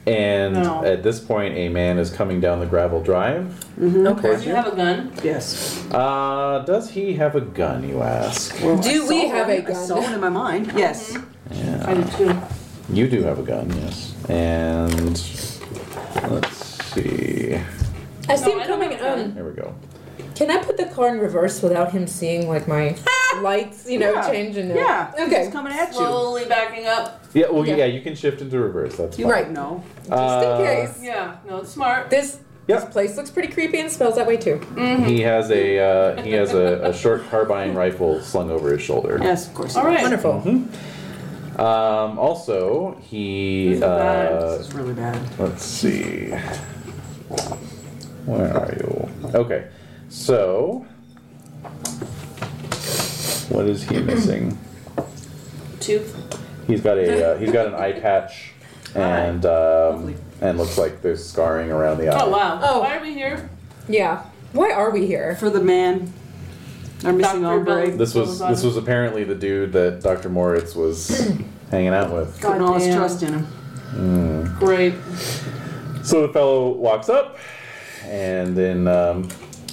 Speaker 4: and
Speaker 2: No.
Speaker 4: at this point, a man is coming down the gravel drive.
Speaker 5: okay
Speaker 2: Do you have a gun?
Speaker 3: Yes.
Speaker 4: Uh, does he have a gun? You ask.
Speaker 3: Well,
Speaker 5: Do
Speaker 3: I
Speaker 5: we
Speaker 3: saw
Speaker 5: have
Speaker 3: one. I
Speaker 5: a gun? Mm-hmm.
Speaker 3: saw one in my mind. Yes.
Speaker 2: I
Speaker 4: Yeah,
Speaker 2: do too.
Speaker 4: you do have a gun. Yes, and let's see.
Speaker 5: I see
Speaker 2: No,
Speaker 5: him
Speaker 2: I don't
Speaker 5: coming
Speaker 2: have a
Speaker 5: um
Speaker 4: There we go.
Speaker 5: Can I put the car in reverse without him seeing like my lights, you know,
Speaker 3: Yeah.
Speaker 5: changing? it?
Speaker 3: Yeah.
Speaker 5: Okay.
Speaker 3: It's coming at you.
Speaker 2: Slowly backing up.
Speaker 4: Yeah, well, yeah.
Speaker 5: Yeah.
Speaker 4: you can shift into reverse. That's
Speaker 5: You're
Speaker 4: fine.
Speaker 5: right.
Speaker 3: No.
Speaker 5: Just
Speaker 4: Uh,
Speaker 5: in case.
Speaker 2: Yeah, no, it's smart.
Speaker 5: This
Speaker 4: Yeah.
Speaker 5: this place looks pretty creepy and smells that way too.
Speaker 4: He has a uh, he has a, a short carbine rifle slung over his shoulder.
Speaker 3: Yes, of course.
Speaker 2: All right.
Speaker 5: Wonderful.
Speaker 4: Um, also, he
Speaker 2: This is bad.
Speaker 4: uh,
Speaker 3: This is really bad.
Speaker 4: let's see. Where are you? Okay, so what is he missing?
Speaker 2: Tooth.
Speaker 4: He's got a uh, he's got an eye patch and um, and looks like there's scarring around the eye.
Speaker 2: Oh wow.
Speaker 5: Oh.
Speaker 2: Why are we here?
Speaker 5: Yeah. Why are we here?
Speaker 3: For the man, our missing
Speaker 2: Dr.
Speaker 3: hombre,
Speaker 2: Bone.
Speaker 4: This was this was apparently the dude that Dr. Moritz was hanging out with.
Speaker 3: putting all his
Speaker 2: Goddamn.
Speaker 3: trust in him.
Speaker 2: Great.
Speaker 4: So the fellow walks up, and in um,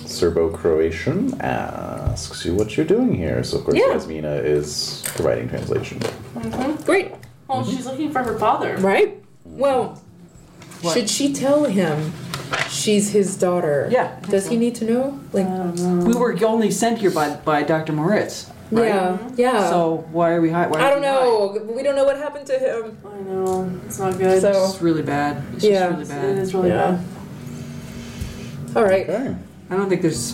Speaker 4: Serbo Croatian asks you what you're doing here. So of course,
Speaker 5: Yeah.
Speaker 4: Yasmina is providing translation.
Speaker 5: Great.
Speaker 2: Well, she's looking for her father.
Speaker 5: Right? Well,
Speaker 3: What?
Speaker 5: should she tell him she's his daughter?
Speaker 3: Yeah, I think
Speaker 5: Does
Speaker 3: so.
Speaker 5: he need to know? Like,
Speaker 2: Uh,
Speaker 3: We were only sent here by, by Dr. Moritz. Right?
Speaker 5: yeah, yeah.
Speaker 3: So why are we high? Why are
Speaker 5: Oh. I don't
Speaker 3: we high?
Speaker 5: know. We don't know what happened to him.
Speaker 2: I know. It's not good.
Speaker 5: So-
Speaker 3: It's really bad. It's
Speaker 5: Yeah.
Speaker 3: just
Speaker 2: it
Speaker 3: really bad.
Speaker 2: is really
Speaker 5: Yeah. All right.
Speaker 4: Okay.
Speaker 3: I don't think there's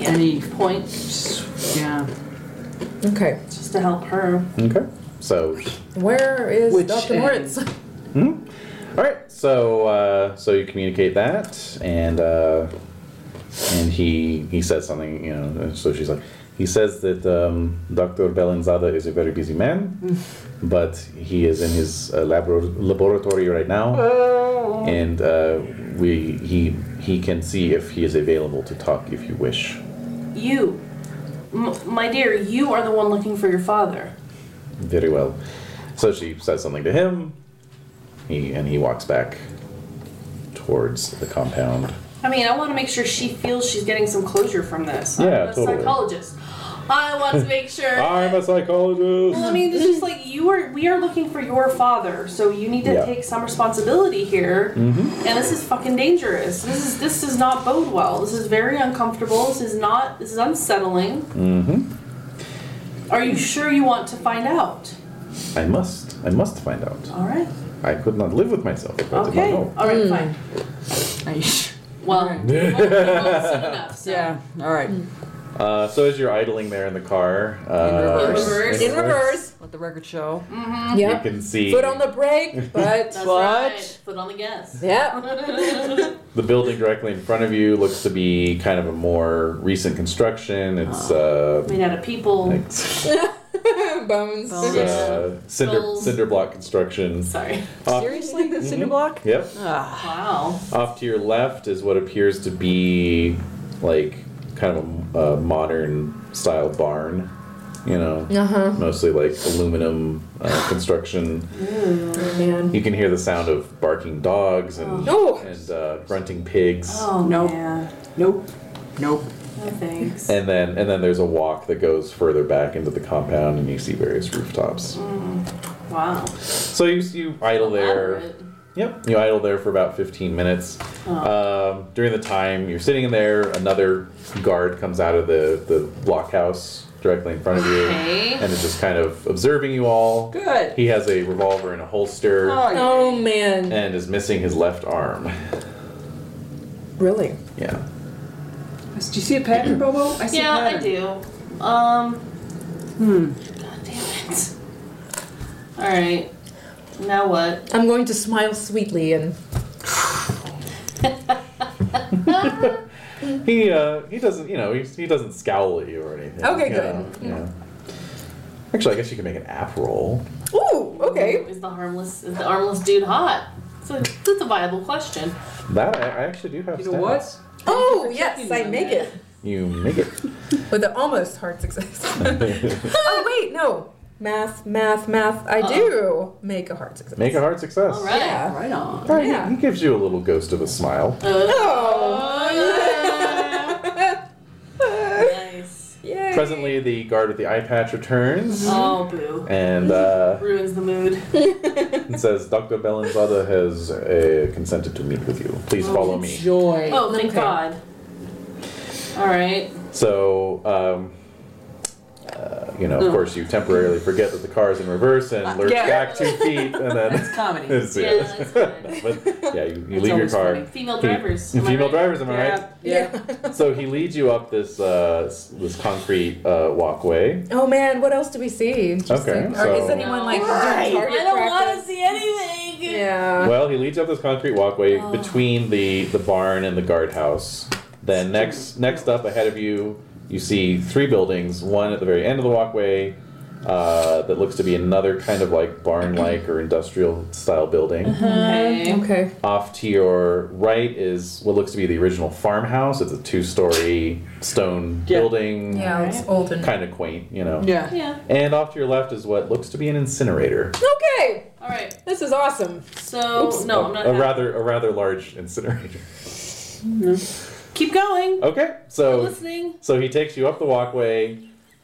Speaker 3: any.
Speaker 2: bad. Point
Speaker 3: Yeah.
Speaker 5: Okay.
Speaker 2: just to help her.
Speaker 4: Okay. So,
Speaker 5: Where is
Speaker 3: Which
Speaker 5: Dr.
Speaker 3: end?
Speaker 5: Moritz?
Speaker 4: all right. So uh, so you communicate that, and uh, and he he says something. You know. So she's like. He says that um, Dr. Belenzada is a very busy man, but he is in his uh, labor- laboratory right now. and uh, we he he can see if he is available to talk if you wish.
Speaker 2: You, M- my dear, you are the one looking for your father.
Speaker 4: Very well. So she says something to him. He and he walks back towards the compound.
Speaker 2: I mean, I want to make sure she feels she's getting some closure from this.
Speaker 4: Yeah,
Speaker 2: I'm a
Speaker 4: totally.
Speaker 2: psychologist.
Speaker 7: I want to make sure.
Speaker 9: I'm a psychologist.
Speaker 2: Well, I mean, it's just like you are. We are looking for your father, so you need to
Speaker 4: Yeah. Mm-hmm.
Speaker 2: take some responsibility here. And this is fucking dangerous. This is this does not bode well. This is very uncomfortable. This is not. This is unsettling. Mm-hmm. Are you sure you want to find out?
Speaker 4: I must. I must find out.
Speaker 2: All right.
Speaker 4: I could not live with myself if I did not
Speaker 2: Okay.
Speaker 4: know.
Speaker 2: All right.
Speaker 3: Hmm.
Speaker 2: Fine.
Speaker 3: Are you sure?
Speaker 2: Well, we've both- we've both seen enough. So.
Speaker 3: Yeah. All right.
Speaker 4: Uh, so as you're idling there in the car, uh,
Speaker 3: reverse.
Speaker 7: Reverse.
Speaker 5: In reverse.
Speaker 3: Let the record show.
Speaker 4: you
Speaker 5: Yep.
Speaker 4: can see
Speaker 5: Foot on the brake, but
Speaker 7: That's
Speaker 3: What?
Speaker 7: right. Foot on the gas.
Speaker 5: yeah.
Speaker 4: the building directly in front of you looks to be kind of a more recent construction. It's uh,
Speaker 2: Made out of people.
Speaker 4: like, it's,
Speaker 5: Bones.
Speaker 4: uh, cinder
Speaker 7: Skulls.
Speaker 4: cinder block construction.
Speaker 2: Sorry.
Speaker 3: Seriously, the cinder block?
Speaker 4: Yep.
Speaker 3: Mm-hmm. Ah.
Speaker 2: Wow.
Speaker 4: Off to your left is what appears to be like kind of a, a modern style barn. You know,
Speaker 5: Uh-huh.
Speaker 4: mostly like aluminum uh, construction.
Speaker 5: Oh, man.
Speaker 4: You can hear the sound of barking dogs and
Speaker 5: Oh.
Speaker 4: and uh, grunting pigs.
Speaker 2: Oh
Speaker 3: No.
Speaker 2: man.
Speaker 3: Nope. Nope.
Speaker 2: No thanks.
Speaker 4: And then and then there's a walk that goes further back into the compound, and you see various rooftops.
Speaker 2: Wow.
Speaker 4: So you you idle there.
Speaker 7: Elaborate.
Speaker 4: Yep, you idle there for about 15 minutes. Um, during the time you're sitting in there, another guard comes out of the the blockhouse directly in front of you,
Speaker 7: Okay.
Speaker 4: and is just kind of observing you all.
Speaker 3: Good.
Speaker 4: He has a revolver in a holster.
Speaker 3: Oh,
Speaker 5: Oh, man.
Speaker 4: And is missing his left arm.
Speaker 5: Really?
Speaker 4: Yeah.
Speaker 3: Do you see a pattern, Bobo? I see
Speaker 7: Yeah,
Speaker 3: a
Speaker 7: I
Speaker 3: pattern.
Speaker 7: do. Um. Hmm. God damn it. All right. Now what?
Speaker 5: I'm going to smile sweetly and
Speaker 4: He uh, he doesn't you know he, he doesn't scowl at you or anything.
Speaker 5: Okay,
Speaker 4: you
Speaker 5: good.
Speaker 4: know, yeah. Actually, I guess you can make an app roll.
Speaker 5: Ooh, okay.
Speaker 7: Is the harmless is the armless dude hot? So that's a viable question.
Speaker 4: That I, I actually do have.
Speaker 3: You know
Speaker 4: stats.
Speaker 3: what?
Speaker 5: Oh yes, I make it
Speaker 4: You make it.
Speaker 5: with an almost hard success. oh wait, no. Math, math, math. I do make a hard success.
Speaker 4: Make a hard success.
Speaker 7: All right.
Speaker 5: Yeah.
Speaker 3: Right on.
Speaker 4: All right, he-
Speaker 5: Yeah.
Speaker 4: He gives you a little ghost of a smile.
Speaker 7: Uh,
Speaker 5: Oh.
Speaker 2: Oh.
Speaker 7: oh, Nice.
Speaker 5: Yay.
Speaker 4: Presently, the guard with the eye patch returns
Speaker 7: Oh boo.
Speaker 4: and uh,
Speaker 7: Ruins the mood.
Speaker 4: and says, "Dr. Belinzada has uh, consented to meet with you. Please
Speaker 3: Oh,
Speaker 4: follow me."
Speaker 3: Joy.
Speaker 7: Oh thank
Speaker 5: Okay.
Speaker 7: God. All right.
Speaker 4: So, um, uh, you know, of course, you temporarily forget that the car is in reverse and lurch
Speaker 3: Hmm. Uh, yeah.
Speaker 4: back two feet, and then.
Speaker 3: It's comedy.
Speaker 4: It's-
Speaker 7: Yeah,
Speaker 4: yeah.
Speaker 7: that's fine.
Speaker 4: But, yeah, you, you
Speaker 3: It's
Speaker 4: leave your
Speaker 3: always
Speaker 4: car.
Speaker 3: funny.
Speaker 7: Female drivers. am I
Speaker 4: Female
Speaker 7: right?
Speaker 4: drivers, am I right?
Speaker 3: Yeah. Yeah.
Speaker 4: So he leads you up this uh, s- this concrete uh, walkway.
Speaker 5: Oh man, what else do we see? Interesting.
Speaker 4: Okay,
Speaker 5: Or is
Speaker 4: so-
Speaker 5: anyone like
Speaker 7: I
Speaker 5: doing target
Speaker 7: don't want to
Speaker 5: practice?
Speaker 7: see anything.
Speaker 5: Yeah.
Speaker 4: Well, he leads up this concrete walkway
Speaker 7: Oh.
Speaker 4: between the, the barn and the guardhouse. Then next next up ahead of you, you see three buildings. One at the very end of the walkway uh, that looks to be another kind of like barn like or industrial style building.
Speaker 7: Uh-huh. Okay.
Speaker 5: Okay.
Speaker 4: Off to your right is what looks to be the original farmhouse. It's a two story stone
Speaker 3: Yeah.
Speaker 4: building.
Speaker 5: Yeah, it's old and
Speaker 4: Kind of quaint, you know.
Speaker 3: Yeah.
Speaker 7: Yeah.
Speaker 4: And off to your left is what looks to be an incinerator.
Speaker 5: Okay.
Speaker 7: All right.
Speaker 5: This is awesome.
Speaker 7: So no, I'm not.
Speaker 4: a
Speaker 7: happy.
Speaker 4: rather a rather large incinerator.
Speaker 7: Keep going.
Speaker 4: Okay,
Speaker 3: Oh.
Speaker 4: so
Speaker 7: Listening.
Speaker 4: so he takes you up the walkway.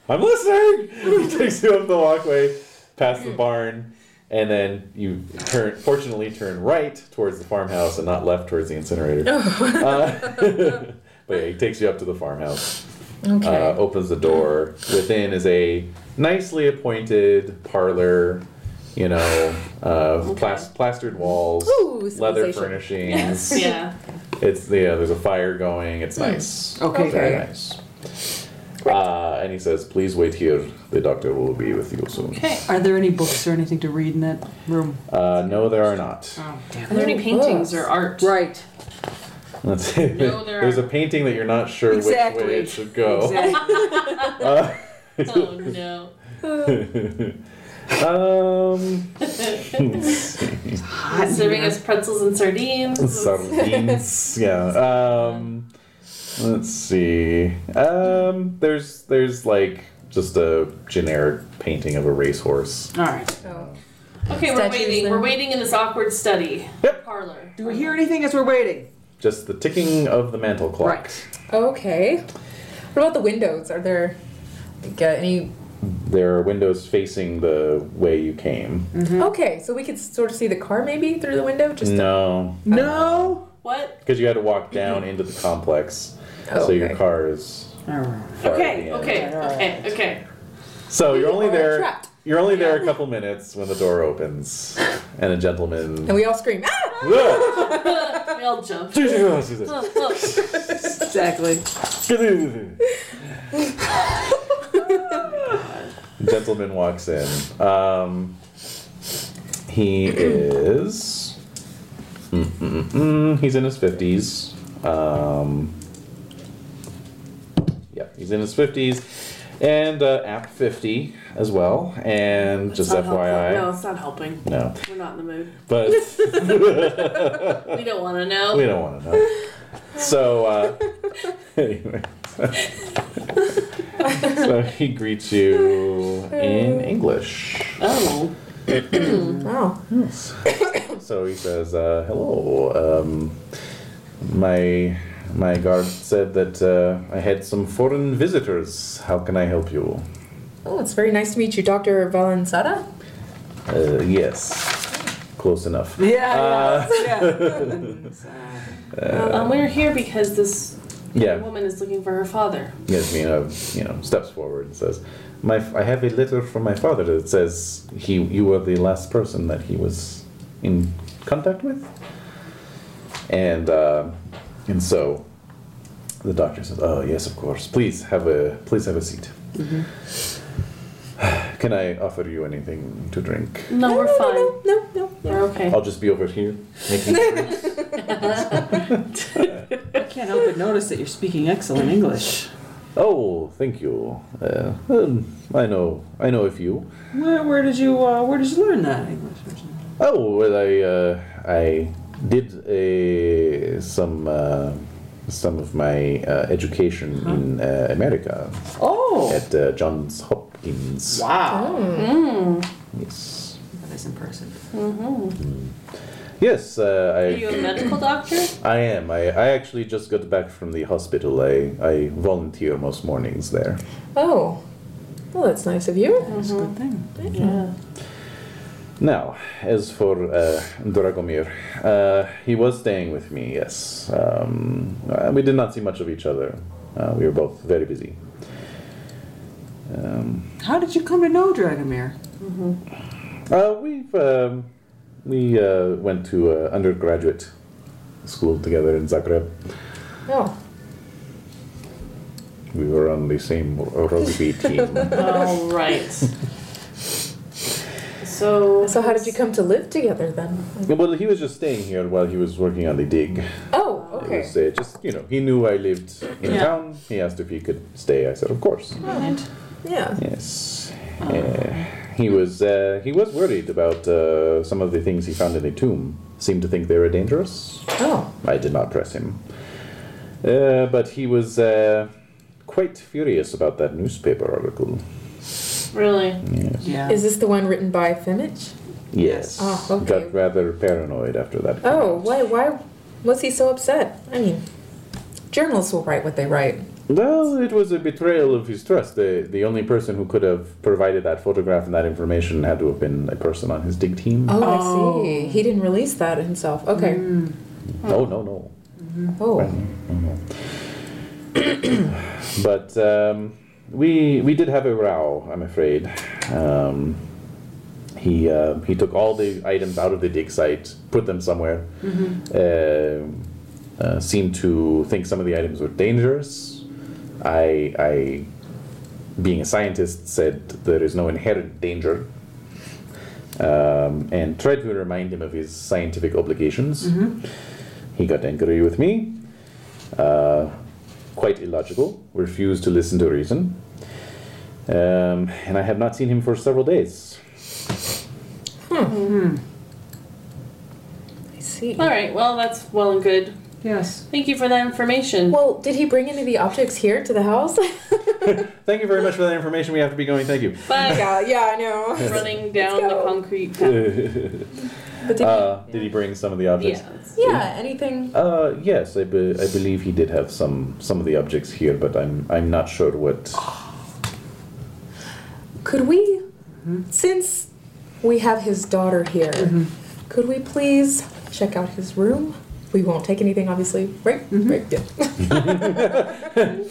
Speaker 4: I'm listening. he takes you up the walkway, past the barn, and then you turn. Fortunately, turn right towards the farmhouse and not left towards the incinerator. Uh, but yeah, he takes you up to the farmhouse.
Speaker 5: Okay.
Speaker 4: Uh, opens the door. Within is a nicely appointed parlor. You know, uh, plas- plastered walls,
Speaker 5: Ooh,
Speaker 4: leather
Speaker 5: civilization.
Speaker 4: furnishings.
Speaker 7: Yeah.
Speaker 4: It's yeah. There's a fire going.
Speaker 5: Hmm.
Speaker 4: It's nice.
Speaker 3: Okay.
Speaker 4: Very
Speaker 5: Okay.
Speaker 4: nice. Uh, and he says, "Please wait here. The doctor will be with you soon."
Speaker 7: Okay.
Speaker 3: Are there any books or anything to read in that room?
Speaker 4: Uh, no, there are not.
Speaker 3: Oh, damn.
Speaker 7: Are there any paintings or art?
Speaker 3: Right.
Speaker 4: Let's see.
Speaker 7: No, there
Speaker 4: There's a
Speaker 7: aren't.
Speaker 4: painting that you're not sure which way
Speaker 3: Exactly.
Speaker 4: it should go.
Speaker 3: Exactly.
Speaker 7: Oh no.
Speaker 4: Um,
Speaker 7: Serving us pretzels and sardines.
Speaker 4: sardines. yeah. Um, let's see. Um, there's there's like just a generic painting of a racehorse.
Speaker 3: All right.
Speaker 7: Okay, we're
Speaker 5: Statues
Speaker 7: waiting.
Speaker 5: there.
Speaker 7: We're waiting in this awkward study.
Speaker 4: Yep.
Speaker 7: Parlor.
Speaker 3: Do we hear anything as we're waiting?
Speaker 4: Just the ticking of the mantle clock.
Speaker 3: Right.
Speaker 5: Okay. What about the windows? Are there Like, uh, any.
Speaker 4: There are windows facing the way you came.
Speaker 5: Okay, so we could sort of see the car maybe through the window. Just
Speaker 4: No,
Speaker 3: No.
Speaker 2: What?
Speaker 4: because you had to walk down into the complex,
Speaker 5: Oh,
Speaker 4: so your
Speaker 5: okay.
Speaker 4: car is.
Speaker 3: All right.
Speaker 4: far at the
Speaker 2: Okay,
Speaker 4: end.
Speaker 2: okay,
Speaker 3: all right.
Speaker 2: okay, okay.
Speaker 4: So you're only
Speaker 5: are
Speaker 4: there.
Speaker 5: trapped.
Speaker 4: You're only there a couple minutes when the door opens, and a gentleman.
Speaker 5: and we all scream. Ah!
Speaker 4: Whoa!
Speaker 2: We all jumped.
Speaker 4: Jesus.
Speaker 7: Oh,
Speaker 2: Look, look.
Speaker 3: Exactly.
Speaker 4: gentleman walks in. Um, he is. mm, Mm-mm-mm. He's in his 50s. Um, yeah, he's in his 50s. And uh, app 50 as well. And just
Speaker 2: Not helpful. No,
Speaker 4: FYI.
Speaker 2: it's not helping.
Speaker 4: No.
Speaker 2: We're not in the mood.
Speaker 4: But
Speaker 2: We don't want to know.
Speaker 4: we don't want to know. So, uh, anyway. so he greets you in English.
Speaker 2: Oh.
Speaker 5: Wow.
Speaker 4: So he says, uh, "Hello. Um, my my guard said that uh, I had some foreign visitors. How can I help you?"
Speaker 5: Oh, it's very nice to meet you, Doctor Valensada.
Speaker 4: Uh, yes, close enough.
Speaker 5: Uh.
Speaker 3: Yeah. yeah. Uh,
Speaker 2: um, we're here because this
Speaker 4: Yeah,
Speaker 2: woman is looking for her father.
Speaker 4: yes. You know, uh, you know, steps forward and says, "My, I have a letter from my father that says he, you were the last person that he was in contact with." And uh, and so the doctor says, "Oh yes, of course. Please have a please have a seat. Can I offer you anything to drink?
Speaker 2: No, we're fine.
Speaker 5: No, no, no.
Speaker 2: We're okay.
Speaker 4: I'll just be over here making drinks.
Speaker 3: I can't help but notice that you're speaking excellent English.
Speaker 4: oh, thank you. Uh, um, I know I know a few.
Speaker 3: Where, where did you uh, Where did you learn that English?
Speaker 4: Oh well, I uh, I did a, some uh, some of my uh, education in uh, America
Speaker 3: Oh.
Speaker 4: at uh, Johns Hopkins.
Speaker 3: Wow.
Speaker 4: Yes.
Speaker 3: That is impressive.
Speaker 4: Yes, uh, I.
Speaker 2: Are you a medical doctor?
Speaker 4: I am. I, I actually just got back from the hospital. I, I volunteer most mornings there.
Speaker 5: Oh. Well, that's nice of you.
Speaker 3: That's a good thing.
Speaker 4: Now, as for uh, Dragomir, uh, he was staying with me, yes. Um, uh, we did not see much of each other. Uh, we were both very busy. Um,
Speaker 3: How did you come to know Dragomir?
Speaker 4: Uh, we've, um, we uh, went to uh, undergraduate school together in Zagreb.
Speaker 5: Oh.
Speaker 4: We were on the same rugby team.
Speaker 2: All right. So,
Speaker 5: So how did you come to live together then?
Speaker 4: well, he was just staying here while he was working on the dig.
Speaker 5: Oh,
Speaker 4: It
Speaker 5: okay.
Speaker 4: was uh, just, you know, he knew I lived in
Speaker 2: Yeah.
Speaker 4: town. He asked if he could stay. I said, of course.
Speaker 5: Yeah.
Speaker 4: Yes. Uh, he was uh, he was worried about uh, some of the things he found in the tomb. Seemed to think they were dangerous.
Speaker 5: Oh.
Speaker 4: I did not press him. Uh, but he was uh, quite furious about that newspaper article.
Speaker 2: really,
Speaker 4: Yes.
Speaker 3: Yeah.
Speaker 5: Is this the one written by Finich?
Speaker 4: Yes.
Speaker 5: Oh, okay.
Speaker 4: Got rather paranoid after that.
Speaker 5: Oh, why? Why was he so upset? I mean, journalists will write what they write.
Speaker 4: Well, it was a betrayal of his trust. The, the only person who could have provided that photograph and that information had to have been a person on his dig team.
Speaker 5: Oh, I see. He didn't release that himself. Okay.
Speaker 4: No, no, no.
Speaker 5: Oh.
Speaker 4: But um, we we did have a row, I'm afraid. Um, he uh, he took all the items out of the dig site, put them somewhere. Uh, uh, seemed to think some of the items were dangerous. I I, being a scientist, said there is no inherent danger. Um, and tried to remind him of his scientific obligations. He got angry with me Uh, quite illogical, refused to listen to reason. Um, and I have not seen him for several days.
Speaker 5: I see.
Speaker 2: all right. Well, that's well and good.
Speaker 3: Yes.
Speaker 2: Thank you for that information.
Speaker 5: Well, did he bring any of the objects here to the house?
Speaker 4: Thank you very much for that information. We have to be going. Thank you.
Speaker 2: But
Speaker 5: yeah, yeah, I know.
Speaker 2: running down the
Speaker 5: go.
Speaker 2: concrete. path.
Speaker 5: But did
Speaker 4: Uh, did he bring some of the objects?
Speaker 2: Yeah. it's-
Speaker 5: he, yeah, anything?
Speaker 4: Uh, yes, I, be- I believe he did have some some of the objects here, but I'm I'm not sure what
Speaker 5: Could we, since we have his daughter here, could we please check out his room? We won't take anything, obviously. Right? Right. Yeah.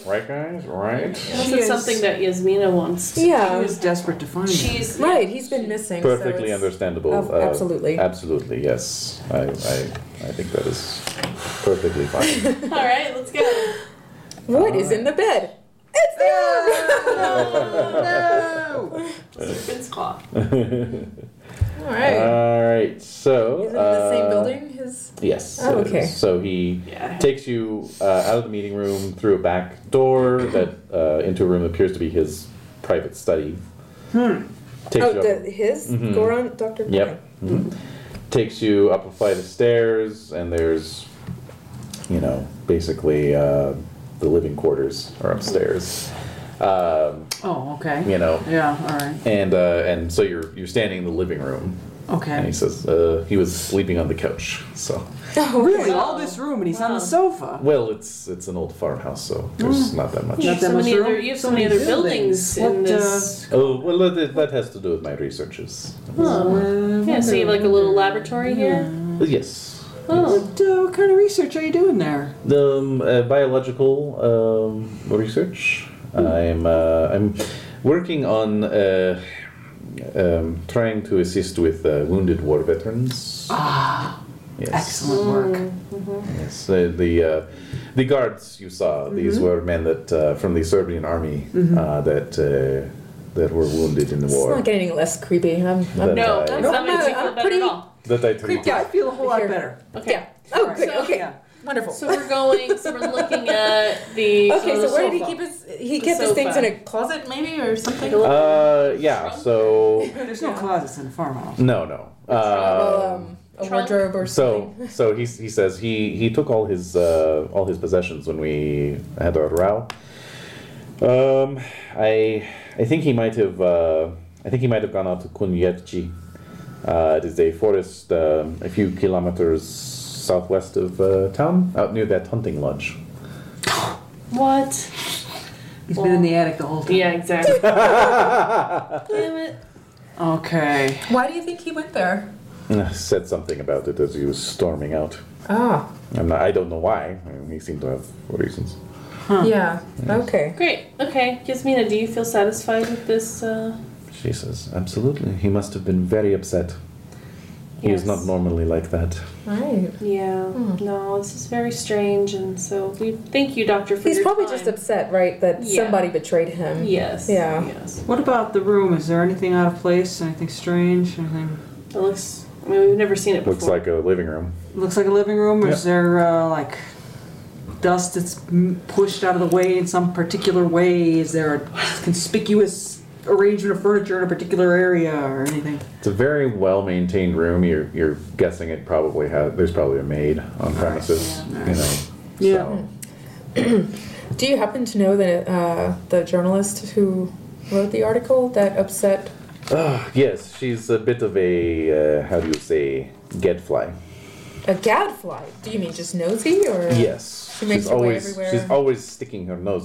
Speaker 4: Right, guys? Right?
Speaker 2: This
Speaker 5: She
Speaker 2: is
Speaker 5: is-
Speaker 2: something that Yasmina wants. to-
Speaker 3: He
Speaker 5: yeah.
Speaker 3: was desperate to find him.
Speaker 2: She's
Speaker 5: Right. He's been missing. so
Speaker 4: Perfectly
Speaker 5: it's-
Speaker 4: understandable. uh,
Speaker 5: Oh, absolutely.
Speaker 4: Absolutely, yes. I, I, I think that is perfectly fine.
Speaker 2: All right, let's go.
Speaker 5: What is in the bed? It's there.
Speaker 2: It's a good spot.
Speaker 5: All right.
Speaker 4: All right, so.
Speaker 5: Is it in the same
Speaker 4: uh,
Speaker 5: building? His
Speaker 4: Yes.
Speaker 5: Oh,
Speaker 4: it
Speaker 5: okay.
Speaker 4: is. So he
Speaker 2: Yeah.
Speaker 4: takes you uh, out of the meeting room through a back door that uh, into a room that appears to be his private study. Takes
Speaker 5: oh,
Speaker 4: you up-
Speaker 5: the, his Goron, Doctor.
Speaker 4: Mm-hmm. Yep. Mhm. Takes you up a flight of stairs, and there's, you know, basically uh, the living quarters are upstairs. Um,
Speaker 3: Oh, okay.
Speaker 4: you know,
Speaker 3: Yeah, all right.
Speaker 4: and uh, and so you're you're standing in the living room, and he
Speaker 3: Okay.
Speaker 4: says uh, he was sleeping on the couch. So
Speaker 5: Oh,
Speaker 3: Really, all this room, and he's on the sofa.
Speaker 4: well, it's it's an old farmhouse, so there's not that much.
Speaker 2: You have
Speaker 3: that
Speaker 2: so
Speaker 3: much
Speaker 2: many
Speaker 3: room?
Speaker 2: other, you have so
Speaker 3: So
Speaker 2: many
Speaker 3: many
Speaker 2: other buildings,
Speaker 3: buildings.
Speaker 2: in
Speaker 3: What, uh,
Speaker 2: this.
Speaker 4: Oh well, that, that has to do with my researches.
Speaker 2: Oh. Yeah, so you have like a little laboratory here.
Speaker 4: Yes.
Speaker 2: Oh,
Speaker 3: What, uh, what kind of research are you doing there?
Speaker 4: Um, uh, biological um, research. I'm uh, I'm working on uh, um, trying to assist with uh, wounded war veterans. Ah, yes,
Speaker 3: Excellent work.
Speaker 4: Yes, uh, the uh, the guards you saw these were men that uh, from the Serbian army uh, that uh, that were wounded in the
Speaker 5: It's
Speaker 4: war.
Speaker 5: not getting any less creepy. I'm, I'm
Speaker 4: That
Speaker 2: no,
Speaker 4: I-
Speaker 2: it's not
Speaker 5: I'm
Speaker 2: making me feel
Speaker 5: not- I'm
Speaker 2: better at
Speaker 5: pretty-
Speaker 2: all.
Speaker 4: that I took.
Speaker 5: creeped out.
Speaker 3: I feel a whole lot
Speaker 5: Here.
Speaker 3: better.
Speaker 2: Okay.
Speaker 5: Yeah. Oh,
Speaker 3: Alright.
Speaker 5: good. Okay.
Speaker 3: Yeah.
Speaker 5: Wonderful.
Speaker 2: So we're going. So we're looking at the.
Speaker 5: okay, so,
Speaker 2: the
Speaker 5: where did he
Speaker 2: sofa.
Speaker 5: keep his? He
Speaker 2: The
Speaker 5: kept his things in
Speaker 2: sofa.
Speaker 5: a closet, maybe, or something.
Speaker 4: Uh, yeah. So
Speaker 3: There's no closets in a farmhouse.
Speaker 4: no, no. Uh,
Speaker 5: Well, um, a
Speaker 2: trunk.
Speaker 5: wardrobe or
Speaker 4: So,
Speaker 5: something.
Speaker 4: so he, he says he, he took all his uh, all his possessions when we had our row. Um, I I think he might have uh, I think he might have gone out to Kunyetchi. Uh, it is a forest um a few kilometers southwest of uh, town, out near that hunting lodge.
Speaker 2: What?
Speaker 3: He's been in the attic the whole time.
Speaker 2: Yeah, exactly. Damn it.
Speaker 3: Okay.
Speaker 5: Why do you think he went there?
Speaker 4: Said something about it as he was storming out.
Speaker 5: Ah,
Speaker 4: I'm not, I don't know why. I mean, he seemed to have reasons.
Speaker 5: yeah. Okay.
Speaker 2: Great. Okay, Yasmina, do you feel satisfied with this? Uh,
Speaker 4: She says, absolutely. He must have been very upset. He is not
Speaker 2: Yes.
Speaker 4: normally like that.
Speaker 5: All right.
Speaker 2: yeah. No, this is very strange, and so we thank you, Doctor, for
Speaker 5: He's
Speaker 2: your
Speaker 5: probably
Speaker 2: time.
Speaker 5: just upset, right, that
Speaker 2: Yeah.
Speaker 5: somebody betrayed him.
Speaker 2: Yes.
Speaker 5: Yeah.
Speaker 2: Yes.
Speaker 3: What about the room? Is there anything out of place? Anything strange? Anything?
Speaker 2: It looks. I mean, we've never seen it before.
Speaker 4: Looks like a living room.
Speaker 3: Looks like a living room. Is
Speaker 4: Yeah.
Speaker 3: there uh, like dust that's m- pushed out of the way in some particular way? Is there a conspicuous arrangement of furniture in a particular area or anything?
Speaker 4: It's a very well maintained room. You're, you're guessing it probably has, there's probably a maid on premises, you know.
Speaker 3: Yeah.
Speaker 4: So,
Speaker 5: Do you happen to know the uh, the journalist who wrote the article that upset?
Speaker 4: Ah, yes, she's a bit of a, uh, how do you say, gadfly.
Speaker 5: A gadfly? Do you mean just nosy or?
Speaker 4: Yes.
Speaker 5: She makes
Speaker 4: she's
Speaker 5: her way
Speaker 4: always
Speaker 5: everywhere.
Speaker 4: she's always sticking her nose.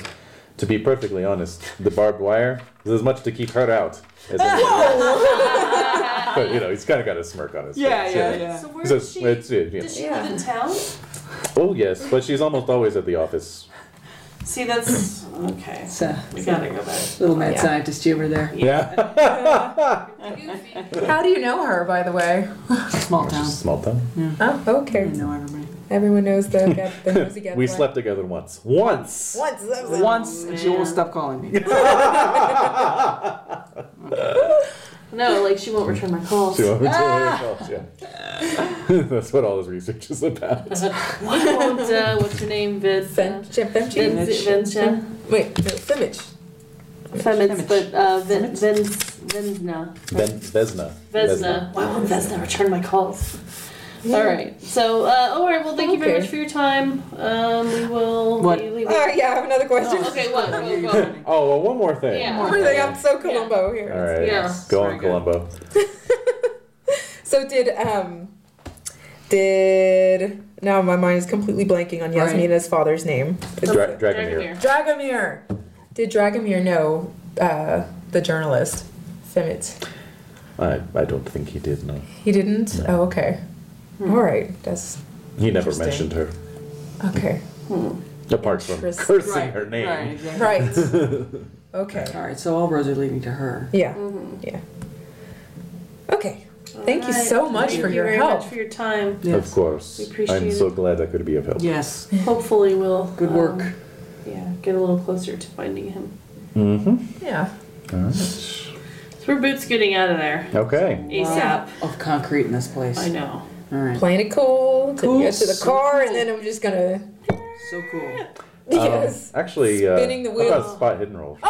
Speaker 4: To be perfectly honest, the barbed wire is as much to keep her out as anything. but you know, he's kind of got a smirk on his
Speaker 3: Yeah,
Speaker 4: face.
Speaker 3: yeah,
Speaker 4: you know.
Speaker 3: yeah.
Speaker 2: So where
Speaker 4: So
Speaker 2: is she?
Speaker 4: it's it, yeah.
Speaker 2: Does she
Speaker 5: Yeah.
Speaker 2: live in town?
Speaker 4: Oh yes, but she's almost always at the office.
Speaker 2: See, that's okay.
Speaker 3: It's a
Speaker 2: We gotta go back.
Speaker 3: little mad
Speaker 5: Yeah.
Speaker 3: scientist humor there.
Speaker 4: Yeah,
Speaker 5: How do you know her, by the way?
Speaker 3: Small town.
Speaker 4: Just small town.
Speaker 5: Oh, okay.
Speaker 3: I know everybody.
Speaker 5: Everyone knows the, gad, the nosy gadfly.
Speaker 4: We slept together once. Once.
Speaker 5: once. that was-
Speaker 3: Once, and she won't stop calling me.
Speaker 2: No, like she won't return my calls.
Speaker 4: Two hours
Speaker 5: Ah!
Speaker 4: later, yeah. That's what all his research is about.
Speaker 2: won't, uh, what's her name? Vid.
Speaker 5: Fen- Fen- Fen- Fen-
Speaker 2: Vincha.
Speaker 5: Wait, no, Femich.
Speaker 2: Femits, but uh, Vin, Vin, Vindna.
Speaker 4: Then Vesna.
Speaker 2: Vesna. Why won't Vesna return my calls? All right. So, uh, all right. Well, thank you very
Speaker 5: Okay.
Speaker 2: much for your time. Um, we will
Speaker 3: What?
Speaker 2: be leaving.
Speaker 5: Oh, yeah, I have another question.
Speaker 2: Oh, okay. What? Go, go.
Speaker 4: Oh well, one more thing.
Speaker 2: Yeah.
Speaker 5: What do they- I'm so Columbo
Speaker 4: Oh. All
Speaker 5: here.
Speaker 4: right.
Speaker 2: Yeah.
Speaker 4: Go
Speaker 3: Very
Speaker 4: on,
Speaker 3: good.
Speaker 4: Columbo.
Speaker 5: So did um did now my mind is completely blanking on
Speaker 3: Right.
Speaker 5: Yasmina's father's name. It's
Speaker 4: Dra- Dragomir.
Speaker 5: Dragomir. Did Dragomir know uh, the journalist? Femet?
Speaker 4: I, I don't think he did, no.
Speaker 5: He didn't? Oh, okay.
Speaker 2: Hmm.
Speaker 5: All right. That's
Speaker 4: He never
Speaker 5: Interesting.
Speaker 4: mentioned her.
Speaker 5: okay.
Speaker 4: Apart from
Speaker 5: Interest-
Speaker 4: cursing
Speaker 3: Right,
Speaker 4: her name.
Speaker 3: Right, exactly.
Speaker 5: Right. okay.
Speaker 3: All right, so all roads are leading to her.
Speaker 5: Yeah.
Speaker 2: Mm-hmm.
Speaker 5: Yeah. Okay. Thank you so much
Speaker 2: Thank
Speaker 5: for
Speaker 2: you
Speaker 5: your
Speaker 2: very
Speaker 5: help.
Speaker 2: much for your time.
Speaker 4: Of course.
Speaker 2: We appreciate
Speaker 4: I'm so glad I could be of help.
Speaker 3: Yes.
Speaker 2: Hopefully, we'll
Speaker 3: Good work.
Speaker 2: um, yeah, get a little closer to finding him.
Speaker 4: Mm-hmm.
Speaker 5: Yeah.
Speaker 2: So we're boots getting out of there
Speaker 4: Okay.
Speaker 2: ASAP.
Speaker 3: Of concrete in this place.
Speaker 2: I know.
Speaker 3: All right.
Speaker 5: Playing it cool, to
Speaker 3: Cool.
Speaker 5: get to the car, and then I'm just gonna.
Speaker 3: So cool.
Speaker 5: Yes.
Speaker 4: Um, actually, uh,
Speaker 5: Spinning the
Speaker 4: how about
Speaker 5: wheel.
Speaker 4: a spot hidden roll?
Speaker 5: Oh,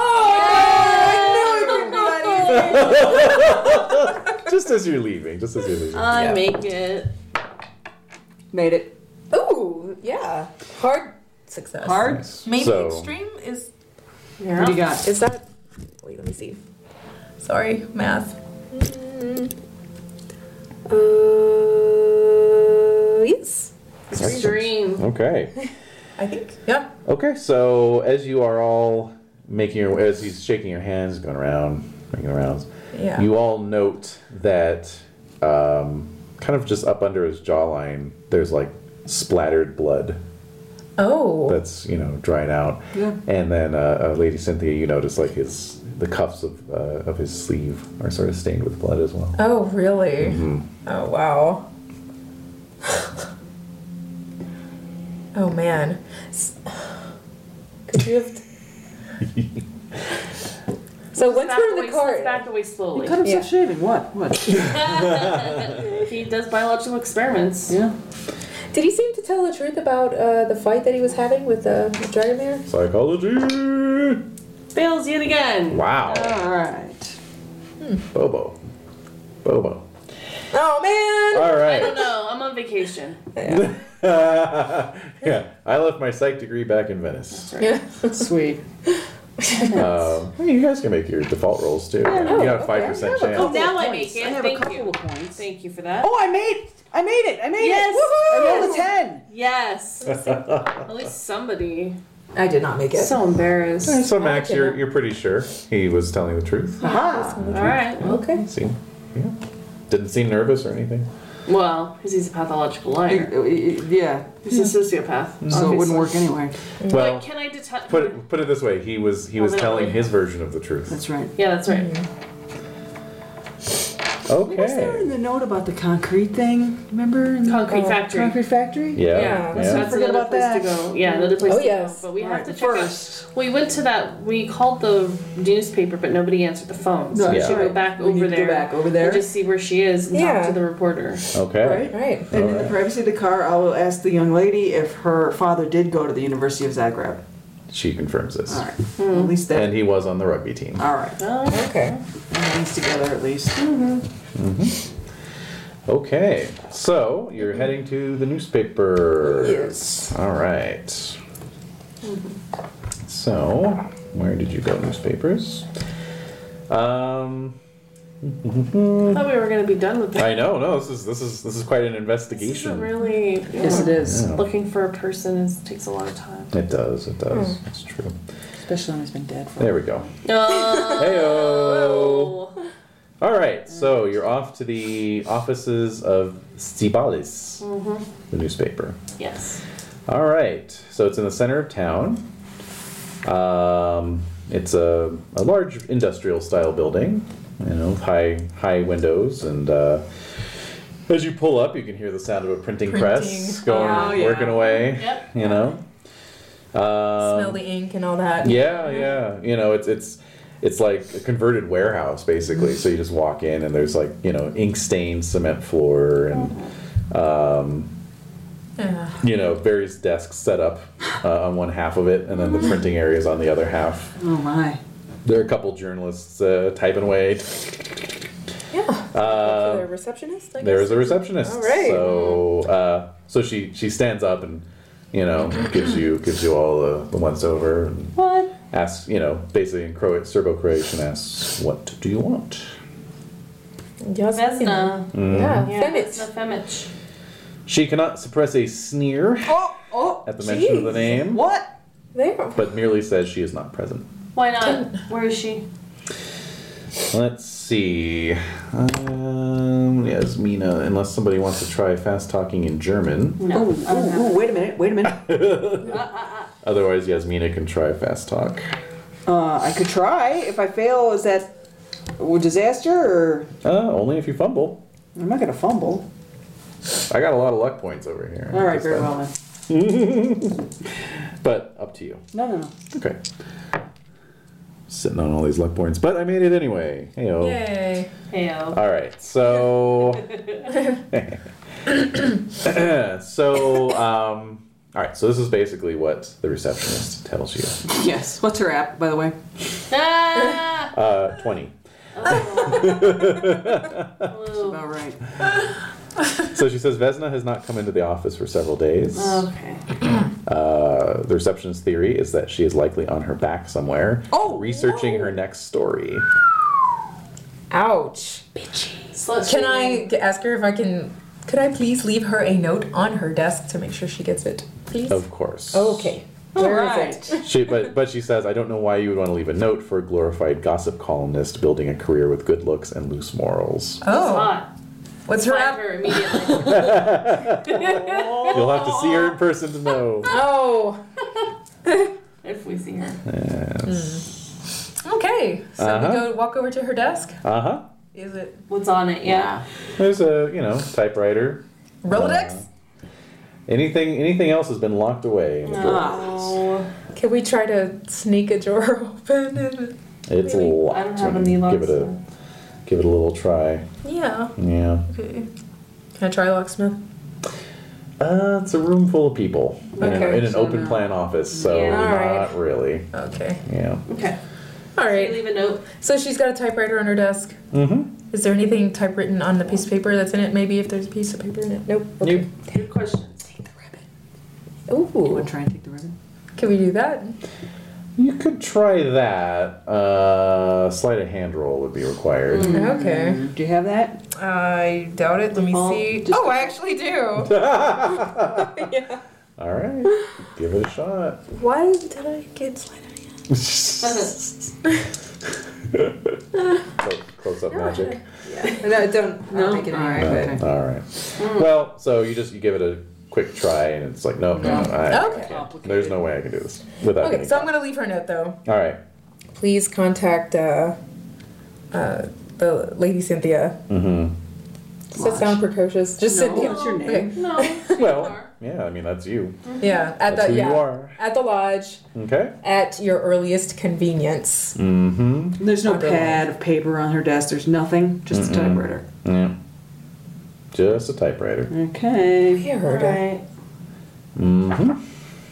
Speaker 4: just as you're leaving. Just as you're leaving.
Speaker 8: Uh,
Speaker 2: I
Speaker 5: Yeah.
Speaker 2: make it.
Speaker 3: Made it.
Speaker 5: no! Ooh, yeah. Hard success.
Speaker 3: Hard?
Speaker 8: Maybe
Speaker 4: So-
Speaker 8: extreme is
Speaker 3: What do you got?
Speaker 5: Is that. Wait, let me see. Sorry, math. Mm. Uh, yes,
Speaker 4: Excellent.
Speaker 2: Extreme.
Speaker 4: Okay.
Speaker 5: I think. Yeah.
Speaker 4: Okay, so as you are all making your as he's shaking your hands, going around, making the rounds,
Speaker 5: Yeah.
Speaker 4: you all note that um, kind of just up under his jawline, there's like splattered blood
Speaker 5: Oh.
Speaker 4: that's you know drying out,
Speaker 3: Yeah.
Speaker 4: and then uh, uh, Lady Cynthia, you notice like his the cuffs of uh, of his sleeve are sort of stained with blood as well.
Speaker 5: Oh, really? Oh, wow. oh, man. S- Could you have. so once
Speaker 2: Back
Speaker 5: we're in
Speaker 2: away-
Speaker 5: the car.
Speaker 2: Back away
Speaker 3: He
Speaker 2: slowly.
Speaker 3: cut himself
Speaker 5: Yeah.
Speaker 3: shaving. What? What?
Speaker 2: He does biological experiments.
Speaker 3: Yeah.
Speaker 5: Did he seem to tell the truth about uh, the fight that he was having with uh, Dragomir?
Speaker 4: Psychology.
Speaker 2: Fails yet again.
Speaker 4: Wow,
Speaker 3: All right.
Speaker 4: Bobo, Bobo.
Speaker 5: Oh, man!
Speaker 4: All
Speaker 2: I
Speaker 4: right.
Speaker 2: don't know. I'm on vacation.
Speaker 4: yeah, I left my psych degree back in Venice.
Speaker 5: Yeah.
Speaker 3: Sweet.
Speaker 4: Um, hey, you guys can make your default rolls too. you have
Speaker 5: okay.
Speaker 4: five percent
Speaker 5: I have a
Speaker 4: chance.
Speaker 2: Oh, now I
Speaker 3: points.
Speaker 2: make it.
Speaker 3: I have a
Speaker 2: Thank
Speaker 3: couple
Speaker 2: you.
Speaker 3: of points.
Speaker 2: Thank you for that.
Speaker 3: Oh, I made I made it. I made
Speaker 2: Yes.
Speaker 3: it. Woohoo! I rolled a
Speaker 2: Yes.
Speaker 3: 10.
Speaker 2: Yes. At least somebody.
Speaker 5: I did not make it.
Speaker 2: So embarrassed.
Speaker 4: So Max,
Speaker 5: Okay.
Speaker 4: you're you're pretty sure he was telling the truth.
Speaker 3: Aha.
Speaker 2: All right. Well,
Speaker 5: okay.
Speaker 4: Seem, yeah, didn't seem nervous or anything.
Speaker 2: well, 'cause he's a pathological liar.
Speaker 3: Yeah.
Speaker 2: He's a sociopath.
Speaker 3: So it
Speaker 2: obviously.
Speaker 3: wouldn't work anyway.
Speaker 4: Well,
Speaker 2: But can I detect?
Speaker 4: put it put it this way, he was he was
Speaker 2: Oh, no.
Speaker 4: telling his version of the truth.
Speaker 3: That's right.
Speaker 2: Yeah, that's right.
Speaker 3: Was there in
Speaker 4: Okay.
Speaker 3: the note about the concrete thing? Remember? In the uh,
Speaker 2: Concrete factory.
Speaker 3: Concrete factory?
Speaker 4: Yeah.
Speaker 2: Yeah,
Speaker 4: yeah.
Speaker 2: so
Speaker 3: Don't
Speaker 2: that's
Speaker 3: forget
Speaker 2: another
Speaker 3: about
Speaker 2: place
Speaker 3: that.
Speaker 2: to go. Yeah, another place
Speaker 5: Oh,
Speaker 2: to
Speaker 5: yes.
Speaker 2: go. But we
Speaker 3: All
Speaker 2: have
Speaker 3: right,
Speaker 2: to check
Speaker 3: first.
Speaker 2: out. We went to that. We called the newspaper, but nobody answered the phone. So we
Speaker 4: Yeah.
Speaker 2: should go back
Speaker 3: We need
Speaker 2: over
Speaker 3: to go
Speaker 2: there.
Speaker 3: back over there.
Speaker 2: And just see where she is and
Speaker 5: Yeah.
Speaker 2: talk to the reporter.
Speaker 4: Okay.
Speaker 3: Right?
Speaker 5: Right.
Speaker 3: And in the privacy of the car, I will ask the young lady if her father did go to the University of Zagreb.
Speaker 4: She confirms this.
Speaker 3: All right. At least that.
Speaker 4: And he was on the rugby team.
Speaker 3: all right.
Speaker 5: Okay.
Speaker 3: Things together at least.
Speaker 4: Okay, so you're heading to the newspaper.
Speaker 5: Yes.
Speaker 4: All right. So, where did you go, newspapers? Um,
Speaker 2: I thought we were gonna be done with that.
Speaker 4: I know. No, this is this is this is quite an
Speaker 2: This is
Speaker 4: investigation.
Speaker 2: really
Speaker 3: Yes, it is.
Speaker 4: Yeah.
Speaker 2: looking for a person is, takes a lot of time.
Speaker 4: It does. It does. It's true.
Speaker 3: Especially when he's been dead for.
Speaker 4: There we go.
Speaker 2: No.
Speaker 4: Heyo. All right. So you're off to the offices of Stibales, the newspaper.
Speaker 2: yes.
Speaker 4: All right, so it's in the center of town. Um, it's a, a large industrial style building, you know, with high high windows, and uh, as you pull up, you can hear the sound of a printing, press
Speaker 5: Printing.
Speaker 4: going
Speaker 3: Oh, yeah.
Speaker 4: working away.
Speaker 2: Yep.
Speaker 4: You know. Um,
Speaker 5: Smell the ink and all that.
Speaker 4: yeah, yeah. You know, it's it's it's like a converted warehouse basically. So you just walk in and there's like you know ink stained cement floor and
Speaker 5: Yeah.
Speaker 4: you know various desks set up uh, on one half of it, and then the printing areas on the other half.
Speaker 3: Oh my.
Speaker 4: There are a couple journalists uh, typing away.
Speaker 5: Yeah. Uh, the receptionist, I guess.
Speaker 4: There is a receptionist.
Speaker 5: All right.
Speaker 4: So uh, so she she stands up and you know gives you gives you all the, the once over and
Speaker 2: What?
Speaker 4: asks you know basically in Croat Serbo Croatian asks what do you want.
Speaker 5: Jasmina.
Speaker 2: Vesna.
Speaker 5: Yeah.
Speaker 2: Yeah,
Speaker 5: Femit.
Speaker 2: Vesna Femich.
Speaker 4: She cannot suppress a sneer
Speaker 3: Oh, oh.
Speaker 4: at the mention of the
Speaker 5: Jeez.
Speaker 4: name,
Speaker 3: What?
Speaker 5: There.
Speaker 4: but merely says she is not present.
Speaker 2: Why not? Where is she?
Speaker 4: Let's see. Um, yes, Mina. Unless somebody wants to try fast talking in German.
Speaker 2: No.
Speaker 3: Ooh, ooh, ooh, wait a minute, wait a minute.
Speaker 4: Otherwise, Yasmina can try fast talk.
Speaker 3: Uh, I could try. If I fail, is that a disaster or
Speaker 4: Uh, only if you fumble.
Speaker 3: I'm not gonna fumble?
Speaker 4: I got a lot of luck points over here.
Speaker 3: All right,
Speaker 4: Just
Speaker 3: very
Speaker 4: that.
Speaker 3: well then.
Speaker 4: But up to you.
Speaker 3: No, no, no.
Speaker 4: Okay. Sitting on all these luck points, but I made it anyway. Heyo.
Speaker 5: Yay.
Speaker 2: Heyo.
Speaker 4: All right, so so um, all right, so this is basically what the receptionist tells you.
Speaker 3: Yes. What's her app, by the way?
Speaker 2: Ah!
Speaker 4: Uh, Twenty.
Speaker 2: Whoa.
Speaker 3: About right.
Speaker 4: So she says Vesna has not come into the office for several days.
Speaker 2: Oh.
Speaker 3: Okay.
Speaker 4: Uh, the receptionist's theory is that she is likely on her back somewhere,
Speaker 3: Oh,
Speaker 4: researching her next story.
Speaker 5: Ouch.
Speaker 2: Slut
Speaker 5: Can
Speaker 2: shaming.
Speaker 5: I g- ask her if I can? Could I please leave her a note on her desk to make sure she gets it, please?
Speaker 4: Of course.
Speaker 5: Okay. Where is it?
Speaker 4: She, but but she says, I don't know why you would want to leave a note for a glorified gossip columnist building a career with good looks and loose morals.
Speaker 5: Oh,
Speaker 2: Hot.
Speaker 5: what's her
Speaker 2: Fire
Speaker 5: app?
Speaker 2: her immediately.
Speaker 4: You'll have to see her in person to know.
Speaker 5: Oh,
Speaker 2: if we see her.
Speaker 5: okay. So
Speaker 4: Uh-huh.
Speaker 5: we go walk over to her desk.
Speaker 4: Uh huh.
Speaker 5: Is it
Speaker 2: What's on it? Yeah.
Speaker 4: There's a you know typewriter.
Speaker 5: Rolodex?
Speaker 4: Anything anything else has been locked away.
Speaker 2: Ah,
Speaker 4: In the drawer.
Speaker 2: Oh,
Speaker 5: Uh, Can we try to sneak a drawer open? And,
Speaker 4: It's
Speaker 5: Really?
Speaker 4: locked.
Speaker 2: I don't have any locks.
Speaker 4: Give it a give it a little try.
Speaker 5: yeah.
Speaker 4: Yeah.
Speaker 5: Okay. Can I try locksmith?
Speaker 4: Uh, it's a room full of people in an,
Speaker 5: Okay,
Speaker 4: in an
Speaker 3: so
Speaker 4: open
Speaker 3: no.
Speaker 4: plan office, so
Speaker 2: Yeah.
Speaker 4: not
Speaker 5: Alright.
Speaker 4: really.
Speaker 5: Okay.
Speaker 4: Yeah.
Speaker 2: okay.
Speaker 5: All
Speaker 2: Can you
Speaker 5: right.
Speaker 2: leave a note?
Speaker 5: So she's got a typewriter on her desk.
Speaker 4: Mm-hmm.
Speaker 5: Is there anything typewritten on the piece of paper that's in it? Maybe if there's a piece of paper in it. Nope.
Speaker 4: Nope.
Speaker 2: Good question.
Speaker 3: You want
Speaker 5: Ooh.
Speaker 3: to try and take the ribbon?
Speaker 5: Can we do that?
Speaker 4: You could try that. Uh, sleight of hand roll would be required.
Speaker 5: Mm. Okay.
Speaker 3: Do you have that?
Speaker 5: I doubt it. Let me
Speaker 3: Oh,
Speaker 5: see.
Speaker 3: just-
Speaker 5: Oh, I actually do.
Speaker 4: All right, give it a shot.
Speaker 5: Why did I get slider?
Speaker 4: Close, close up magic.
Speaker 5: No, don't.
Speaker 3: No?
Speaker 5: make it
Speaker 3: All right.
Speaker 4: No,
Speaker 3: Okay.
Speaker 4: All right.
Speaker 5: Mm.
Speaker 4: Well, so you just you give it a quick try, and it's like, no, no, no, I,
Speaker 5: Okay.
Speaker 4: I can't. There's no way I can do this without.
Speaker 5: Okay,
Speaker 4: getting
Speaker 5: so I'm
Speaker 4: caught.
Speaker 5: gonna leave her a note though.
Speaker 4: All right.
Speaker 5: Please contact uh, uh, the lady Cynthia.
Speaker 4: Mm-hmm.
Speaker 5: Does that sound precocious? Just
Speaker 3: No,
Speaker 5: Cynthia.
Speaker 3: what's your name?
Speaker 5: Okay.
Speaker 2: No.
Speaker 4: Well, yeah. I mean, that's you.
Speaker 5: Yeah, at
Speaker 4: That's
Speaker 5: the
Speaker 4: who
Speaker 5: yeah,
Speaker 4: you are.
Speaker 5: at the lodge
Speaker 4: Okay.
Speaker 5: at your earliest convenience.
Speaker 3: Mm.
Speaker 4: Mm-hmm.
Speaker 3: There's no
Speaker 5: Under-
Speaker 3: pad of paper on her desk. There's nothing. Just a typewriter.
Speaker 4: Yeah. Just a typewriter.
Speaker 3: Okay.
Speaker 5: Weird.
Speaker 2: Alright.
Speaker 4: Mm-hmm.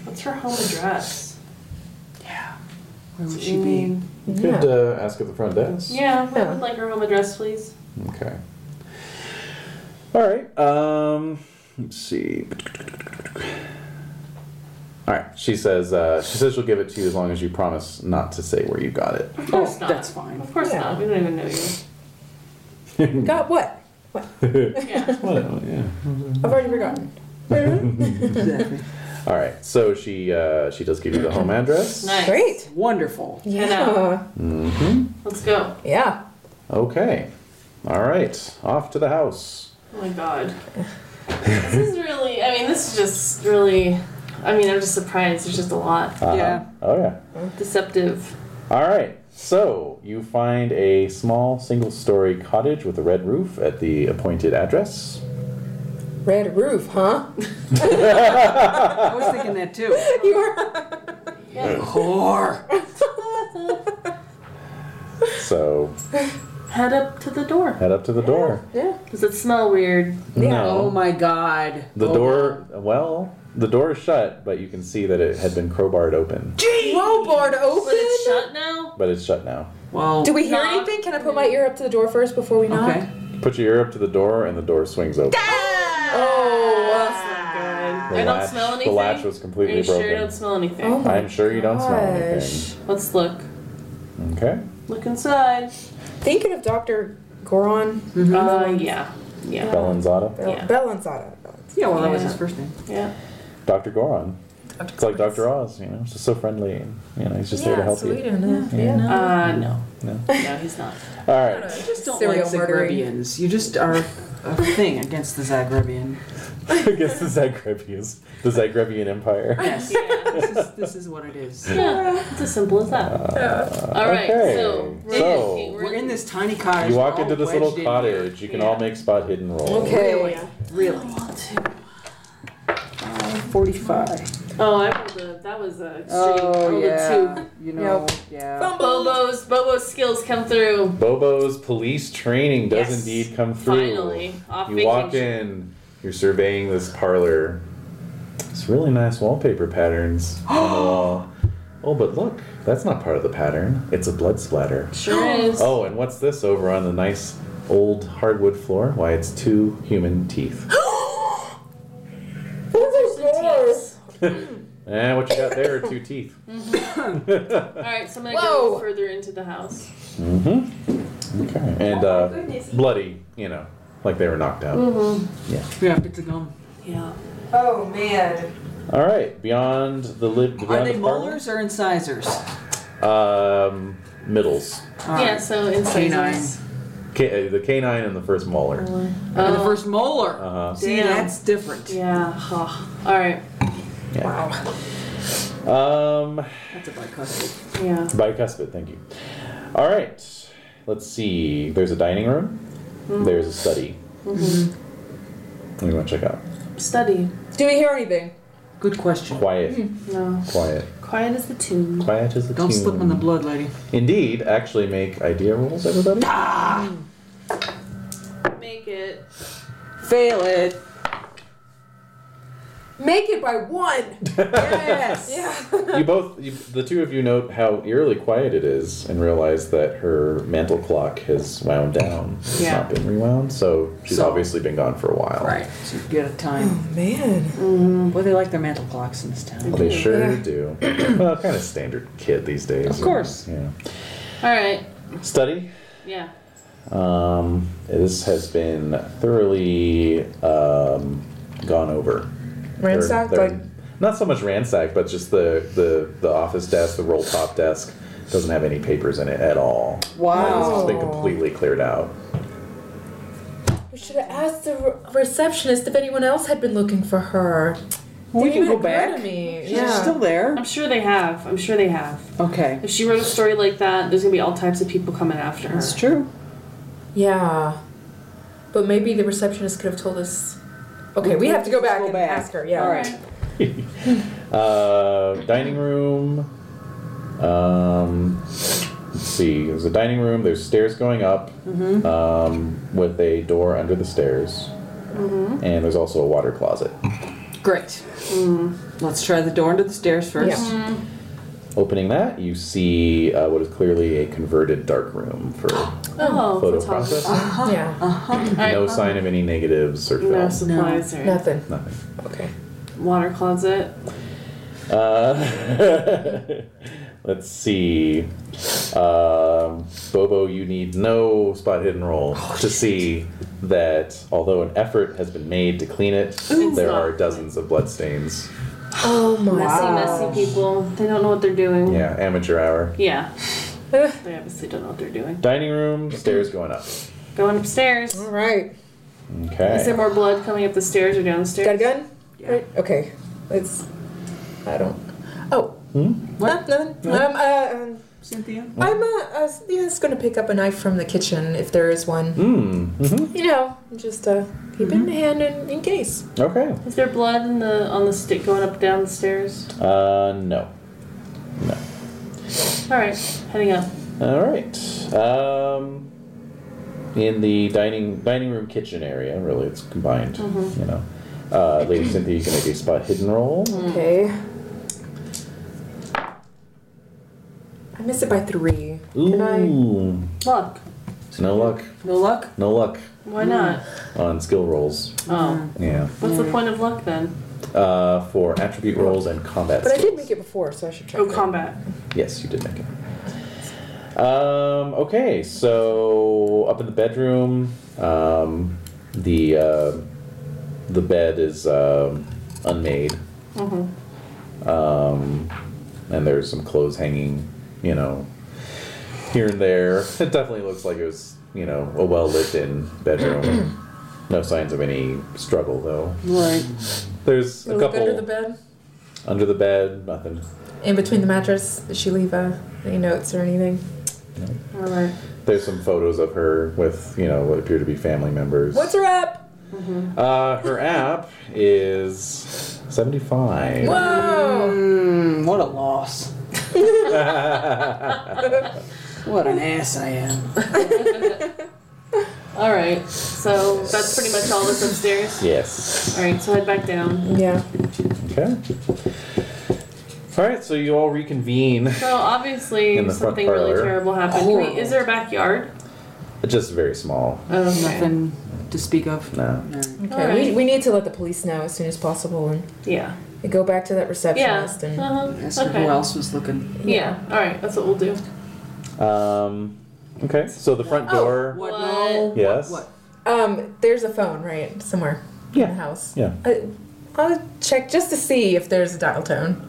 Speaker 2: What's her home address?
Speaker 3: Where would she be?
Speaker 4: You
Speaker 5: Yeah.
Speaker 4: could uh, ask at the front desk.
Speaker 2: Yeah, I
Speaker 5: Yeah.
Speaker 2: would like her home address, please.
Speaker 4: Okay. All right. Um, let's see. All right. She says uh, she says she'll give it to you as long as you promise not to say where you got it.
Speaker 2: Of course not.
Speaker 3: Oh, that's fine.
Speaker 2: Of course
Speaker 5: Yeah.
Speaker 2: not. We don't even know you.
Speaker 5: Got what?
Speaker 2: Yeah.
Speaker 4: Well, yeah.
Speaker 5: I've already forgotten.
Speaker 3: exactly.
Speaker 4: All right. So she uh, she does give you the home address.
Speaker 2: nice.
Speaker 5: Great.
Speaker 3: Wonderful.
Speaker 5: Yeah.
Speaker 2: Let's go.
Speaker 5: Yeah.
Speaker 4: Okay. All right. Off to the house.
Speaker 2: Oh my god. this is really, I mean, this is just really, I mean, I'm just surprised. There's just a lot.
Speaker 4: Uh-huh.
Speaker 3: Yeah.
Speaker 4: Oh yeah.
Speaker 2: Deceptive.
Speaker 4: All right. So you find a small single-story cottage with a red roof at the appointed address.
Speaker 5: Red roof, huh?
Speaker 3: I was thinking that too.
Speaker 5: you are.
Speaker 3: Whore.
Speaker 4: So
Speaker 2: Head up to the door.
Speaker 4: head up to the door.
Speaker 5: Yeah.
Speaker 2: Does it smell weird?
Speaker 3: Oh
Speaker 4: No.
Speaker 3: my god.
Speaker 4: The
Speaker 3: Oh,
Speaker 4: door, well, the door is shut, but you can see that it had been crowbarred open.
Speaker 5: Roll board
Speaker 2: But it's
Speaker 5: open.
Speaker 2: shut now?
Speaker 4: But it's shut now.
Speaker 3: Well.
Speaker 5: Do we hear
Speaker 2: Knock.
Speaker 5: anything? Can I put my ear up to the door first before we knock?
Speaker 3: Okay.
Speaker 4: Put your ear up to the door, and the door swings open. The
Speaker 5: Oh.
Speaker 2: Ah. I don't
Speaker 4: latch-
Speaker 2: smell anything.
Speaker 4: The latch was
Speaker 2: Are
Speaker 4: completely
Speaker 2: you sure you don't
Speaker 4: broken.
Speaker 2: smell anything?
Speaker 5: Oh.
Speaker 4: I'm sure you don't smell
Speaker 5: Gosh.
Speaker 4: anything.
Speaker 2: Let's look.
Speaker 4: Okay.
Speaker 2: Look inside.
Speaker 5: Thinking of Dr. Goron
Speaker 2: Uh, yeah. Yeah.
Speaker 4: Bellanzata.
Speaker 2: Yeah.
Speaker 5: Bellanzada.
Speaker 3: Yeah, well, that was
Speaker 2: Yeah.
Speaker 3: his first name.
Speaker 2: Yeah.
Speaker 4: Dr. Goron.
Speaker 5: Of
Speaker 4: It's like
Speaker 5: course.
Speaker 4: Dr. Oz, you know, just so friendly. And, you know, he's just
Speaker 5: yeah,
Speaker 4: there to help
Speaker 5: sweet
Speaker 4: you.
Speaker 5: enough. Yeah.
Speaker 2: Uh, no.
Speaker 4: No.
Speaker 2: No, he's not.
Speaker 4: All right.
Speaker 5: Just
Speaker 3: don't
Speaker 5: serial
Speaker 3: like
Speaker 5: murdering.
Speaker 3: Zagrebians. You just are a thing against the Zagrebian.
Speaker 4: I guess the Zagrebians, the Zagrebian Empire.
Speaker 3: Yes. this, is, this is what it is.
Speaker 2: Yeah, it's as simple as that. all right,
Speaker 4: okay.
Speaker 2: so we're,
Speaker 4: So-
Speaker 2: in,
Speaker 3: We're in this tiny cottage.
Speaker 4: You walk
Speaker 3: all
Speaker 4: into this
Speaker 3: wedged
Speaker 4: little
Speaker 3: in here.
Speaker 4: cottage. You can all make spot hidden rolls.
Speaker 3: Okay.
Speaker 2: Oh, Yeah.
Speaker 3: Really. Forty-five.
Speaker 2: Oh, I rolled a, that was a extreme. I
Speaker 3: Oh
Speaker 2: rolled a
Speaker 3: yeah.
Speaker 2: two.
Speaker 3: You know. Yeah.
Speaker 2: Bobo's Bobo's skills come through.
Speaker 4: Bobo's police training does
Speaker 2: Yes.
Speaker 4: indeed come through.
Speaker 2: Finally, off
Speaker 4: you walk
Speaker 2: vacation.
Speaker 4: in. You're surveying this parlor. It's really nice wallpaper patterns on the wall. Oh, but look, that's not part of the pattern. It's a blood splatter.
Speaker 2: Sure is.
Speaker 4: Oh, and what's this over on the nice old hardwood floor? Why, it's two human teeth. Eh, what you got there are two teeth.
Speaker 2: All right, so I'm gonna
Speaker 5: Whoa.
Speaker 2: go further into the house.
Speaker 4: Okay. And uh, bloody, you know, like they were knocked out.
Speaker 3: Mm-hmm. Yeah. Bits of gum.
Speaker 2: Yeah.
Speaker 5: Oh man.
Speaker 4: All right, beyond the lid.
Speaker 3: Are
Speaker 4: beyond
Speaker 3: they
Speaker 4: the parlor?
Speaker 3: molars or incisors?
Speaker 4: Um, middles.
Speaker 3: All
Speaker 2: Yeah.
Speaker 3: right.
Speaker 2: So incisors.
Speaker 4: Ca- uh, the canine and the first molar.
Speaker 3: And the first molar.
Speaker 4: Uh-huh.
Speaker 3: See,
Speaker 2: Damn.
Speaker 3: that's different.
Speaker 2: Oh, Yeah. huh. All right.
Speaker 5: Wow.
Speaker 4: Um,
Speaker 3: That's a bicuspid.
Speaker 2: Yeah.
Speaker 4: bicuspid. Thank you. All right. Let's see. There's a dining room.
Speaker 3: Mm-hmm.
Speaker 4: There's a study. We want to check out.
Speaker 2: Study.
Speaker 5: Do we hear anything?
Speaker 3: Good question.
Speaker 4: Quiet.
Speaker 2: No.
Speaker 4: Quiet.
Speaker 2: Quiet as the tomb.
Speaker 4: Quiet as the
Speaker 3: Mm-hmm. Don't
Speaker 4: tomb.
Speaker 3: slip on the blood, lady.
Speaker 4: Indeed. Actually, make idea rolls, everybody.
Speaker 2: Make it.
Speaker 3: Fail it.
Speaker 5: Make it by one.
Speaker 3: Yes.
Speaker 5: Yeah.
Speaker 4: you both, you, the two of you, note how eerily quiet it is, and realize that her mantle clock has wound down. It's
Speaker 2: Yeah.
Speaker 4: not been rewound, so she's
Speaker 3: So-
Speaker 4: obviously been gone for a while.
Speaker 3: Right. So you get a time.
Speaker 5: Man.
Speaker 3: Boy, they like their mantle clocks in this town.
Speaker 4: They sure
Speaker 5: Yeah.
Speaker 4: do. well, kind of standard kid these days.
Speaker 3: Of course.
Speaker 4: Yeah.
Speaker 2: All right.
Speaker 4: Study.
Speaker 2: Yeah.
Speaker 4: Um, this has been thoroughly um, gone over. They're-
Speaker 5: Ransacked,
Speaker 4: they're-
Speaker 5: like
Speaker 4: not so much ransacked, but just the, the, the office desk, the roll top desk, doesn't have any papers in it at all. It's
Speaker 3: Wow.
Speaker 4: just been completely cleared out.
Speaker 5: we should have asked the re- receptionist if anyone else had been looking for her.
Speaker 3: We
Speaker 5: Didn't
Speaker 3: can
Speaker 5: even
Speaker 3: go
Speaker 5: occur
Speaker 3: back.
Speaker 5: To me.
Speaker 3: She's still there.
Speaker 2: I'm sure they have. I'm sure they have.
Speaker 3: Okay.
Speaker 2: If she wrote a story like that, there's gonna be all types of people coming after her.
Speaker 3: That's true.
Speaker 5: Yeah. But maybe the receptionist could have told us. Okay, we have to go back
Speaker 3: Go
Speaker 5: and
Speaker 3: back.
Speaker 5: ask her. Yeah.
Speaker 3: All right.
Speaker 4: Uh, dining room. Um, let's see. There's a dining room. There's stairs going up
Speaker 2: Mm-hmm.
Speaker 4: um, with a door under the stairs.
Speaker 2: Mm-hmm.
Speaker 4: And there's also a water closet.
Speaker 3: Great. Mm. Let's try the door under the stairs first.
Speaker 5: Yeah.
Speaker 4: Opening that, you see uh, what is clearly a converted dark room for
Speaker 2: Oh,
Speaker 4: photo
Speaker 2: that's awesome.
Speaker 4: processing.
Speaker 5: Yeah.
Speaker 3: Uh-huh.
Speaker 4: No sign of any negatives or
Speaker 2: No
Speaker 4: films.
Speaker 2: supplies or
Speaker 5: Nothing.
Speaker 4: Nothing.
Speaker 5: Okay.
Speaker 2: water closet.
Speaker 4: Uh, let's see. Um, Bobo, you need no spot hidden roll
Speaker 2: Oh,
Speaker 4: to see that although an effort has been made to clean it, there
Speaker 2: not
Speaker 4: are dozens of bloodstains.
Speaker 5: Oh my.
Speaker 2: Messy, messy people. They don't know what they're doing.
Speaker 4: Yeah, amateur hour.
Speaker 2: Yeah. They obviously don't know what they're doing.
Speaker 4: Dining room, stairs going up.
Speaker 2: Going upstairs.
Speaker 5: All right.
Speaker 2: Is there
Speaker 4: Okay.
Speaker 2: more blood coming up the stairs or downstairs?
Speaker 5: Got a gun?
Speaker 3: Yeah.
Speaker 5: Right. Okay. Let's. I don't. Oh.
Speaker 4: Hmm?
Speaker 3: What?
Speaker 5: No, nothing. Um, uh, um,
Speaker 3: Cynthia?
Speaker 5: I'm uh, uh, Leah's gonna pick up a knife from the kitchen if there is one.
Speaker 4: Mm, hmm
Speaker 5: You know, just uh, keep it
Speaker 3: Hmm?
Speaker 5: in hand in, in case.
Speaker 4: Okay.
Speaker 2: Is there blood in the on the stick going up downstairs?
Speaker 4: Uh, no. No.
Speaker 2: All right, heading up.
Speaker 4: All right. Um, in the dining dining room kitchen area, really, it's combined.
Speaker 5: Mm-hmm.
Speaker 4: You know, uh, Lady Cynthia, you can make a spot hidden roll.
Speaker 3: Hmm.
Speaker 5: Okay. I missed it by three. Can I?
Speaker 4: Ooh,
Speaker 2: Look,
Speaker 4: no luck,
Speaker 3: No luck?
Speaker 4: no luck
Speaker 2: why not?
Speaker 4: on skill rolls.
Speaker 2: Oh,
Speaker 4: Yeah,
Speaker 2: what's the point of luck then?
Speaker 4: uh, for attribute rolls and combat.
Speaker 5: But I
Speaker 4: skills.
Speaker 5: did make it before, so I should try.
Speaker 2: Oh, combat.
Speaker 4: Yes, you did make it. Um, okay, so up in the bedroom, um, the uh, the bed is um unmade.
Speaker 5: Mm-hmm.
Speaker 4: Um, and there's some clothes hanging, you know, here and there. It definitely looks like it was, you know, a well lived in bedroom. no signs of any struggle, though.
Speaker 2: Right.
Speaker 4: There's a
Speaker 5: Look
Speaker 4: couple
Speaker 5: under the bed.
Speaker 4: under the bed, nothing.
Speaker 5: In between the mattress, did she leave uh, any notes or anything?
Speaker 2: All right.
Speaker 4: There's some photos of her with, you know, what appear to be family members.
Speaker 5: What's her app?
Speaker 4: Uh, her app is 75.
Speaker 5: Whoa!
Speaker 3: Mm, what a loss. what an ass I am.
Speaker 2: All right. So that's pretty much all that's upstairs.
Speaker 4: Yes.
Speaker 2: All right. So head back down.
Speaker 5: Yeah.
Speaker 4: Okay. All right, so you all reconvene.
Speaker 2: So obviously
Speaker 4: In the front
Speaker 2: something really
Speaker 4: parlor.
Speaker 2: terrible happened. Can we-
Speaker 3: Horrible.
Speaker 2: is there a backyard?
Speaker 4: Just very small.
Speaker 3: Oh, nothing to speak of.
Speaker 4: No.
Speaker 3: All right.
Speaker 5: Okay.
Speaker 2: All right.
Speaker 5: We, we need to let the police know as soon as possible and
Speaker 2: Yeah.
Speaker 5: go back to that
Speaker 2: Yeah.
Speaker 5: receptionist and
Speaker 2: Uh-huh.
Speaker 3: Ask her
Speaker 2: Okay.
Speaker 3: who else was looking.
Speaker 2: Yeah. All right. That's what we'll do.
Speaker 4: Um, okay, so the front
Speaker 5: Oh.
Speaker 4: door.
Speaker 3: What?
Speaker 2: What?
Speaker 3: No.
Speaker 4: Yes.
Speaker 3: What?
Speaker 5: um there's a phone right somewhere in
Speaker 4: Yeah.
Speaker 5: the house.
Speaker 4: Yeah.
Speaker 5: I, I'll check just to see if there's a dial tone.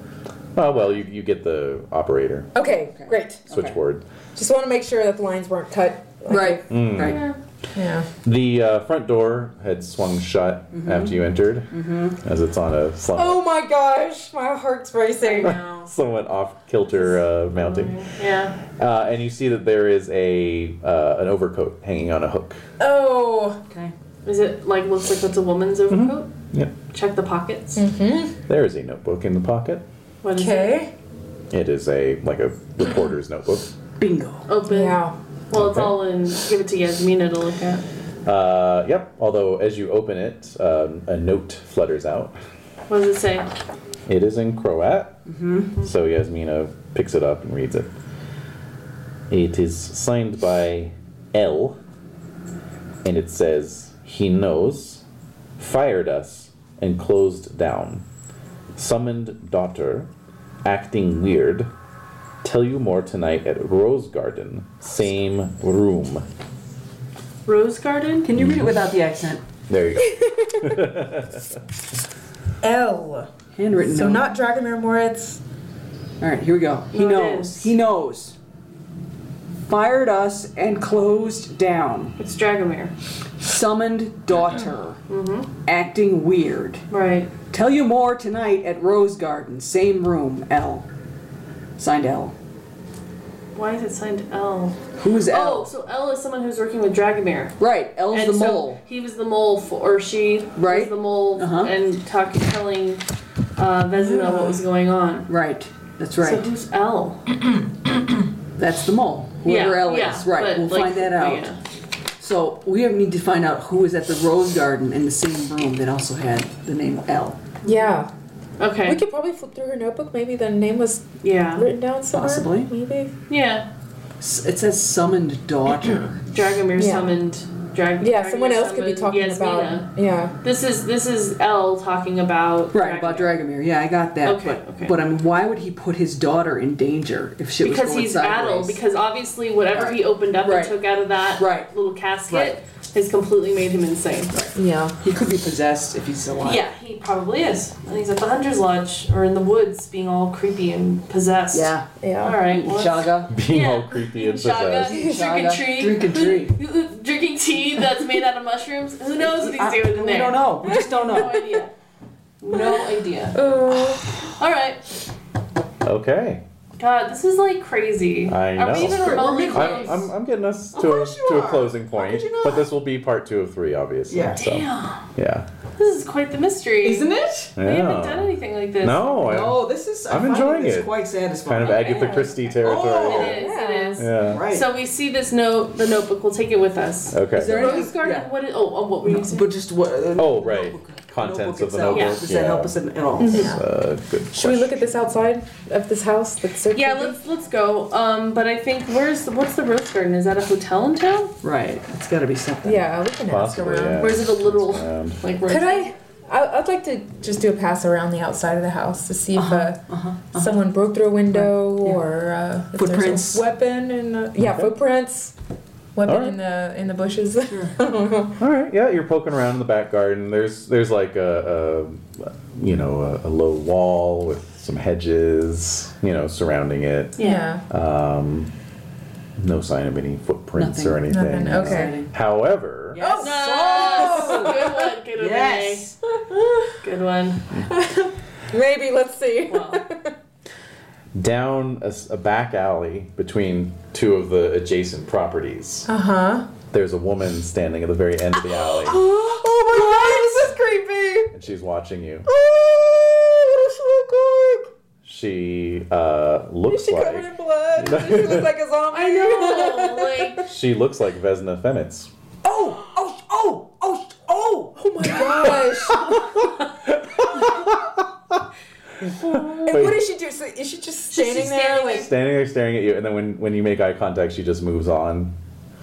Speaker 4: Oh, well, you, you get the operator
Speaker 5: Okay, great.
Speaker 4: switchboard.
Speaker 5: Just want to make sure that the lines weren't cut. Like-
Speaker 3: Right. Right.
Speaker 2: Yeah.
Speaker 5: Yeah.
Speaker 4: The uh, front door had swung shut after you entered, as it's on a slum-
Speaker 5: Mm-hmm. Oh my gosh, my heart's racing.
Speaker 4: somewhat off kilter uh, mounting.
Speaker 2: Yeah.
Speaker 4: Uh, and you see that there is a uh, an overcoat hanging on a hook.
Speaker 5: Oh,
Speaker 3: Okay.
Speaker 2: Is it like looks like it's a woman's overcoat?
Speaker 4: Yep.
Speaker 2: Check the pockets.
Speaker 4: There is a notebook in the pocket.
Speaker 2: What is it?
Speaker 5: okay.
Speaker 4: It is a like a reporter's notebook.
Speaker 3: Bingo.
Speaker 2: Open.
Speaker 5: Yeah.
Speaker 2: Well, it's
Speaker 4: Okay.
Speaker 2: all in. Give it to Yasmina to look at.
Speaker 4: Uh, yep. Although as you open it, um, a note flutters out.
Speaker 2: What does it say?
Speaker 4: It is in Croat. So Yasmina picks it up and reads it. It is signed by L, and it says, He knows, fired us, and closed down. Summoned daughter, acting weird. Tell you more tonight at Rose Garden, same room.
Speaker 2: Rose garden.
Speaker 3: Can you read it without the accent?
Speaker 4: There you go.
Speaker 5: L.
Speaker 3: Handwritten.
Speaker 5: So
Speaker 3: note.
Speaker 5: not Dragomir Moritz.
Speaker 3: All right, here we go. He
Speaker 2: What
Speaker 3: knows.
Speaker 2: is?
Speaker 3: He knows. Fired us and closed down.
Speaker 2: It's Dragomir.
Speaker 3: Summoned daughter. Acting weird.
Speaker 2: Right.
Speaker 3: Tell you more tonight at Rose Garden. Same room. L. Signed L.
Speaker 2: Why is it signed L?
Speaker 3: Who's
Speaker 2: Oh,
Speaker 3: L?
Speaker 2: so L is someone who's working with Dragomir.
Speaker 3: Right. L's
Speaker 2: Oh. And
Speaker 3: Oh, the
Speaker 2: so
Speaker 3: mole.
Speaker 2: He was the mole for, or she was
Speaker 3: Right.
Speaker 2: the mole,
Speaker 3: Uh-huh.
Speaker 2: and talk, telling uh, Vezina what was going on.
Speaker 3: Right. That's
Speaker 2: So
Speaker 3: right.
Speaker 2: who's L?
Speaker 3: That's the mole. Whoever
Speaker 2: yeah,
Speaker 3: L
Speaker 2: yeah,
Speaker 3: is. Right.
Speaker 2: but,
Speaker 3: We'll
Speaker 2: like,
Speaker 3: find that out.
Speaker 2: yeah.
Speaker 3: So we need to find out who was at the Rose Garden in the same room that also had the name L.
Speaker 5: Yeah.
Speaker 2: Okay. Um,
Speaker 5: We could probably flip through her notebook. Maybe the name was
Speaker 2: yeah.
Speaker 5: written down somewhere.
Speaker 3: Possibly.
Speaker 5: Maybe.
Speaker 2: Yeah.
Speaker 3: S- It says summoned daughter.
Speaker 2: Dragomir
Speaker 5: Yeah.
Speaker 2: summoned. Drag-
Speaker 5: Yeah,
Speaker 2: Dragomir
Speaker 5: someone else could be
Speaker 2: summoned
Speaker 5: talking
Speaker 2: Yasmina.
Speaker 5: about. Yeah.
Speaker 2: This is this is L talking about.
Speaker 3: Right, about Dragomir. Yeah, I got that.
Speaker 2: Okay,
Speaker 3: but,
Speaker 2: okay.
Speaker 3: but I mean, why would he put his daughter in danger if shit was
Speaker 2: because
Speaker 3: going
Speaker 2: he's
Speaker 3: sideways?
Speaker 2: addled. Because obviously, whatever he opened up
Speaker 3: Right.
Speaker 2: and took out of that
Speaker 3: Right.
Speaker 2: little casket
Speaker 3: Right.
Speaker 2: has completely made him insane.
Speaker 5: Yeah.
Speaker 3: he could be possessed if he's alive.
Speaker 2: Yeah, he probably is. And he's at the hunter's lodge or in the woods, being all creepy and possessed.
Speaker 3: Yeah.
Speaker 5: Yeah.
Speaker 2: All right. Well,
Speaker 3: Chaga.
Speaker 4: Being all
Speaker 2: Yeah.
Speaker 4: creepy and
Speaker 2: Shaga,
Speaker 4: possessed.
Speaker 2: drinking
Speaker 3: Shaga,
Speaker 2: tree,
Speaker 3: drinking tree.
Speaker 2: drinking tea that's made out of mushrooms. Who knows what
Speaker 3: I-
Speaker 2: he's doing in
Speaker 3: we
Speaker 2: there?
Speaker 3: don't know. We just don't
Speaker 2: No
Speaker 3: know.
Speaker 2: idea. No idea.
Speaker 5: Uh,
Speaker 2: All right.
Speaker 4: Okay.
Speaker 2: God, this is like crazy.
Speaker 4: I know.
Speaker 2: Are we even remotely
Speaker 4: I'm,
Speaker 2: close?
Speaker 4: I'm, I'm getting us
Speaker 3: Of
Speaker 4: to, a,
Speaker 3: course you
Speaker 4: to a
Speaker 3: are.
Speaker 4: closing
Speaker 3: How could
Speaker 4: point,
Speaker 3: you not?
Speaker 4: but this will be part two of three, obviously.
Speaker 3: Yeah.
Speaker 4: So,
Speaker 2: Damn,
Speaker 4: yeah.
Speaker 2: this is quite the mystery.
Speaker 3: Isn't it?
Speaker 2: We haven't
Speaker 4: Yeah.
Speaker 2: done anything like this.
Speaker 4: No, I-
Speaker 3: No, this is. I
Speaker 4: Oh, I'm
Speaker 3: find
Speaker 4: enjoying
Speaker 3: this
Speaker 4: it.
Speaker 3: quite satisfying.
Speaker 4: kind of Agatha
Speaker 2: yeah.
Speaker 4: Christie territory.
Speaker 3: Oh.
Speaker 2: It is. It is.
Speaker 4: Yeah.
Speaker 3: Right.
Speaker 2: So we see this note, the notebook. We'll take it with us.
Speaker 4: Okay.
Speaker 3: Is there
Speaker 2: Rose
Speaker 3: anything?
Speaker 2: garden.
Speaker 3: Yeah.
Speaker 2: What? Is, oh, oh, what were you saying?
Speaker 3: But just what? Uh,
Speaker 4: oh, right.
Speaker 3: notebook
Speaker 4: Contents of the
Speaker 3: itself.
Speaker 4: notebook.
Speaker 3: Does that help us at at
Speaker 2: Mm-hmm.
Speaker 3: all?
Speaker 4: Uh, good
Speaker 5: Should we look at this outside of this house that's so
Speaker 2: yeah,
Speaker 5: creepy?
Speaker 2: let's let's go. Um, but I think where's the, what's the rose garden? Is that a hotel in town?
Speaker 3: Right. It's got to be something.
Speaker 5: Yeah, we can
Speaker 4: Possibly,
Speaker 5: ask around.
Speaker 4: yeah.
Speaker 2: Or is it a little
Speaker 4: Um,
Speaker 2: like rose?
Speaker 5: Could I? I- I'd like to just do a pass around the outside of the house to see if uh, someone broke through a window or uh, if there's a
Speaker 3: Footprints.
Speaker 5: weapon in the yeah
Speaker 4: Okay.
Speaker 5: footprints, weapon
Speaker 4: Alright.
Speaker 5: in the in the bushes.
Speaker 4: All right. Yeah, you're poking around in the back garden. There's there's like a, a you know a, a low wall with some hedges, you know, surrounding it.
Speaker 5: Yeah.
Speaker 4: No sign of any footprints or
Speaker 3: Nothing.
Speaker 4: anything.
Speaker 5: Nothing. Okay.
Speaker 4: However,
Speaker 3: Yes.
Speaker 2: Good one. Good one.
Speaker 3: Yes.
Speaker 2: Renee. Good one.
Speaker 5: Maybe. Let's see.
Speaker 4: down a, s- a back alley between two of the adjacent properties. Uh huh.
Speaker 5: Uh-huh.
Speaker 4: There's a woman standing at the very end of the alley,
Speaker 5: oh my god, this is creepy.
Speaker 4: and she's watching you.
Speaker 5: Oh, so good.
Speaker 4: She uh, looks
Speaker 5: Is she covered in
Speaker 4: like
Speaker 5: blood? Does she look like a zombie? I
Speaker 2: Oh, like
Speaker 4: she looks like Vesna Fenitz.
Speaker 3: Oh, oh, oh, oh, oh.
Speaker 5: Oh my gosh. and what does she do? So is she just standing
Speaker 2: just
Speaker 5: there?
Speaker 2: standing
Speaker 5: like,
Speaker 4: standing there staring at you, and then when, when you make eye contact, she just moves on.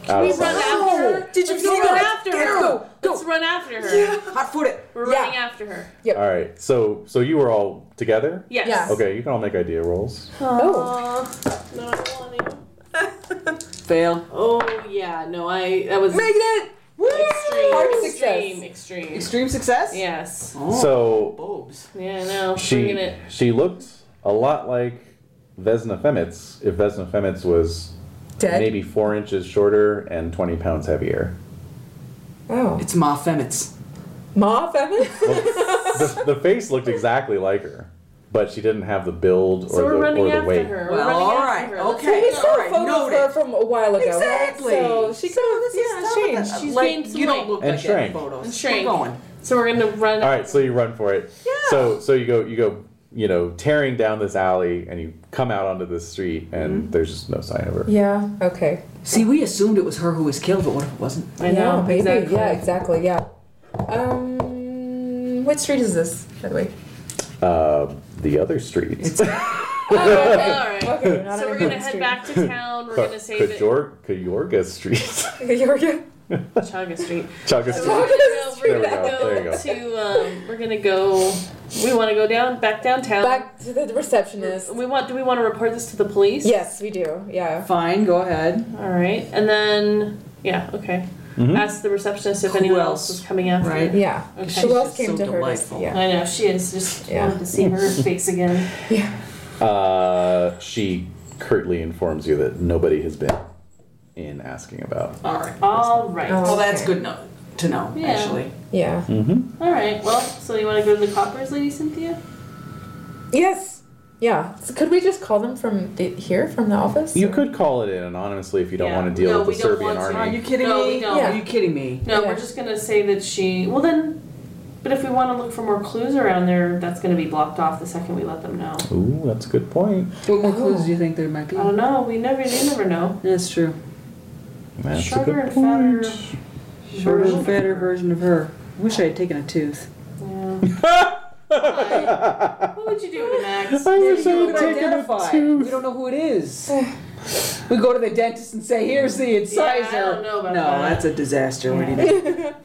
Speaker 4: Out
Speaker 2: we
Speaker 4: of sight.
Speaker 2: run after her.
Speaker 5: did you
Speaker 2: Let's
Speaker 5: see
Speaker 2: run
Speaker 5: her?
Speaker 2: after
Speaker 5: Get
Speaker 2: her.
Speaker 5: her. Go,
Speaker 2: Let's run after her.
Speaker 3: Hot foot it.
Speaker 2: We're
Speaker 5: Yeah.
Speaker 2: running after her.
Speaker 4: All right, so so you were all together.
Speaker 2: Yes.
Speaker 5: Yeah.
Speaker 4: Okay, you can all make idea rolls.
Speaker 5: Oh.
Speaker 2: Uh, no, I don't want to.
Speaker 3: Fail.
Speaker 2: Oh yeah, no, I that was
Speaker 5: Make it! Woo!
Speaker 2: extreme,
Speaker 5: Hard
Speaker 2: extreme,
Speaker 5: success.
Speaker 2: extreme,
Speaker 3: Extreme success? Oh,
Speaker 2: Yes.
Speaker 4: so
Speaker 3: Bobes.
Speaker 2: Yeah, no.
Speaker 4: she
Speaker 2: Bringing it.
Speaker 4: she looked a lot like Vesna Femitz if Vesna Femitz was
Speaker 5: Dead.
Speaker 4: maybe four inches shorter and twenty pounds heavier.
Speaker 5: Oh.
Speaker 3: It's Ma Femits.
Speaker 5: Ma Femin?
Speaker 4: the, the face looked exactly like her, but she didn't have the build or
Speaker 2: So
Speaker 4: the
Speaker 2: we're running
Speaker 4: or the
Speaker 2: after
Speaker 4: weight.
Speaker 2: her.
Speaker 3: Well,
Speaker 2: we're running
Speaker 3: all
Speaker 2: after
Speaker 3: right,
Speaker 2: her. Let's
Speaker 3: okay.
Speaker 2: take
Speaker 5: We
Speaker 2: it
Speaker 5: saw
Speaker 2: off.
Speaker 3: Alright,
Speaker 5: photos of her
Speaker 3: noted.
Speaker 5: from a while ago.
Speaker 3: Exactly.
Speaker 5: Right? So she could have
Speaker 3: Stop
Speaker 5: yeah,
Speaker 3: with that.
Speaker 5: changed. She's
Speaker 3: Like,
Speaker 2: gained some
Speaker 3: you
Speaker 2: weight.
Speaker 3: don't look
Speaker 4: And
Speaker 3: like that in
Speaker 4: shrank.
Speaker 3: photos.
Speaker 2: And shrank.
Speaker 3: We're going.
Speaker 2: So we're gonna run.
Speaker 4: All right, so you run for it. Yeah. So so you go you go you know tearing down this alley and you come out onto the street and there's just no sign of her.
Speaker 5: yeah. Okay.
Speaker 3: See, we assumed it was her who was killed, but what if it wasn't?
Speaker 2: I know.
Speaker 5: yeah, maybe.
Speaker 2: Exactly.
Speaker 5: Yeah, exactly. Yeah. Um, what street is this, by the way?
Speaker 4: Uh, the other street.
Speaker 3: It's
Speaker 2: All right.
Speaker 5: Okay, not
Speaker 2: So
Speaker 5: an
Speaker 2: we're gonna
Speaker 5: important
Speaker 2: head
Speaker 5: street.
Speaker 2: back to town. We're
Speaker 4: Ka-
Speaker 2: gonna save it.
Speaker 4: Kajor- Kayorga Street.
Speaker 5: Georgia.
Speaker 2: Chaga Street.
Speaker 4: Chaga
Speaker 2: So
Speaker 4: Street.
Speaker 2: we're gonna go.
Speaker 4: There
Speaker 2: We're gonna
Speaker 5: Street.
Speaker 4: we
Speaker 2: go,
Speaker 4: go, there
Speaker 2: to. Um, we're gonna go. We want to go down back downtown.
Speaker 5: Back to the receptionist.
Speaker 2: We want. Do we want to report this to the police?
Speaker 5: Yes, we do. Yeah.
Speaker 3: fine. Go ahead.
Speaker 2: All right, and then yeah, okay.
Speaker 4: Mm-hmm.
Speaker 2: Ask the receptionist if
Speaker 3: Who
Speaker 2: anyone
Speaker 3: else?
Speaker 2: else is coming after.
Speaker 3: Right.
Speaker 2: her.
Speaker 5: Yeah.
Speaker 2: Okay.
Speaker 5: Who else
Speaker 3: just
Speaker 5: came
Speaker 3: so
Speaker 5: to her? to see-
Speaker 3: delightful.
Speaker 5: Yeah.
Speaker 2: I know she is. Just
Speaker 5: Yeah.
Speaker 2: wanted to see her face again.
Speaker 5: Yeah.
Speaker 4: Uh, she curtly informs you that nobody has been in asking about.
Speaker 3: All right.
Speaker 2: All right,
Speaker 5: Oh.
Speaker 3: Well, that's
Speaker 5: Okay.
Speaker 3: good no- to know,
Speaker 2: Yeah.
Speaker 3: actually.
Speaker 5: Yeah.
Speaker 4: Mm-hmm.
Speaker 2: all right. Well, so you want to go to the coppers, Lady Cynthia?
Speaker 5: Yes. Yeah. So could we just call them from the, here, from the office?
Speaker 4: You could call it in anonymously if you don't
Speaker 2: Yeah.
Speaker 4: want to deal
Speaker 2: No,
Speaker 4: with
Speaker 2: we
Speaker 4: the
Speaker 2: don't
Speaker 4: Serbian
Speaker 2: want to.
Speaker 3: Are
Speaker 4: army.
Speaker 3: you kidding
Speaker 2: No,
Speaker 3: me?
Speaker 2: we don't.
Speaker 5: Yeah.
Speaker 3: Are you kidding me?
Speaker 2: No,
Speaker 5: Yeah.
Speaker 2: we're just gonna say that she. Well, then, but if we want to look for more clues around there, that's gonna be blocked off the second we let them know.
Speaker 4: Ooh, that's a good point.
Speaker 3: What more
Speaker 5: clues
Speaker 3: do you think there might be?
Speaker 2: I don't know. We never, you never know.
Speaker 3: That's true.
Speaker 4: That's
Speaker 2: Shorter
Speaker 4: a good
Speaker 2: and
Speaker 4: point.
Speaker 2: fatter.
Speaker 3: Shorter,
Speaker 2: version.
Speaker 3: fatter version of her. Wish I had taken a tooth.
Speaker 2: Yeah. Why? what would you do to Max?
Speaker 4: I wish I
Speaker 3: We
Speaker 4: had
Speaker 3: don't
Speaker 4: taken a
Speaker 3: identify. We
Speaker 4: tooth.
Speaker 3: don't know who it is. we go to the dentist and say, "Here's the incisor."
Speaker 2: Yeah, I don't know about
Speaker 3: no,
Speaker 2: that.
Speaker 3: that's a disaster. What do you think?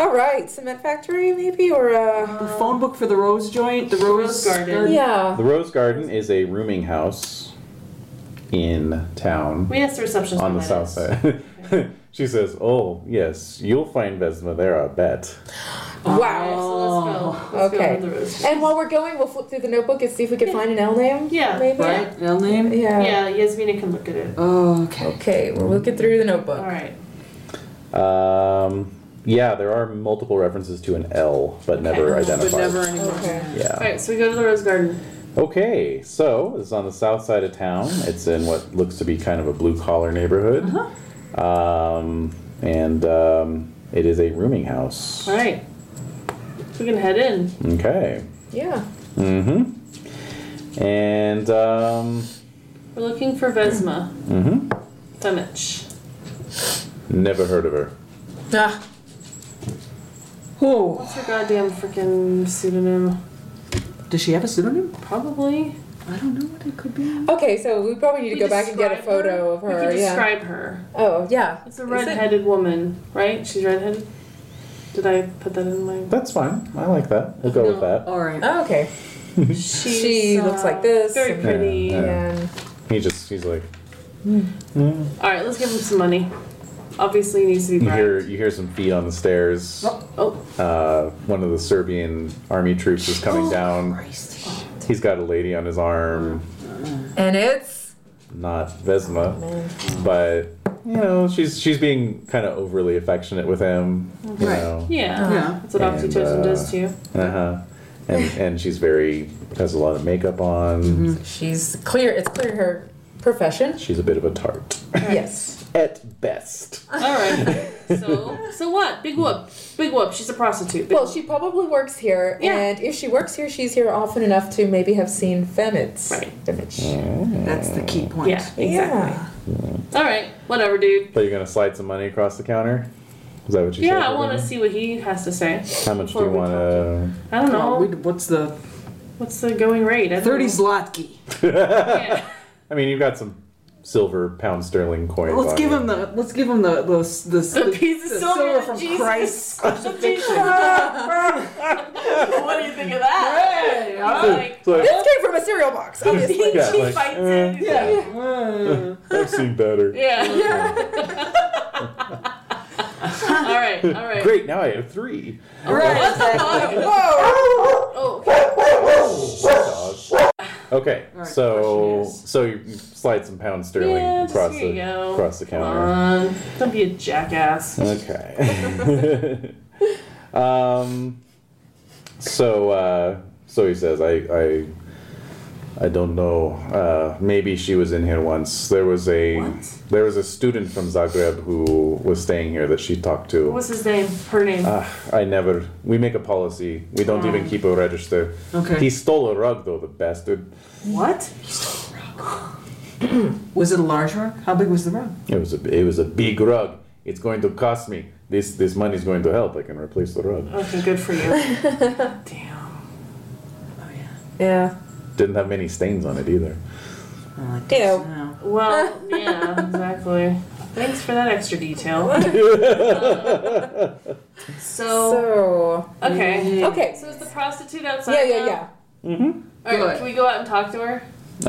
Speaker 5: All right. Cement factory, maybe, or uh.
Speaker 3: The phone book for the rose joint, the rose,
Speaker 2: Rose garden.
Speaker 5: Yeah.
Speaker 4: The Rose Garden is a rooming house in town
Speaker 2: We asked the receptionist
Speaker 4: on the
Speaker 2: what that
Speaker 4: south
Speaker 2: is.
Speaker 4: side. she says, "Oh yes, you'll find Vesna there, I bet."
Speaker 2: Alright,
Speaker 5: Wow.
Speaker 2: so let's go. Let's
Speaker 5: Okay.
Speaker 2: Go to the roast.
Speaker 5: And while we're going, we'll flip through the notebook and see if we can find an L name.
Speaker 2: Yeah.
Speaker 5: Maybe.
Speaker 3: Right? Real name?
Speaker 5: Yeah.
Speaker 2: yeah, Yasmina can look at it.
Speaker 3: Oh, okay.
Speaker 5: Okay, we're looking through the notebook.
Speaker 2: All right.
Speaker 4: Um, yeah, there are multiple references to an L, but never identified.
Speaker 3: But never anymore.
Speaker 5: Okay.
Speaker 2: All
Speaker 4: Yeah.
Speaker 2: right, so we go to the Rose Garden.
Speaker 4: Okay, so this is on the south side of town. It's in what looks to be kind of a blue collar neighborhood,
Speaker 2: Uh-huh.
Speaker 4: um, and um, it is a rooming house.
Speaker 2: All right. We can head in.
Speaker 4: Okay.
Speaker 5: Yeah.
Speaker 4: Mm-hmm. And um,
Speaker 2: We're looking for Vesma. Mm-hmm. Femich.
Speaker 4: never heard of her.
Speaker 5: Ah.
Speaker 3: Who?
Speaker 2: What's her goddamn freaking pseudonym?
Speaker 3: Does she have a pseudonym?
Speaker 2: Probably.
Speaker 3: I don't know what it could be.
Speaker 5: Okay, so we probably need to
Speaker 2: We
Speaker 5: go back and get a
Speaker 2: describe
Speaker 5: photo of
Speaker 2: We
Speaker 5: her.
Speaker 2: can
Speaker 5: Yeah.
Speaker 2: describe her.
Speaker 5: oh, yeah.
Speaker 2: It's a redheaded woman, right? She's redheaded. Did I put that in my?
Speaker 4: That's fine. I like that. We'll go with that.
Speaker 3: All right.
Speaker 5: Oh, okay.
Speaker 2: She's, uh,
Speaker 5: She looks like this.
Speaker 2: Very pretty.
Speaker 4: Yeah.
Speaker 5: And
Speaker 4: He just he's like
Speaker 2: All right, let's give him some money. Obviously, he needs to be
Speaker 4: you hear
Speaker 2: bribed.
Speaker 4: you hear some feet on the stairs.
Speaker 2: Oh,
Speaker 4: Uh, one of the Serbian army troops is coming down. He's got a lady on his arm,
Speaker 5: And it's
Speaker 4: not Vesma, but you know she's she's being kind of overly affectionate with him. You
Speaker 3: Right.
Speaker 4: know.
Speaker 2: Yeah.
Speaker 3: Yeah.
Speaker 2: That's what
Speaker 4: And,
Speaker 2: oxytocin
Speaker 4: uh,
Speaker 2: does to you.
Speaker 4: Uh huh. And and she's very has a lot of makeup on.
Speaker 3: Mm-hmm.
Speaker 5: she's clear. It's clear her profession.
Speaker 4: She's a bit of a tart
Speaker 5: Yes.
Speaker 4: at best.
Speaker 2: All right. So, so what? Big whoop. Big whoop. She's a prostitute. Big
Speaker 5: Well,
Speaker 2: whoop.
Speaker 5: she probably works here,
Speaker 2: Yeah.
Speaker 5: and if she works here, she's here often enough to maybe have seen Femits.
Speaker 2: Right.
Speaker 5: Femits.
Speaker 3: That's the key point.
Speaker 2: Yeah.
Speaker 5: Yeah.
Speaker 2: All right. Whatever, dude.
Speaker 4: But you're gonna slide some money across the counter. Is that what you said?
Speaker 2: Yeah, I want to
Speaker 4: Rebecca?
Speaker 2: see what he has to say.
Speaker 4: How much do you
Speaker 2: before we
Speaker 4: want to?
Speaker 2: I don't
Speaker 3: Oh, we-
Speaker 2: know.
Speaker 3: what's the
Speaker 2: What's the going rate? I don't
Speaker 3: thirty
Speaker 2: know.
Speaker 3: zlotki?
Speaker 2: Yeah.
Speaker 4: I mean, you've got some silver pound sterling coin.
Speaker 3: Let's give him the let's give him the the the,
Speaker 2: The piece of
Speaker 3: the
Speaker 2: silver that
Speaker 3: from
Speaker 2: Jesus-
Speaker 3: Christ's
Speaker 2: Jesus.
Speaker 3: crucifixion.
Speaker 2: what do you think of that?
Speaker 3: Hey,
Speaker 2: I'm like,
Speaker 4: So,
Speaker 5: This came from a cereal box, obviously.
Speaker 2: he
Speaker 4: Yeah, like,
Speaker 2: fights
Speaker 4: eh.
Speaker 2: it. He's like,
Speaker 3: yeah. Uh,
Speaker 9: I've seen better.
Speaker 2: Yeah. all right. All right.
Speaker 4: great. Now I have three.
Speaker 3: right.
Speaker 2: What the fuck?
Speaker 5: Whoa!
Speaker 2: Oh, okay.
Speaker 4: Dog. Okay,
Speaker 3: Alright,
Speaker 4: so
Speaker 3: question
Speaker 4: so you you slide some pound sterling
Speaker 2: Yeah, just
Speaker 4: across the
Speaker 2: here you go.
Speaker 4: across the
Speaker 2: Come
Speaker 4: counter.
Speaker 2: on. Don't be a jackass.
Speaker 4: Okay. um. So uh, so he says, I I I don't know. Uh, maybe she was in here once. There was a
Speaker 2: What?
Speaker 4: there was a student from Zagreb who was staying here that she talked to.
Speaker 2: What was his name? Her name.
Speaker 4: Ah, I never. We make a policy. We don't even keep a register.
Speaker 3: Okay.
Speaker 4: He stole a rug though, the bastard.
Speaker 2: what?
Speaker 3: Was it a large rug? How big was the rug?
Speaker 4: It was a it was a big rug. It's going to cost me. This this money's going to help. I can replace the rug.
Speaker 2: Okay, good for you. Damn.
Speaker 5: Yeah.
Speaker 4: Didn't have many stains on it either.
Speaker 3: Oh, I
Speaker 5: Ew.
Speaker 3: guess now.
Speaker 2: Well, yeah, exactly. Thanks for that extra detail. so,
Speaker 5: So.
Speaker 2: okay.
Speaker 5: Okay.
Speaker 2: So is the prostitute outside?
Speaker 5: Yeah, yeah,
Speaker 2: now?
Speaker 5: yeah.
Speaker 2: All right,
Speaker 3: Good.
Speaker 2: can we go out and talk to her?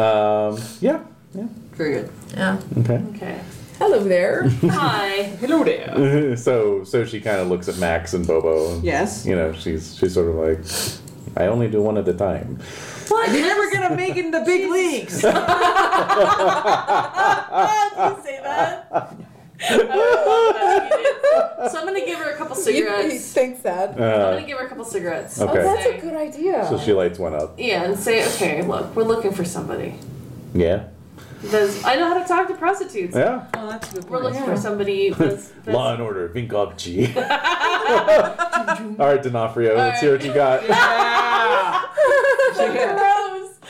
Speaker 4: Um. Yeah. Yeah.
Speaker 3: Very good.
Speaker 5: Yeah.
Speaker 4: Okay.
Speaker 2: Okay.
Speaker 5: Hello there.
Speaker 2: Hi.
Speaker 3: Hello there.
Speaker 4: so so she kind of looks at Max and Bobo. And,
Speaker 3: Yes.
Speaker 4: You know she's she's sort of like. I only do one at a time.
Speaker 3: You're never gonna make it in the big leagues. Oh,
Speaker 2: you say that? I would love that if you did. So I'm gonna give her a couple
Speaker 5: He, he
Speaker 2: cigarettes.
Speaker 5: thinks that.
Speaker 2: I'm
Speaker 4: Uh,
Speaker 2: gonna give her a couple cigarettes.
Speaker 5: Oh,
Speaker 4: Okay.
Speaker 5: that's
Speaker 2: Say-
Speaker 5: a good idea.
Speaker 4: so she lights one up.
Speaker 2: Yeah, and say, okay, look, we're looking for somebody.
Speaker 4: Yeah.
Speaker 2: Because I know how to talk to prostitutes.
Speaker 4: Yeah.
Speaker 3: Oh, that's a good
Speaker 2: We're
Speaker 3: point.
Speaker 2: looking for somebody that's, that's
Speaker 4: Law and Order, Vinkovci. All right, D'Onofrio, let's hear what you got.
Speaker 2: gross.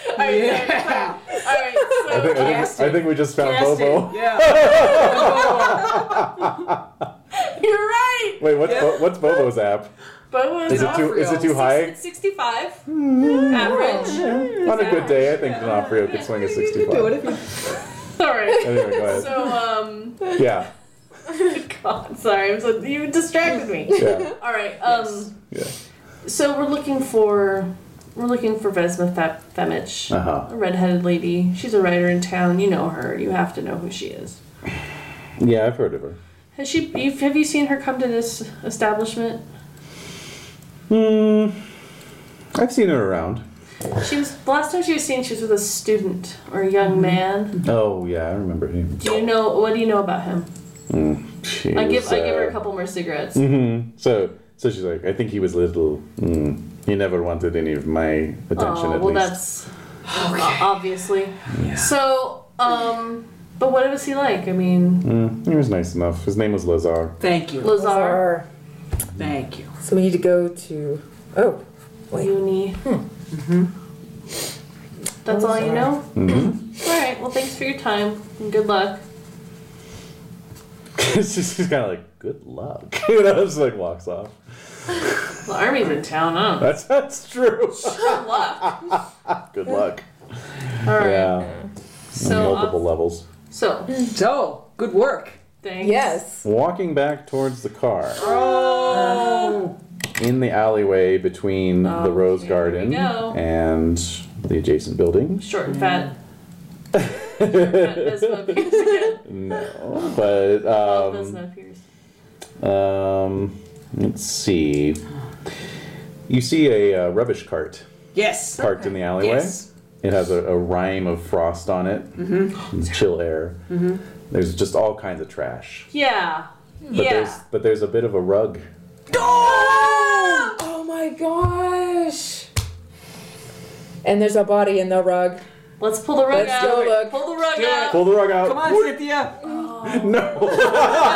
Speaker 2: All right,
Speaker 3: Yeah.
Speaker 2: sorry, sorry.
Speaker 4: I,
Speaker 2: All right,
Speaker 4: think,
Speaker 2: so
Speaker 4: I, think, I think we just found
Speaker 2: Cast it.
Speaker 3: Oh,
Speaker 4: Bobo.
Speaker 3: Yeah.
Speaker 2: you're right.
Speaker 4: Wait, what's, Bo- what's Bobo's app?
Speaker 2: Bobo's
Speaker 4: Is it too is it too high? Hmm.
Speaker 2: It's 65. Average.
Speaker 4: On a good day, I think D'Onofrio could swing a
Speaker 3: You could do it
Speaker 4: 65.
Speaker 3: if you.
Speaker 2: All right.
Speaker 4: Anyway, go ahead.
Speaker 2: So, um,
Speaker 4: Yeah,
Speaker 2: God, sorry, I'm so you distracted me.
Speaker 4: yeah,
Speaker 2: All right. Um,
Speaker 4: yeah.
Speaker 2: so we're looking for we're looking for Vesma Fe- Femich,
Speaker 4: Uh-huh.
Speaker 2: a redheaded lady. She's a writer in town. You know her. You have to know who she is.
Speaker 4: Yeah, I've heard of her.
Speaker 2: Has she? You've, have you seen her come to this establishment?
Speaker 4: Hmm. I've seen her around.
Speaker 2: She was the last time she was seen. She was with a student or a
Speaker 4: Mm-hmm.
Speaker 2: young man.
Speaker 4: Oh, yeah, I remember him.
Speaker 2: Do you know what do you know about him?
Speaker 4: She
Speaker 2: I give
Speaker 4: was,
Speaker 2: I give her
Speaker 4: uh,
Speaker 2: a couple more cigarettes.
Speaker 4: hmm So, so she's like, I think he was little. Mm. He never wanted any of my attention,
Speaker 2: Oh
Speaker 4: at
Speaker 2: well,
Speaker 4: least.
Speaker 2: that's o-
Speaker 3: Oh,
Speaker 2: obviously. So, um, but what was he like? I mean,
Speaker 4: Mm, he was nice enough. His name was Lazar.
Speaker 3: Thank you.
Speaker 2: Lazar,
Speaker 3: Thank you.
Speaker 5: So we need to go to. Oh.
Speaker 2: uni. Mm-hmm. That's all you
Speaker 5: Lazar.
Speaker 2: know.
Speaker 4: Mm-hmm.
Speaker 2: All right. Well, thanks for your time. and Good luck.
Speaker 4: She's kind of like, good luck. you know, just like walks off.
Speaker 2: The army's in town. I
Speaker 4: That's that's true.
Speaker 2: don't know. Good luck.
Speaker 4: good luck.
Speaker 2: All right.
Speaker 4: Yeah,
Speaker 2: So,
Speaker 4: multiple
Speaker 2: uh,
Speaker 4: levels.
Speaker 2: so
Speaker 3: So good work.
Speaker 2: thanks.
Speaker 5: Yes.
Speaker 4: Walking back towards the car
Speaker 3: Oh.
Speaker 4: in the alleyway between the rose
Speaker 2: here we
Speaker 4: garden
Speaker 2: go.
Speaker 4: and the adjacent building.
Speaker 2: Short and fat. Short and fat Vesma appears again.
Speaker 4: No, but
Speaker 2: Love
Speaker 4: um,
Speaker 2: Vesma appears.
Speaker 4: um, let's see. You see a uh, rubbish cart
Speaker 3: Yes.
Speaker 4: parked in the alleyway.
Speaker 3: Yes.
Speaker 4: It has a, a rime of frost on it, and chill air. There's just all kinds of trash.
Speaker 2: Yeah.
Speaker 4: But
Speaker 2: yeah.
Speaker 4: there's but there's a bit of a rug.
Speaker 5: Oh my gosh! And there's a body in the rug.
Speaker 2: Let's pull the rug
Speaker 5: Let's
Speaker 2: out.
Speaker 5: go look.
Speaker 2: Pull the rug out.
Speaker 4: Pull the rug out.
Speaker 3: Come on, Cynthia.
Speaker 4: No.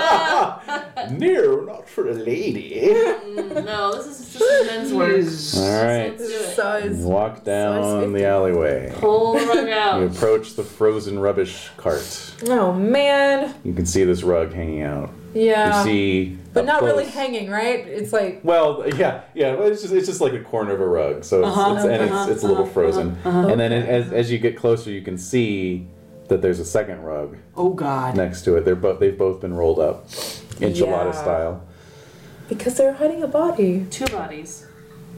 Speaker 2: Ah.
Speaker 4: no, not for a lady.
Speaker 2: No, this is just men's work.
Speaker 4: All right.
Speaker 2: Let's do it.
Speaker 5: So
Speaker 4: Walk down
Speaker 5: sweet.
Speaker 4: the alleyway.
Speaker 2: Pull the rug
Speaker 4: You
Speaker 2: out.
Speaker 4: approach the frozen rubbish cart.
Speaker 5: oh man,
Speaker 4: You can see this rug hanging out.
Speaker 5: yeah,
Speaker 4: You see,
Speaker 5: Um, but
Speaker 4: up
Speaker 5: not really
Speaker 4: close-
Speaker 5: hanging, right? It's like
Speaker 4: Well, yeah, yeah. Well, it's just it's just like a corner of a rug, so it's,
Speaker 5: Uh-huh,
Speaker 4: it's and it's, it's a little frozen. And then it, as, as you get closer, you can see that there's a second rug
Speaker 3: Oh God.
Speaker 4: next to it. They're both they've both been rolled up, enchilada
Speaker 5: Yeah.
Speaker 4: style.
Speaker 5: because they're hiding a body.
Speaker 2: Two bodies.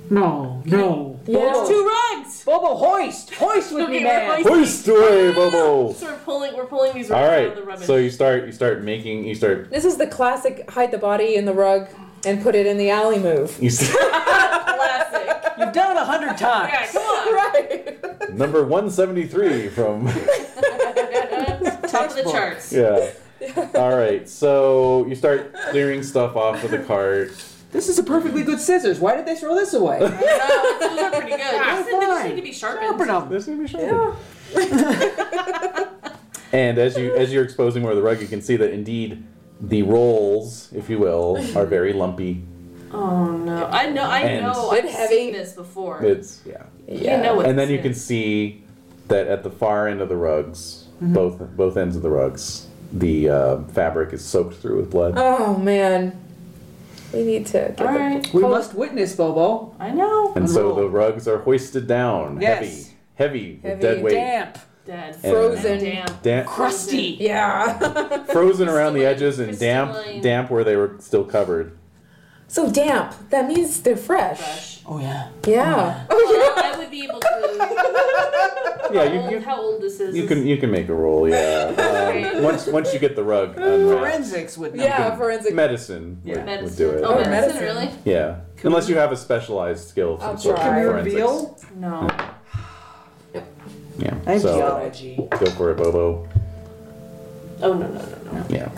Speaker 3: No. No.
Speaker 5: Yeah.
Speaker 2: Two rugs.
Speaker 3: Bobo, hoist, hoist with
Speaker 2: Okay,
Speaker 3: me,
Speaker 2: we're
Speaker 3: man.
Speaker 2: hoisting.
Speaker 4: Hoist away, Bobo!
Speaker 2: So we're pulling. We're pulling these rugs
Speaker 4: All
Speaker 2: out of the
Speaker 4: right,
Speaker 2: rubbish.
Speaker 4: so you start you start making you start
Speaker 5: This is the classic hide the body in the rug and put it in the alley move.
Speaker 4: you. Start,
Speaker 2: classic.
Speaker 3: You've done it a hundred times.
Speaker 2: Yeah, come on.
Speaker 5: Right.
Speaker 4: Number 173 from.
Speaker 2: Top of the charts.
Speaker 4: Yeah. All right. So you start clearing stuff off of the cart.
Speaker 3: This is a perfectly good scissors. Why did they throw this away?
Speaker 2: Oh, those are pretty good. I said they just
Speaker 3: fine.
Speaker 2: need to be sharpened.
Speaker 3: Sharpen 'em.
Speaker 4: This is gonna be sharp. and as you as you're exposing more of the rug, you can see that indeed the rolls, if you will, are very lumpy.
Speaker 2: Oh no! I know. I
Speaker 4: And-
Speaker 2: know.
Speaker 5: Bit
Speaker 2: I've
Speaker 5: heavy.
Speaker 2: seen this before.
Speaker 4: It's yeah.
Speaker 2: You know what
Speaker 4: And then
Speaker 2: this
Speaker 4: you can
Speaker 2: is.
Speaker 4: see that at the far end of the rugs, both both ends of the rugs, the uh, fabric is soaked through with blood.
Speaker 5: Oh man, we need to get
Speaker 2: All
Speaker 5: the
Speaker 2: right.
Speaker 3: We must witness, Bobo.
Speaker 2: I know.
Speaker 4: and so
Speaker 3: unroll.
Speaker 4: the rugs are hoisted down,
Speaker 3: Yes.
Speaker 4: heavy, heavy, with
Speaker 5: Heavy,
Speaker 4: dead weight.
Speaker 3: Damp,
Speaker 2: Dead.
Speaker 5: frozen.
Speaker 2: Damn.
Speaker 4: Damp-
Speaker 3: crusty.
Speaker 5: Yeah.
Speaker 4: frozen around the edges and
Speaker 2: Crystalline.
Speaker 4: damp, damp where they were still covered.
Speaker 5: so damp. That means they're fresh.
Speaker 2: Fresh.
Speaker 3: Oh yeah.
Speaker 5: Yeah.
Speaker 2: Well, I would be able to.
Speaker 4: Yeah,
Speaker 2: Old,
Speaker 4: you,
Speaker 2: how old this is?
Speaker 4: you, you can you can make a roll. Yeah. Um, once once you get the rug unwrapped,
Speaker 3: Forensics would know.
Speaker 5: yeah. Forensic.
Speaker 4: medicine would, would
Speaker 2: Medicine.
Speaker 4: do it.
Speaker 2: Oh,
Speaker 5: Yeah.
Speaker 2: medicine,
Speaker 5: Medicine.
Speaker 2: really?
Speaker 4: Yeah, unless you have a specialized skill. from
Speaker 5: I'll
Speaker 4: sort of
Speaker 5: try.
Speaker 3: Can we
Speaker 4: forensics.
Speaker 3: reveal?
Speaker 2: No.
Speaker 4: Yeah.
Speaker 3: I'm
Speaker 4: so
Speaker 3: geology.
Speaker 4: go for it, Bobo.
Speaker 2: Oh no no no no.
Speaker 4: Yeah.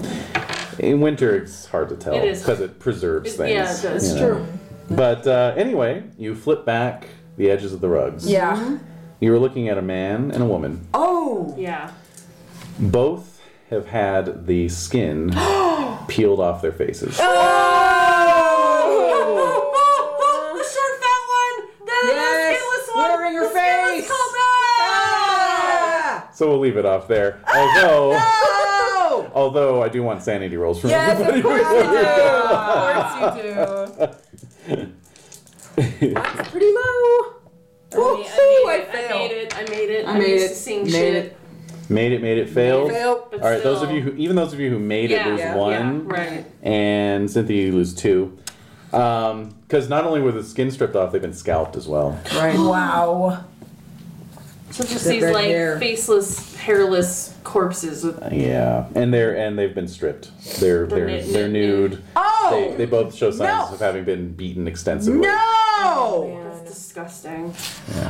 Speaker 4: In winter, it's hard to tell
Speaker 2: It is.
Speaker 4: because it preserves
Speaker 2: It-
Speaker 4: things.
Speaker 2: yeah, it does.
Speaker 4: you
Speaker 2: It's
Speaker 4: know.
Speaker 5: true.
Speaker 4: But uh, anyway, you flip back the edges of the rugs.
Speaker 2: Mm-hmm.
Speaker 5: Yeah.
Speaker 4: You were looking at a man and a woman.
Speaker 3: Oh,
Speaker 2: Yeah.
Speaker 4: Both have had the skin peeled off their faces.
Speaker 3: Oh!
Speaker 2: The short fat one. The
Speaker 3: Yes,
Speaker 2: skinless one.
Speaker 3: wearing her
Speaker 2: the skinless
Speaker 3: face.
Speaker 2: callback!
Speaker 3: Ah!
Speaker 4: So we'll leave it off there. Although,
Speaker 3: Oh!
Speaker 4: although I do want sanity rolls from
Speaker 5: Yes, of
Speaker 4: everybody.
Speaker 5: course you do.
Speaker 3: Oh!
Speaker 5: Of course you do. That's pretty low.
Speaker 2: I
Speaker 5: Woo-hoo,
Speaker 2: made- I
Speaker 5: I
Speaker 2: made, it, I made it. I
Speaker 5: failed.
Speaker 2: made it.
Speaker 3: I
Speaker 2: I'm
Speaker 3: made
Speaker 2: used
Speaker 3: it,
Speaker 2: to seeing
Speaker 3: made
Speaker 2: shit.
Speaker 3: it.
Speaker 4: Made it, made it, failed.
Speaker 5: Failed.
Speaker 2: But
Speaker 4: All right, those of
Speaker 2: still.
Speaker 4: you who, even those of you who made it,
Speaker 2: Yeah,
Speaker 4: lose
Speaker 2: yeah,
Speaker 4: one,
Speaker 2: right.
Speaker 4: and Cynthia, you lose two. Because not only were the skin stripped off, they've been scalped as well.
Speaker 3: Right.
Speaker 5: Wow.
Speaker 2: So just
Speaker 3: That
Speaker 2: these
Speaker 3: red
Speaker 2: like
Speaker 3: hair.
Speaker 2: faceless, hairless corpses with
Speaker 4: Yeah, and they're and they've been stripped. They're
Speaker 2: They're
Speaker 4: they're
Speaker 2: nu-
Speaker 4: they're
Speaker 2: nude.
Speaker 4: nude.
Speaker 3: Oh!
Speaker 4: They, they both show signs
Speaker 3: No.
Speaker 4: of having been beaten extensively.
Speaker 5: Oh.
Speaker 3: No!
Speaker 2: That's disgusting.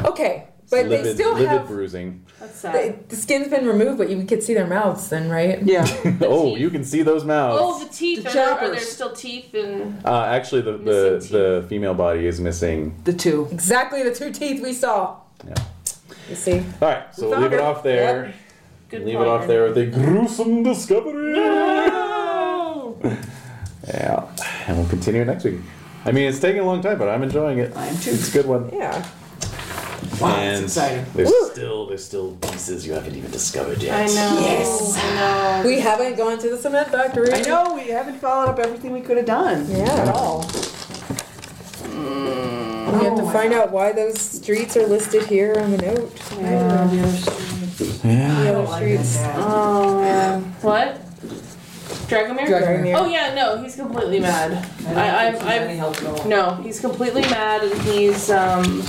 Speaker 5: Okay, but
Speaker 4: livid,
Speaker 5: they still
Speaker 4: livid
Speaker 5: have.
Speaker 4: bruising.
Speaker 2: That's sad.
Speaker 5: They, the skin's been removed, but you can see their mouths then, right?
Speaker 3: Yeah.
Speaker 4: Oh,
Speaker 2: teeth.
Speaker 4: you can see those mouths.
Speaker 2: oh, the teeth.
Speaker 3: The
Speaker 2: are, there, are there
Speaker 3: choppers.
Speaker 2: still teeth and?
Speaker 4: Uh, actually, the,
Speaker 2: Missing teeth.
Speaker 4: the, the female body is missing.
Speaker 3: The two.
Speaker 5: Exactly the two teeth we saw.
Speaker 4: Yeah.
Speaker 5: You see?
Speaker 4: All right, so we'll
Speaker 5: found
Speaker 4: leave it
Speaker 5: her.
Speaker 4: off there.
Speaker 2: Good
Speaker 4: Leave
Speaker 2: point.
Speaker 4: it off there with a gruesome discovery. yeah, and we'll continue next week. I mean, it's taking a long time, but I'm enjoying it.
Speaker 3: I am too.
Speaker 4: It's a good one.
Speaker 5: Yeah.
Speaker 3: Wow,
Speaker 4: and
Speaker 3: that's exciting.
Speaker 4: There's still there's still pieces you haven't even discovered yet.
Speaker 2: I know. Yes. I know.
Speaker 5: We haven't gone to the cement factory.
Speaker 3: I know we haven't followed up everything we could have done.
Speaker 5: Yeah, at all. We
Speaker 2: Oh
Speaker 5: have to find out why those streets are listed here on the note.
Speaker 4: Yeah.
Speaker 5: The other streets.
Speaker 2: Oh, what? Dragomir?
Speaker 5: Dragomir.
Speaker 2: Oh yeah, no, he's completely mad. I, I've, I've,
Speaker 3: help at all.
Speaker 2: no, he's completely mad, and he's um,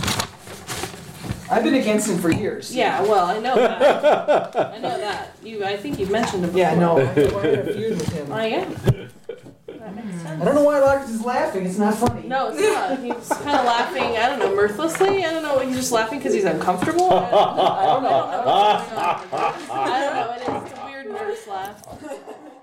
Speaker 3: I've been against him for years.
Speaker 2: yeah. Well, I know that. I know that. You, I think you mentioned him. Before.
Speaker 3: Yeah, no. I'm in a feud with him.
Speaker 2: I am. makes sense.
Speaker 3: I don't know why Lars is laughing. It's not funny.
Speaker 2: No, it's not. He's kind of laughing. I don't know, mirthlessly. I don't know. He's just laughing because he's uncomfortable. I don't know. I don't know. I don't know. I don't know. I don't know. It is a weird nervous laugh.